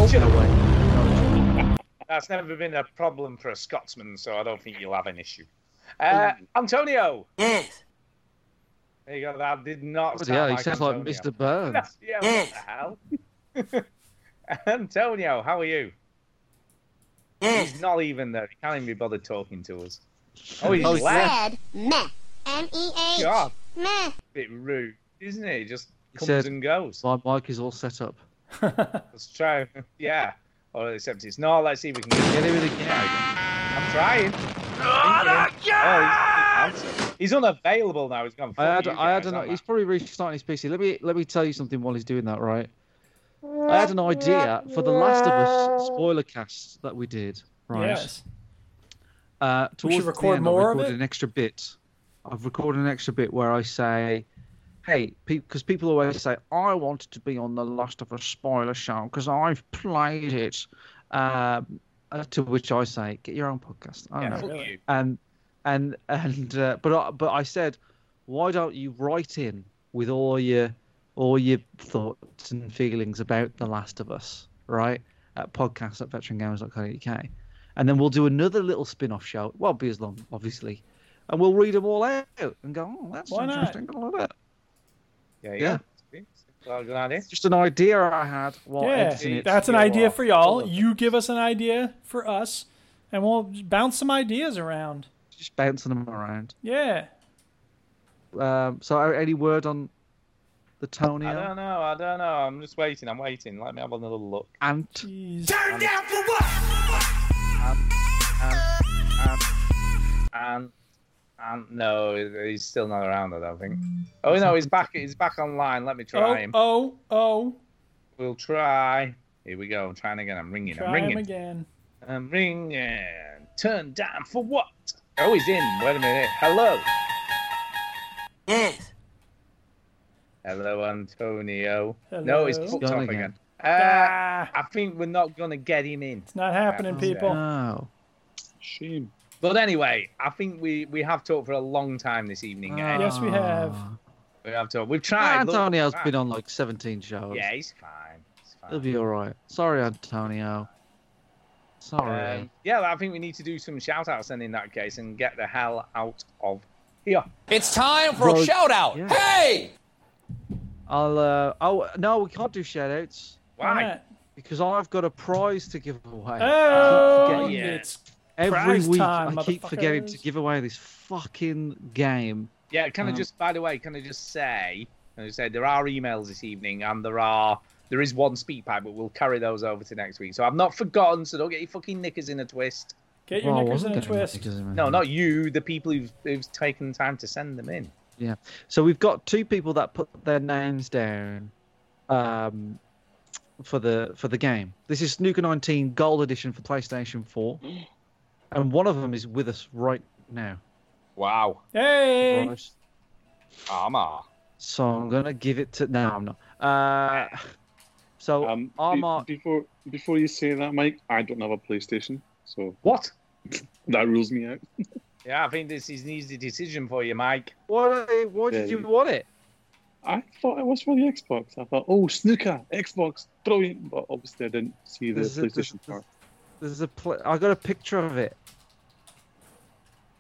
Speaker 3: That's never been a problem for a Scotsman, so I don't think you'll have an issue. Uh, Antonio. Yes. There you go. That did not.
Speaker 4: Bloody
Speaker 3: sound
Speaker 4: hell, he
Speaker 3: like
Speaker 4: sounds
Speaker 3: Antonio.
Speaker 4: like Mr. Burns.
Speaker 3: Yeah. What the hell? Antonio, how are you? He's not even there. He can't even be bothered talking to us. Oh, he's
Speaker 5: Oh, he's
Speaker 3: left.
Speaker 5: Meh. M-E-H.
Speaker 3: God,
Speaker 5: Meh.
Speaker 3: bit rude, isn't it? He just
Speaker 4: He
Speaker 3: comes
Speaker 4: said,
Speaker 3: and goes.
Speaker 4: My mic is all set up.
Speaker 3: Let's try. Yeah. Or except it's not. Let's see if we can get
Speaker 4: him again.
Speaker 3: I'm trying. Thank you. Oh, he's, he's, out. he's unavailable now. He's gone.
Speaker 4: I had,
Speaker 3: Fuck you
Speaker 4: I had
Speaker 3: guys,
Speaker 4: an,
Speaker 3: I'm
Speaker 4: he's probably restarting his PC. Let me let me tell you something while he's doing that, right? I had an idea for the Last of Us spoiler cast that we did, right?
Speaker 2: Yes.
Speaker 4: Uh,
Speaker 2: We
Speaker 4: towards
Speaker 2: should
Speaker 4: the
Speaker 2: record
Speaker 4: end,
Speaker 2: more
Speaker 4: I've
Speaker 2: of
Speaker 4: recorded
Speaker 2: it?
Speaker 4: an extra bit. I've recorded an extra bit where I say, "Hey," because people always say, "I wanted to be on the Last of Us spoiler show because I've played it." Um, uh, to which I say, "Get your own podcast." I don't
Speaker 3: Yeah,
Speaker 4: know.
Speaker 3: fuck you.
Speaker 4: And and and uh, but I, but I said, "Why don't you write in with all your all your thoughts and feelings about The Last of Us, right? At podcast at veterangamers.co.uk. And then we'll do another little spin off show. It won't be as long, obviously. And we'll read them all out and go, oh, that's
Speaker 2: Why not?
Speaker 4: interesting. I like that.
Speaker 3: Yeah,
Speaker 4: yeah.
Speaker 3: yeah. Well, good idea.
Speaker 4: Just an idea I had while
Speaker 2: Yeah,
Speaker 4: editing it.
Speaker 2: that's an idea for y'all. You give us an idea for us, and we'll bounce some ideas around.
Speaker 4: Just bouncing them around.
Speaker 2: Yeah.
Speaker 4: Um, so, any word on the Tony?
Speaker 3: I don't know. I don't know. I'm just waiting. I'm waiting. Let me have another look.
Speaker 4: Ant?
Speaker 3: Turn down for what? And, and, and, and, no, he's still not around. I don't think. Oh no, he's back. He's back online. Let me try him.
Speaker 2: Oh, oh, oh.
Speaker 3: We'll try. Here we go. I'm trying again. I'm ringing. I'm
Speaker 2: Try him
Speaker 3: ringing.
Speaker 2: again.
Speaker 3: I'm ringing. um, Turn down for what? Oh, he's in. Wait a minute. Hello. Yes. Hello, Antonio. No, he's
Speaker 2: Hello.
Speaker 3: hooked
Speaker 2: Gone
Speaker 3: up
Speaker 2: again.
Speaker 3: again. Uh,
Speaker 2: Ah.
Speaker 3: I think we're not going to get him in. It's
Speaker 2: not happening, people.
Speaker 4: No.
Speaker 19: Shame.
Speaker 3: But anyway, I think we, we have talked for a long time this evening. eh?
Speaker 2: Yes, we have.
Speaker 3: We have talked. We've tried. look,
Speaker 4: Ah. Antonio's
Speaker 3: we've
Speaker 4: been
Speaker 3: tried.
Speaker 4: on like 17 shows.
Speaker 3: Yeah, he's fine. He's fine.
Speaker 4: He'll be all right. Sorry, Antonio. Sorry.
Speaker 3: Um, yeah, I think we need to do some shout outs then in that case and get the hell out of here. It's time
Speaker 4: for a Well,
Speaker 3: out. Hey!
Speaker 4: I'll. Uh, oh no, we can't do shout outs.
Speaker 3: Why?
Speaker 2: Why not?
Speaker 4: Because I've got a prize to give away.
Speaker 2: Oh,
Speaker 4: I keep forgetting.
Speaker 2: it's
Speaker 4: every
Speaker 2: prize
Speaker 4: week
Speaker 2: time,
Speaker 4: I keep forgetting to
Speaker 2: motherfuckers.
Speaker 4: give away this fucking game.
Speaker 3: Yeah, can
Speaker 4: Um,
Speaker 3: I just, by the way, can I just say, can I just say there are emails this evening and there are, there is one speak pipe, but we'll carry those over to next week. So I've not forgotten, so don't get your fucking knickers in a twist.
Speaker 2: Get your
Speaker 4: Oh, Well, I
Speaker 2: knickers
Speaker 4: wasn't
Speaker 2: in a
Speaker 4: getting my
Speaker 2: twist.
Speaker 4: knickers in a-
Speaker 3: No, not you, the people who've, who've taken time to send them in.
Speaker 4: Yeah. So we've got two people that put their names down um, for the for the game. This is Snooker 19 Gold Edition for PlayStation 4, and one of them is with us right now.
Speaker 3: Wow.
Speaker 2: Hey!
Speaker 4: Right.
Speaker 3: Armor.
Speaker 4: So I'm gonna give it to. No, I'm not. Uh, so
Speaker 19: Um, be-
Speaker 4: Armar,
Speaker 19: before before you say that, Mike, I don't have a PlayStation, so
Speaker 3: what?
Speaker 19: that rules me out.
Speaker 3: Yeah, I think this is an easy decision for you, Mike.
Speaker 4: why, why did you
Speaker 19: Yeah.
Speaker 4: want it?
Speaker 19: I thought it was for the Xbox. I thought, oh, snooker, Xbox, brilliant. But obviously, I didn't see the
Speaker 4: There's a-
Speaker 19: PlayStation
Speaker 4: there's-
Speaker 19: part.
Speaker 4: There's a pl- I got a picture of it.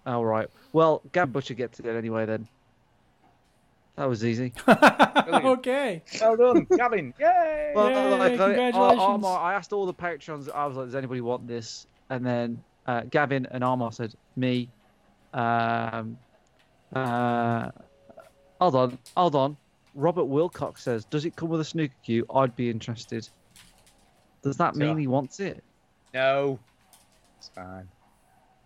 Speaker 4: All right. Well, Gab Butcher gets it anyway then. That was easy.
Speaker 2: okay.
Speaker 3: Well done, Gavin. Yay!
Speaker 4: Well, like, I, I, Armor, I asked all the patrons. I was like, "Does anybody want this?" And then uh, Gavin and Armor said, "Me." Um, uh, hold on, hold on. Robert Wilcox says, "Does it come with a snooker cue? I'd be interested." Does that mean he wants it?
Speaker 3: No, it's fine.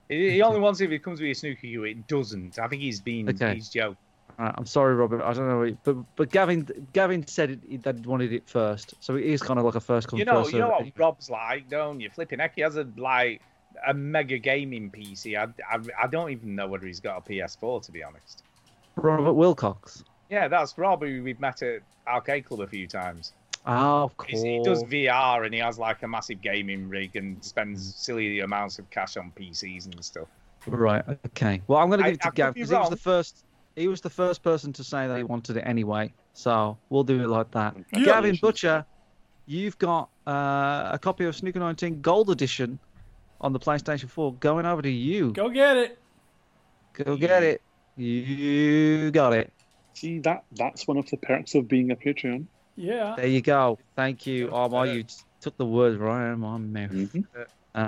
Speaker 3: He, he only wants it if it comes with a snooker cue. It doesn't. I think he's been
Speaker 4: Okay.
Speaker 3: he's joking.
Speaker 4: All right, I'm sorry, Robert. I don't know, what he- but but Gavin Gavin said it, he- that he wanted it first, so it is kind of like a first come
Speaker 3: You know,
Speaker 4: first
Speaker 3: you know
Speaker 4: served.
Speaker 3: what Rob's like, don't you? Flipping heck, he has a like a mega gaming PC. I, I, I don't even know whether he's got a PS4 to be honest.
Speaker 4: Robert Wilcox.
Speaker 3: Yeah, that's Rob who we've met at arcade club a few times.
Speaker 4: Oh, of course.
Speaker 3: He's- He does VR and he has like a massive gaming rig and
Speaker 4: Mm.
Speaker 3: spends silly amounts of cash on PCs and stuff.
Speaker 4: Right. Okay. Well, I'm going to
Speaker 3: I-
Speaker 4: give it
Speaker 3: I
Speaker 4: to
Speaker 3: could
Speaker 4: Gavin
Speaker 3: be
Speaker 4: because he was
Speaker 3: wrong.
Speaker 4: the first. He was the first person to say that he wanted it anyway. So we'll do it like that.
Speaker 2: Yeah.
Speaker 4: Gavin Butcher, you've got uh, a copy of Snooker 19 Gold Edition on the PlayStation 4 going over to you.
Speaker 2: Go get it.
Speaker 4: Go get it. You got it.
Speaker 19: See that that's one of the perks of being a Patreon.
Speaker 2: Yeah.
Speaker 4: There you go. Thank you, Armor. You t- took the words right out of my mouth.
Speaker 3: Mm-hmm. uh,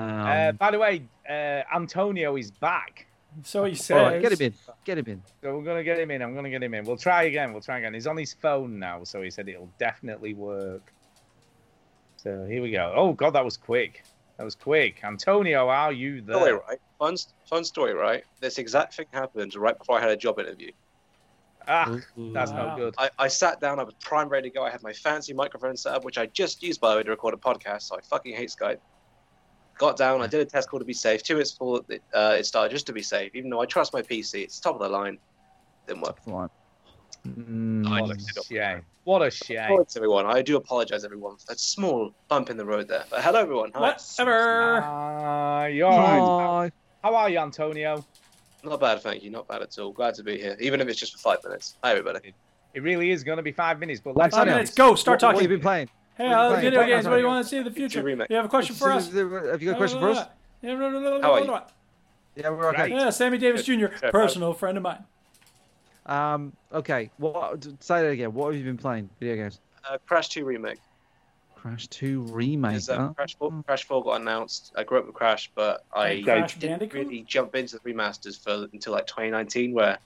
Speaker 4: Um,
Speaker 3: by the way, uh, Antonio is back.
Speaker 2: So he
Speaker 4: all right, get him in. Get him in.
Speaker 3: So we're gonna get him in. I'm gonna get him in. We'll try again. We'll try again. He's on his phone now, so he said it'll definitely work. So here we go. Oh god, that was quick. That was quick. Antonio, are you there?
Speaker 21: Story, right? Fun, fun story, right? This exact thing happened right before I had a job interview.
Speaker 3: Ah, that's no good.
Speaker 21: I, I sat down, I was prime ready to go. I had my fancy microphone set up, which I just used, by the way, to record a podcast, so I fucking hate Skype. Got down, I did a test call to be safe. Two minutes before it, uh, it started, just to be safe, even though I trust my PC, it's top of the line. Didn't work.
Speaker 4: What
Speaker 3: a shame. What a shame.
Speaker 21: Apologies, everyone. I do apologize, everyone, for that small bump in the road there. But hello, everyone. Hi.
Speaker 2: Whatever.
Speaker 3: Uh, you're all right. How how are you, Antonio?
Speaker 21: Not bad, thank you. Not bad at all. Glad to be here, even if it's just for five minutes. Hi, everybody.
Speaker 3: It really is going to be five minutes, but
Speaker 4: Let's
Speaker 3: let's
Speaker 4: Five
Speaker 3: not-
Speaker 4: minutes.
Speaker 2: Go, start
Speaker 4: What
Speaker 2: talking.
Speaker 4: have you been playing?
Speaker 2: Hey,
Speaker 4: What have you
Speaker 2: uh,
Speaker 4: played?
Speaker 2: video
Speaker 4: Play
Speaker 2: games. What do you
Speaker 4: Antonio.
Speaker 2: want to see in the future?
Speaker 4: remake.
Speaker 2: You have a question for us?
Speaker 4: Have you got a question for us?
Speaker 2: How
Speaker 4: How are you? Yeah, we're okay.
Speaker 2: Yeah, Sammy Davis Jr., personal friend of mine.
Speaker 4: Um, okay. What? Say that again. What have you been playing? Video games.
Speaker 21: Uh, Crash 2 Remake.
Speaker 4: Crash Two Remake.
Speaker 21: Because, um,
Speaker 4: huh?
Speaker 21: Crash, 4, Crash 4 got announced. I grew up with Crash, but I
Speaker 4: And Crash
Speaker 21: didn't really jump into the remasters for until like 2019, where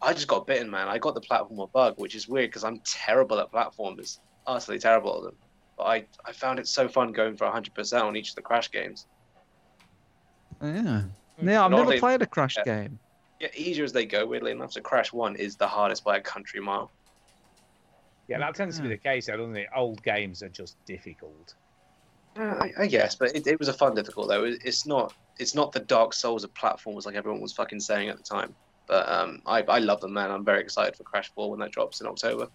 Speaker 21: I just got bitten, man. I got the platformer bug, which is weird because I'm terrible at platformers, utterly terrible at them. But I, I found it so fun going for 100% on each of the Crash games.
Speaker 4: Yeah. Yeah, I've
Speaker 21: Mm, Not
Speaker 4: never
Speaker 21: only-
Speaker 4: played a Crash
Speaker 21: Yeah.
Speaker 4: game.
Speaker 21: Yeah, easier as they go, weirdly enough. So Crash 1 is the hardest by a country mile.
Speaker 3: Yeah, that tends to be the case, though, doesn't it? Old games are just difficult.
Speaker 21: Yeah, Uh, I, I guess, but it, it was a fun difficult though. It, it's not it's not the Dark Souls of platforms like everyone was fucking saying at the time. But um, I I love them, man. I'm very excited for Crash Four when that drops in October.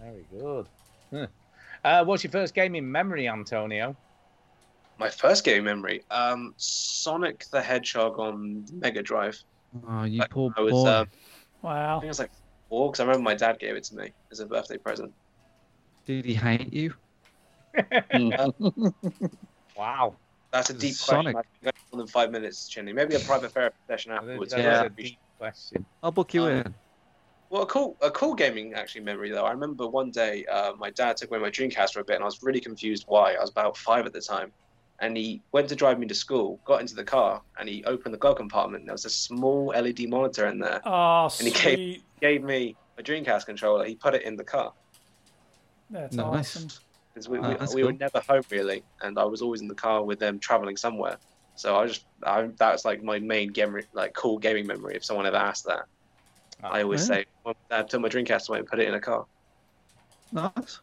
Speaker 3: Very good. Huh. Uh, what's your first game in memory, Antonio?
Speaker 21: My first game memory, um, Sonic the Hedgehog on Mega Drive.
Speaker 4: Oh, you poor
Speaker 21: I was
Speaker 4: boy.
Speaker 21: uh,
Speaker 2: Wow.
Speaker 21: I think it was like four because I remember my dad gave it to me as a birthday present.
Speaker 4: Did he hate you?
Speaker 3: wow,
Speaker 21: that's a deep
Speaker 4: Sonic.
Speaker 21: question. I think I- More than five minutes, Chinny. Maybe a private therapy session afterwards.
Speaker 4: that Yeah. is a
Speaker 3: deep question.
Speaker 4: I'll book
Speaker 21: Uh,
Speaker 4: you in.
Speaker 21: Well, a cool, a cool gaming actually memory though. I remember one day uh, my dad took away my Dreamcast for a bit, and I was really confused why. I was about five at the time, and he went to drive me to school, got into the car, and he opened the glove compartment. And there was a small LED monitor in there,
Speaker 2: Oh,
Speaker 21: and he
Speaker 2: sweet.
Speaker 21: gave, gave me a Dreamcast controller. He put it in the car
Speaker 2: That's
Speaker 4: Nice.
Speaker 2: awesome.
Speaker 21: 'Cause we,
Speaker 4: Ah,
Speaker 21: we,
Speaker 4: that's
Speaker 21: we were
Speaker 4: cool.
Speaker 21: never home really, and I was always in the car with them traveling somewhere. So I just I, that's like my main game, like cool gaming memory. If someone ever asked that, I always
Speaker 4: Ah, Yeah.
Speaker 21: say, well, "Dad took my Dreamcast away and put it in a car."
Speaker 4: Nice.
Speaker 21: I
Speaker 4: That's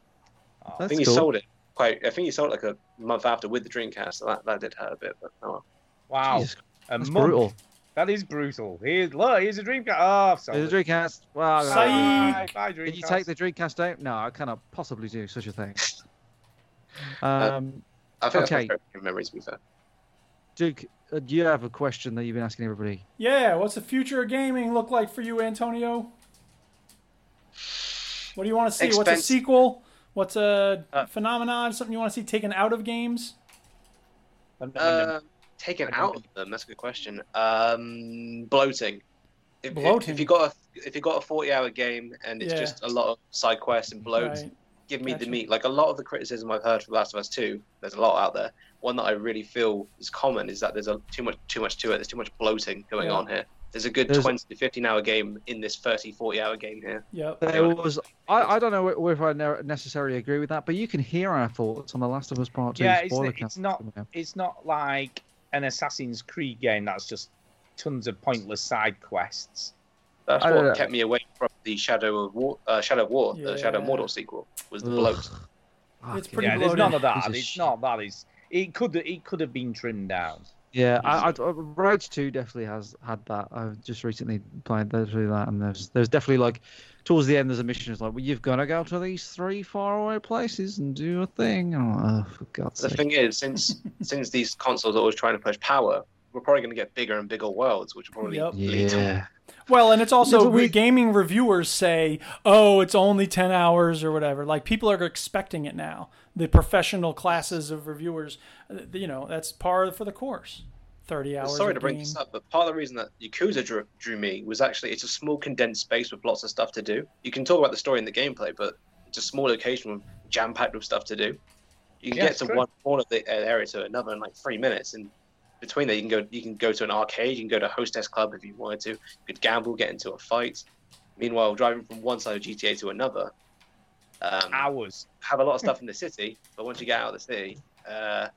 Speaker 21: think he
Speaker 4: cool.
Speaker 21: sold it quite. I think he sold it like a month after with the Dreamcast. So that, that did hurt a bit, but oh well.
Speaker 3: Wow.
Speaker 21: Jesus,
Speaker 3: a
Speaker 21: that's
Speaker 3: month.
Speaker 21: brutal.
Speaker 3: That is brutal. Here's, look, here's a Dreamcast. Oh, I've sold
Speaker 4: Did
Speaker 3: it.
Speaker 4: the Dreamcast? Well, no.
Speaker 3: Psych. Bye,
Speaker 4: Did you
Speaker 3: Dreamcast.
Speaker 4: take the Dreamcast out? No, I cannot possibly do such a thing. Um,
Speaker 21: Uh, I think
Speaker 4: okay,
Speaker 21: that's my favorite memory. To be fair,
Speaker 4: Duke, uh, you have a question that you've been asking everybody.
Speaker 2: Yeah, what's the future of gaming look like for you, Antonio? What do you want to see? What's a
Speaker 21: Expense-
Speaker 2: sequel? What's a
Speaker 4: Uh,
Speaker 2: phenomenon? Something you want to see taken out of games?
Speaker 21: uh, taken out of them. That's a good question. Um, bloating. if, if,
Speaker 2: Bloating.
Speaker 21: if you got a if you got a forty hour game and it's
Speaker 2: Yeah.
Speaker 21: just a lot of side quests and bloat,
Speaker 2: Right.
Speaker 21: give me
Speaker 2: Gotcha.
Speaker 21: the meat. Like a lot of the criticism I've heard for Last of Us Two, there's a lot out there. One that I really feel is common is that there's a too much too much to it. There's too much bloating going
Speaker 4: Yeah.
Speaker 21: on here. There's a good
Speaker 4: There's-
Speaker 21: 20 to 15 hour game in this 30 40 hour game here.
Speaker 2: Yep.
Speaker 4: There was. I, I don't know wh- if I ne- necessarily agree with that, but you can hear our thoughts on The Last of Us Part Two.
Speaker 3: Yeah, it's,
Speaker 4: spoiler
Speaker 3: it's
Speaker 4: cast
Speaker 3: not
Speaker 4: coming up.
Speaker 3: it's not like an Assassin's Creed game that's just tons of pointless side quests.
Speaker 21: That's
Speaker 4: I
Speaker 21: what
Speaker 4: don't know.
Speaker 21: kept me away from the Shadow of War, uh, Shadow of War, the Shadow of
Speaker 3: Yeah.
Speaker 21: Mordor sequel was the
Speaker 3: Ugh.
Speaker 21: bloat.
Speaker 2: It's pretty
Speaker 3: yeah, there's
Speaker 2: bloated.
Speaker 3: none of that.
Speaker 4: Piece of
Speaker 3: It's not that. It's it could it could have been trimmed down.
Speaker 4: Yeah, I, I, I- Roads Two definitely has had that. I've just recently played literally that, and there's there's definitely like towards the end there's a mission. It's like, well, you've got to go to these three faraway places and do a thing. And I'm like, oh, for God's
Speaker 21: The
Speaker 4: sake!
Speaker 21: thing is, since since these consoles are always trying to push power, we're probably going to get bigger and bigger worlds, which will probably
Speaker 2: Yep.
Speaker 21: lead to
Speaker 4: yeah,
Speaker 2: Well, and it's also
Speaker 4: Yeah, but we-
Speaker 2: re- gaming reviewers say, "Oh, it's only ten hours or whatever." Like people are expecting it now. The professional classes of reviewers, uh, you know, that's par for the course. Thirty hours.
Speaker 21: Sorry
Speaker 2: a
Speaker 21: to bring
Speaker 2: game.
Speaker 21: this up, but part of the reason that Yakuza drew, drew me was actually it's a small condensed space with lots of stuff to do. You can talk about the story and the gameplay, but it's a small location with jam packed with stuff to do. You can
Speaker 3: Yeah,
Speaker 21: get
Speaker 3: it's
Speaker 21: to
Speaker 3: true.
Speaker 21: one corner of the uh, area to another in like three minutes, and between there you can go you can go to an arcade, you can go to a hostess club if you wanted to, you could gamble, get into a fight. Meanwhile, driving from one side of GTA to another, um,
Speaker 3: Hours. Hmm.
Speaker 21: have a lot of stuff in the city, but once you get out of the city, uh,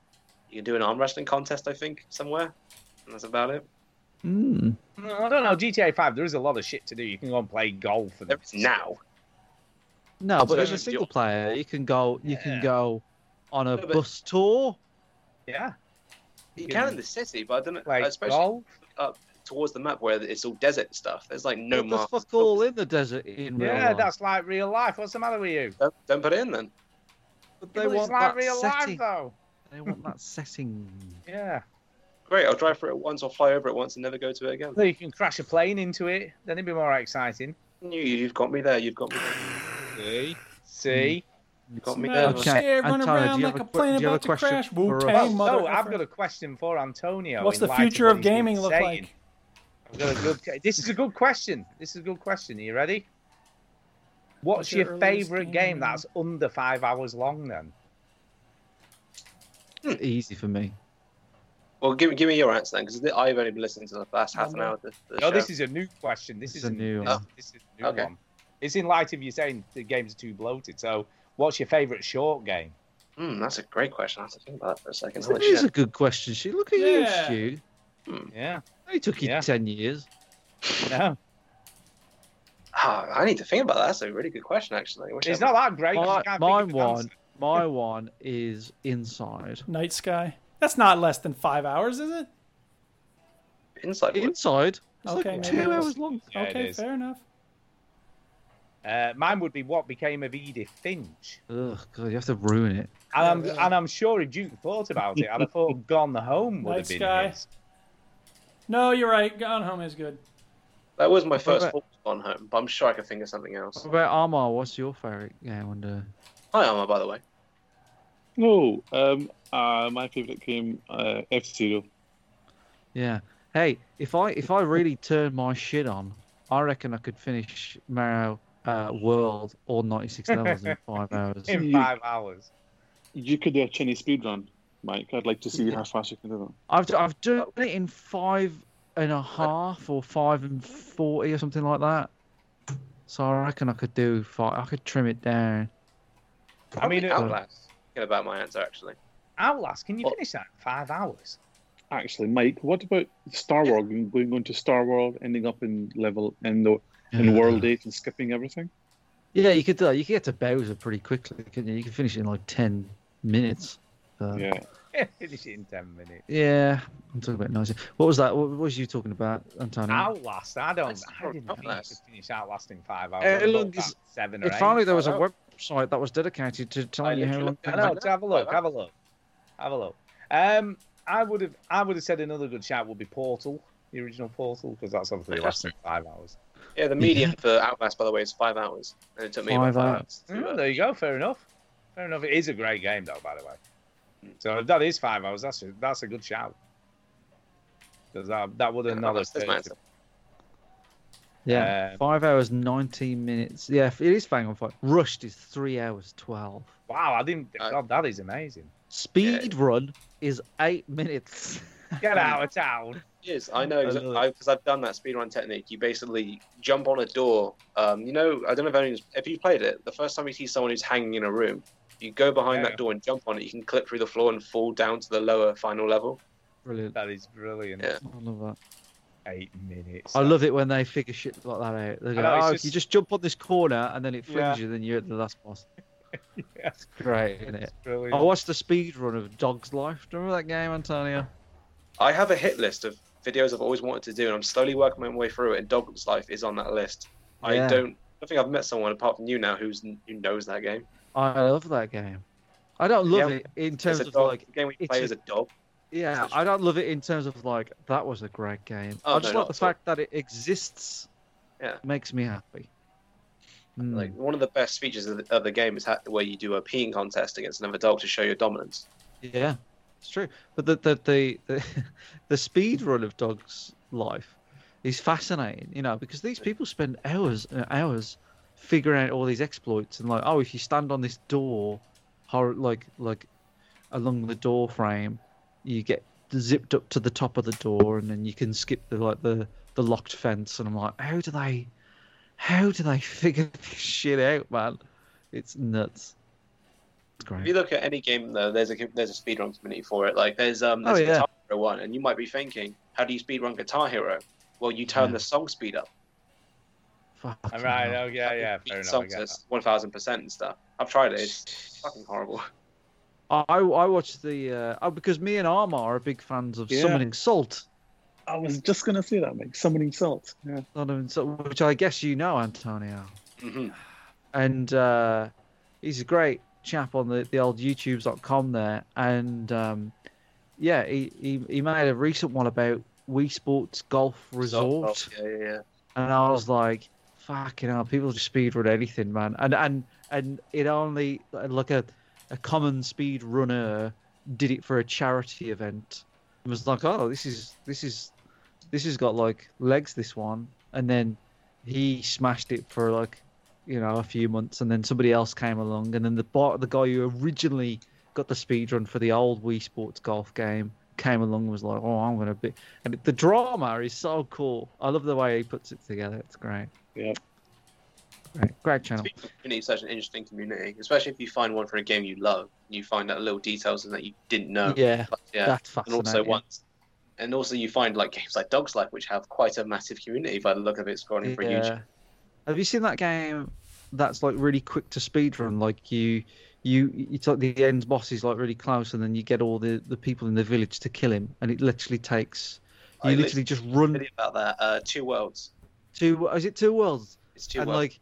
Speaker 21: you can do an arm wrestling contest, I think, somewhere, and that's about it.
Speaker 4: Mm.
Speaker 3: No, I don't know. GTA Five. There is a lot of shit to do. You can go and play golf. And
Speaker 21: now.
Speaker 4: No, but as
Speaker 21: Especially
Speaker 4: a
Speaker 21: if
Speaker 4: single player, you can go. You
Speaker 3: Yeah.
Speaker 4: can go on a
Speaker 21: No, but-
Speaker 4: bus tour.
Speaker 3: Yeah.
Speaker 21: You
Speaker 3: Yeah.
Speaker 21: can in the city, but I don't know.
Speaker 3: Like
Speaker 21: especially
Speaker 3: golf?
Speaker 21: up towards the map where it's all desert stuff. There's like no
Speaker 4: What the
Speaker 21: mark.
Speaker 4: fuck all in the desert in real
Speaker 3: Yeah,
Speaker 4: life?
Speaker 3: that's like real life. What's the matter with you?
Speaker 21: Don't, don't put it in then.
Speaker 4: But
Speaker 3: Well,
Speaker 4: they
Speaker 3: it's
Speaker 4: want
Speaker 3: like
Speaker 4: that
Speaker 3: real
Speaker 4: setting.
Speaker 3: life though.
Speaker 4: They want that setting.
Speaker 3: Yeah.
Speaker 21: Great, I'll drive through it once, I'll fly over it once, and never go to it again.
Speaker 3: So you can crash a plane into it. Then it'd be more exciting.
Speaker 21: You, you've got me there. You've got me. There.
Speaker 3: See. See.
Speaker 21: You've got me
Speaker 2: Smell
Speaker 21: there.
Speaker 2: it. Okay. Scared, run
Speaker 4: Antonio, do
Speaker 2: around
Speaker 4: you
Speaker 2: like
Speaker 4: have
Speaker 2: a
Speaker 4: a que-
Speaker 2: plane
Speaker 4: do you have
Speaker 2: about
Speaker 4: a
Speaker 2: to
Speaker 4: question
Speaker 2: crash.
Speaker 4: for us?
Speaker 2: Wu-Tang,
Speaker 3: No, I've
Speaker 2: motherfucker.
Speaker 3: got a question for Antonio.
Speaker 2: What's the
Speaker 3: in light
Speaker 2: future
Speaker 3: what
Speaker 2: of
Speaker 3: he's been
Speaker 2: gaming look
Speaker 3: saying.
Speaker 2: like?
Speaker 3: I've got a good- this is a good question. This is a good question. Are you ready? What's,
Speaker 2: What's your
Speaker 3: your,
Speaker 2: earliest
Speaker 3: favorite
Speaker 2: game
Speaker 3: game,
Speaker 2: you
Speaker 3: that's under five hours long? Then
Speaker 4: Easy for me.
Speaker 21: Well, give, give me your answer then, because I've only been listening to the last half an hour. Of the, the
Speaker 3: no,
Speaker 21: show.
Speaker 3: Oh,
Speaker 21: Oh,
Speaker 3: this is a new question. This,
Speaker 4: This
Speaker 3: is
Speaker 4: is a new
Speaker 3: This,
Speaker 4: one.
Speaker 3: this is a new
Speaker 21: Okay.
Speaker 3: one. It's in light of you saying the games are too bloated. So, what's your favorite short game?
Speaker 21: Hmm, that's a great question. I have to think about that for a second.
Speaker 4: That
Speaker 21: Holy
Speaker 4: is
Speaker 21: shit.
Speaker 4: a good question, Stu. Look at
Speaker 2: Yeah.
Speaker 4: you, Stu.
Speaker 3: Yeah.
Speaker 4: It took you
Speaker 3: Yeah.
Speaker 4: ten years.
Speaker 3: No,
Speaker 21: Ah, I need to think about that. That's a really good question, actually. I wish I
Speaker 3: it's
Speaker 21: had-
Speaker 3: not that great. 'cause
Speaker 4: My,
Speaker 3: you can't think
Speaker 4: my
Speaker 3: of an
Speaker 4: one,
Speaker 3: answer.
Speaker 4: my one is inside.
Speaker 2: Night sky. That's not less than five hours, is it?
Speaker 21: Inside. Wood.
Speaker 4: Inside. It's
Speaker 2: Okay,
Speaker 4: like
Speaker 2: maybe
Speaker 4: two
Speaker 2: it
Speaker 4: hours
Speaker 2: was.
Speaker 4: long.
Speaker 3: Yeah, it
Speaker 2: okay,
Speaker 3: is.
Speaker 2: fair enough.
Speaker 3: Uh, mine would be what became of Edith Finch.
Speaker 4: Ugh, God, you have to ruin it.
Speaker 3: And I'm and I'm sure if Duke thought about it, I'd have thought Gone Home would
Speaker 2: Night
Speaker 3: have been
Speaker 2: Sky.
Speaker 3: his.
Speaker 2: No, you're right. Gone home is good.
Speaker 21: That was my first
Speaker 4: about-
Speaker 21: thought on home, but I'm sure I could think of something else.
Speaker 4: What about Armor? What's your favourite game under?
Speaker 21: Hi, Arma, by the way.
Speaker 19: No, um, uh, my favourite game, uh, F Zero.
Speaker 4: Yeah. Hey, if I if I really turn my shit on, I reckon I could finish Mario uh, World all 96 levels in five hours.
Speaker 3: in
Speaker 19: You-
Speaker 3: five hours.
Speaker 19: You could do a Chinny speed run, Mike. I'd like to see how fast you can do
Speaker 4: I've d- I've done it in five and a half or five and forty or something like that. So I reckon I could do five. I could trim it down.
Speaker 3: I mean, it-
Speaker 21: Outlast. Thinking about my answer, actually. Oh.
Speaker 3: Outlast. Can you
Speaker 19: Well-
Speaker 3: finish that in five hours?
Speaker 19: that. Actually, Mike, what about Star Wars going going on to Star World, ending up in level in the in
Speaker 4: Yeah.
Speaker 19: World Eight and skipping everything?
Speaker 4: Yeah, you could do. that. You could get to Bowser pretty quickly, couldn't you? You could finish it in like ten minutes. So,
Speaker 19: Yeah.
Speaker 4: Uh.
Speaker 3: finish it in ten minutes.
Speaker 4: yeah, I'm talking about nice. What was that? What what was you talking about, Antonio?
Speaker 3: Outlast. I don't.
Speaker 21: That's
Speaker 3: I didn't think you
Speaker 21: Outlast.
Speaker 3: could finish Outlast in five hours.
Speaker 4: Uh,
Speaker 3: I thought
Speaker 4: look,
Speaker 3: about
Speaker 4: it's-
Speaker 3: seven or
Speaker 4: If
Speaker 3: eight.
Speaker 4: only there was a
Speaker 21: I know.
Speaker 4: website that was dedicated to
Speaker 21: I
Speaker 4: telling you how
Speaker 21: literally
Speaker 4: long.
Speaker 21: looked
Speaker 3: I
Speaker 21: it
Speaker 4: things
Speaker 3: know.
Speaker 21: up.
Speaker 4: are.
Speaker 3: let's Have a look. Have a look. Have a look. Um, I would have. I would have said another good shout would be Portal, the original Portal, because that's obviously less than five hours.
Speaker 21: Yeah, the median for Outlast, by the way, is five hours, and it took me
Speaker 4: Five eh?
Speaker 21: about five
Speaker 4: hours.
Speaker 21: hours. to do
Speaker 3: Oh,
Speaker 21: that.
Speaker 3: there you go. Fair enough. Fair enough. It is a great game, though. By the way, so if that is five hours. That's a, that's a good shout. Because that, that would have
Speaker 21: Yeah,
Speaker 3: not
Speaker 21: that's- that's my
Speaker 3: have
Speaker 21: answer.
Speaker 4: Yeah, five hours nineteen minutes. Yeah, it is bang on five. Rushed is three hours twelve.
Speaker 3: Wow, I didn't.
Speaker 21: Uh,
Speaker 3: God, that is amazing.
Speaker 4: Speed run is eight minutes.
Speaker 3: Get out of town.
Speaker 21: Yes, I know because I've done that speedrun technique. You basically jump on a door. Um, you know, I don't know if anyone's if you played it. The first time you see someone who's hanging in a room, you go behind that door and jump on it. You can clip through the floor and fall down to the lower final level.
Speaker 4: Brilliant.
Speaker 3: That is brilliant.
Speaker 21: Yeah.
Speaker 4: I love that.
Speaker 3: Eight minutes.
Speaker 4: I love it when they figure shit like that out. They
Speaker 3: I
Speaker 4: go,
Speaker 3: know, it's
Speaker 4: oh,
Speaker 3: just-
Speaker 4: you just jump on this corner and then it flings
Speaker 3: Yeah.
Speaker 4: you, then you're at the last boss. It's great, isn't it?
Speaker 3: brilliant.
Speaker 4: I watched the speed run of Dog's Life. Do you Remember that game, Antonio?
Speaker 21: I have a hit list of videos I've always wanted to do, and I'm slowly working my way through it. And Dog's Life is on that list.
Speaker 4: Yeah.
Speaker 21: I don't. I think I've met someone apart from you now who's who knows that game.
Speaker 4: I love that game. I don't love
Speaker 21: Yeah.
Speaker 4: it in
Speaker 21: It's
Speaker 4: terms
Speaker 21: a
Speaker 4: of
Speaker 21: dog-
Speaker 4: like
Speaker 21: the game we
Speaker 4: it's
Speaker 21: play
Speaker 4: a-
Speaker 21: as a dog.
Speaker 4: yeah, I don't love it in terms of like that was a great game.
Speaker 21: Oh,
Speaker 4: I just
Speaker 21: no,
Speaker 4: like
Speaker 21: not
Speaker 4: the
Speaker 21: at all.
Speaker 4: fact that it exists.
Speaker 21: Yeah.
Speaker 4: makes me happy. Mm.
Speaker 21: Like one of the best features of the, of the game is ha- where you do a peeing contest against another dog to show your dominance.
Speaker 4: Yeah, it's true. But the the the the, the speed run of Dog's life is fascinating, you know, because these people spend hours and hours figuring out all these exploits and like, oh, if you stand on this door, how like like along the door frame, you get zipped up to the top of the door, and then you can skip the like the the locked fence. And I'm like, how do they? How do they figure this shit out, man? It's nuts. It's great.
Speaker 21: If you look at any game though, there's a there's a speedrun community for it. Like there's um
Speaker 4: Oh,
Speaker 21: there's a
Speaker 4: yeah.
Speaker 21: Guitar Hero one, and you might be thinking, how do you speedrun Guitar Hero? Well, you turn the song speed up.
Speaker 4: Fucking
Speaker 3: Right.
Speaker 4: hell.
Speaker 3: Oh, yeah. Yeah. Fair enough. I
Speaker 21: Songs
Speaker 3: get that.
Speaker 21: at one thousand percent and stuff. I've tried it. It's fucking horrible.
Speaker 4: I I watched the uh, oh because me and Arma are big fans of
Speaker 19: Yeah.
Speaker 4: summoning salt.
Speaker 19: I was just going to say that, Mike. Summoning salt. Yeah.
Speaker 4: Summoning salt, which I guess you know, Antonio.
Speaker 21: hmm
Speaker 4: And uh, he's a great chap on the, the old YouTube's.com there. And um, yeah, he, he he made a recent one about Wii Sports Golf Resort.
Speaker 21: Yeah, yeah, yeah.
Speaker 4: and I was like, "Fucking hell, people just speedrun anything, man!" And and and it only like a a common speed runner did it for a charity event. It was like, "Oh, this is this is this has got like legs, this one," and then he smashed it for like you know a few months, and then somebody else came along, and then the bar, the guy who originally got the speed run for the old Wii Sports golf game came along and was like, "Oh, I'm gonna be," and the drama is so cool. I love the way he puts it together. It's great.
Speaker 19: Yeah.
Speaker 4: Great, great channel.
Speaker 21: Community is such an interesting community, especially if you find one for a game you love. and You find out little details and that you didn't know.
Speaker 4: Yeah,
Speaker 21: But, yeah.
Speaker 4: that's
Speaker 21: and also
Speaker 4: fascinating.
Speaker 21: once, and also you find like games like Dog's Life, which have quite a massive community by the look of it, scrolling for
Speaker 4: Yeah.
Speaker 21: YouTube.
Speaker 4: Have you seen that game that's like really quick to speed run? Like you, you, it's like the end boss is like really close, and then you get all the the people in the village to kill him, and it literally takes. You
Speaker 21: I
Speaker 4: literally just run
Speaker 21: About that, uh, Two Worlds.
Speaker 4: two. Is it two worlds?
Speaker 21: It's Two
Speaker 4: and
Speaker 21: Worlds.
Speaker 4: like,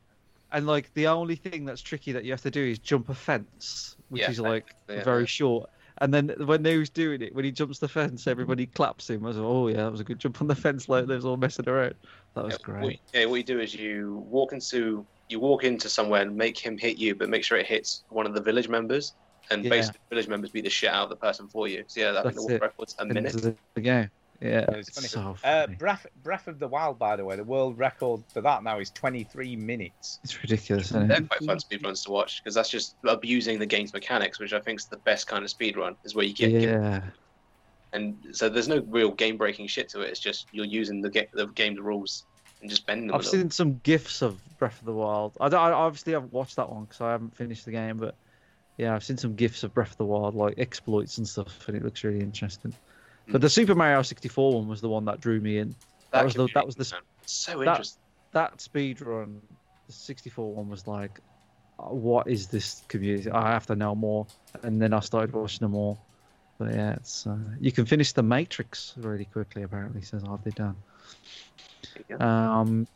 Speaker 4: and like the only thing that's tricky that you have to do is jump a fence, which
Speaker 21: Yeah,
Speaker 4: is like
Speaker 21: yeah.
Speaker 4: very short. And then when who's doing it, when he jumps the fence, everybody claps him. I was like, oh yeah, that was a good jump on the fence. Like they was all messing around. That was
Speaker 21: What,
Speaker 4: great.
Speaker 21: yeah, what you do is you walk into you walk into somewhere and make him hit you, but make sure it hits one of the village members, and
Speaker 4: Yeah.
Speaker 21: basically the village members beat the shit out of the person for you. So yeah, I think
Speaker 4: That's
Speaker 21: the world
Speaker 4: it.
Speaker 21: record's a
Speaker 4: And
Speaker 21: minute.
Speaker 4: the- the game. Yeah,
Speaker 3: Yeah, it's
Speaker 4: it's
Speaker 3: funny.
Speaker 4: so
Speaker 3: uh, Breath, Breath of the Wild, by the way, the world record for that now is 23 minutes.
Speaker 4: It's ridiculous, isn't
Speaker 21: They're
Speaker 4: it?
Speaker 21: quite fun speedruns to watch because that's just abusing the game's mechanics, which I think is the best kind of speedrun, is where you get, get-
Speaker 4: Yeah.
Speaker 21: and so there's no real game breaking shit to it. It's just you're using the get the game's rules and just bending them.
Speaker 4: I've
Speaker 21: a little.
Speaker 4: seen some gifs of Breath of the Wild. I, don't- I obviously haven't watched that one because I haven't finished the game, but yeah, I've seen some gifs of Breath of the Wild, like exploits and stuff, and it looks really interesting. But the Super Mario 64 one was the one that drew me in. That,
Speaker 21: That
Speaker 4: was the that was the sp-
Speaker 21: so
Speaker 4: that,
Speaker 21: interesting.
Speaker 4: that speed run. The 64 one was like, "Oh, what is this community? I have to know more. And then I started watching them all. But yeah, it's uh, you can finish the Matrix really quickly. Apparently, since I've been done. Um,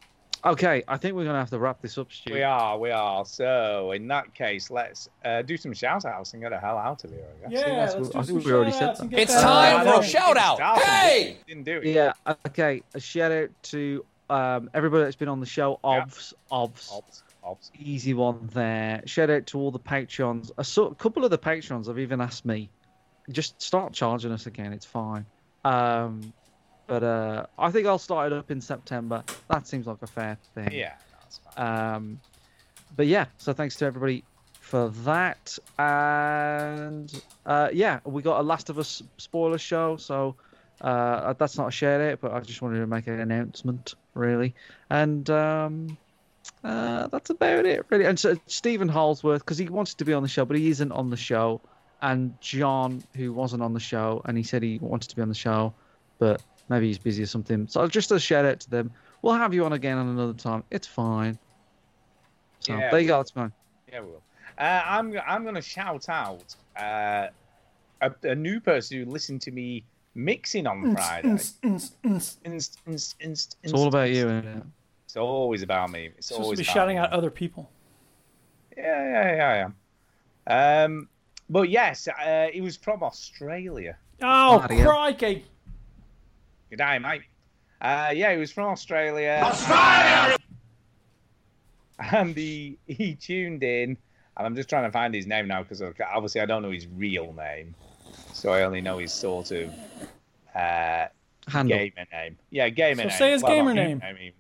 Speaker 4: okay, I think we're gonna have to wrap this up, Stu.
Speaker 3: We are, we are. So in that case, let's uh, do some shout outs and get the hell out of here. I guess.
Speaker 2: Yeah, Yeah, let's let's do do some some shout outs and get
Speaker 1: It's time for a shout out.
Speaker 3: Hey! Didn't do it.
Speaker 4: Yeah. Okay. A shout out to um, everybody that's been on the show. Obs, obs,
Speaker 3: Obs, obs.
Speaker 4: Easy one there. Shout out to all the patrons. A, so, a couple of the patrons have even asked me, just start charging us again. It's fine. Um, But uh, I think I'll start it up in September. That seems like a fair thing.
Speaker 3: Yeah.
Speaker 4: Um, but yeah, so thanks to everybody for that. And uh, yeah, we got a Last of Us spoiler show, so uh, that's not a share date, but I just wanted to make an announcement, really. And um, uh, that's about it, really. And so Stephen Holsworth, because he wanted to be on the show, but he isn't on the show. And John, who wasn't on the show, and he said he wanted to be on the show, but maybe he's busy or something. So just a shout out to them. We'll have you on again on another time. It's fine. So
Speaker 3: Yeah.
Speaker 4: there you go. That's mine.
Speaker 3: Yeah, we will. Uh, I'm I'm gonna shout out uh, a, a new person who listened to me mixing
Speaker 2: Hmm.
Speaker 3: on Friday.
Speaker 4: It's all about you. Isn't it?
Speaker 3: It's always about me. It's
Speaker 2: supposed
Speaker 3: always
Speaker 2: to be
Speaker 3: about
Speaker 2: shouting
Speaker 3: me.
Speaker 2: out other people.
Speaker 3: Yeah, yeah, yeah, yeah. Um, but yes, uh, he was from Australia.
Speaker 2: Oh,
Speaker 3: Bloody hell.
Speaker 2: crikey!
Speaker 3: Good day, mate. Uh, yeah, he was from Australia. Australia! And he, he tuned in, and I'm just trying to find his name now because obviously I don't know his real name, so I only know his sort of uh,
Speaker 4: Handle.
Speaker 3: gamer name. Yeah, gamer
Speaker 2: So
Speaker 3: name.
Speaker 2: say his gamer
Speaker 3: not him,
Speaker 2: name.
Speaker 3: I mean,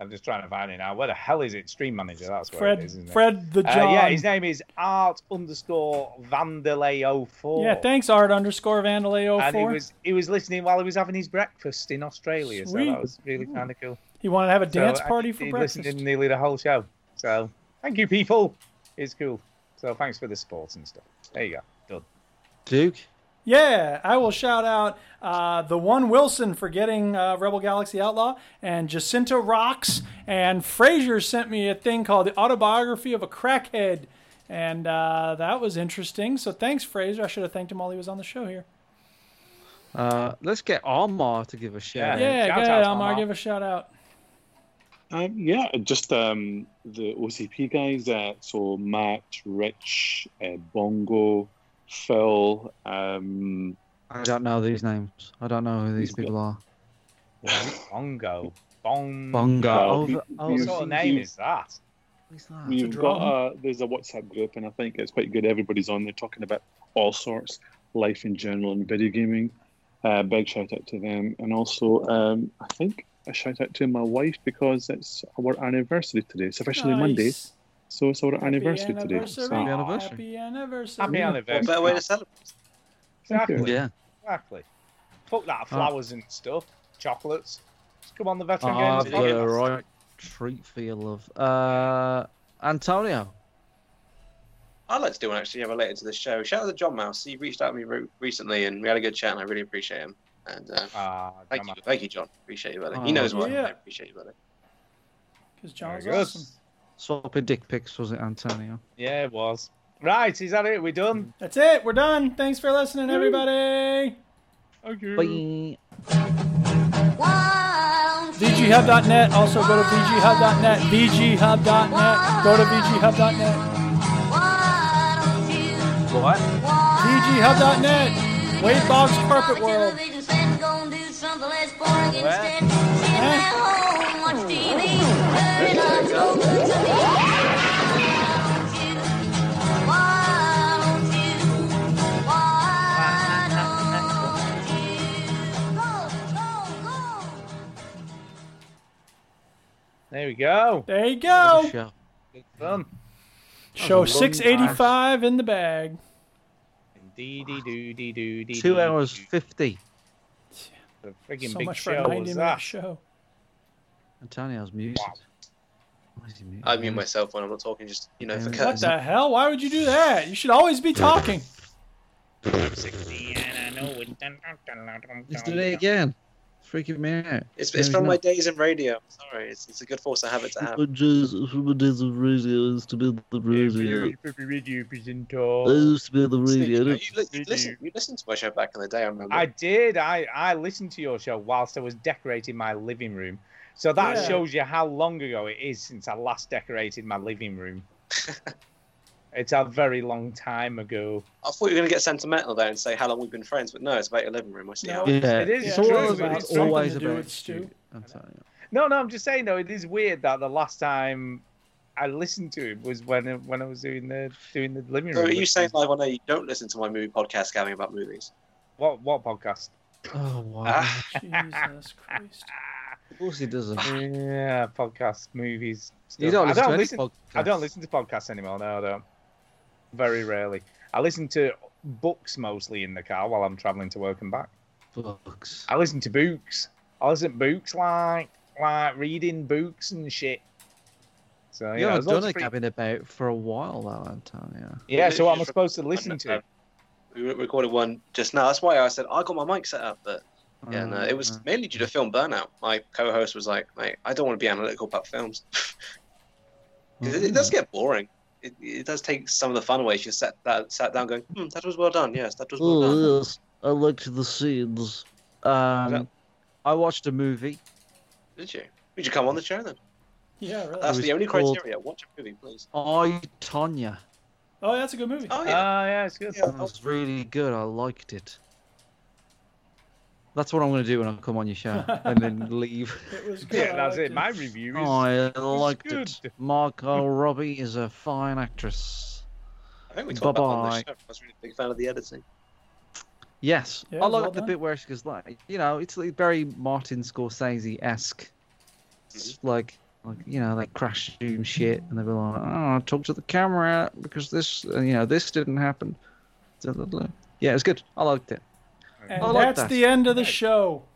Speaker 3: I'm just trying to find it now. Where the hell is it? Stream manager. That's where
Speaker 2: Fred-
Speaker 3: it is, isn't it?
Speaker 2: Fred the
Speaker 3: Uh, yeah,
Speaker 2: John.
Speaker 3: his name is Art underscore Vanderlei
Speaker 4: Oh.
Speaker 3: 04.
Speaker 2: Yeah, oh thanks, Art underscore Vandalay04.
Speaker 3: And he was he was listening while he was having his breakfast in Australia, so
Speaker 2: Sweet.
Speaker 3: that was really kind of cool.
Speaker 2: He wanted to have a dance
Speaker 3: So, I
Speaker 2: party
Speaker 3: think
Speaker 2: for
Speaker 3: he
Speaker 2: breakfast.
Speaker 3: listened to nearly the whole show. So thank you, people. It's cool. So thanks for the support and stuff. There you go. Done.
Speaker 4: Duke.
Speaker 2: Yeah, I will shout out uh, the one Wilson for getting uh, Rebel Galaxy Outlaw and Jacinta Rocks and Frazier sent me a thing called the Autobiography of a Crackhead, and uh, that was interesting. So thanks, Fraser. I should have thanked him while he was on the show here.
Speaker 4: Uh, let's get Armar to give a shout.
Speaker 2: Yeah,
Speaker 4: out.
Speaker 2: go ahead, Omar. Give a shout out.
Speaker 19: Um, yeah, just um, the OCP guys. Uh, so Matt, Rich, uh, Bongo, Phil. Um,
Speaker 4: I don't know these names. I don't know who these people are.
Speaker 3: Bongo. Bong.
Speaker 4: Bongo. Oh, the- oh,
Speaker 3: what
Speaker 4: the
Speaker 3: sort of
Speaker 4: thing
Speaker 3: name
Speaker 19: you-
Speaker 3: is that?
Speaker 2: Ah,
Speaker 19: We've got uh, a, there's a WhatsApp group, and I think it's quite good. Everybody's on there talking about all sorts, life in general, and video gaming. Uh, big shout out to them, and also um, I think a shout out to my wife because it's our anniversary today. It's officially
Speaker 2: Nice.
Speaker 19: Monday, so it's our anniversary,
Speaker 2: Happy
Speaker 19: today.
Speaker 2: anniversary.
Speaker 19: So-
Speaker 2: Happy anniversary.
Speaker 3: Happy anniversary.
Speaker 21: celebrate?
Speaker 19: Thank you.
Speaker 3: Exactly.
Speaker 4: Yeah. Ah.
Speaker 3: Exactly. Fuck that flowers and stuff, chocolates. Just come on the veteran
Speaker 4: I've
Speaker 3: games.
Speaker 4: got a
Speaker 3: podcast.
Speaker 4: Ah, right treat for your love. Uh, Antonio.
Speaker 21: I'd like to do one actually, yeah, related to the show. Shout out to John Mouse. He reached out to me re- recently, and we had a good chat, and I really appreciate him. And uh, thank you, thank you, John. Appreciate you, buddy.
Speaker 4: Oh,
Speaker 21: he knows what.
Speaker 2: yeah.
Speaker 21: I appreciate you, buddy.
Speaker 2: Because John was
Speaker 3: Very good.
Speaker 2: awesome.
Speaker 4: Swapping dick pics, was it, Antonio?
Speaker 3: Yeah, it was. Right, is that it? We're done.
Speaker 2: That's it. We're done. Thanks for listening, everybody.
Speaker 4: Bye.
Speaker 2: VGHub.net. Also go to VGHub.net. VGHub.net. Go to VGHub.net.
Speaker 4: What?
Speaker 2: VGHub.net. Wade Boggs Carpet World.
Speaker 3: There we go.
Speaker 2: There you go.
Speaker 4: Show,
Speaker 3: Done.
Speaker 2: Show
Speaker 3: That was a long
Speaker 2: 685 in the bag.
Speaker 3: Dee dee doo dee doo dee.
Speaker 4: Two
Speaker 3: dee.
Speaker 4: hours fifty.
Speaker 3: The friggin'
Speaker 2: so
Speaker 3: big
Speaker 2: much for
Speaker 3: show
Speaker 2: a 90
Speaker 3: was
Speaker 2: minute
Speaker 3: that.
Speaker 2: show.
Speaker 4: Antonio's muted. Why is he muted?
Speaker 21: I mute myself when I'm not talking, just you know, for
Speaker 2: What
Speaker 4: Yeah.
Speaker 21: cuts.
Speaker 2: the hell? Why would you do that? You should always be talking.
Speaker 4: He's doing it again. Freaking me out.
Speaker 21: It's, it's from my days in radio. I'm sorry, it's, it's a good force of habit to have.
Speaker 4: to be the radio.
Speaker 3: Radio presenter.
Speaker 4: I used to be the
Speaker 21: You,
Speaker 4: radio.
Speaker 21: li- you listen, you listened to my show back in the day. I remember.
Speaker 3: I did. I, I listened to your show whilst I was decorating my living room. So that
Speaker 2: Yeah.
Speaker 3: shows you how long ago it is since I last decorated my living room. it's a very long time ago.
Speaker 21: I thought you were going to get sentimental there and say how long we've been friends, but no, it's about your living room. I see. how
Speaker 4: Yeah.
Speaker 3: It is
Speaker 4: It's
Speaker 3: true,
Speaker 4: always
Speaker 3: but
Speaker 4: about,
Speaker 3: it's
Speaker 4: it's
Speaker 3: something
Speaker 4: always
Speaker 2: to do
Speaker 4: about
Speaker 2: with Stu.
Speaker 4: Stu. Antonio.
Speaker 3: No, no, I'm just saying though, it is weird that the last time I listened to it was when when I was doing the doing the living room.
Speaker 21: So are you saying live on air you don't listen to my movie podcast, Gavin, about movies?
Speaker 3: what what podcast?
Speaker 4: Oh wow!
Speaker 2: Jesus Christ!
Speaker 4: Of course he doesn't.
Speaker 3: Yeah, podcasts, movies.
Speaker 4: You don't
Speaker 3: I
Speaker 4: listen
Speaker 3: don't
Speaker 4: to any
Speaker 3: listen. I
Speaker 4: podcasts.
Speaker 3: don't listen to podcasts anymore. No, I don't. Very rarely. I listen to books mostly in the car while I'm traveling to work and back.
Speaker 4: Books.
Speaker 3: I listen to books. I listen to books like like reading books and shit. So
Speaker 4: You
Speaker 3: yeah,
Speaker 4: haven't
Speaker 3: there's lots
Speaker 4: done
Speaker 3: of
Speaker 4: a
Speaker 3: free-
Speaker 4: cabin about for a while now, Antonio.
Speaker 3: Yeah, so what am I supposed to listen to?
Speaker 21: We re- recorded one just now. That's why I said I got my mic set up, but yeah, no, it
Speaker 4: Mm.
Speaker 21: was mainly due to film burnout. My co-host was like, "Mate, I don't want to be analytical about films. 'Cause it, it
Speaker 4: Mm.
Speaker 21: does get boring. It, it does take some of the fun away. She sat that sat down, going, hmm, "That was well done. Yes, that was well done."
Speaker 4: Oh yes, I liked the scenes. Um, I watched a movie.
Speaker 21: Did you? Would you come on the show then?
Speaker 2: Yeah, really.
Speaker 21: That's
Speaker 4: was
Speaker 21: the only
Speaker 4: called-
Speaker 21: criteria. Watch a movie, please.
Speaker 4: I Tonya.
Speaker 2: Oh, that's a good movie.
Speaker 21: Oh yeah,
Speaker 3: Ah, yeah, it's good.
Speaker 4: It was really good. I liked it. That's what I'm going to do when I come on your show and then leave.
Speaker 2: It was good.
Speaker 3: Yeah, that's it. My review is.
Speaker 4: Oh, I liked
Speaker 3: good.
Speaker 4: it. Margot Robbie is a fine actress.
Speaker 21: I think we talked about that on the
Speaker 4: Bye-bye.
Speaker 21: show. I was really a big fan of the editing.
Speaker 4: Yes,
Speaker 21: Yeah,
Speaker 4: I
Speaker 21: well
Speaker 4: like the
Speaker 21: done.
Speaker 4: bit where she goes like, you know, it's like very Martin Scorsese esque. It's
Speaker 21: Mm-hmm.
Speaker 4: like, like you know, like crash zoom shit, and they were like, oh, talk to the camera because this, uh, you know, this didn't happen. Da, da, da. Yeah, it was good. I liked it.
Speaker 2: And
Speaker 4: I like
Speaker 2: that's
Speaker 4: that.
Speaker 2: the end of the show.